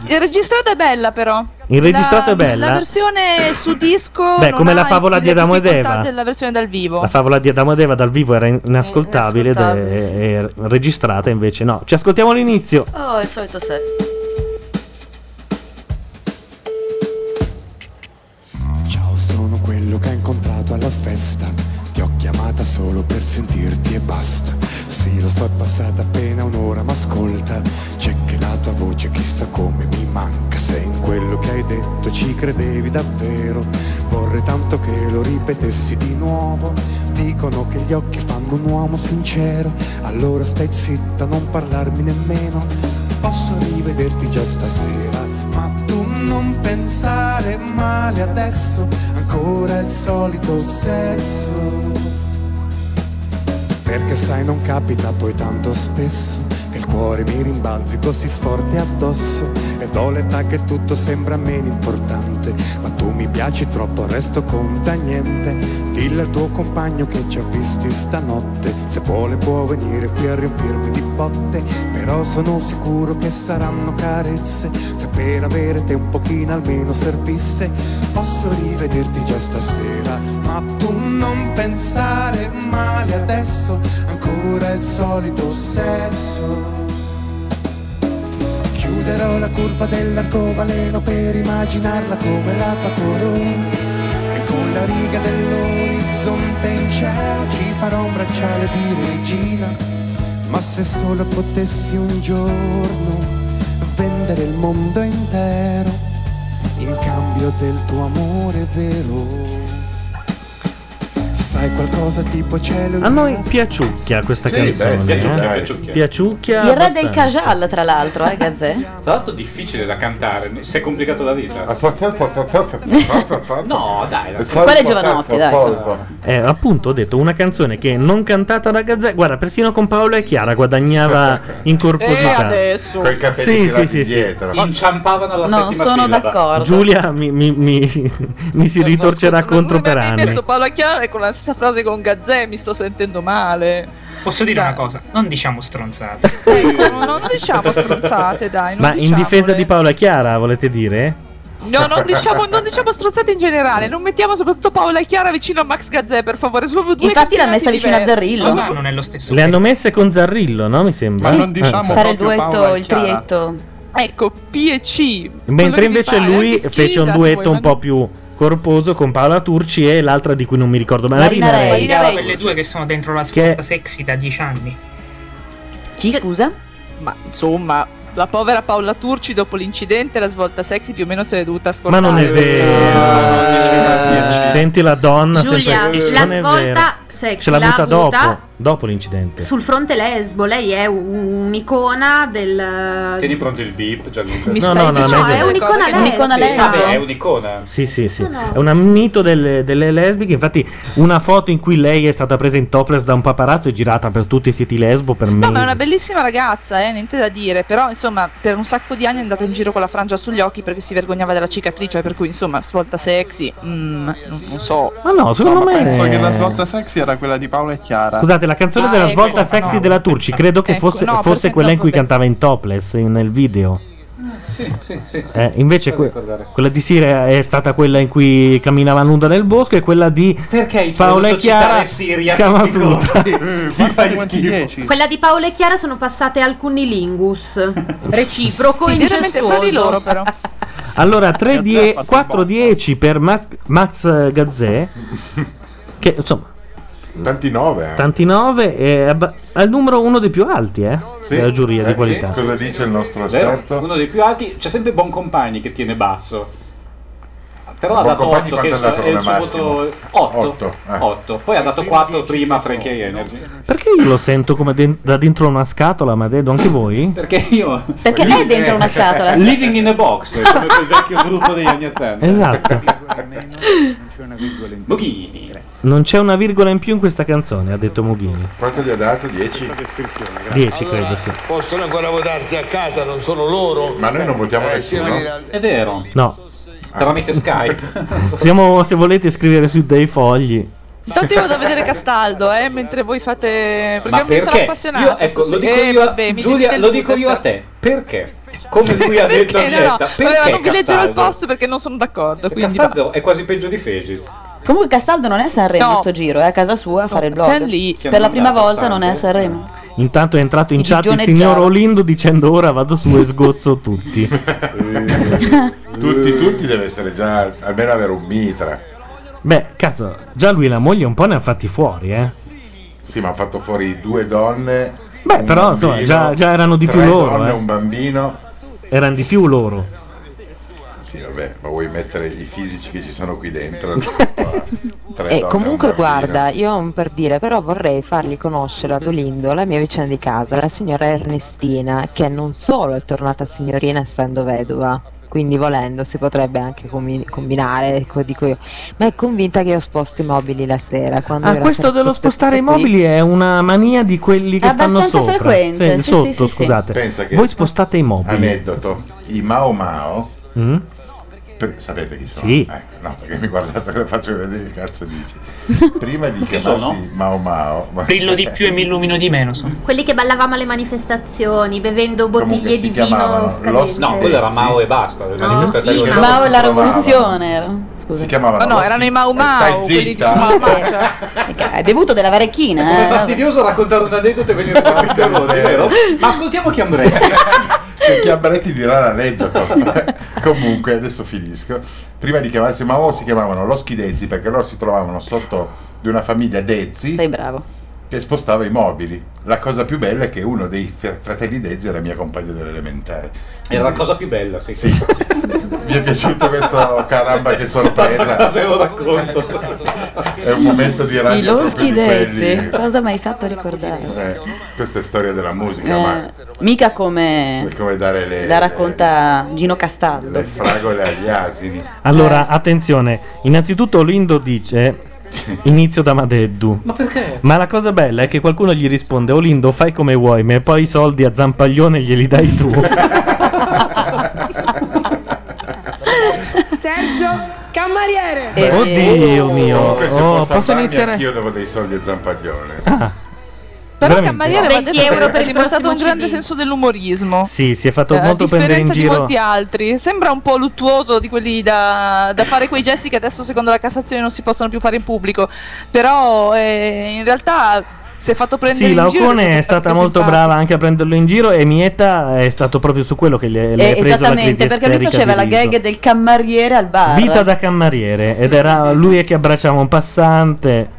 Il registrato è bella però.
Il registrato
La-
è bella?
La versione su disco...
Beh,
non
come
ha
la favola di
le
Adamo ed
difficoltà
Eva.
della versione dal vivo.
La favola di Adamo ed Eva dal vivo era in- inascoltabile ed è, è registrata invece no. Ci ascoltiamo all'inizio.
Oh, il solito set.
Ciao, sono quello che hai incontrato alla festa. Ti ho chiamata solo per sentirti e basta. Sì, lo so, è passata appena un'ora, ma ascolta. C'è che la tua voce chissà come mi manca. Se in quello che hai detto ci credevi davvero, vorrei tanto che lo ripetessi di nuovo. Dicono che gli occhi fanno un uomo sincero. Allora stai zitta, non parlarmi nemmeno. Posso rivederti già stasera, ma tu non pensare male adesso, ancora il solito sesso. Perché sai non capita poi tanto spesso che il cuore mi rimbalzi così forte addosso ed ho l'età che tutto sembra meno importante, ma tu mi piaci troppo, il resto conta niente. Dillo al tuo compagno che ci ha visti stanotte, se vuole può venire qui a riempirmi di botte, però sono sicuro che saranno carezze, se per avere te un pochino almeno servisse, posso rivederti già stasera, ma tu non pensare male adesso, ancora il solito sesso. Chiuderò la curva dell'arcobaleno per immaginarla come la tua corona E con la riga dell'orizzonte in cielo ci farò un bracciale di regina Ma se solo potessi un giorno vendere il mondo intero In cambio del tuo amore vero Sai qualcosa tipo cielo in
A noi
una
piaciucchia questa
Sì,
canzone.
beh,
eh.
piaciucchia,
piaciucchia.
Piaciucchia
Il re del
abbastanza.
Cajal, tra l'altro, eh, Gazzè.
Tra l'altro difficile da cantare, si è complicato la vita. no, dai. dai.
Quello è Giovanotti, dai. insomma.
Eh, appunto, ho detto una canzone che non cantata da Gazzè. Guarda, persino con Paola e Chiara guadagnava
Eh,
in
Eh,
corposità.
Con i capelli
Sì,
tirati
sì, sì, sì.
dietro.
Inciampavano alla
No,
settima
sono
sillaba.
d'accordo.
Giulia mi, mi- mi- mi si ritorcerà contro per
Hai
anni.
messo Paola Chiara con la stessa frase con Gazzè, mi sto sentendo male. Ecco,
Posso dire una cosa? Non diciamo stronzate.
No, non diciamo stronzate, dai. Non
Ma in
diciamo.
difesa di Paola e Chiara, volete dire?
No, non diciamo, non diciamo stronzate in generale. Non mettiamo soprattutto Paola Chiara vicino a Max Gazzè, per favore. sono proprio due
Infatti l'ha messa
campionati
vicino a
diversi.
Zarrillo.
Ma non è lo stesso.
Le hanno messe con Zarrillo, no? Mi sembra.
Sì,
Ah,
diciamo
diciamo
fare il duetto, il trietto.
Ecco, P e C. Quello
Mentre
che
invece
vi pare,
lui
anche
fece
Schisa,
un
se
duetto
vuoi,
un po' più corposo con Paola Turci e l'altra di cui non mi ricordo mai.
Marina
Marina Rei.
Chiara, quelle due che sono dentro la scorta sexy da dieci anni.
Chi scusa?
Ma insomma, la povera Paola Turci dopo l'incidente, la svolta sexy più o meno se l'è dovuta
Ma
ascoltare.
non è vero.
diceva
Senti la donna.
Giulia,
sempre-
la
Eh, non è vero.
svolta
Sex
Ce l'ha
l'ha
avuta dopo,
avuta
dopo l'incidente.
sul fronte lesbo. Lei è un- un'icona del.
Tieni pronto il beep, Gianluca.
Mi No, stai no, no, dicendo no, è delle
un'icona cose che non lesbica. si spiegano.
Vabbè, è un'icona.
Sì, sì, sì. È un mito delle, delle lesbiche. Infatti, una foto in cui lei è stata presa in topless da un paparazzo è girata per tutti i siti lesbo per me.
No, ma è una bellissima ragazza, eh, niente da dire. Però, insomma, per un sacco di anni è andata in giro con la frangia sugli occhi perché si vergognava della cicatrice. Per cui, insomma, svolta sexy. mm, non, non so.
Ma no, secondo
ma
me-
Penso che la svolta sexy era quella di Paola e Chiara.
Scusate, la canzone
Ah,
della
ecco,
svolta
ma
sexy
no.
della Turci credo che
Ecco,
fosse,
no,
fosse
perché
quella in cui
troppo
cantava in topless in- nel video.
Sì, sì, sì. Certo. sì.
Eh, invece
Per
que-
ricordare.
quella di Siria è stata quella in cui camminava nuda nel bosco e quella di Paola e
dovuto
Chiara
citare Siria a
Kama
tutti i
Sutra.
Quella di Paolo e Chiara sono passate al cunnilingus reciproco e
Veramente
incestuoso.
fra di loro, però.
Allora, 3 die- 4-10 per Max, Max Gazzè, che insomma,
Tanti nove. eh.
tanti 9, è abba- al numero uno dei più alti eh,
Sì?
della giuria
Eh,
di
sì?
qualità.
Cosa dice il nostro
Vero?
esperto?
Certo. Uno dei più alti, c'è sempre Boncompagni che tiene basso. Però
Ma
ha dato
Boncompagni
8 che
quanto
è
è andato
il
come
suo voto 8. Poi ha dato 4 prima a Frankie Energy.
Perché io lo sento come den- da dentro una scatola, ma dedo anche voi?
Perché io
Perché è dentro una scatola.
Living in a box, come quel vecchio gruppo degli anni 80.
Esatto.
Buchini.
Non c'è una virgola in più in questa canzone, ha detto Mughini.
Quanto gli ha dato? 10?
10 credo, sì.
Possono ancora votarti a casa, non solo loro.
Ma noi non votiamo
Eh, sì,
nessuno. Ah.
voglio dire,
È vero.
No,
Tramite Skype.
siamo, se volete scrivere su dei fogli.
Intanto io vado a vedere Castaldo, eh, mentre voi fate. Perché,
Ma
mi sono
perché?
appassionato. Eh,
Io, ecco, lo dico io a Giulia, lo dico io a te. Perché? Come lui ha detto a
Perché, no, no,
diretta,
vabbè, ma
perché
non vi leggerò il
Castaldo?
post perché non sono d'accordo. Quindi
Castaldo è quasi peggio di Fegis.
Comunque Castaldo non è a Sanremo sto giro,
eh,
è a casa sua a fare il blog.
c'è lì.
Per la prima
Chiamato
volta non è a Sanremo.
Intanto è entrato in
Sì,
chat il
Gigione
signor
Giaro.
Olindo dicendo ora vado su e sgozzo tutti.
Tutti, tutti deve essere già almeno avere un mitra.
Beh, cazzo, già lui e la moglie un po' ne ha fatti fuori, eh.
Sì, ma ha fatto fuori due donne.
Beh,
un
Eh, però, insomma,
bambino,
già- già erano di più
tre
loro,
Donne,
eh.
un bambino.
Erano di più loro.
Sì, vabbè, ma vuoi mettere i fisici che ci sono qui dentro? Eh,
E Eh, comunque guarda, io per dire, però vorrei fargli conoscere ad Olindo la mia vicina di casa, la signora Ernestina, che non solo è tornata signorina essendo vedova, quindi volendo si potrebbe anche combi- combinare, come dico io, ma è convinta che io sposto i mobili la sera. Quando
Ah,
era
questo
senza
dello
stare
spostare i
certo, qui.
mobili è una mania di quelli che stanno
Abbastanza
sopra.
frequente, sì,
sotto,
sì, sì, sì.
scusate.
Pensa che-
Voi spostate i mobili.
Aneddoto, i Mao Mao,
Mm?
per- sapete chi sono?
Sì.
Ecco, no, perché mi guardate che le faccio vedere che cazzo dici. Prima di
Chi
chiamarsi
sono?
Mao Mao... ma-
Brillo di più e mi illumino di meno. so.
Quelli che ballavamo alle manifestazioni, bevendo
Comunque
bottiglie
si
di vino
chiamavano
scadente.
Los
No, quello era Mao e
Ah,
basta. le manifestazioni
Sì,
che-
Mao e la
Provavano.
rivoluzione. Scusa.
Si chiamavano...
Ma no,
Los-
erano i Mau Mau,
Stai
quelli di
zitta.
Mau Mau, cioè.
Hai bevuto della
È
varecchina, eh?
fastidioso raccontare un aneddoto e venire sempre interrotti, vero? Ma ascoltiamo Chiambretti.
Che Chiambretti dirà l'aneddoto. Comunque, adesso finisco. Prima di chiamarsi Mao si chiamavano Loschi Dezzi perché loro si trovavano sotto di una famiglia Dezzi.
Sei bravo.
Che spostava i mobili. La cosa più bella è che uno dei fr- fratelli Dezzi era mio compagno dell'elementare.
Era la cosa più bella, sì.
Sì. Mi è piaciuto questo caramba che sorpresa.
Se lo racconto.
È un momento di
I
radio proprio di
loschidezzi.
quelli.
Cosa mi hai fatto ricordare?
Eh, questa è storia della musica,
Eh,
ma
mica
è
come
come dare le,
la racconta Gino Castaldo.
le fragole agli asini.
Allora,
Eh.
attenzione. Innanzitutto Olindo dice inizio da Madeddu.
Ma perché?
Eh,
Ma la cosa bella è che qualcuno gli risponde Olindo fai come vuoi, ma poi i soldi a Zampaglione glieli dai tu.
Sergio Camariere.
Oddio mio.
Comunque, se posso,
Oh, posso
salvarmi,
iniziare? Ah.
anch'io devo dei soldi a zampaglione.
Però
Veramente?
Cammariere va
20
detto che
euro
ha
per il
dimostrato un
prossimo
grande senso dell'umorismo.
Sì, si è fatto
Eh, A
molto prendere in
differenza di
giro.
molti altri, sembra un po' luttuoso di quelli da, da fare quei gesti che adesso secondo la Cassazione non si possono più fare in pubblico, però eh, in realtà si è fatto prendere
Sì,
in giro. ed
Laucone
stato
è stata
anche
molto
simpatico.
brava anche a prenderlo in giro e Mieta è stato proprio su quello che le, le
Eh,
è preso la
esattamente,
crisi
perché lui
isterica
faceva
di
la
riso.
gag del cameriere al bar.
Vita da cammariere ed era lui che abbracciava un passante.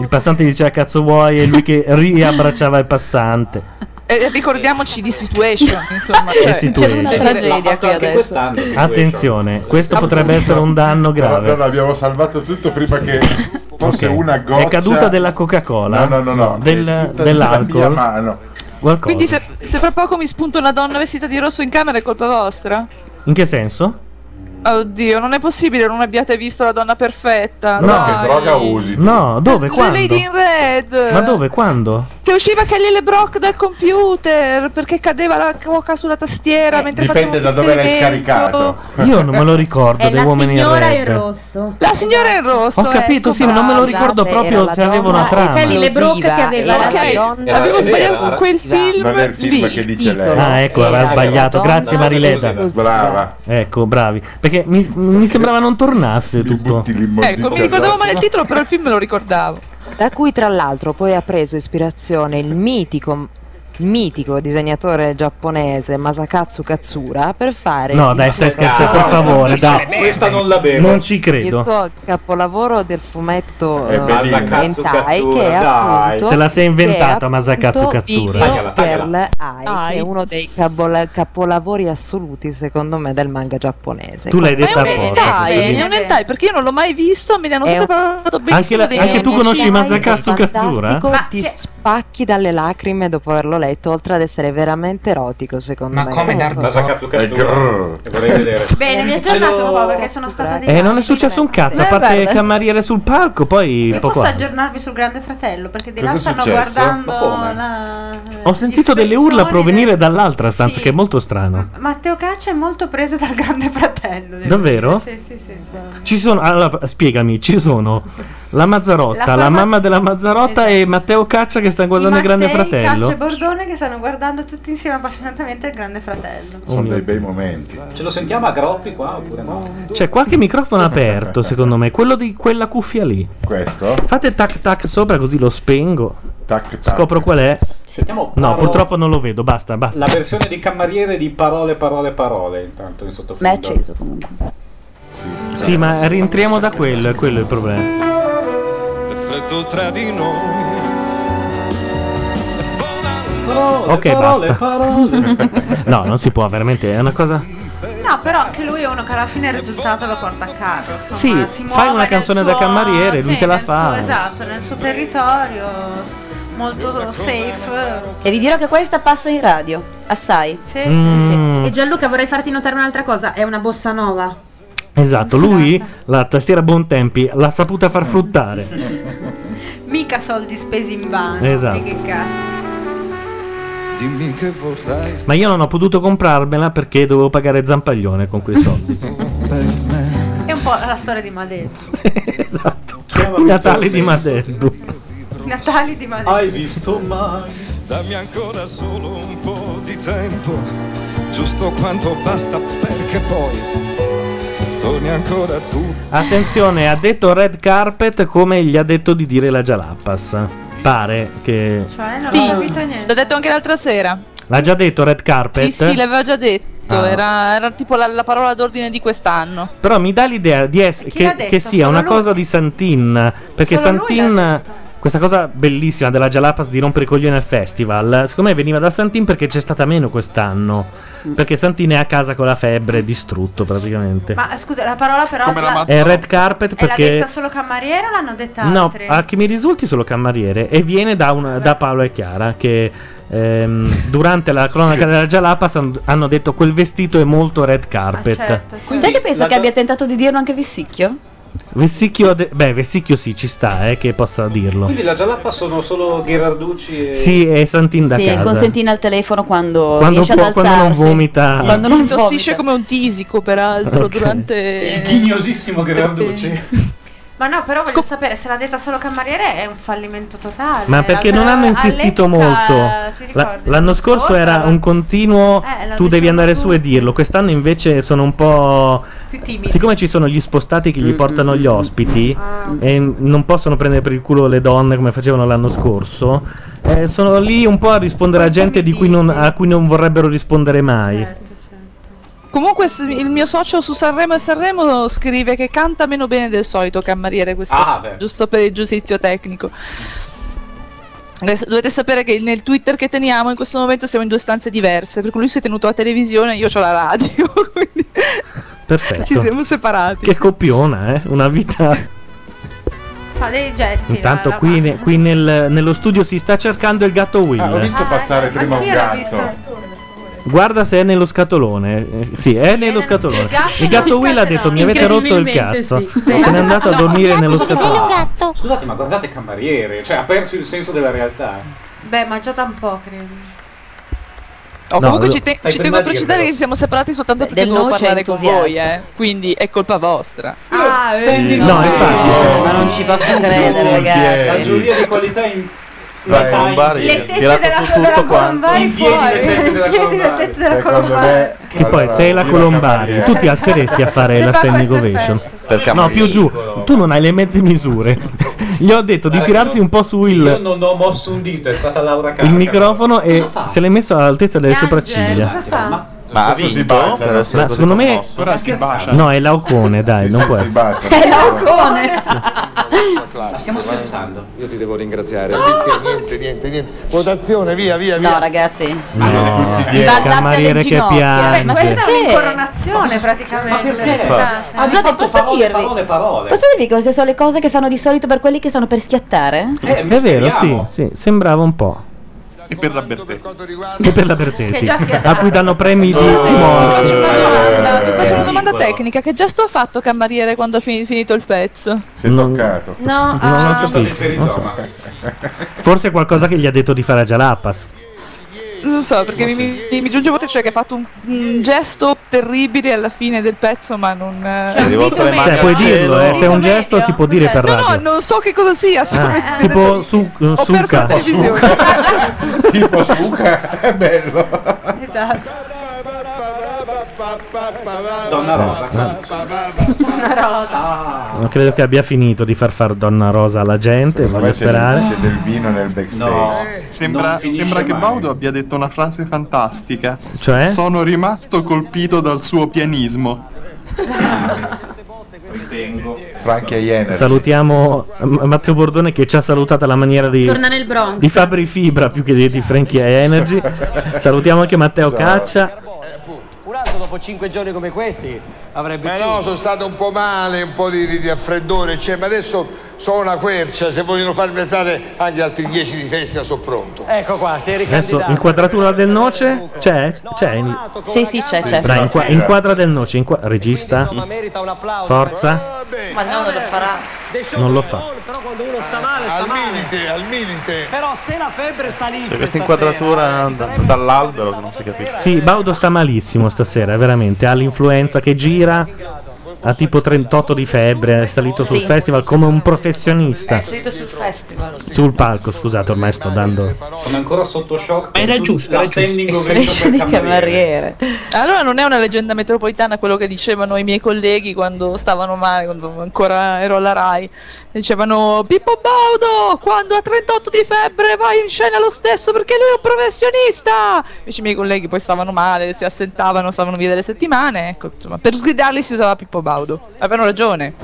Il passante gli diceva cazzo vuoi e lui che riabbracciava il passante.
Eh, ricordiamoci di Situation, insomma.
È
cioè,
successo una
voglio dire,
tragedia
l'ha fatto
qui
anche
adesso.
quest'anno, sì,
Attenzione, questo potrebbe essere un danno grave.
Allora, abbiamo salvato tutto prima che forse
Ok.
una goccia.
È caduta della Coca-Cola?
No, no, no, no.
Del-
È tutta
dell'alcol?
nella mia mano.
Qualcosa.
Quindi se, se fra poco mi spunta una donna vestita di rosso in camera è colpa vostra?
In che senso?
Oddio, non è possibile non abbiate visto la donna perfetta. dai.
usi?
No,
Ah, eh, La
dove? Eh, Quando?
Lady in Red.
Ma dove? Quando?
Che usciva Kelly LeBrock dal computer perché cadeva la coca sulla tastiera mentre
Eh, Dipende da
faceva un
dove l'hai
esperimento.
scaricato.
Io non me lo ricordo.
È
The
la
Woman
signora
in
in
Red.
rosso.
La signora in rosso.
Ho capito,
ecco,
sì, ma non me lo ricordo
Scusate,
proprio
era
se
la
avevo
donna
una trama.
esclusiva,
Kelly LeBrock che aveva
era
la
ok,
donna
avevo sbagliato
esclusiva.
quel film.
Non è il film
lì. Eh,
che dice lei.
Ah, ecco, aveva sbagliato. Grazie Marileda.
Brava.
Ecco, bravi. Perché mi, mi sembrava non tornasse tutto.
Ecco, mi ricordavo male il titolo, però il film me lo ricordavo.
da cui tra l'altro poi ha preso ispirazione il mitico mitico disegnatore giapponese Masakatsu Katsura per fare
No,
il
dai,
suo-
stai scherzando,
Ah,
per favore, dai.
Questa non la bevo.
Non ci
il
credo.
suo capolavoro del fumetto
È
eh,
bellino.
Masakatsu hentai
Katsura,
che è
dai.
appunto
Te la sei inventata,
che è
Masakatsu
appunto
Katsura.
Video
Pagala,
Girl
pagala.
Eye, che è uno dei capola- capolavori assoluti secondo me del manga giapponese
Tu l'hai
Quindi-
detta
Ma è un
apposta,
hentai,
quindi.
è un hentai perché io non l'ho mai visto, me ne hanno
È
sempre
un-
parlato
Anche,
benissimo.
la-
dei
anche
miei
tu
amici.
conosci Masakatsu Katsura?
fantastico, ti spacchi dalle lacrime dopo averlo letto, oltre ad essere veramente erotico, secondo me. Comunque-
Masakatsu Katsura. Che vorrei vedere.
Bene, mi ha aggiornato un po' perché sono stata di.
Eh, non è successo un cazzo, a
Eh,
parte
guarda.
cameriere sul palco, poi
Io
poco
posso
altro.
aggiornarvi sul Grande Fratello perché di là
Cosa è
stanno
successo?
guardando
Ma come?
la...
Ho sentito delle urla provenire dall'altra stanza, che è molto strano.
Matteo Caccia è molto preso dal Grande Fratello. devo
Davvero?
dire. Sì, sì, sì. sì.
Ci sono, allora, spiegami, ci sono la Mazzarotta, la, Esatto.
La farma-
mamma della Mazzarotta e Matteo Caccia che sta guardando il Grande
Mattei, Caccia e
Fratello.
Bordone che stanno guardando tutti insieme appassionatamente il Grande Fratello.
Oh
Sono
mio
dei bei momenti.
Ce lo sentiamo a groppi qua oppure no?
C'è qualche microfono aperto, secondo me, quello di quella cuffia lì.
Questo?
Fate tac tac sopra così lo spengo.
Tac
tac. Scopro qual è.
Sentiamo
No,
Paolo-
purtroppo non lo vedo, basta, basta.
La versione di Camariere di parole, parole, parole. Intanto in sottofondo.
Ma è acceso
comunque.
Sì, ma rientriamo da quello, è quello il problema.
Perfetto tra di noi.
Ok,
parole,
basta. No, non si può, veramente, è una cosa...
No, però che lui è uno che alla fine il risultato lo porta a casa. insomma,
Sì,
si
fai
muove
una
nel
canzone
suo-
da cameriere, lui
sì,
te la
nel
fa.
suo- esatto, nel suo territorio, molto safe.
E vi dirò che questa passa in radio, assai.
Sì,
sì, sì.
E Gianluca vorrei farti notare un'altra cosa, è una bossa nova.
Esatto, lui, la tastiera Buontempi, l'ha saputa far fruttare.
Mica soldi spesi in vano.
Esatto.
di Che cazzo.
Dimmi che vorrai
Ma io non ho potuto comprarmela perché dovevo pagare Zampaglione con quei soldi.
È un po' la storia di Madeddu.
esatto. I Natali di Madello.
I Natali di Madeddu.
Hai visto mai?
Dammi ancora solo un po' di tempo, giusto quanto basta perché poi torni ancora tu.
Attenzione, ha detto red carpet come gli ha detto di dire la Jalappas. Pare che...
Cioè, non
Sì,
ho capito niente.
L'ho detto anche l'altra sera.
L'ha già detto red carpet?
Sì, sì, l'aveva già detto.
Eh? Ah.
Era, era tipo la, la parola d'ordine di quest'anno.
Però mi dà l'idea di ess-
chi l'ha
che,
detto?
che sia
Solo
una
lui?
cosa di Santin. Perché
Solo lui l'ha
Santin, questa cosa bellissima della Jalapas di rompere i coglioni al festival, secondo me veniva da Santin perché c'è stata meno quest'anno. Perché Santin è a casa con la febbre, è distrutto praticamente.
Ma scusa, la parola però
Come la
È Eh, red carpet
e l'ha detta
perché.
solo Cammariera o l'hanno detta
No, ah,
altri?
a chi mi risulti solo Cammariere. E viene da, una- da Paolo e Chiara che. ehm, durante la cronaca della Jalapas han- hanno detto quel vestito è molto
Ah,
red carpet.
certo.
Sai che penso
la
che
do-
abbia tentato di dirlo anche Vissicchio?
Vessicchio, de- beh, Vessicchio sì, ci sta, eh, che possa dirlo.
Quindi la Giallappa sono solo Gherarducci e...
Sì, è Santin da
sì,
casa.
consentina al telefono quando,
quando
riesce
può,
ad
quando non
alzarsi.
vomita.
Quando non
Tossisce come un tisico, peraltro,
Ok.
durante.
Eh,
Il ghignosissimo Gherarducci.
Ma no, però voglio sapere se l'ha detta solo Cammariere è un fallimento totale.
Ma perché
La-
non hanno insistito
all'epoca,
molto?
ti
La-
ricordi?
l'anno scorso era un continuo
Eh, la
tu devi
dicevano
andare su e dirlo, quest'anno invece sono un po'...
Più timidi.
Siccome ci sono gli spostati che gli portano gli ospiti e non possono prendere per il culo le donne come facevano l'anno scorso, eh, sono lì un po' a rispondere a gente di cui non- a cui non vorrebbero rispondere mai.
Comunque, s- il mio socio su Sanremo e Sanremo scrive che canta meno bene del solito Cammariere questa
Ah,
sera,
beh.
giusto per il giudizio tecnico. Adesso dovete sapere che nel Twitter che teniamo in questo momento siamo in due stanze diverse, per cui lui si è tenuto la televisione e io ho la
Certo.
radio,
Perfetto.
ci siamo separati.
Che copiona, eh? Una vita.
fa dei gesti.
Intanto qui, ne- qui nel- nello studio si sta cercando il gatto Will.
Ah, ho visto passare prima un
anch'io l'ho visto.
gatto.
Guarda se è nello scatolone. Eh, Sì, è nello scatolone. Il gatto Will ha detto: Mi avete rotto il
Incredibilmente
cazzo.
sì, sì.
Se n'è andato a dormire nello scatolone.
gatto. Scusate, ma guardate il cameriere, cioè ha perso il senso della realtà.
Beh, mangiata un po', credo.
Oh,
No,
comunque
lo-
ci, te-
fai
ci
prima
tengo
dirmelo.
a precisare che ci siamo separati soltanto perché
del
devo
no c'è
parlare con voi,
entusiasta.
eh. quindi è colpa vostra.
Ah,
Eh,
Stendi
vero?
no, infatti.
ma non ci posso credere,
La
ragazzi.
giuria di qualità in
Dai, Lombari,
Le tette
tirato
della-
su
della
tutto quanto.
In piedi le tette della Colombari.
Secondo me
E poi sei la Colombari,
Cameriere.
tu ti alzeresti a fare
Se
la
fa
standing
questo
ovation.
Perché
No,
amore
più giù,
piccolo.
tu non hai le mezze misure. Gli ho detto di
Guarda che
tirarsi
non-
un po' su
Io
Will
non ho mosso un dito, è stata Laura Carca.
il microfono e
Cosa fa?
se l'è messo all'altezza delle sopracciglia.
Ma
Ma boh, ha
Adesso si
vinto
baciano.
per essere
Ma
così
secondo me-
commosso?
Ora si bacia.
No, è Laucone, dai, non può essere.
È
l'alcone.
Stiamo
scherzando.
Io ti devo ringraziare. Niente, niente, niente, niente. Votazione, via, via, via.
No, ragazzi.
No,
tutti
il
dietro.
cameriere che
Beh, Eh, ma questa è
piange.
Cioè,
un'incoronazione
praticamente. Eh,
praticamente.
Ah, Scusate, posso dirvi, posso dirvi che queste sono le cose che fanno di solito per quelli che stanno per schiattare?
Eh,
È vero, sì, sì, sembrava un po'.
E per la Bertè.
E per la Bertesi,
Che già si è-
a cui danno premi di
Eh,
morte.
faccio una domanda, vi
eh,
Eh,
faccio una
Ridicolo.
domanda tecnica. Che gesto ha fatto Camariere quando ha fi- finito il pezzo?
Si è toccato.
No,
Non ho
ah.
capito.
Giusto del
perizoma.
Forse è qualcosa che gli ha detto di fare a Jalapas.
Non so, perché mi, mi, mi giunge voce cioè che ha fatto un, un gesto terribile alla fine del pezzo, ma non. eh,
Cioè, rivolto le mani
Cioè,
al
puoi
cielo.
dirlo, eh, se è un gesto si può dire per
No, no,
radio.
non so che cosa sia.
Ah,
assolutamente.
tipo su,
Eh, Ho perso la
succa.
televisione.
tipo suca è bello
Esatto.
Donna Rosa.
Una rosa.
Eh, Non credo che abbia finito di far fare Donna Rosa alla gente, voglio
c'è,
sperare.
c'è del vino nel backstage
Sembra, sembra che Baudo abbia detto una frase fantastica.
Cioè?
Sono rimasto colpito dal suo pianismo.
Franchi e Jenner
Salutiamo eh, M- Matteo Bordone che ci ha salutato alla maniera di,
Torna nel Bronx.
di Fabri Fibra più che di, di Frankie Energy. Salutiamo anche Matteo
Ciao.
Caccia.
Un altro dopo cinque giorni come questi avrebbe. Ma no, sono stato un po' male, un po' di, di- di raffreddore, cioè, ma adesso sono una quercia, se vogliono farmi entrare anche altri dieci di festa sono pronto. Ecco qua, sei
Adesso inquadratura del noce c'è? C'è? in-
Sì, sì, c'è, c'è.
Dai, inqua- inquadra del noce, inqua- regista. Forza,
Ma no, non lo farà.
non lo fa.
Però quando uno sta male, sta male. Al limite, al limite. Però se la febbre salisse
Cioè, questa
stasera-
inquadratura da- dall'albero che non si capisce.
Sì, Baudo sta malissimo stasera, veramente. Ha l'influenza che gira, ha tipo 38 di febbre, è salito sul
Sì.
festival come un professionista.
È salito sul festival.
Sul palco, scusate, ormai sto dando.
Sono ancora sotto shock.
Ma era
per
giusto,
la
era giusto.
standing
E
ovation
invece
per
di
cameriere.
Allora non è una leggenda metropolitana quello che dicevano i miei colleghi quando stavano male, quando ancora ero alla RAI. Dicevano Pippo Baudo, quando ha 38 di febbre vai in scena lo stesso perché lui è un professionista. Invece i miei colleghi poi stavano male, si assentavano, stavano via delle settimane. Ecco, insomma, per sgridarli si usava Pippo Baudo. Avevano ragione.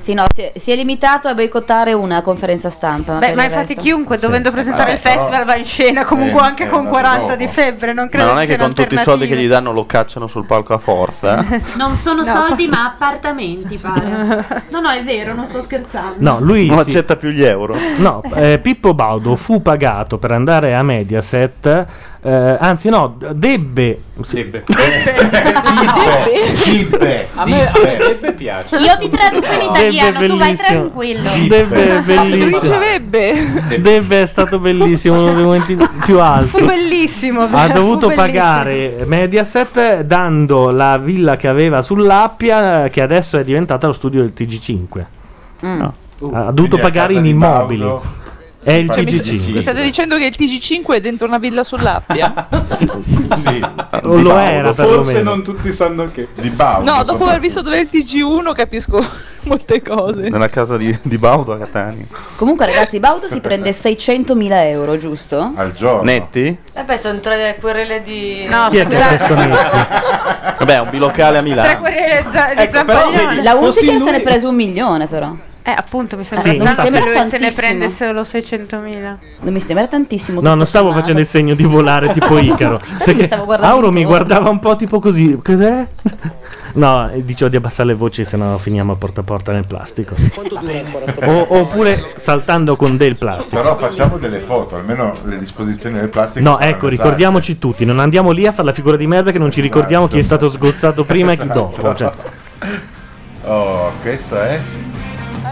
Sì, no, si è, si è limitato a boicottare una conferenza stampa. Cioè,
Beh, ma infatti chiunque dovendo presentare
Vabbè,
il festival va in scena comunque
Eh,
anche
è
con
andato
40
dopo.
di febbre, non
Ma
credo
non è
sia
che con tutti i soldi che
un'alternativa.
gli danno lo cacciano sul palco a forza. eh?
Non sono
No.
soldi ma appartamenti, pare. No, no, è vero, non sto scherzando.
No, lui
non
sì.
accetta più gli euro.
No, eh, Pippo Baudo fu pagato per andare a Mediaset. eh, anzi, no, debbe. Debbe.
Debbe.
A me, a me Beppe piace.
Io ti traduco in italiano, tu vai tranquillo.
Debbe è
Lo
bellissimo.
Ricevebbe.
Debbe è stato bellissimo, uno dei momenti più alti.
Fu bellissimo.
ha
fu
dovuto
bellissimo.
pagare Mediaset dando la villa che aveva sull'Appia eh, che adesso è diventata lo studio del TG5 No. ha
Quindi
dovuto
a
pagare
casa
in
di
immobili
Baudo
è il
Cioè, mi, sta- mi
TG5
state dicendo che il TG5 è dentro una villa sull'Appia?
O lo
Forse
era perlomeno
non tutti sanno che.
Di Baudo.
No, dopo aver visto dove è il TG1 capisco molte cose.
Nella casa di, di Baudo a Catania.
Comunque, ragazzi, Baudo si prende 600.000 euro, giusto?
Al giorno. Netti?
Eh beh, sono tre querele di...
No, Chi è che ha scusate. chiesto
Vabbè, un bilocale a Milano.
querele za- di
Ecco,
Zampaglione.
La Hunziker se ne è preso un milione, però.
Eh, appunto, mi sembra
Sì,
strano
infatti.
che lui se ne
Tantissimo.
prende solo 600.000.
Non mi sembra tantissimo.
No, non stavo facendo il segno di volare tipo Icaro.
Infatti mi
perché
stavo guardando
Auro mi
intorno.
guardava un po' tipo così. Cos'è? No, dicevo di abbassare le voci, se no finiamo a porta a porta nel plastico.
Quanto dura ancora sto
O- oppure saltando con del plastico.
Però facciamo delle foto, almeno le disposizioni del plastico.
No,
saranno
ecco,
esatte.
ricordiamoci tutti, non andiamo lì a fare la figura di merda che non ci ricordiamo chi è stato sgozzato prima e chi dopo. Cioè.
Oh, questa è.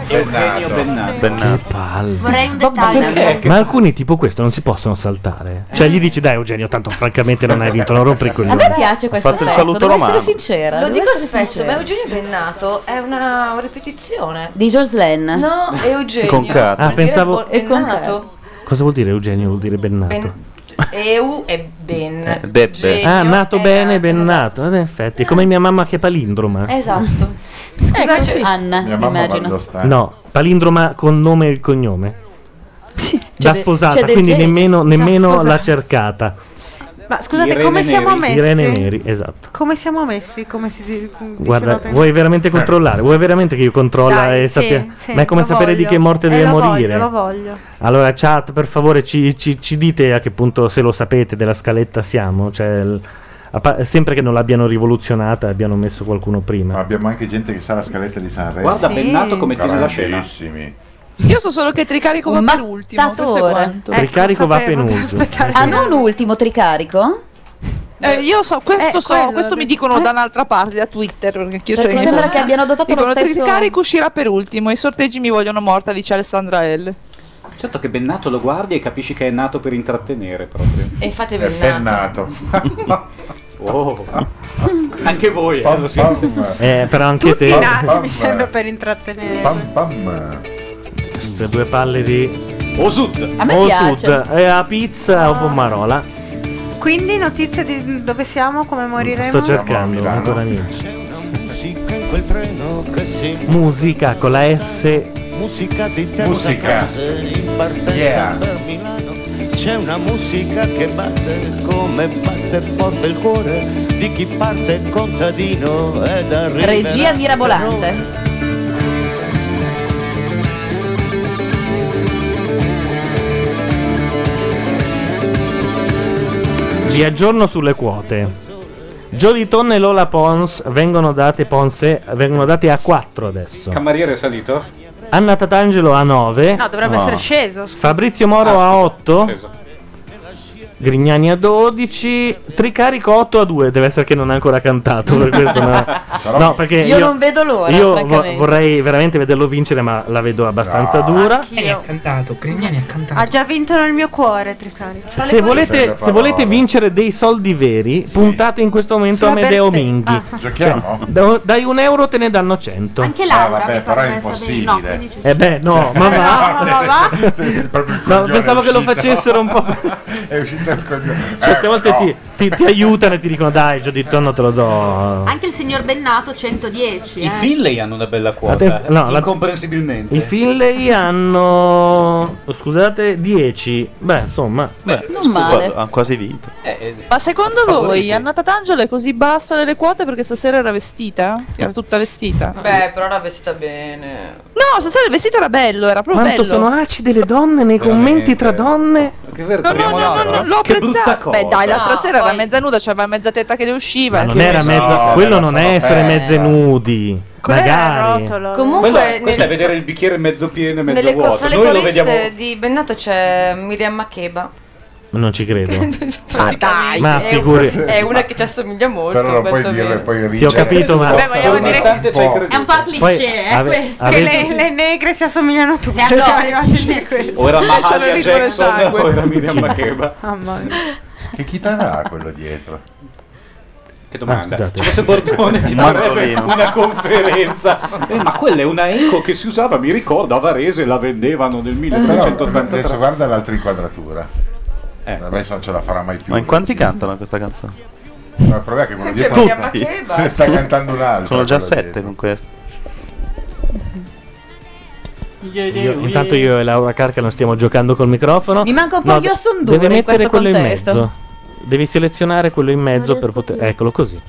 Eugenio Bennato.
Che palle.
Vorrei un dettaglio.
Ma alcuni tipo questo non si possono saltare. Cioè gli dici dai Eugenio, tanto francamente non hai vinto, non rompere i
A
coglioni.
me piace questo
Fate il
pezzo,
saluto
devo essere
romano.
sincera.
Lo
devo
dico
essere
spesso, ma
sincera.
Eugenio Bennato è una ripetizione.
Di Joslen.
No, Eugenio.
Con K. Ah,
vuol dire
pensavo-
bo-
E con K.
Bennato.
Cosa vuol dire Eugenio? Vuol dire Bennato.
Ben- Eu e
Eh,
Ben.
Debbe. Ah,
eh,
nato bene, ben
esatto.
nato. In effetti, è come mia mamma che è palindroma.
Eh,
Esatto.
Ecco, sì. Anna,
Mia
mi
mamma
immagino.
No, palindroma con nome e cognome. da
cioè de-
sposata,
c'è del
quindi
genere.
nemmeno,
Da
nemmeno
sposata.
l'ha cercata.
Ma scusate, come siamo messi?
Irene Neri, esatto.
Come siamo messi? Come si di-
Guarda,
diceva prima?
vuoi veramente controllare? Vuoi veramente che io controlla
Dai,
e
sì,
sappia?
sì,
Ma è come
lo
sapere di
voglio.
che morte
Eh,
deve
lo Voglio,
morire.
lo voglio.
Allora, chat, per favore, ci, ci- ci dite a che punto, se lo sapete, della scaletta siamo. Cioè, il- a pa- sempre che non l'abbiano rivoluzionata, abbiano messo qualcuno prima.
Abbiamo anche gente che sa la scaletta di Sanremo.
Guarda Sì. Bennato come chiude la scena.
Grandissimi.
Io so solo che Tricarico va per ultimo. Questo è
Mattatore.
quanto. Eh,
Tricarico va penultimo.
Ecco, Ah, non ultimo, tricarico?
Eh, io so, questo
Eh,
so,
quello,
questo mi
eh.
dicono da un'altra parte, da Twitter. Perché, io
Perché
c'ho i miei
sembra
fonti.
che abbiano adottato lo
dicono,
stesso-
Tricarico uscirà per ultimo. I sorteggi mi vogliono morta, dice Alessandra L.
Certo che Bennato lo guardi e capisci che è nato per intrattenere proprio.
E fate
È
Bennato.
Oh. Anche voi. eh, lo sentite.
Eh, però anche
Tutti
te.
in
Ah.
anima, mi
Sembra per intrattenere.
Queste due palle di.
O sud.
A me
o
piace.
sud. Eh, a pizza o pomarola.
Quindi notizie di dove siamo, come moriremo?
Sto cercando
Milano.
ancora niente.
Musica in quel treno che si
Musica con la S.
musica di te
Musica.
in partenza
Yeah.
per Milano c'è una musica che batte come batte forte il cuore di chi parte contadino ed arriva
Regia mirabolante.
Vi aggiorno sulle quote. Jody Tonne e Lola Pons vengono date, Ponse, vengono date a 4 adesso.
Camariere è salito?
Anna Tatangelo a 9.
No, dovrebbe essere sceso. scusa.
Fabrizio Moro a 8. Grignani a 12. Tricarico 8 a 2. Deve essere che non ha ancora cantato. Per questo no. No, perché
Io non vedo l'ora,
Io vo-
francamente.
vorrei veramente vederlo vincere, ma la vedo abbastanza
Ah,
dura.
Grignani ha cantato, Grignani ha cantato.
Ha già vinto nel mio cuore, Tricari.
Se volete, se volete vincere dei soldi veri, puntate in questo momento
Sulla
a Medeo
Bertè.
Minghi.
Ah.
Giochiamo?
Cioè, da- dai un euro te ne danno 100.
Anche Laura
Eh, vabbè,
mi
però è
permessa di- no,
impossibile.
quindi ci-
Eh beh, no, ma va.
No, no, va.
No, pensavo che lo
uscito. Eh,
facessero un po'.
È uscito il cognome.
Certe volte ti, ti- ti aiutano e ti dicono dai, Gio di tonno te lo do.
Anche il signor Bennato 110.
I
eh.
Finlay hanno una bella quota.
Attenz- no, la-
incomprensibilmente.
I Finlay hanno. Scusate, 10. Beh, insomma. Beh,
Non male.
Ha quasi vinto.
Ma secondo
Favoriti.
voi Anna Tatangelo è così bassa nelle quote perché stasera era vestita? Era tutta vestita?
Beh, però era vestita bene.
No, stasera il vestito era bello, era proprio
Quanto
bello.
sono acide le donne nei commenti tra donne.
Che
No, no, no, no, l'ho
Che brutta
apprezzato. Beh, dai, l'altra
No,
sera era mezza nuda, c'aveva mezza tetta che le usciva.
Ma non
nel
era
senso-
mezza.
No,
quello
era
non è
solo
essere
pezza.
mezze nudi. Magari.
Comunque,
Quello è- questo
nel-
è vedere il bicchiere mezzo pieno e mezzo
Nelle co-
vuoto.
fra le
Noi lo
coriste
vediamo.
di Bennato c'è Miriam Makeba.
Non ci credo.
Ma dai,
Ma
è,
figuri-
è una che ci assomiglia molto.
Però non puoi
questo
dirlo e
vero.
poi ridere.
Sì, ho capito, ma.
Vabbè, vogliamo dire-
Nonostante ci hai
È un
creduto.
È un po'
Poi
cliché, eh,
ave- Cioè,
questo.
ave-
Che le, le negre si assomigliano tutte.
allora,
siamo arrivati lì.
O era
C'hanno il
Mahalia
ritmo del
Jackson
sangue.
o era Miriam Makeba.
Mamma mia.
Che chitarra ha quello dietro?
Che domanda.
Ah, scusate.
Se fosse Bordone ti
Un
darebbe
mandolino.
una conferenza. Eh, ma quella è una Eco che si usava, mi ricordo, a Varese la vendevano nel
Però, adesso
1983.
guarda l'altra inquadratura.
Eh.
Adesso non ce la farà mai più.
Ma in quanti cantano questa canzone?
Ma il problema è che
Cioè,
quello dietro
Tutti.
sta- sta cantando un altro.
Sono già
quello
sette con questo.
Io- intanto io e Laura Carca non stiamo giocando col microfono.
Mi manca un po'
No,
di Yosunduri
Deve
in
mettere
questo
quello
contesto.
in mezzo. Devi selezionare quello in mezzo
Non
per
riesco
poter.
più.
Eccolo così.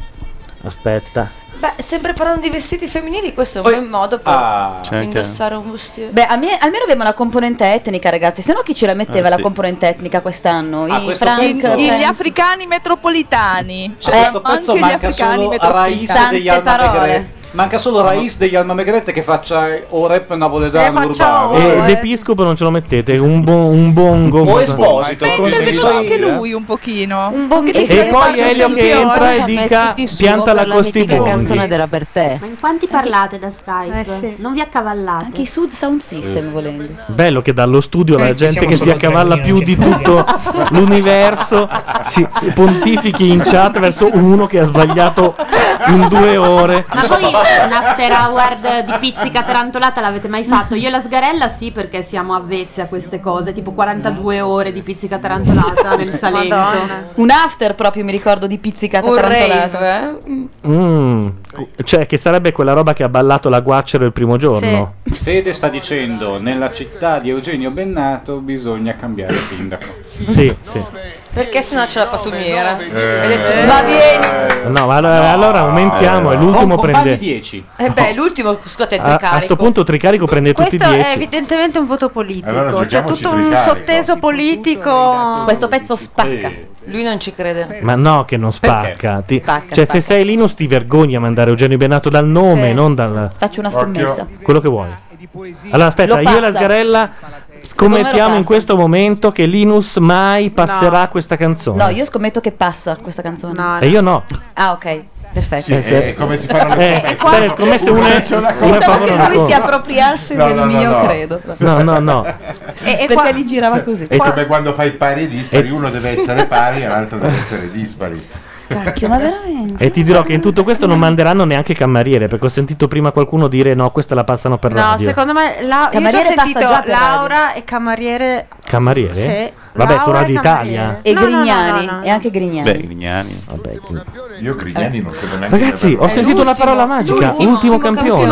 Aspetta.
Beh,
sempre parlando di vestiti femminili, questo è un bel modo per
Ah. C'è anche-
indossare un vestito.
Beh, a me- almeno avevamo la componente etnica, ragazzi. Se no, chi ce la metteva
Ah,
Eh,
la
sì.
componente etnica quest'anno?
A
I
questo
Frank,
punto-
Frank-
Gli africani metropolitani. Eh,
Cioè, questo pezzo
anche gli
manca
africani
solo Raiz
metropolitani.
degli Alma Megrette. Manca solo Raiz degli Alma Megrette che faccia eh, o rap napoletano urbano.
E l'episcopo non ce lo mettete, un, bo- un bongo.
O
un-
Esposito, Beh, come
Deve fare anche
Eh.
lui un pochino.
Un
pochino.
E poi Elio che entra e dica pianta la
mitica canzone
costibondi.
della Bertè.
Ma in quanti parlate da Skype? Non vi accavallate. Anche
i Sud Sound System volendo.
Bello che dallo studio la
Eh,
gente
siamo
che si
solo
accavalla
tre,
più
non
di
c'è
tutto l'universo si pontifichi in chat verso uno che ha sbagliato in due ore.
Ma voi un after hour di pizzica tarantolata l'avete mai fatto? Io e la sgarella sì perché siamo avvezzi a queste cose, tipo 42 ore di pizzica tarantolata nel Salento.
Madonna.
Un after proprio mi ricordo di pizzicata
Un
tarantolata.
rave, eh?
Mm, Cioè, che sarebbe quella roba che ha ballato la guaccero il primo giorno.
Fede sta dicendo nella città di Eugenio Bennato bisogna cambiare sindaco.
Sì, sì.
Perché sennò c'è la pattumiera.
Eh.
Va bene.
No, ma allora, allora aumentiamo, è l'ultimo prende.
10.
Eh beh, l'ultimo, scusate, il
A, a sto
tricarico.
punto Tricarico prende tutti
Questo
i
è
10.
evidentemente un voto politico,
Allora
c'è
giochiamoci
tutto un
Tricarico.
sotteso politico.
Questo pezzo spacca. Lui non ci crede.
Ma no, che non spacca. Ti-
Spacca,
cioè,
spacca.
se sei Linus ti vergogna a mandare Eugenio Bennato dal nome,
Sì.
non dal.
Faccio una scommessa.
Quello che vuoi. Allora, aspetta,
Lo
io e la
passa.
sgarella
Secondo me lo
scommettiamo in
passa.
questo momento che Linus mai passerà questa canzone.
No, io scommetto che passa questa canzone.
E io no.
Ah, ok. Perfetto.
Sì, Eh, se- eh, come si fanno le scommesse.
Eh, qua-
Eh, le scommesse una-
Pensavo
una
che
favola, una
lui si
contro.
appropriasse
No,
del
no, no,
mio
no.
credo.
No, no, no.
Perché li girava così.
È come quando fai pari e dispari, uno deve essere pari e l'altro deve essere dispari.
Cacchio, ma veramente?
E ti dirò che in tutto questo non manderanno neanche Cammariere, perché ho sentito prima qualcuno dire no, questa la passano per
No,
radio.
secondo me la, io già ho
Cameriere passa
sentito
già per
Laura e Camariere
Cammariere?
Sì.
Eh? Vabbè, su
Laura
Radio
Camariere.
Italia.
E
No, no, no,
Grignani,
no, no, no.
e anche Grignani.
Beh, Grignani.
Io
Eh.
Grignani non credo neanche.
Ragazzi, ho sentito una parola magica. Ultimo, campione.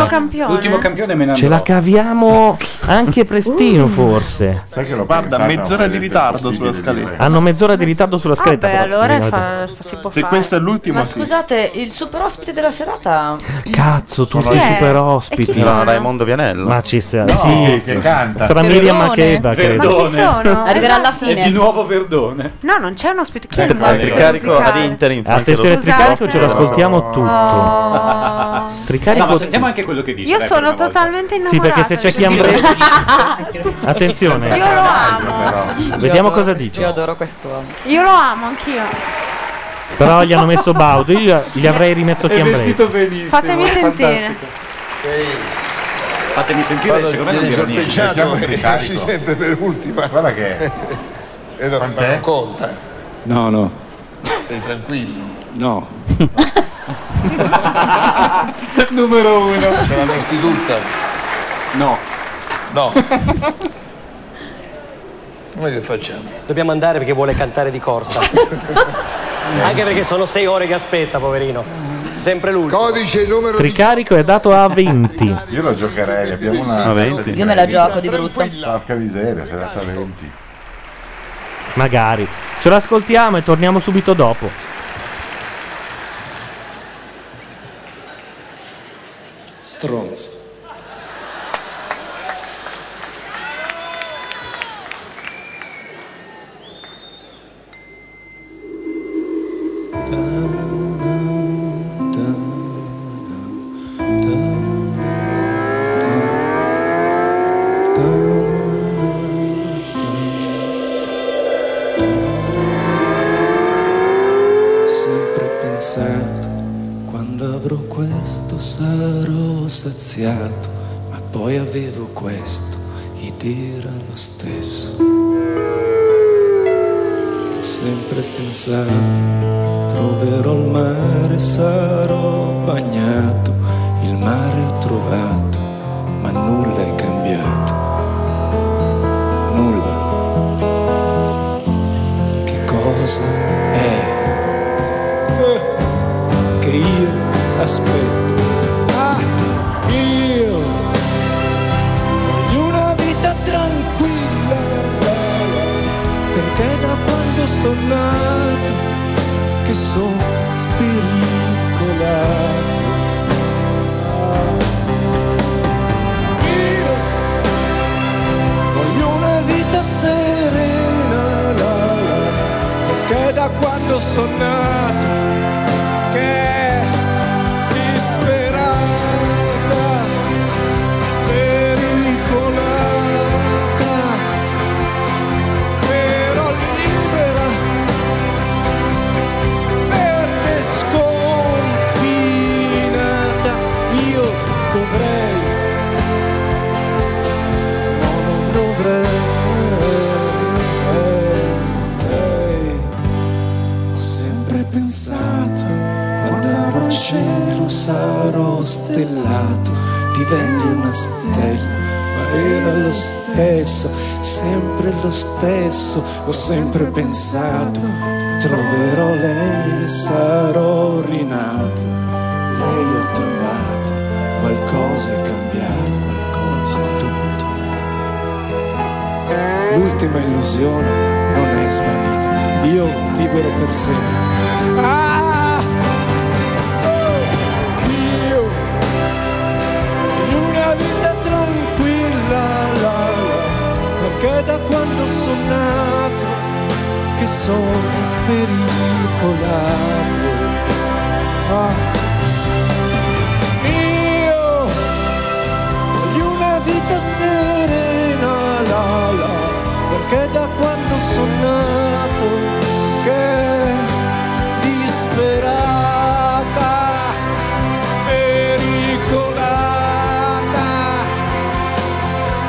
L'ultimo campione me ne
Ce la
andrò.
caviamo anche prestino, forse.
Sai che l'ho
Guarda,
pensata,
mezz'ora di
ovviamente,
ritardo sulla
impossibile di
scaletta.
Hanno mezz'ora di ritardo sulla scaletta.
Vabbè,
però,
allora
bisogna-
fa-
si può
Se
fare.
questo è l'ultimo,
Ma
sì.
scusate, il super ospite della serata.
Cazzo, tu
Sono
sei
io.
super
E chi
ospiti.
sono?
Raimondo Vianello.
Ma ci sa.
No,
sì,
che canta.
Sarà Miriam
Verdone.
Makeba, credo.
Verdone. Ma chi sono?
Arriverà alla fine.
E di nuovo Verdone.
No, non c'è uno ospite. Chi è il
Ecco,
ospite
Tricarico ad
musicale?
interim. fa anche
Attenzione,
lo-
Tricarico ce l'ascoltiamo tutto. Tricarico.
No, ma sentiamo anche quello che dice.
Io
dai,
sono
per una
totalmente
Sì,
innamorata.
perché se c'è chi Attenzione.
Io lo amo.
Vediamo cosa dice.
Io adoro quest'uomo.
Io lo amo anch'io.
Però gli hanno messo Baudo, io gli avrei rimesso
volta. È vestito
Chiambretti.
benissimo.
Fatemi sentire.
Fatemi sentire, secondo me non
viene
dirà niente.
sorteggiato
Chiamo
e
Tricarico.
esci sempre per ultima.
Guarda che.
E no, ma non conta,
No, no,
sei tranquillo.
no.
Numero uno.
Ce la metti tutta.
No.
No. Noi che facciamo?
Dobbiamo andare perché vuole cantare di corsa. Anche perché sono sei ore che aspetta, poverino. Sempre lui.
Codice numero
Tricarico è dato a 20.
Io lo giocherei, abbiamo una.
No, venti.
data di
Io me la
vendita.
gioco di brutto.
Porca miseria, sei data 20.
Magari. Ce l'ascoltiamo e torniamo subito dopo.
Stronzo. Sempre pensato, quando avrò questo sarò saziato, ma poi avevo questo ed era lo stesso. Sempre pensato, troverò il mare, sarò bagnato, il mare ho trovato, ma nulla è cambiato. Nulla. Che cosa è? che io aspetto. Ah, io voglio una vita tranquilla, perché da quando sono nato che sono spiricolato, quando sono nato che disperata, spericolata, però libera, verde sconfinata, io dovrei, no eh, non dovrei, eh, sempre pensato, guardavo il cielo, sarò stellato, diventi una stella, ma era lo stesso, sempre lo stesso, ho sempre pensato, troverò lei, sarò rinato, lei ho trovato, qualcosa è cambiato, qualcosa è tutto. L'ultima illusione non è svanita, io libero per sempre. Ah! Oh! Io in una vita tranquilla, la, la, perché da quando sono nato che sono spericolato. Ah. Io di una vita serena, la, la, perché da quando sono nato che disperata, spericolata,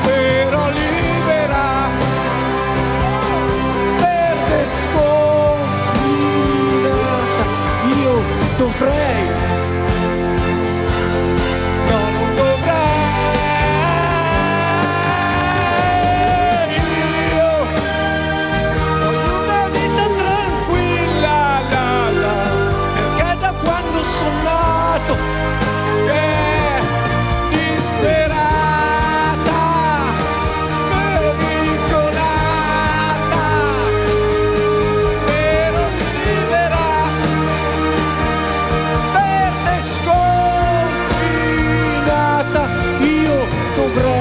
però libera, verde sconfinata, io dovrei. No, non dovrei. Io voglio una vita tranquilla, la, la, perché da quando sono nato è disperata, spericolata, però libera, verde sconfinata, io dovrei.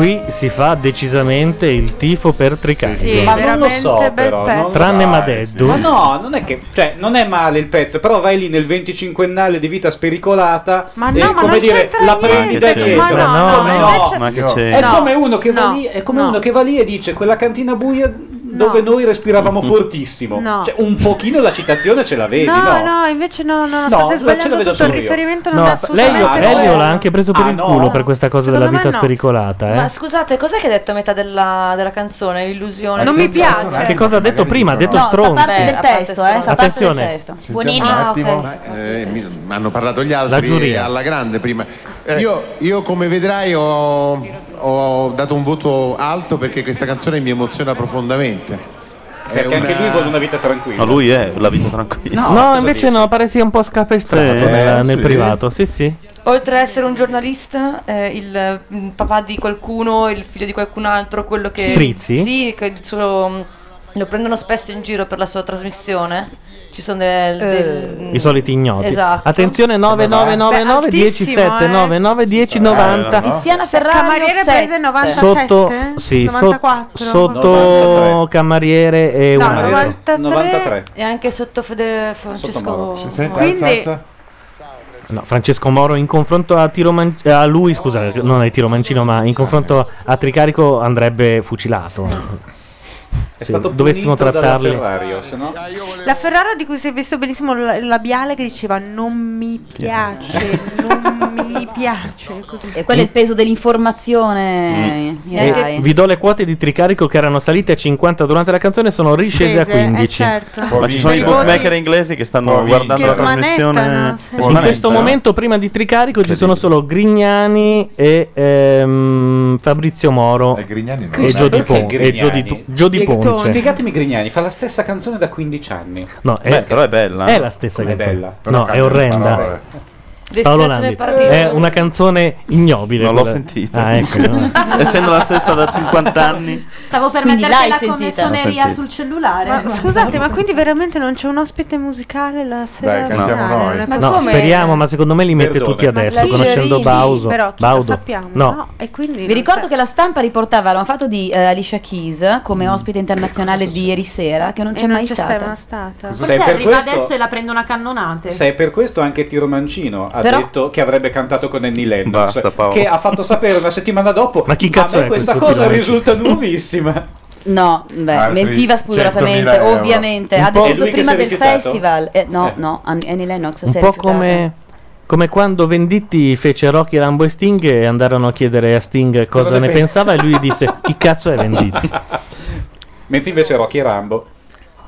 Qui si fa decisamente il tifo per Tricastro.
Sì, Ma non lo so, veramente però, bel non- pezzo.
Tranne
dai,
Madeddu.
Ma no, non è che. Cioè, non è male il pezzo, però vai lì nel 25ennale di vita spericolata.
Ma
e,
no, ma
come
non
dire,
c'entra
la prendi da
niente, ma
dietro.
no, no,
Come
no, invece-
ma che c'è?
È
No,
come, uno che, va
no,
lì, è come
no.
uno che va lì e dice quella cantina buia dove noi respiravamo fortissimo.
No.
Cioè, un pochino la citazione ce la vedi, no?
no, no, invece no, no, state
No, ce la vedo
sbagliando tutto il
solo io.
riferimento non
No,
è
lei
assolutamente
Elio
vero.
l'ha anche preso per
Ah,
il
no.
culo per questa cosa
Secondo
della
me
vita
no.
spericolata. Eh?
Ma scusate, cos'è che ha detto a metà della, della canzone? L'illusione?
Non mi piace. Che cosa ha detto prima? Ha detto
No, fa
stronzi.
parte del testo, eh, fa parte del
Attenzione.
testo.
Sentiamo
Buonini.
un
Ah,
attimo.
ok.
Eh, mi, mi hanno parlato gli altri
La giuria.
eh, alla grande prima.
Eh.
Io, io, come vedrai ho, ho dato un voto alto perché questa canzone mi emoziona profondamente.
Perché anche lui vuole una vita tranquilla.
No, lui è la vita tranquilla.
No, invece no, pare sia un po' scapestrato
Sì,
nella-
eh,
nel
sì.
privato. Sì, sì.
Oltre a essere un giornalista, eh, il mm, papà di qualcuno, il figlio di qualcun altro, quello che.
Frizzi?
Sì, che il suo- mm, lo prendono spesso in giro per la sua trasmissione. Ci sono del. del-
I soliti ignoti.
Mm. Esatto.
Attenzione 9999
Beh,
10
altissimo,
7
eh.
99 10 90.
Tiziana Ferrari
Camariere prese 97
Sotto, sì, so-
94
sotto Camariere e
No,
un altro.
93, E anche sotto Fede- Francesco.
Quindi- No, Francesco Moro in confronto a, Tiro Man- a lui, scusa, non ai Tiro Mancino, ma in confronto a Tricarico andrebbe fucilato.
È
Se
stato
dovessimo
punito dalla
trattarli.
Ferrari, se no-
La Ferraro di cui si è visto benissimo il il labiale che diceva non mi piace, non mi piace. Così.
E quello è il peso
Mm.
dell'informazione.
E Mm. Eh, vi do le quote di Tricarico che erano salite a 50 durante la canzone, sono riscese a
Scese, eh,
15.
certo.
Ma ci sono i bookmaker inglesi che stanno
Poi
guardando la
vince.
trasmissione.
In
eh.
questo momento, prima di Tricarico, ci sono solo Grignani e ehm, Fabrizio Moro e, Gio Di Pon- e Gio Di, Tu- Gio Di Ponce.
Spiegatemi Grignani, fa la stessa canzone da 15 anni.
No, è- Beh, però è bella, è no? la stessa
È
canzone.
bella.
No, è orrenda. Paolo
Destinazione
Landi.
partita.
È una canzone ignobile.
Non l'ho
quella.
sentita.
Ah, ecco. no.
Essendo la stessa da 50 anni.
Stavo per
Quindi l'hai
mettertela come
sentita?
suoneria
L'ho sentita.
sul cellulare.
Ma scusate, ma quindi veramente non c'è un ospite musicale la sera?
cantiamo
finale? Non è
No,
possibile.
speriamo, ma secondo me li mette
Perdone.
tutti adesso,
La
Eh, conoscendo
Cerini,
Bauso.
però chi lo
Baudo.
sappiamo,
no.
no?
E quindi
Vi ricordo che la stampa riportava l'hanno fatto di eh, Alicia Keys come
Mm.
ospite internazionale di ieri sera, che
E
non c'è
non
mai
c'è
stata.
mai stata.
Forse
Sei per
arriva
questo-
adesso e la prendo una cannonate.
Se è per questo anche Tiro Mancino ha
Però-
detto che avrebbe cantato con Annie Lennox,
Basta, Paolo.
che ha fatto sapere una settimana dopo. Ma chi
cazzo
a me
è
questa
questo
cosa
Tiro Mancino?"
risulta nuovissima.
No, beh,
Altri
mentiva
100.000
spudoratamente,
euro.
ovviamente.
Un
Ha
po'
detto
lui che
prima
si è
del
rifiutato?
festival. Eh, no, no, An- Annie Lennox si
Un
è
po'
rifiutata.
come, come quando Venditti fece Rocky, Rambo e Sting e andarono a chiedere a Sting cosa,
Cosa ne
ne
pensa?
pensava e lui disse chi cazzo è Venditti.
Mentre invece Rocky e Rambo,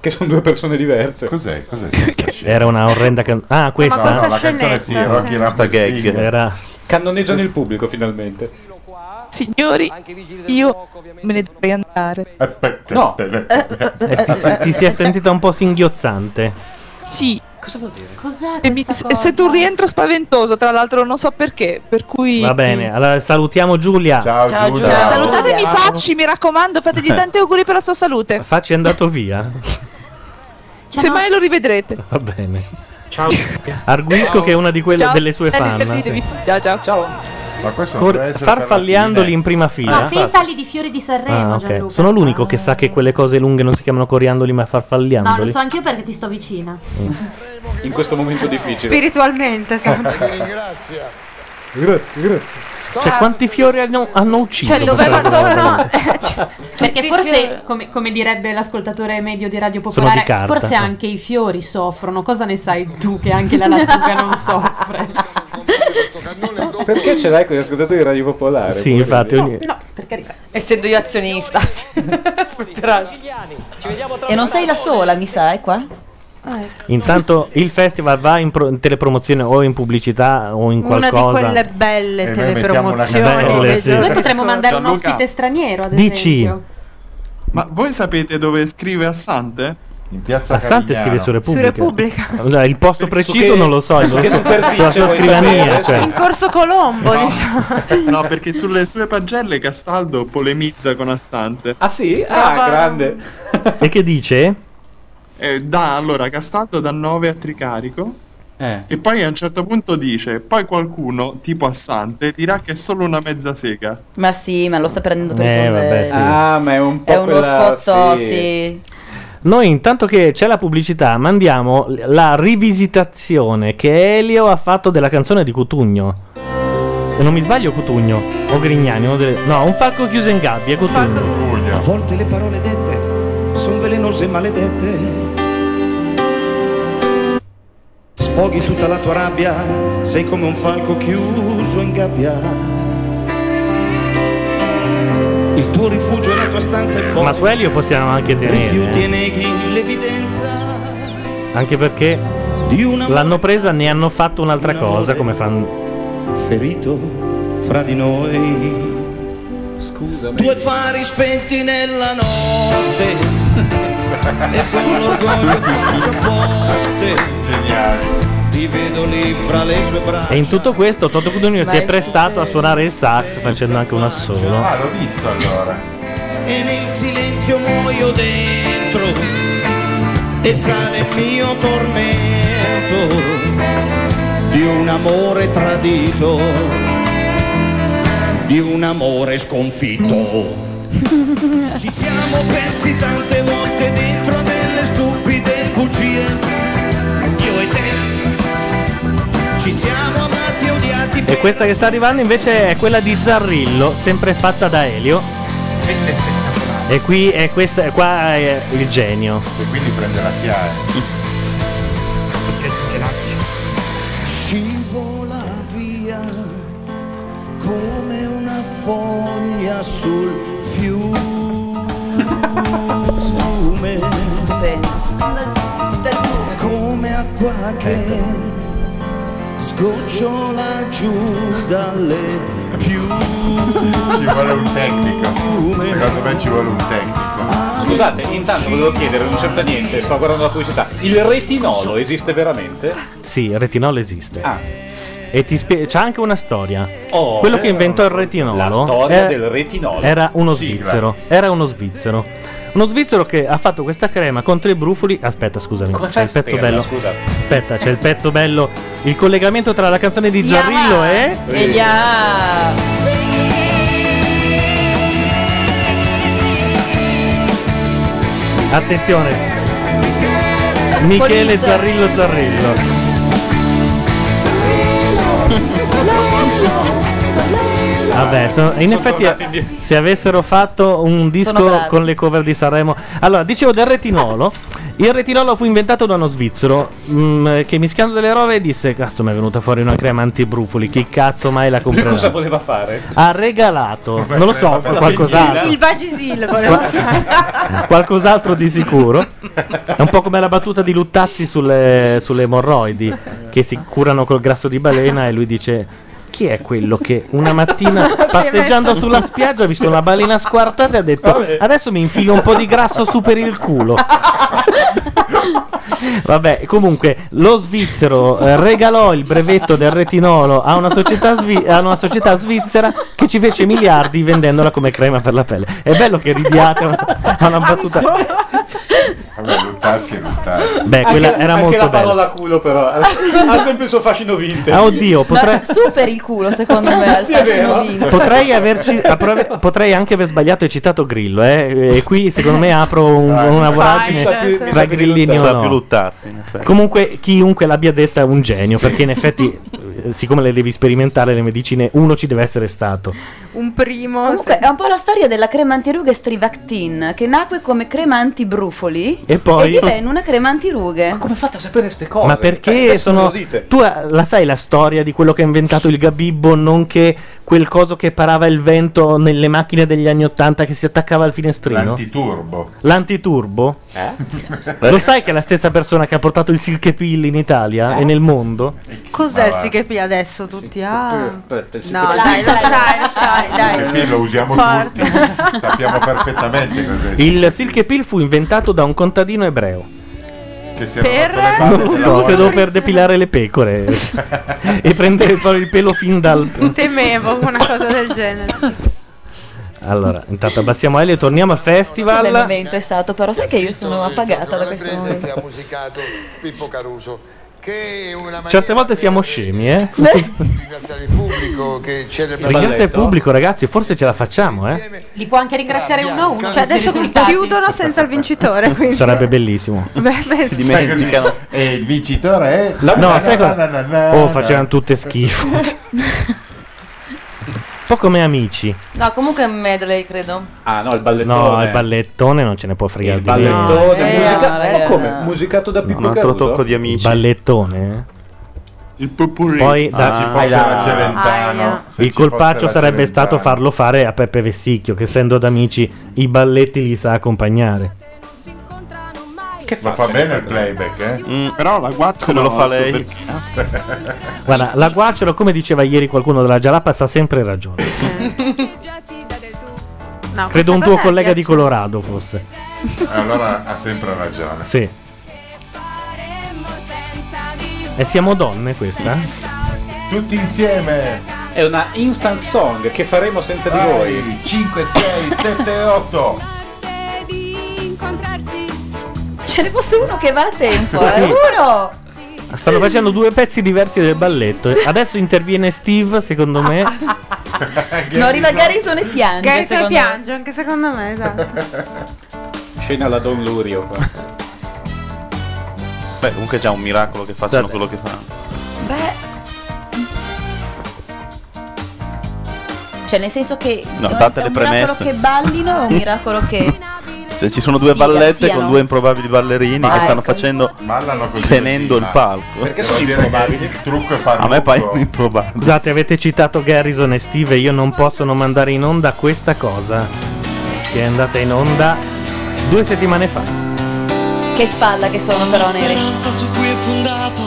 che sono due persone diverse.
Cos'è? Cos'è?
Era una orrenda canzone. Ah, questa?
No, no, la canzone sì, Rocky Rambo
Questa
e Sting.
gag. Era...
Cannoneggiano il pubblico finalmente.
Signori, io me ne dovrei andare.
No.
Eh, ti, ti si è sentita un po' singhiozzante.
Sì.
Cosa vuol dire?
Cos'è
E mi- se, se tu rientro spaventoso, tra l'altro non so perché, per cui...
Va bene, allora salutiamo Giulia.
Ciao,
Giulia. Salutatemi facci, mi raccomando, fategli tanti auguri per la sua salute.
Facci è andato via.
Se mai lo rivedrete.
Va bene.
Ciao.
Arguisco che è una di quelle,
Ciao.
delle sue
Eh,
fan.
riferitevi.
sì.
Ciao, ciao.
Ma questo
Cor- farfalliandoli in prima
No,
fila.
fetali di fiori di Sanremo,
Ah, ok.
Eh, Gianluca.
Sono l'unico che sa che quelle cose lunghe non si chiamano coriandoli ma
No, lo
farfalliandoli. Mm.
so anch'io perché ti sto vicina.
In questo momento difficile.
Spiritualmente,
Ringrazia.
Grazie, grazie.
Cioè, quanti fiori hanno, hanno ucciso?
Cioè, dove
per
vanno-
trovare-
no, Cioè, Perché forse, come, come direbbe l'ascoltatore medio di Radio
Sono
Popolare,
di carta,
forse
no?
anche i fiori soffrono. Cosa ne sai tu che anche la lattuga non soffre?
Perché ce l'hai con gli ascoltatori di Radio Popolare?
Sì, infatti, ogni-
Essendo io azionista.
E non sei la sola, mi sa, è qua?
ecco. Intanto il festival va in, pro- in telepromozione o in pubblicità o in
Una di
qualcosa.
quelle belle
E noi mettiamo una
telepromozioni.
Belle,
dei
sì.
giorni
Noi potremmo
scorsi.
mandare un ospite straniero, ad
Dici.
esempio.
Ma voi sapete dove scrive Assante?
In piazza
Assante scrive su Repubblica.
Su Repubblica.
Allora, il posto preciso
che-
non lo so.
su che
sulla
superficie
sua
vuoi
scrivania.
sapere?
cioè.
In corso Colombo,
No.
diciamo.
No, perché sulle sue pagelle Castaldo polemizza con Assante.
Ah sì? Ah,
Brava.
grande.
E che dice?
Eh, dà- allora, Castaldo da 9 a Tricarico. E poi a un certo punto dice: Poi qualcuno, tipo Assante, dirà che è solo una mezza sega.
Ma sì, ma lo sta prendendo per
Eh,
il
vabbè, sì.
Ah, ma è un
È uno sfotto, sì.
Noi intanto che c'è la pubblicità mandiamo l- la rivisitazione che Elio ha fatto della canzone di Cutugno. Se non mi sbaglio Cutugno o Grignani, uno delle- no, un falco chiuso in gabbia, Cutugno.
A volte le parole dette sono velenose e maledette. Sfoghi tutta la tua rabbia, sei come un falco chiuso in gabbia. Il tuo rifugio è la tua stanza e poi
Ma su Elio possiamo anche
rifiuti e
tenere, eh.
neghi l'evidenza.
anche perché l'hanno presa ne hanno fatto un'altra cosa come fanno
ferito fra di noi.
Scusami.
Due fari spenti nella notte e con l'orgoglio faccio botte. Ti vedo lì fra le sue braccia.
E in tutto questo Toto Cutugno si è prestato a suonare il sax facendo anche un assolo.
Ah, l'ho visto allora.
E nel silenzio muoio dentro e sale il mio tormento di un amore tradito, di un amore sconfitto. Ci siamo persi tante volte dentro a delle stupide bugie. Io e te ci siamo amati e odiati.
E questa che sta arrivando invece è quella di Zarrillo, sempre fatta da Elio.
Questa è
E qui è questa, qua è il genio.
E quindi prende la SIAE.
Scivola via come una foglia sul fiume. Come acqua che sgocciola giù dalle piume.
Ci vuole un tecnico. Secondo me ci vuole un tecnico.
Scusate, intanto volevo chiedere, non c'entra niente, sto guardando la pubblicità. Il retinolo esiste veramente?
Sì, il retinolo esiste.
Ah.
E ti spie- c'ha anche una storia.
Oh,
Quello che
eh,
inventò il retinolo.
la storia
era-
del retinolo.
Era uno
Sigla.
svizzero. Era uno svizzero. Uno svizzero che ha fatto questa crema contro i brufoli. Aspetta, scusami.
Come
c'è
fai
il pezzo
a
bello.
saperlo? Scusa.
Aspetta, c'è il pezzo bello. Il collegamento tra la canzone di Zarrillo e.
Eh,
E ya.
Attenzione. Michele
Polizza.
Zarrillo Zarrillo. Vabbè, so- in
Ah, Sono
effetti
tornati indietro.
se avessero fatto un
Sono
disco
bravi.
con le cover di Sanremo. Allora, dicevo del retinolo. Il retinolo fu inventato da uno svizzero mm, che mischiando delle robe disse "Cazzo, mi è venuta fuori una crema antibrufoli, chi cazzo mai la
Lui cosa
comprerà?"
voleva fare?
Ha regalato, non lo so,
vabbè,
qualcos'altro.
Il Vagisil voleva
qualcos'altro di sicuro. È un po' come la battuta di Luttazzi sulle, sulle emorroidi che si curano col grasso di balena e lui dice. Chi è quello che una mattina passeggiando
messo-
sulla spiaggia ha visto una balena squartata e ha detto
Vabbè.
adesso mi infilo un po' di grasso su per il culo? Vabbè, comunque lo svizzero eh, regalò il brevetto del retinolo a una, società svi- a una società svizzera che ci fece miliardi vendendola come crema per la pelle. È bello che ridiate a una, a una battuta.
Vabbè, Luttazzi è Luttazzi.
Beh, quella
Anche-
era
anche
molto
la parola
bella.
culo però eh. ha sempre il suo fascino vintage.
Ah, oddio, potrei,
Ma su per il culo, secondo me. al
Sì, è
fascino
vero.
vinto.
potrei averci, apro- potrei anche aver sbagliato e citato Grillo. eh, E qui, secondo me, apro un- una voragine tra grillini o
Sa più
no.
Luttazzi, in effetti.
Comunque, chiunque l'abbia detta è un genio, perché in effetti, eh, siccome le devi sperimentare le medicine, uno ci deve essere stato.
Un primo. Comunque, è un po' la storia della crema antirughe Strivactin, che nacque come crema antibrufoli
E poi-
divenne una crema antirughe. Ma
come fate a sapere queste cose?
Ma perché sono. Tu eh, la sai la storia di quello che ha inventato il Gabibbo, nonché quel coso che parava il vento nelle macchine degli anni Ottanta che si attaccava al finestrino?
L'antiturbo.
L'antiturbo? Lo sai che è la stessa persona che ha portato il Silke Pill in Italia e nel mondo?
Eh. Cos'è il
Ma va.
Sighepi adesso tutti? Ah. No,
dai,
dai, dai, dai, dai,
Perché
dai.
lo usiamo
Forza.
tutti, sappiamo perfettamente cos'è.
Il Silke Pill fu inventato da un contadino ebreo.
Che si era
Per-
fatto le palle
Non lo
della
so,
morte.
credo per depilare le pecore e prendere poi il pelo fin dal.
Temevo una cosa del genere.
Allora, intanto abbassiamo Elio e torniamo al
Che bel
festival.
momento è stato, però sai che io sono appagata da questo
Prese che ha
momento.
musicato Pippo Caruso, che è una maniera
Certe volte siamo scemi, eh?
di ringraziare il pubblico che celebra
Ringrazio il pubblico, ragazzi, forse ce la facciamo, eh?
Li può anche ringraziare uno a uno.
Cioè adesso chiudono senza il vincitore, quindi.
Sarebbe bellissimo.
Beh, beh,
Si dimenticano. E il vincitore è.
No, sai
Na, na, na,
cosa?
na,
Oh,
na.
facevano tutte schifo. Un po' come amici.
No, comunque è un medley, credo.
Ah no, il ballettone.
No, il ballettone non ce ne può fregare
Il
di niente.
ballettone,
Eh,
musica-
no,
ma
raga,
come?
no.
Musicato da Pippo
Un altro
Caruso?
tocco di amici. Ballettone.
Il purpurri.
Poi
Se
da-
ci
Ah,
fosse la Celentano. se
il
ci fosse
colpaccio
la
sarebbe stato
Celentano.
farlo fare a Peppe Vessicchio, che essendo ad amici i balletti li sa accompagnare.
Che
Ma fa bene il playback, eh?
Mm. Però la guaccia
Come lo
no,
fa
so
lei?
perché.
Guarda, la Guacero, come diceva ieri qualcuno della Jalappa, sta sempre ragione.
No,
Credo
questa
un tuo
cosa è
collega di
piace-
Colorado, forse.
Allora ha sempre ragione.
Sì. E Eh, siamo donne questa?
Tutti insieme.
È una instant song che faremo senza di voi.
5, 6, 7, 8.
Ce ne fosse uno che va a tempo,
Sì.
eh? Uno!
Stanno facendo due pezzi diversi del balletto. Adesso interviene Steve, secondo me.
No, arriva Garrison e piange.
Garrison
secondo me.
piange, anche secondo me, esatto.
Scena alla Don Lurio. qua.
Beh, comunque è già un miracolo che facciano quello che fanno.
Beh. Cioè, nel senso che
No,
è
date
un
le
miracolo
premesse.
che ballino o un miracolo che.
Cioè, ci sono due
Sì,
ballette
siano.
con due improbabili ballerini
Ma
che
ecco.
stanno facendo
Ballano così.
tenendo il palco.
Perché sono improbabili? Il trucco è fatto.
A me paiono improbabili.
Scusate, avete citato Garrison e Steve. e Io non posso non mandare in onda questa cosa. Che è andata in onda due settimane fa.
Che spalla che sono, però, nere.
speranza su cui è fondato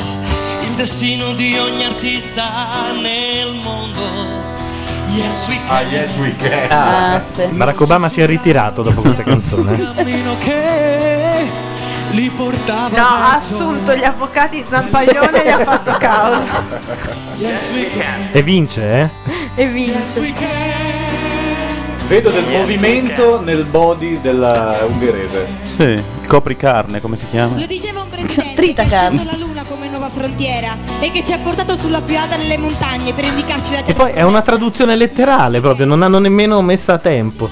il destino di ogni artista nel mondo. Yes, we
Ah, yes, we can.
Ah, sì.
eh. Barack Obama si è ritirato dopo questa canzone.
cammino che
li portava
No, ha
verso
assunto gli avvocati Zampaglione e gli ha fatto causa.
Yes we can
E vince, eh?
E vince.
Vedo del
Yes,
movimento nel body della ungherese.
Sì, il copricarne, come si chiama?
Lo diceva un presidente che ha scelto la Luna come nuova frontiera e che ci ha portato sulla più alta nelle montagne per indicarci la
E poi è una traduzione letterale proprio, non hanno nemmeno messa a tempo.
e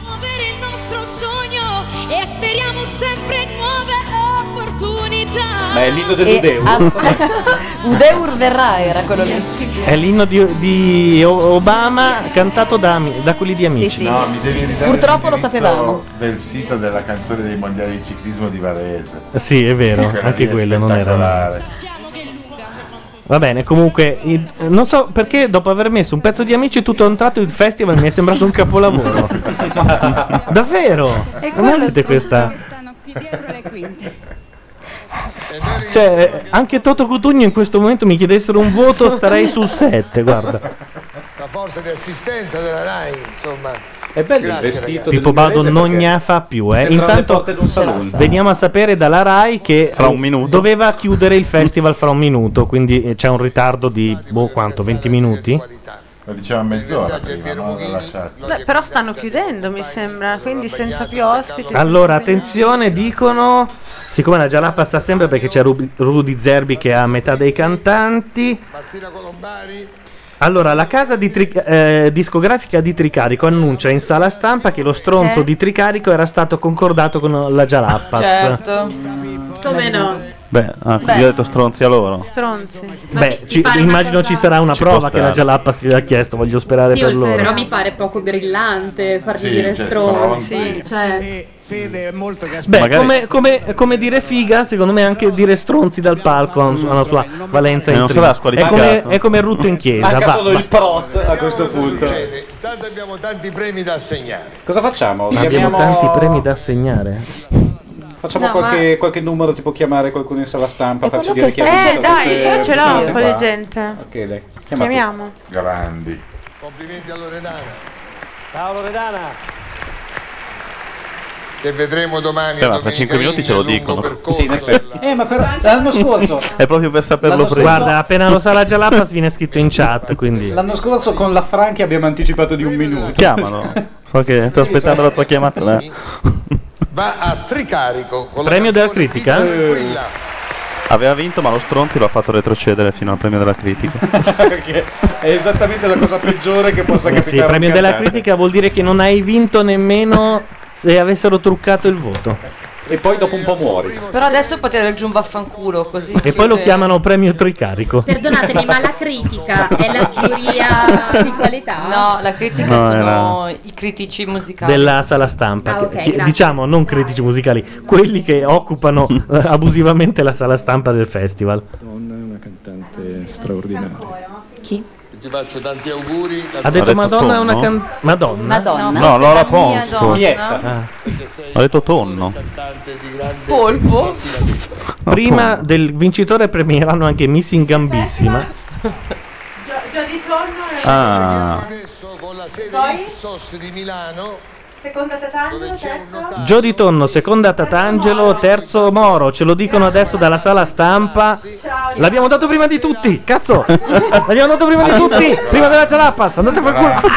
speriamo sempre nuove opportunità.
Ma è l'inno
E
dell'Udeur.
Udeur verrà era quello lì.
È l'inno di, di O- Obama cantato da, ami- da quelli di Amici.
No, mi devi ridare
Purtroppo lo
l'indirizzo
sapevamo.
Del sito della canzone dei mondiali di ciclismo di Varese.
Sì, è vero,
Quella
anche
lì è
quello non era.
spettacolare.
Va bene, comunque, il- non so perché dopo aver messo un pezzo di Amici tutto a un tratto il festival mi è sembrato un capolavoro. Davvero?
E
Non
quello
avete
tutto.
questa?
Stanno qui dietro le quinte.
Cioè, eh, anche Toto Cutugno in questo momento mi chiedessero un voto, starei sul 7, guarda.
La forza di assistenza della RAI, insomma.
È bello
Grazie,
il vestito.
Pippo Baldo non fa più, eh.
sembrano le
Intanto
porte d'un saloon.
veniamo a sapere dalla Rai che
Fra un
eh, doveva chiudere il festival fra un minuto, quindi eh, c'è un ritardo di boh, quanto, 20 minuti?
Lo diceva a mezz'ora prima, no? L'ha lasciato.
Beh, però stanno chiudendo, mi sembra, quindi senza più ospiti.
Allora, attenzione, dicono. Siccome la Jalapa sta sempre perché c'è Rubi- Rudy Zerbi che ha metà dei cantanti. Allora, la casa di Tri- eh, discografica di Tricarico annuncia in sala stampa che lo stronzo
Eh?
di Tricarico era stato concordato con la Jalapas.
Certo. Come no?
Beh, ah,
Beh.
quindi ho detto stronzi a loro.
Stronzi.
Beh, ci- immagino ci sarà una
Ci può
prova che la
stare.
Jalapas gli ha chiesto, voglio sperare
Sì,
per loro.
però mi pare poco brillante far
Sì,
dire
cioè,
stronzi. Cioè,
Beh, come, come- come dire figa, secondo me anche dire stronzi dal palco ha un- ha una sua valenza
Eh, non
intrinseca.
sarà squalificato.
È come, è come il rutto in chiesa.
Manca
va,
solo
va.
il prot a questo punto.
Intanto abbiamo tanti premi da assegnare.
Cosa facciamo?
Ma abbiamo
Chiamiamo-
tanti premi da assegnare.
Facciamo
No,
qualche, qualche numero, tipo chiamare qualcuno in sala stampa, farci
quello
dire
che
chi ha
sta-
vinto
Eh, dai,
queste-
però ce l'ho un
queste
po'
qua.
di gente.
Ok, dai.
Chiamiamo.
Grandi.
Complimenti a Loredana.
Ciao Loredana.
Che vedremo domani.
Beh, Eh, ma fra 5 minuti ce lo dicono. Sì, in effetti.
Eh, ma però l'anno scorso,
È proprio per saperlo
L'anno scorso-
prima.
Guarda, appena lo sa la Jalapas viene scritto in chat, quindi
l'anno scorso con la Franchi abbiamo anticipato di un minuto.
Chiamalo. So che sto aspettando la tua chiamata. là.
Va a Tricarico con
Premio
la
della
canzone
critica?
Pippo Quilla.
Aveva vinto, ma lo stronzi lo ha fatto retrocedere fino al premio della critica.
Perché è esattamente la cosa peggiore che possa
Ragazzi,
capitare.
il
a un
Eh premio della
cantante.
critica vuol dire che non hai vinto nemmeno se avessero truccato il voto.
E poi dopo un po' muori.
Però adesso potete il giù un vaffanculo così.
E poi lo chiamano premio tricarico.
perdonatemi, ma la critica è la giuria di qualità?
No, la critica
No,
sono i critici musicali.
della sala stampa.
Ah,
che-
ok,
che-
grazie.
diciamo non critici musicali, quelli che occupano eh, abusivamente la sala stampa del festival.
Donna è una cantante straordinaria.
Chi?
Ti faccio tanti auguri.
Ha detto Madonna è una can- Madonna?
Madonna.
No,
No,
Lola
la mia
Ponzo.
donna.
Ah. Ho detto tonno.
Polpo.
Prima del vincitore premieranno anche Missing Gambissima.
Già di torno e
Ah.
Adesso con la sede
Poi?
Ipsos di Milano.
seconda tatangelo, terzo.
Gio di Tonno, seconda a Tatangelo, terzo Moro, ce lo dicono adesso dalla sala stampa. L'abbiamo dato prima di tutti, cazzo! L'abbiamo dato prima di tutti, prima della Cialappas, andate a far culo.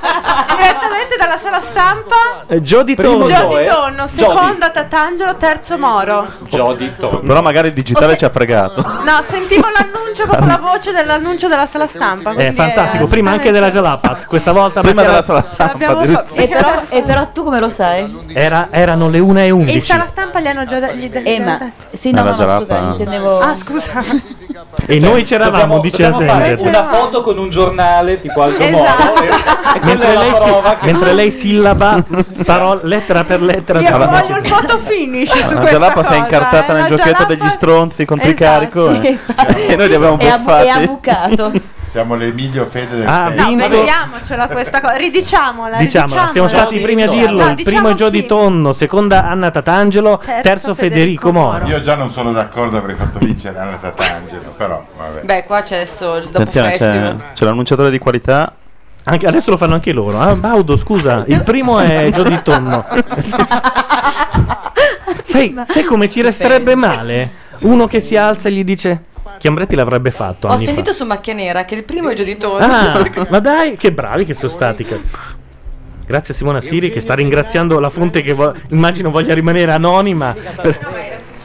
Direttamente dalla sala stampa.
Eh, Gio di
Primo
Tonno.
Gio di Tonno, secondo Tatangelo, terzo Moro.
Jody Tonno.
Però magari il digitale ci ha fregato.
No, sentivo l'annuncio proprio la voce dell'annuncio della sala stampa.
È Eh, fantastico, prima anche della Jalapas, questa volta
Prima
perché
della sala
era-
stampa. addirittura.
E però, e però tu come lo sai?
Era- erano le 1 e
E in
11
sala stampa gli hanno già da- gli da-
Eh, ma-
dati.
sì, no,
Era
no,
già la
no, scusa,
fa-
intendevo.
Ah, scusa.
e noi c'eravamo,
Dobbiamo-
dice
dobbiamo fare
Asender.
una foto con un giornale tipo Aldo
Esatto.
Moro. e- E quella
Mentre
è
lei,
la
si-
prova che
mentre lei sillaba parol- lettera per lettera
Io
della
voglio
voce.
il photo finish
Ah,
su
La
questa
Jalapa
cosa.
si è incartata
eh,
nel
la
giochetto
Jalapa-
degli stronzi con
Esatto,
Tricarico
sì,
eh.
Cioè,
e noi li abbiamo
E ha bu-
buffati.
e ha bucato.
Siamo l'Emilio Fede del
Ah,
festival.
No, vediamocela questa cosa, ridiciamola.
Diciamola, siamo stati i primi a dirlo.
No,
il
diciamo
primo è Gio
chi-
di Tonno, seconda Anna Tatangelo, terzo, Federico, Moro.
Io già non sono d'accordo, avrei fatto vincere Anna Tatangelo, però vabbè.
Beh, qua c'è adesso il dopo
Attenzione, c'è,
festival.
c'è l'annunciatore di qualità.
Anche- eh. adesso lo fanno anche loro. Ah, Baudo, scusa, il primo è Gio di Tonno. Sai, sai come ci resterebbe male? Uno che si alza e gli dice: Chiambretti l'avrebbe fatto.
Ho
Anni fa."
sentito su Macchia Nera che il primo è Giuditore.
Ah, ma dai, che bravi che sono stati. che- Grazie a Simona Siri che sta ringraziando la fonte che vo- immagino voglia rimanere anonima. per-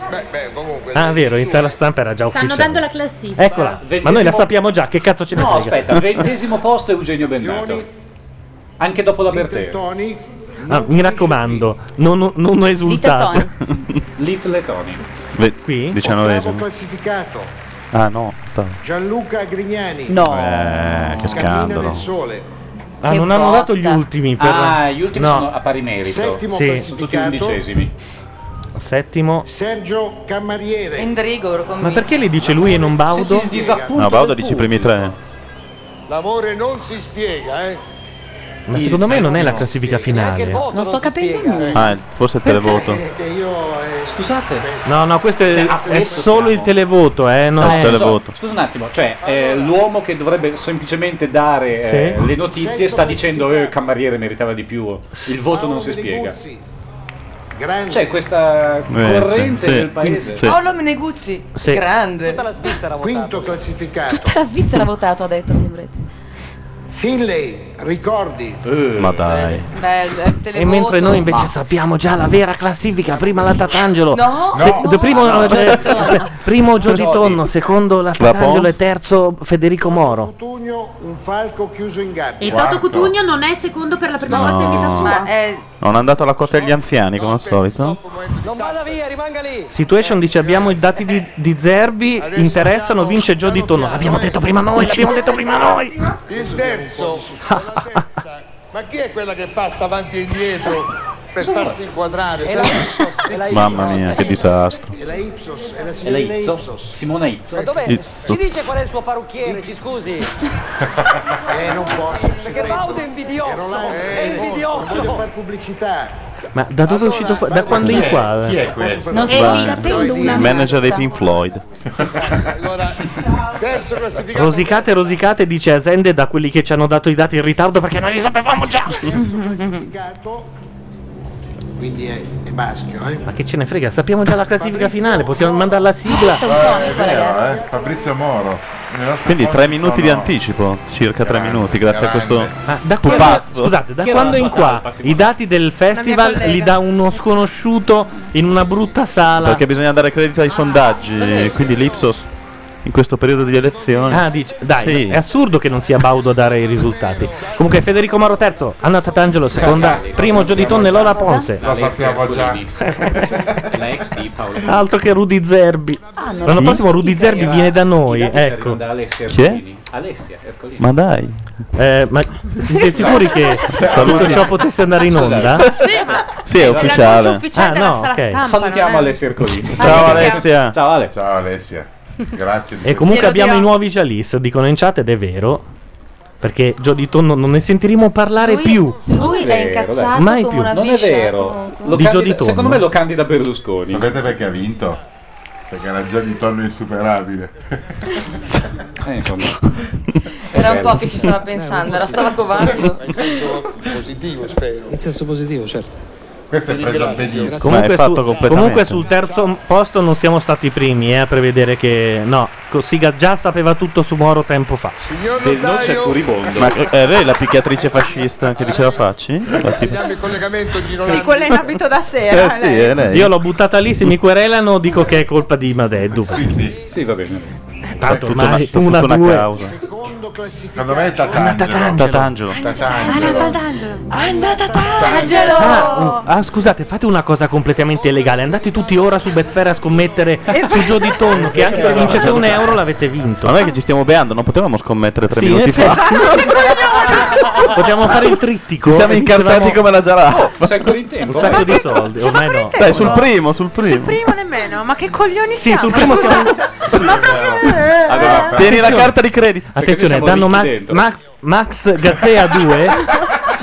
Beh, beh, comunque.
Ah, vero, in sala stampa era già
Stanno
ufficiale.
dando la classifica.
Eccola, ma noi la
Ventesimo-
sappiamo già, che cazzo ce ne
No,
frega.
aspetta, ventesimo posto è Eugenio Bennato. Anche dopo la Bertè.
Tony,
Ah, mi raccomando, non, non esultate.
Little Tony.
Qui?
ottavo
19
classificato,
Ah no, ottavo.
Gianluca Grignani.
Eh, che
Cammina
scandalo.
nel sole.
Ah, non hanno dato gli ultimi per...
Ah, gli ultimi
no.
sono a pari merito.
Settimo
Sì.
Sono tutti undicesimi.
Settimo.
Sergio Cammariere.
Endrigo,
Ma perché li dice lui e non Baudo?
Sì, sì, il disappunto
No, Baudo
del
dice i primi tre.
L'amore non si spiega, eh.
Ma secondo me non è la classifica finale.
Non sto capendo
eh.
Ah, è- forse il televoto.
eh,
Scusate.
No, no, questo è,
Cioè, a
è
questo
solo
siamo.
il televoto, eh. Non
Ah,
No,
è...
scusa- Scusa un attimo, cioè eh, l'uomo che dovrebbe semplicemente dare eh,
Sì.
le notizie sta dicendo che il cameriere meritava di più, il voto non si spiega. C'è questa corrente
sì,
nel paese.
sì.
Paolo Meneguzzi,
Sì.
grande. Tutta
la Svizzera ha votato. Quinto classificato.
Tutta la Svizzera ha votato, ha detto Chiambretti.
Finlay, ricordi. Eh,
Ma dai.
Bello, è televoto.
E mentre noi invece sappiamo già la vera classifica, prima la Tatangelo,
No. No.
de- primo,
No.
eh, primo Giorgi Tonno, secondo la Tatangelo e
Pons.
terzo Federico Moro.
Cutugno, un falco chiuso in gabbia.
E Toto Cutugno non è secondo per la prima
No.
volta in vita sua.
Ma
eh,
Non è andato alla quota degli anziani come al solito?
Non vada via, rimanga lì.
Situation dice abbiamo i dati di, di Zerbi, interessano, vince Giorgi Tonno. L'abbiamo detto prima noi, l'abbiamo detto prima noi.
Il terzo, la terza. Ma chi è quella che passa avanti e indietro per farsi inquadrare? È la Ipsos. È la
Mamma mia, che disastro.
È la Ipsos. È la
E la
signorina
Izzo?
Ipsos.
Simona Izzo.
Ma dov'è?
Izzo.
Ci dice qual è il suo parrucchiere, ci scusi.
Eh, non posso.
Perché Baudo è invidioso. È
Non Eh, voglio
invidioso.
fare pubblicità.
Ma da dove è uscito fuori? Da quando in
Chi è?
qua?
Chi è questo?
Non
Vai.
so, il capello, una
Il manager dei
mazza.
Pink Floyd.
Terzo classificato.
Rosicate, rosicate, dice Asende da quelli che ci hanno dato i dati in ritardo perché non li sapevamo già.
Terzo classificato. Quindi è, è maschio, eh.
Ma che ce ne frega, sappiamo già la classifica finale, possiamo mandare la
Ah,
sigla.
Eh, è vero, eh. Fabrizio Moro. Le nostre
Quindi
fonti
tre minuti di
sono-
anticipo, circa tre minuti, grazie a questo
Ah,
Ma da quando-
pupazzo.
scusate, da quando in qua i dati del festival li dà uno sconosciuto in una brutta sala.
Perché bisogna dare credito ai sondaggi, quindi l'Ipsos in questo periodo di elezioni.
Ah, dice, dai,
Sì.
è assurdo che non sia Baudo a dare i risultati. Comunque Federico Maro terzo, Anna Tatangelo seconda, primo Gio di Tonne Lola Ponse.
Lo sappiamo già.
La ex di Paolo.
Altro che Rudy Zerbi.
non
L'anno
ti
prossimo Rudy
dica che
Zerbi
era-
viene da noi,
i dati si arrivano
ecco.
da Alessia
Chi è?
Ercolini. Alessia Ercolini.
Ma dai.
Eh, ma siete sicuri che tutto ciò potesse andare in onda?
Sì, è ufficiale.
Ah, no, ok.
Salutiamo Alessia Ercolini.
Ciao Alessia.
Ciao Ale.
Ciao Alessia. Grazie. di
E
questo.
comunque abbiamo i nuovi Jalis, dicono in chat ed è vero. Perché Gio di Tonno non ne sentiremo parlare più.
Lui è incazzato
Eh, Mai
come
più.
una
Non è
biscia.
vero. Lo
Di Gio
candida-
di Tonno.
secondo me lo candida Berlusconi.
Sapete perché ha vinto? Perché era già di tonno insuperabile.
Eh, insomma.
Era un po' che ci
Eh,
stava pensando, la stava covando.
Ma in senso positivo, spero.
In senso positivo, certo.
Questo è preso benissimo.
Comunque,
Ma è fatto
su-
completamente.
comunque sul terzo posto non siamo stati i primi eh, a prevedere che... No, Cossiga già sapeva tutto su Moro tempo fa.
Signor notaio,
furibondo.
Ma è lei la picchiatrice fascista che diceva facci? La si-
il collegamento di
Sì, quella in abito da
Eh
sera.
sì, è lei.
Io l'ho buttata lì, se mi querelano dico che è colpa di Madeddu. Eh,
Sì, va bene.
Tanto
È tutta una- Cioè,
ormai
tutta
Cioè, una,
una
due.
causa.
Secondo me è Tatangelo.
Tatangelo.
Andata
Oh.
Ah, ah, scusate, fate una cosa completamente illegale. Andate tutti ora su Betfair a scommettere su Gio di Tonno, che anche se vincete un euro l'avete vinto.
Ma non è che ci stiamo beando, non potevamo scommettere tre
Sì,
minuti
in effetti.
fa.
Potevamo fare il trittico.
Ci siamo
E dicevamo-
incartati come la
Oh,
giraffa.
sei ancora in
Un
tempo.
sacco di soldi, ormai no.
Dai, sul primo, sul primo.
Prima nemmeno, ma che coglioni
Sì,
siamo?
sul primo siamo-
Eh,
Tieni la carta di credito.
Attenzione, danno Max, Max, Max Gazzea 2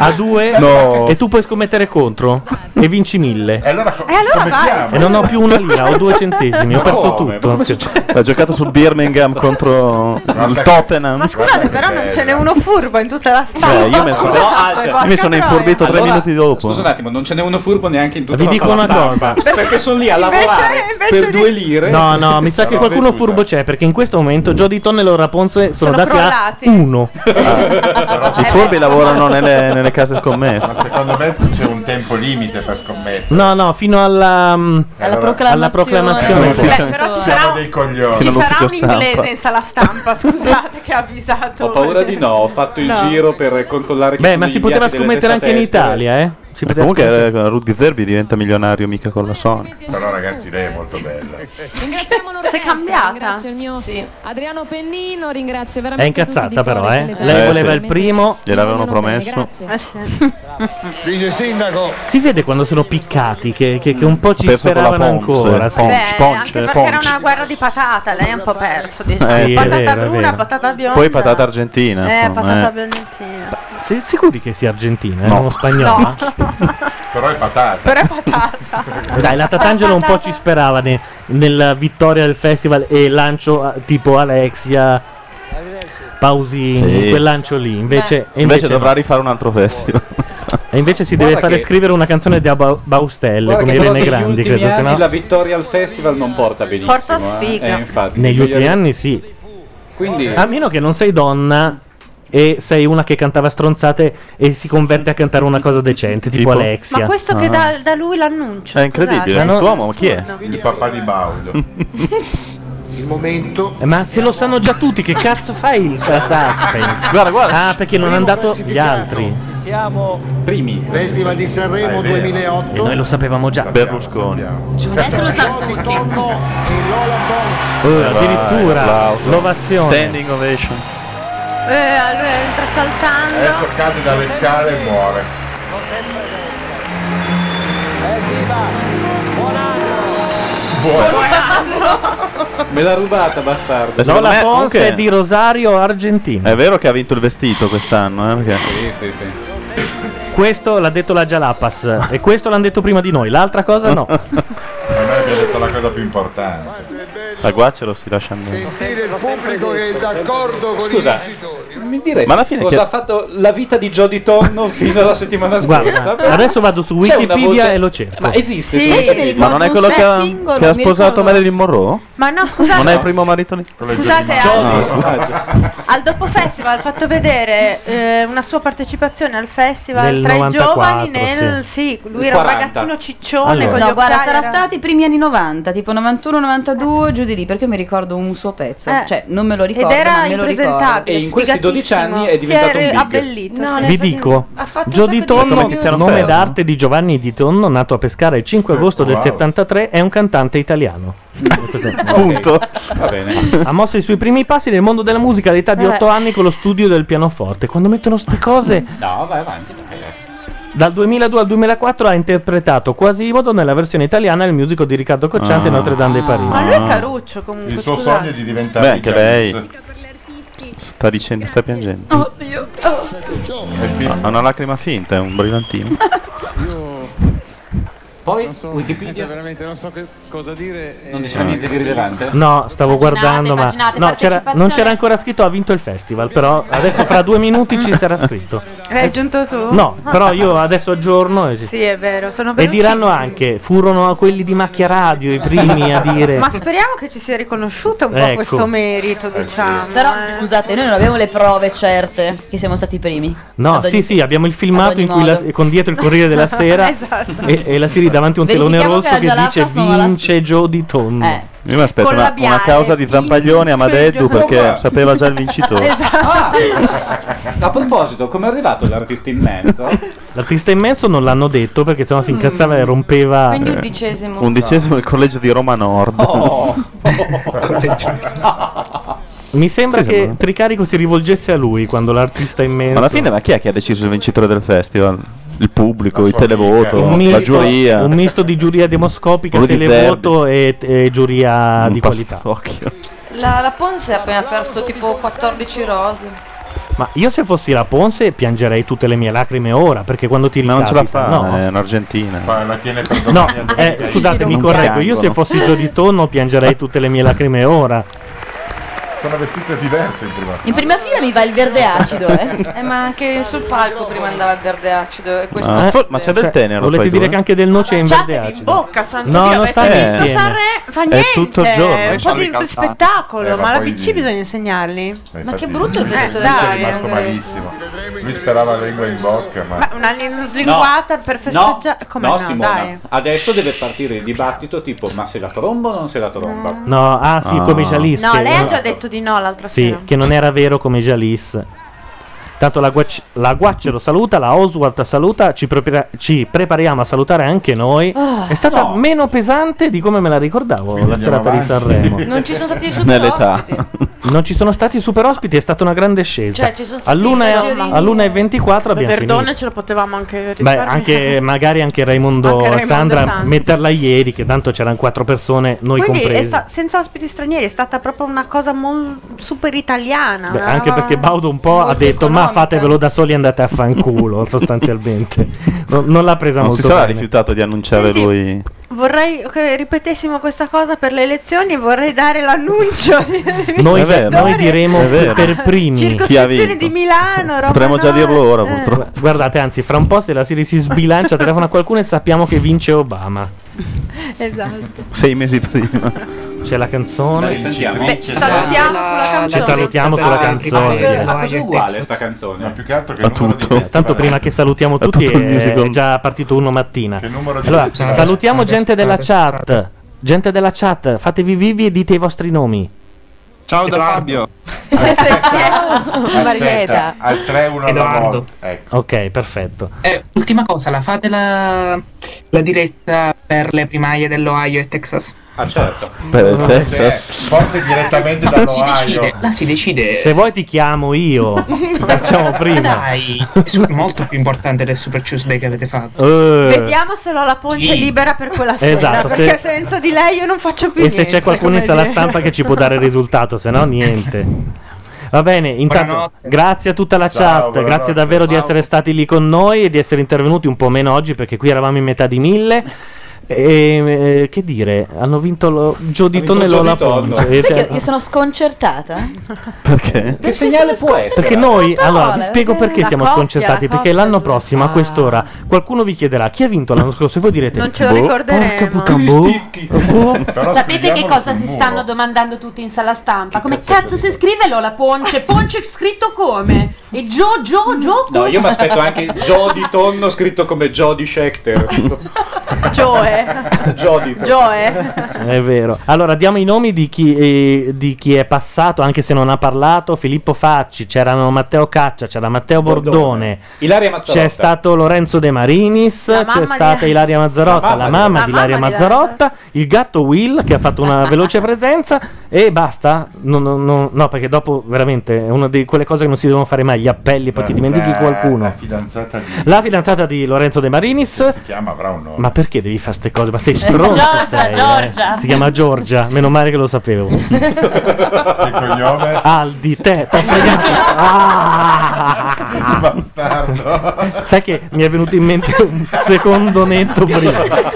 a due
No. Eh,
e tu puoi scommettere contro e vinci mille. E
allora,
E allora vai.
E non ho più una lira, ho due centesimi, ho
Ma
perso
come?
tutto.
Ma Ha giocato sul Birmingham contro il Tottenham.
Ma scusate, però non ce n'è uno furbo in tutta la
Cioè,
storia.
io mi sono,
Ah,
io mi sono inforbito tre
Allora,
minuti dopo.
Scusa un attimo, non ce n'è uno furbo neanche in tutta
Vi
la
dico
sala
una
stampa, Perché sono lì a lavorare per due lire.
No, no, mi sa che
Roba
qualcuno
veduta.
furbo c'è perché in questo momento Jody Tonne e Laura Ponce sono,
Sono
dati
crollati.
a uno.
I furbi lavorano nelle, nelle case scommesse.
Ma secondo me c'è un tempo limite per scommettere.
No, no, fino alla, mm,
Alla
alla
proclamazione.
proclamazione.
Beh,
Sì.
Però ci
Siamo
sarà,
dei coglioni.
ci sarà un
stampa.
inglese in sala stampa, scusate che ha avvisato.
Ho paura di no, ho fatto il
No.
giro per controllare chi
Beh,
sono
ma
gli
si poteva
inviati delle
scommettere anche in
testate estere.
Italia, eh? Si poteva
Comunque
scommettere-
eh, Rudy Zerbi diventa milionario mica con la Sony.
Però ragazzi, lei è molto bella.
Ringraziamo l'orchestra,
cambiata?
ringrazio il mio Adriano Pennino, ringrazio
È
veramente
incazzata però, eh.
persone.
Lei
Eh,
voleva
sì.
il primo.
Gliel'avevano promesso.
Eh
Dice il sindaco.
Si vede quando sono piccati che, che- che un po' ci
Perso con la
speravano
Ponce,
ancora. sì.
Ponce,
Beh, anche perché era una guerra di patata, lei è un po' perso. dice.
Eh, sì, è
patata
vero, è
bruna,
vero.
patata bionda.
Poi patata argentina.
Eh,
insomma,
patata
eh.
biondina.
Sei sicuri che sia argentina? eh, Non spagnola?
Però è patata.
Però è patata.
Dai, la Tatangelo un po' ci sperava ne- nella vittoria del festival e lancio a- tipo Alexia. Pausini,
Sì.
quel lancio lì. Invece, e invece,
Invece dovrà
no.
rifare un altro festival.
E invece si
Guarda
deve fare
che-
scrivere una canzone di Aba- Baustelle
Guarda
come
che però
Irene
negli
Grandi,
ultimi
credo. se
anni
no-
la vittoria al festival non porta benissimo.
Porta sfiga.
eh. Eh, infatti,
Negli
quindi-
ultimi anni sì.
Quindi
A meno che non sei donna e sei una che cantava stronzate e si converte a cantare una cosa decente, tipo, Alexia. Ah.
Ma questo
Ah.
che da, da lui l'annuncio. scusate.
Il papà di Baudo.
Il momento.
Eh, Ma se lo sanno già tutti, che cazzo fai il suspense? Guarda, guarda. Ah, perché non hanno dato gli altri.
Siamo
Primi.
Festival di
Ah,
Sanremo 2008.
E noi lo sapevamo già. Berlusconi.
Adesso lo sa tutti.
Eh, addirittura.
applauso.
L'ovazione.
Standing ovation.
Eh, lui entra saltando.
Adesso cade dalle scale e muore.
me l'ha rubata, bastardo.
Beh, secondo
Lola
me,
Ponce
comunque-
è di Rosario, Argentina.
È vero che ha vinto il vestito quest'anno, eh? Perché...
Sì, sì, sì.
Questo l'ha detto la Jalapas. e questo l'hanno detto prima di noi. L'altra cosa no.
Ma noi abbiamo detto la cosa più importante.
La guacero si lascia andare.
Sentire il pubblico che è d'accordo con
Scusa,
i vincitori.
Mi direi
Ma alla fine
cosa
chi-
ha fatto la vita di Jody Tonno fino alla settimana scorsa?
Guarda, adesso vado su
C'è una
Wikipedia
voce-
e lo cerco.
Ma esiste
Sì,
su
mi
Wikipedia?
Ma non è quello che ha,
singolo,
che ha
mi
sposato
ricordo.
Marilyn Monroe?
Ma no, scusate.
Non è il primo marito lì?
Scusate, eh.
No,
al,
scusa.
al dopo festival ha fatto vedere eh, una sua partecipazione al festival
Nel
tra
94,
i giovani nel sì, lui
Il
era un
40.
ragazzino ciccione con gli
no, guarda,
occhiali,
sarà
era-
stati i primi anni 90, tipo 91-92, giù di lì, perché io mi ricordo un suo pezzo,
Eh.
cioè non me lo ricordo,
Ed era
ma me lo ricordo.
impresentabile, E in questi 12 anni è
sfigatissimo.
diventato Si è un big. abbellito, sì.
Vi dico, Gio di Tonno, nome d'arte di Giovanni di Tonno, nato a Pescara il 5 agosto del
Certo, Wow.
73, è un cantante italiano.
Punto.
Va bene.
Ha mosso i suoi primi passi nel mondo della musica all'età di
Vabbè.
8 anni con lo studio del pianoforte. Quando mettono ste cose,
No, vai avanti. dai.
dal 2002 al 2004 ha interpretato Quasimodo nella versione italiana del musical di Riccardo Cocciante
Ah.
Notre Dame di Parigi.
Ma lui è caruccio comunque.
Il suo
scusate.
sogno è di diventare
Beh, anche
Janis.
lei sta dicendo, sta piangendo.
Oddio.
Ha una lacrima finta, è un brillantino.
Poi
Wikipedia veramente non so che cosa dire.
Non diceva niente di rilevante?
No, stavo guardando, ma
immaginate,
no, c'era- non c'era ancora scritto. Ha vinto il festival. Però adesso, fra due minuti, ci sarà scritto.
L'hai aggiunto tu?
Eh, No, però io adesso aggiorno e,
Sì, è vero, sono
e diranno
velocissimi.
anche: furono quelli di macchia radio i primi a dire.
Ma speriamo che ci sia riconosciuto un po'
Ecco.
questo merito, diciamo.
Però scusate, noi non abbiamo le prove certe che siamo stati i primi. Cioè,
No,
Ad ogni-
sì, sì, abbiamo il
ad
filmato
ogni
in cui la-
modo.
con dietro il Corriere della Sera
Esatto.
e, e la Siri davanti a un telone
Verifichiamo che
rosso che,
la
dice
Jalapas non va alla-
vince Joe di Tonno.
Eh.
Io mi aspetto
Col
una,
labiale.
una causa di zampaglione a Madeddu perché sapeva già il vincitore.
Esatto.
esatto.
Ah,
A proposito, come è arrivato l'artista in mezzo?
L'artista immenso non l'hanno detto perché sennò si incazzava
Mm.
e rompeva.
Quindi undicesimo.
Eh. Undicesimo il collegio di Roma Nord.
Oh.
Mi sembra
Sì,
che
sembra.
Tricarico si rivolgesse a lui quando l'artista immenso.
Ma alla fine, ma chi è che ha deciso il vincitore del festival? Il pubblico, il televoto,
un misto,
la giuria.
un misto di giuria demoscopica,
Rudy
televoto e, e giuria
Un
di qualità.
pastrocchio.
La, la Ponce ha appena perso tipo 14 rose.
Ma io se fossi la Ponce piangerei tutte le mie lacrime ora, perché quando ti
Ma non ce la
ricapita-
fa,
no.
è un'argentina.
Ma la tiene per
No,
domani.
eh, scusate, mi correggo. Io se fossi Gio di Tonno piangerei tutte le mie lacrime ora.
Sono vestite diverse in prima
In
fila.
prima fila mi va il verde acido, eh. ma anche sul palco prima andava il verde acido. E questo
Ah, eh.
Ma- Ah. ma c'è del tenero. eh?
Cioè, Volete
fra i
dire
due?
che anche del noce è in verde acido?
Bocca, santo
No,
Dio,
non
avete
stanno
visto
insieme.
Sanremo? Fa
È
niente.
tutto il giorno.
Un po'
Sono
di
ricalcati.
spettacolo,
Eh, ma
ma la
poi
BC
lì-
bisogna insegnarli.
Ma che
brutto il vestito
Lui
del
ci è
Dai,
rimasto
Andrea.
malissimo. Lui sperava la lingua in bocca, ma.
Ma una, una slinguata per festeggiare. Come no,
no, Simona,
dai.
adesso deve partire il dibattito tipo ma se la tromba o non se la tromba?
No, ah sì,
Ah.
come Jalis.
No,
che-
lei ha già detto di no l'altra
Sì,
sera.
che non era vero come Jalis. Tanto la, Guac- la Guacce lo saluta, la Oswald la saluta, ci, prepara- ci prepariamo a salutare anche noi.
Oh.
Ah,
È stata
no.
meno pesante di come me la ricordavo la
andiamo
serata di
avanti.
Sanremo.
Non ci sono stati i super ospiti.
Non ci sono stati super ospiti, è stata una grande scelta.
Cioè, ci sono stati
All'una
i
e-
Gerini.
all'una e 24 abbiamo
Perdone,
finito.
ce lo potevamo anche
Beh,
risparmiare.
anche magari anche Raimondo,
Anche Raimondo e
Sandra,
Sandra.
metterla ieri, che tanto c'erano quattro persone, noi
Quindi è
compresi.
sta- senza ospiti stranieri è stata proprio una cosa mol- super italiana.
Ah,
Beh,
una
anche
roba-
perché Baudo un po' ha detto ma fatevelo da soli e andate a fanculo sostanzialmente non, non l'ha presa
Non
molto
si sarà
bene.
rifiutato di annunciare
Senti,
lui.
Vorrei che ripetessimo questa cosa per le elezioni. Vorrei dare l'annuncio di
noi,
È vero.
noi diremo
È vero.
per primi
Chi ha
circoscrizione
vinto?
di Milano. Roma
Potremmo già
Nord.
dirlo ora,
Eh.
purtroppo.
guardate anzi fra un po' se la Siri si sbilancia telefona a qualcuno e sappiamo che vince Obama
Esatto.
Sei mesi prima.
C'è la canzone.
Beh, ci salutiamo sulla canzone.
Ci salutiamo sulla canzone.
sta canzone?
Ma più che altro che
A
il numero di
tutto.
pezzi,
Tanto
guarda.
prima che salutiamo
tutto
tutti
il
è,
musical.
è già partito uno mattina.
numero di
Allora,
pezzi, guarda.
salutiamo gente della chat. Gente della chat, fatevi vivi e dite i vostri nomi.
Ciao da Fabio.
Aspetta,
Marietta.
al 3 1 alla
Edoardo.
volta. Ecco.
Ok, perfetto.
Eh, ultima cosa, la fate la, la diretta per le primarie dell'Ohio e Texas?
Ah certo.
Per il
Forse-
Texas.
Forse direttamente
Ma non si
dall'Ohio.
decide, la si decide.
Se vuoi ti chiamo io. Facciamo prima.
Dai, è su- molto più importante del Super Tuesday che avete fatto.
Eh.
Vediamo se l'ho la ponce
Sì.
libera per quella sera.
Esatto, se-
perché senza di lei io non faccio più
E
niente.
se c'è qualcuno in
come
sala
dire.
stampa che ci può dare il risultato, se no niente. Va bene, intanto grazie a tutta la
Ciao,
chat,
buonanotte.
grazie davvero di essere stati lì con noi e di essere intervenuti un po' meno oggi perché qui eravamo in metà di mille. E eh, che dire, hanno vinto lo, Gio di
vinto
Tonno e
Gio
Lola
Di Tonno.
Ponte.
Sai che
E cioè-
io, io sono sconcertata.
Perché?
Che segnale può essere?
Perché noi, allora, vi
parole,
spiego
perché
perché
eh, la
siamo
coppia,
sconcertati.
la
Perché
coppia Ah.
l'anno prossimo, a quest'ora, qualcuno vi chiederà chi ha vinto l'anno scorso e voi direte:
Non ce lo
"Boh,
ricorderemo."
Porca puttana, boh, boh.
Sapete che cosa si stanno domandando tutti in sala stampa? Come cazzo, si scrive Lola Ponce? Ponce scritto come? E Gio, Gio, Gio?
No, io mi aspetto anche Joe di Tonno scritto come Joe di Schechter.
Joe.
Joe di
Joe.
È vero. Allora, diamo i nomi di chi, eh, di chi è passato, anche se non ha parlato. Filippo Facci, c'erano Matteo Caccia, c'era Matteo Bordone.
Ilaria Mazzarotta.
C'è stato Lorenzo De Marinis,
La mamma
c'è
di-
stata Ilaria Mazzarotta, la mamma, di Ilaria Mazzarotta, il gatto Will che ha fatto una veloce presenza e basta. No, no, no, no, perché dopo veramente è una di quelle cose che non si devono fare mai, gli appelli, poi ti dimentichi
La- La
qualcuno.
fidanzata di.
La fidanzata di Lorenzo De Marinis.
Si chiama, avrà un nome.
Ma perché devi fare ste cose? Ma sei stronzo?
Giorgia,
sei, eh?
Giorgia.
Si chiama Giorgia, meno male che lo sapevo.
Che cognome?
Aldi, te, t'ho fregato. Ah!
Bastardo.
Sai che mi è venuto in mente un secondo netto prima.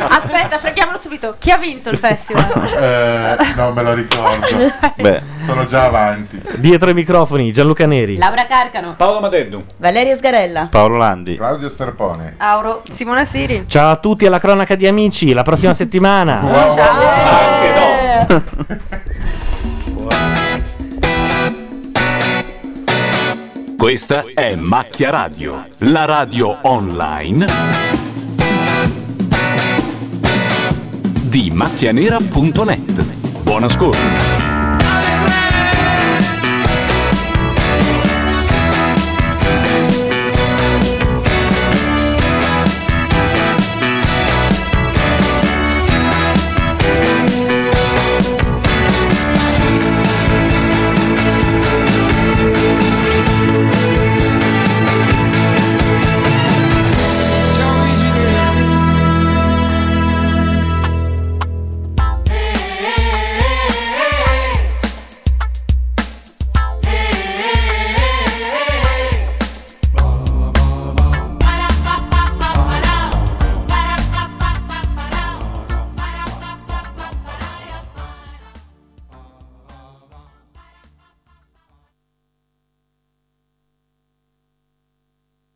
Aspetta, prendiamolo subito. Chi ha vinto il festival?
Eh, non me lo ricordo.
Beh.
Sono già avanti.
Dietro ai microfoni, Gianluca Neri.
Laura Carcano.
Paolo Madeddu.
Valeria Sgarella.
Paolo Landi.
Claudio Sterpone.
Auro.
Simona Siri.
Ciao a tutti alla cronaca di amici, la prossima settimana.
Ah,
Questa è Macchia Radio, la radio online di macchianera.net. Buon ascolto.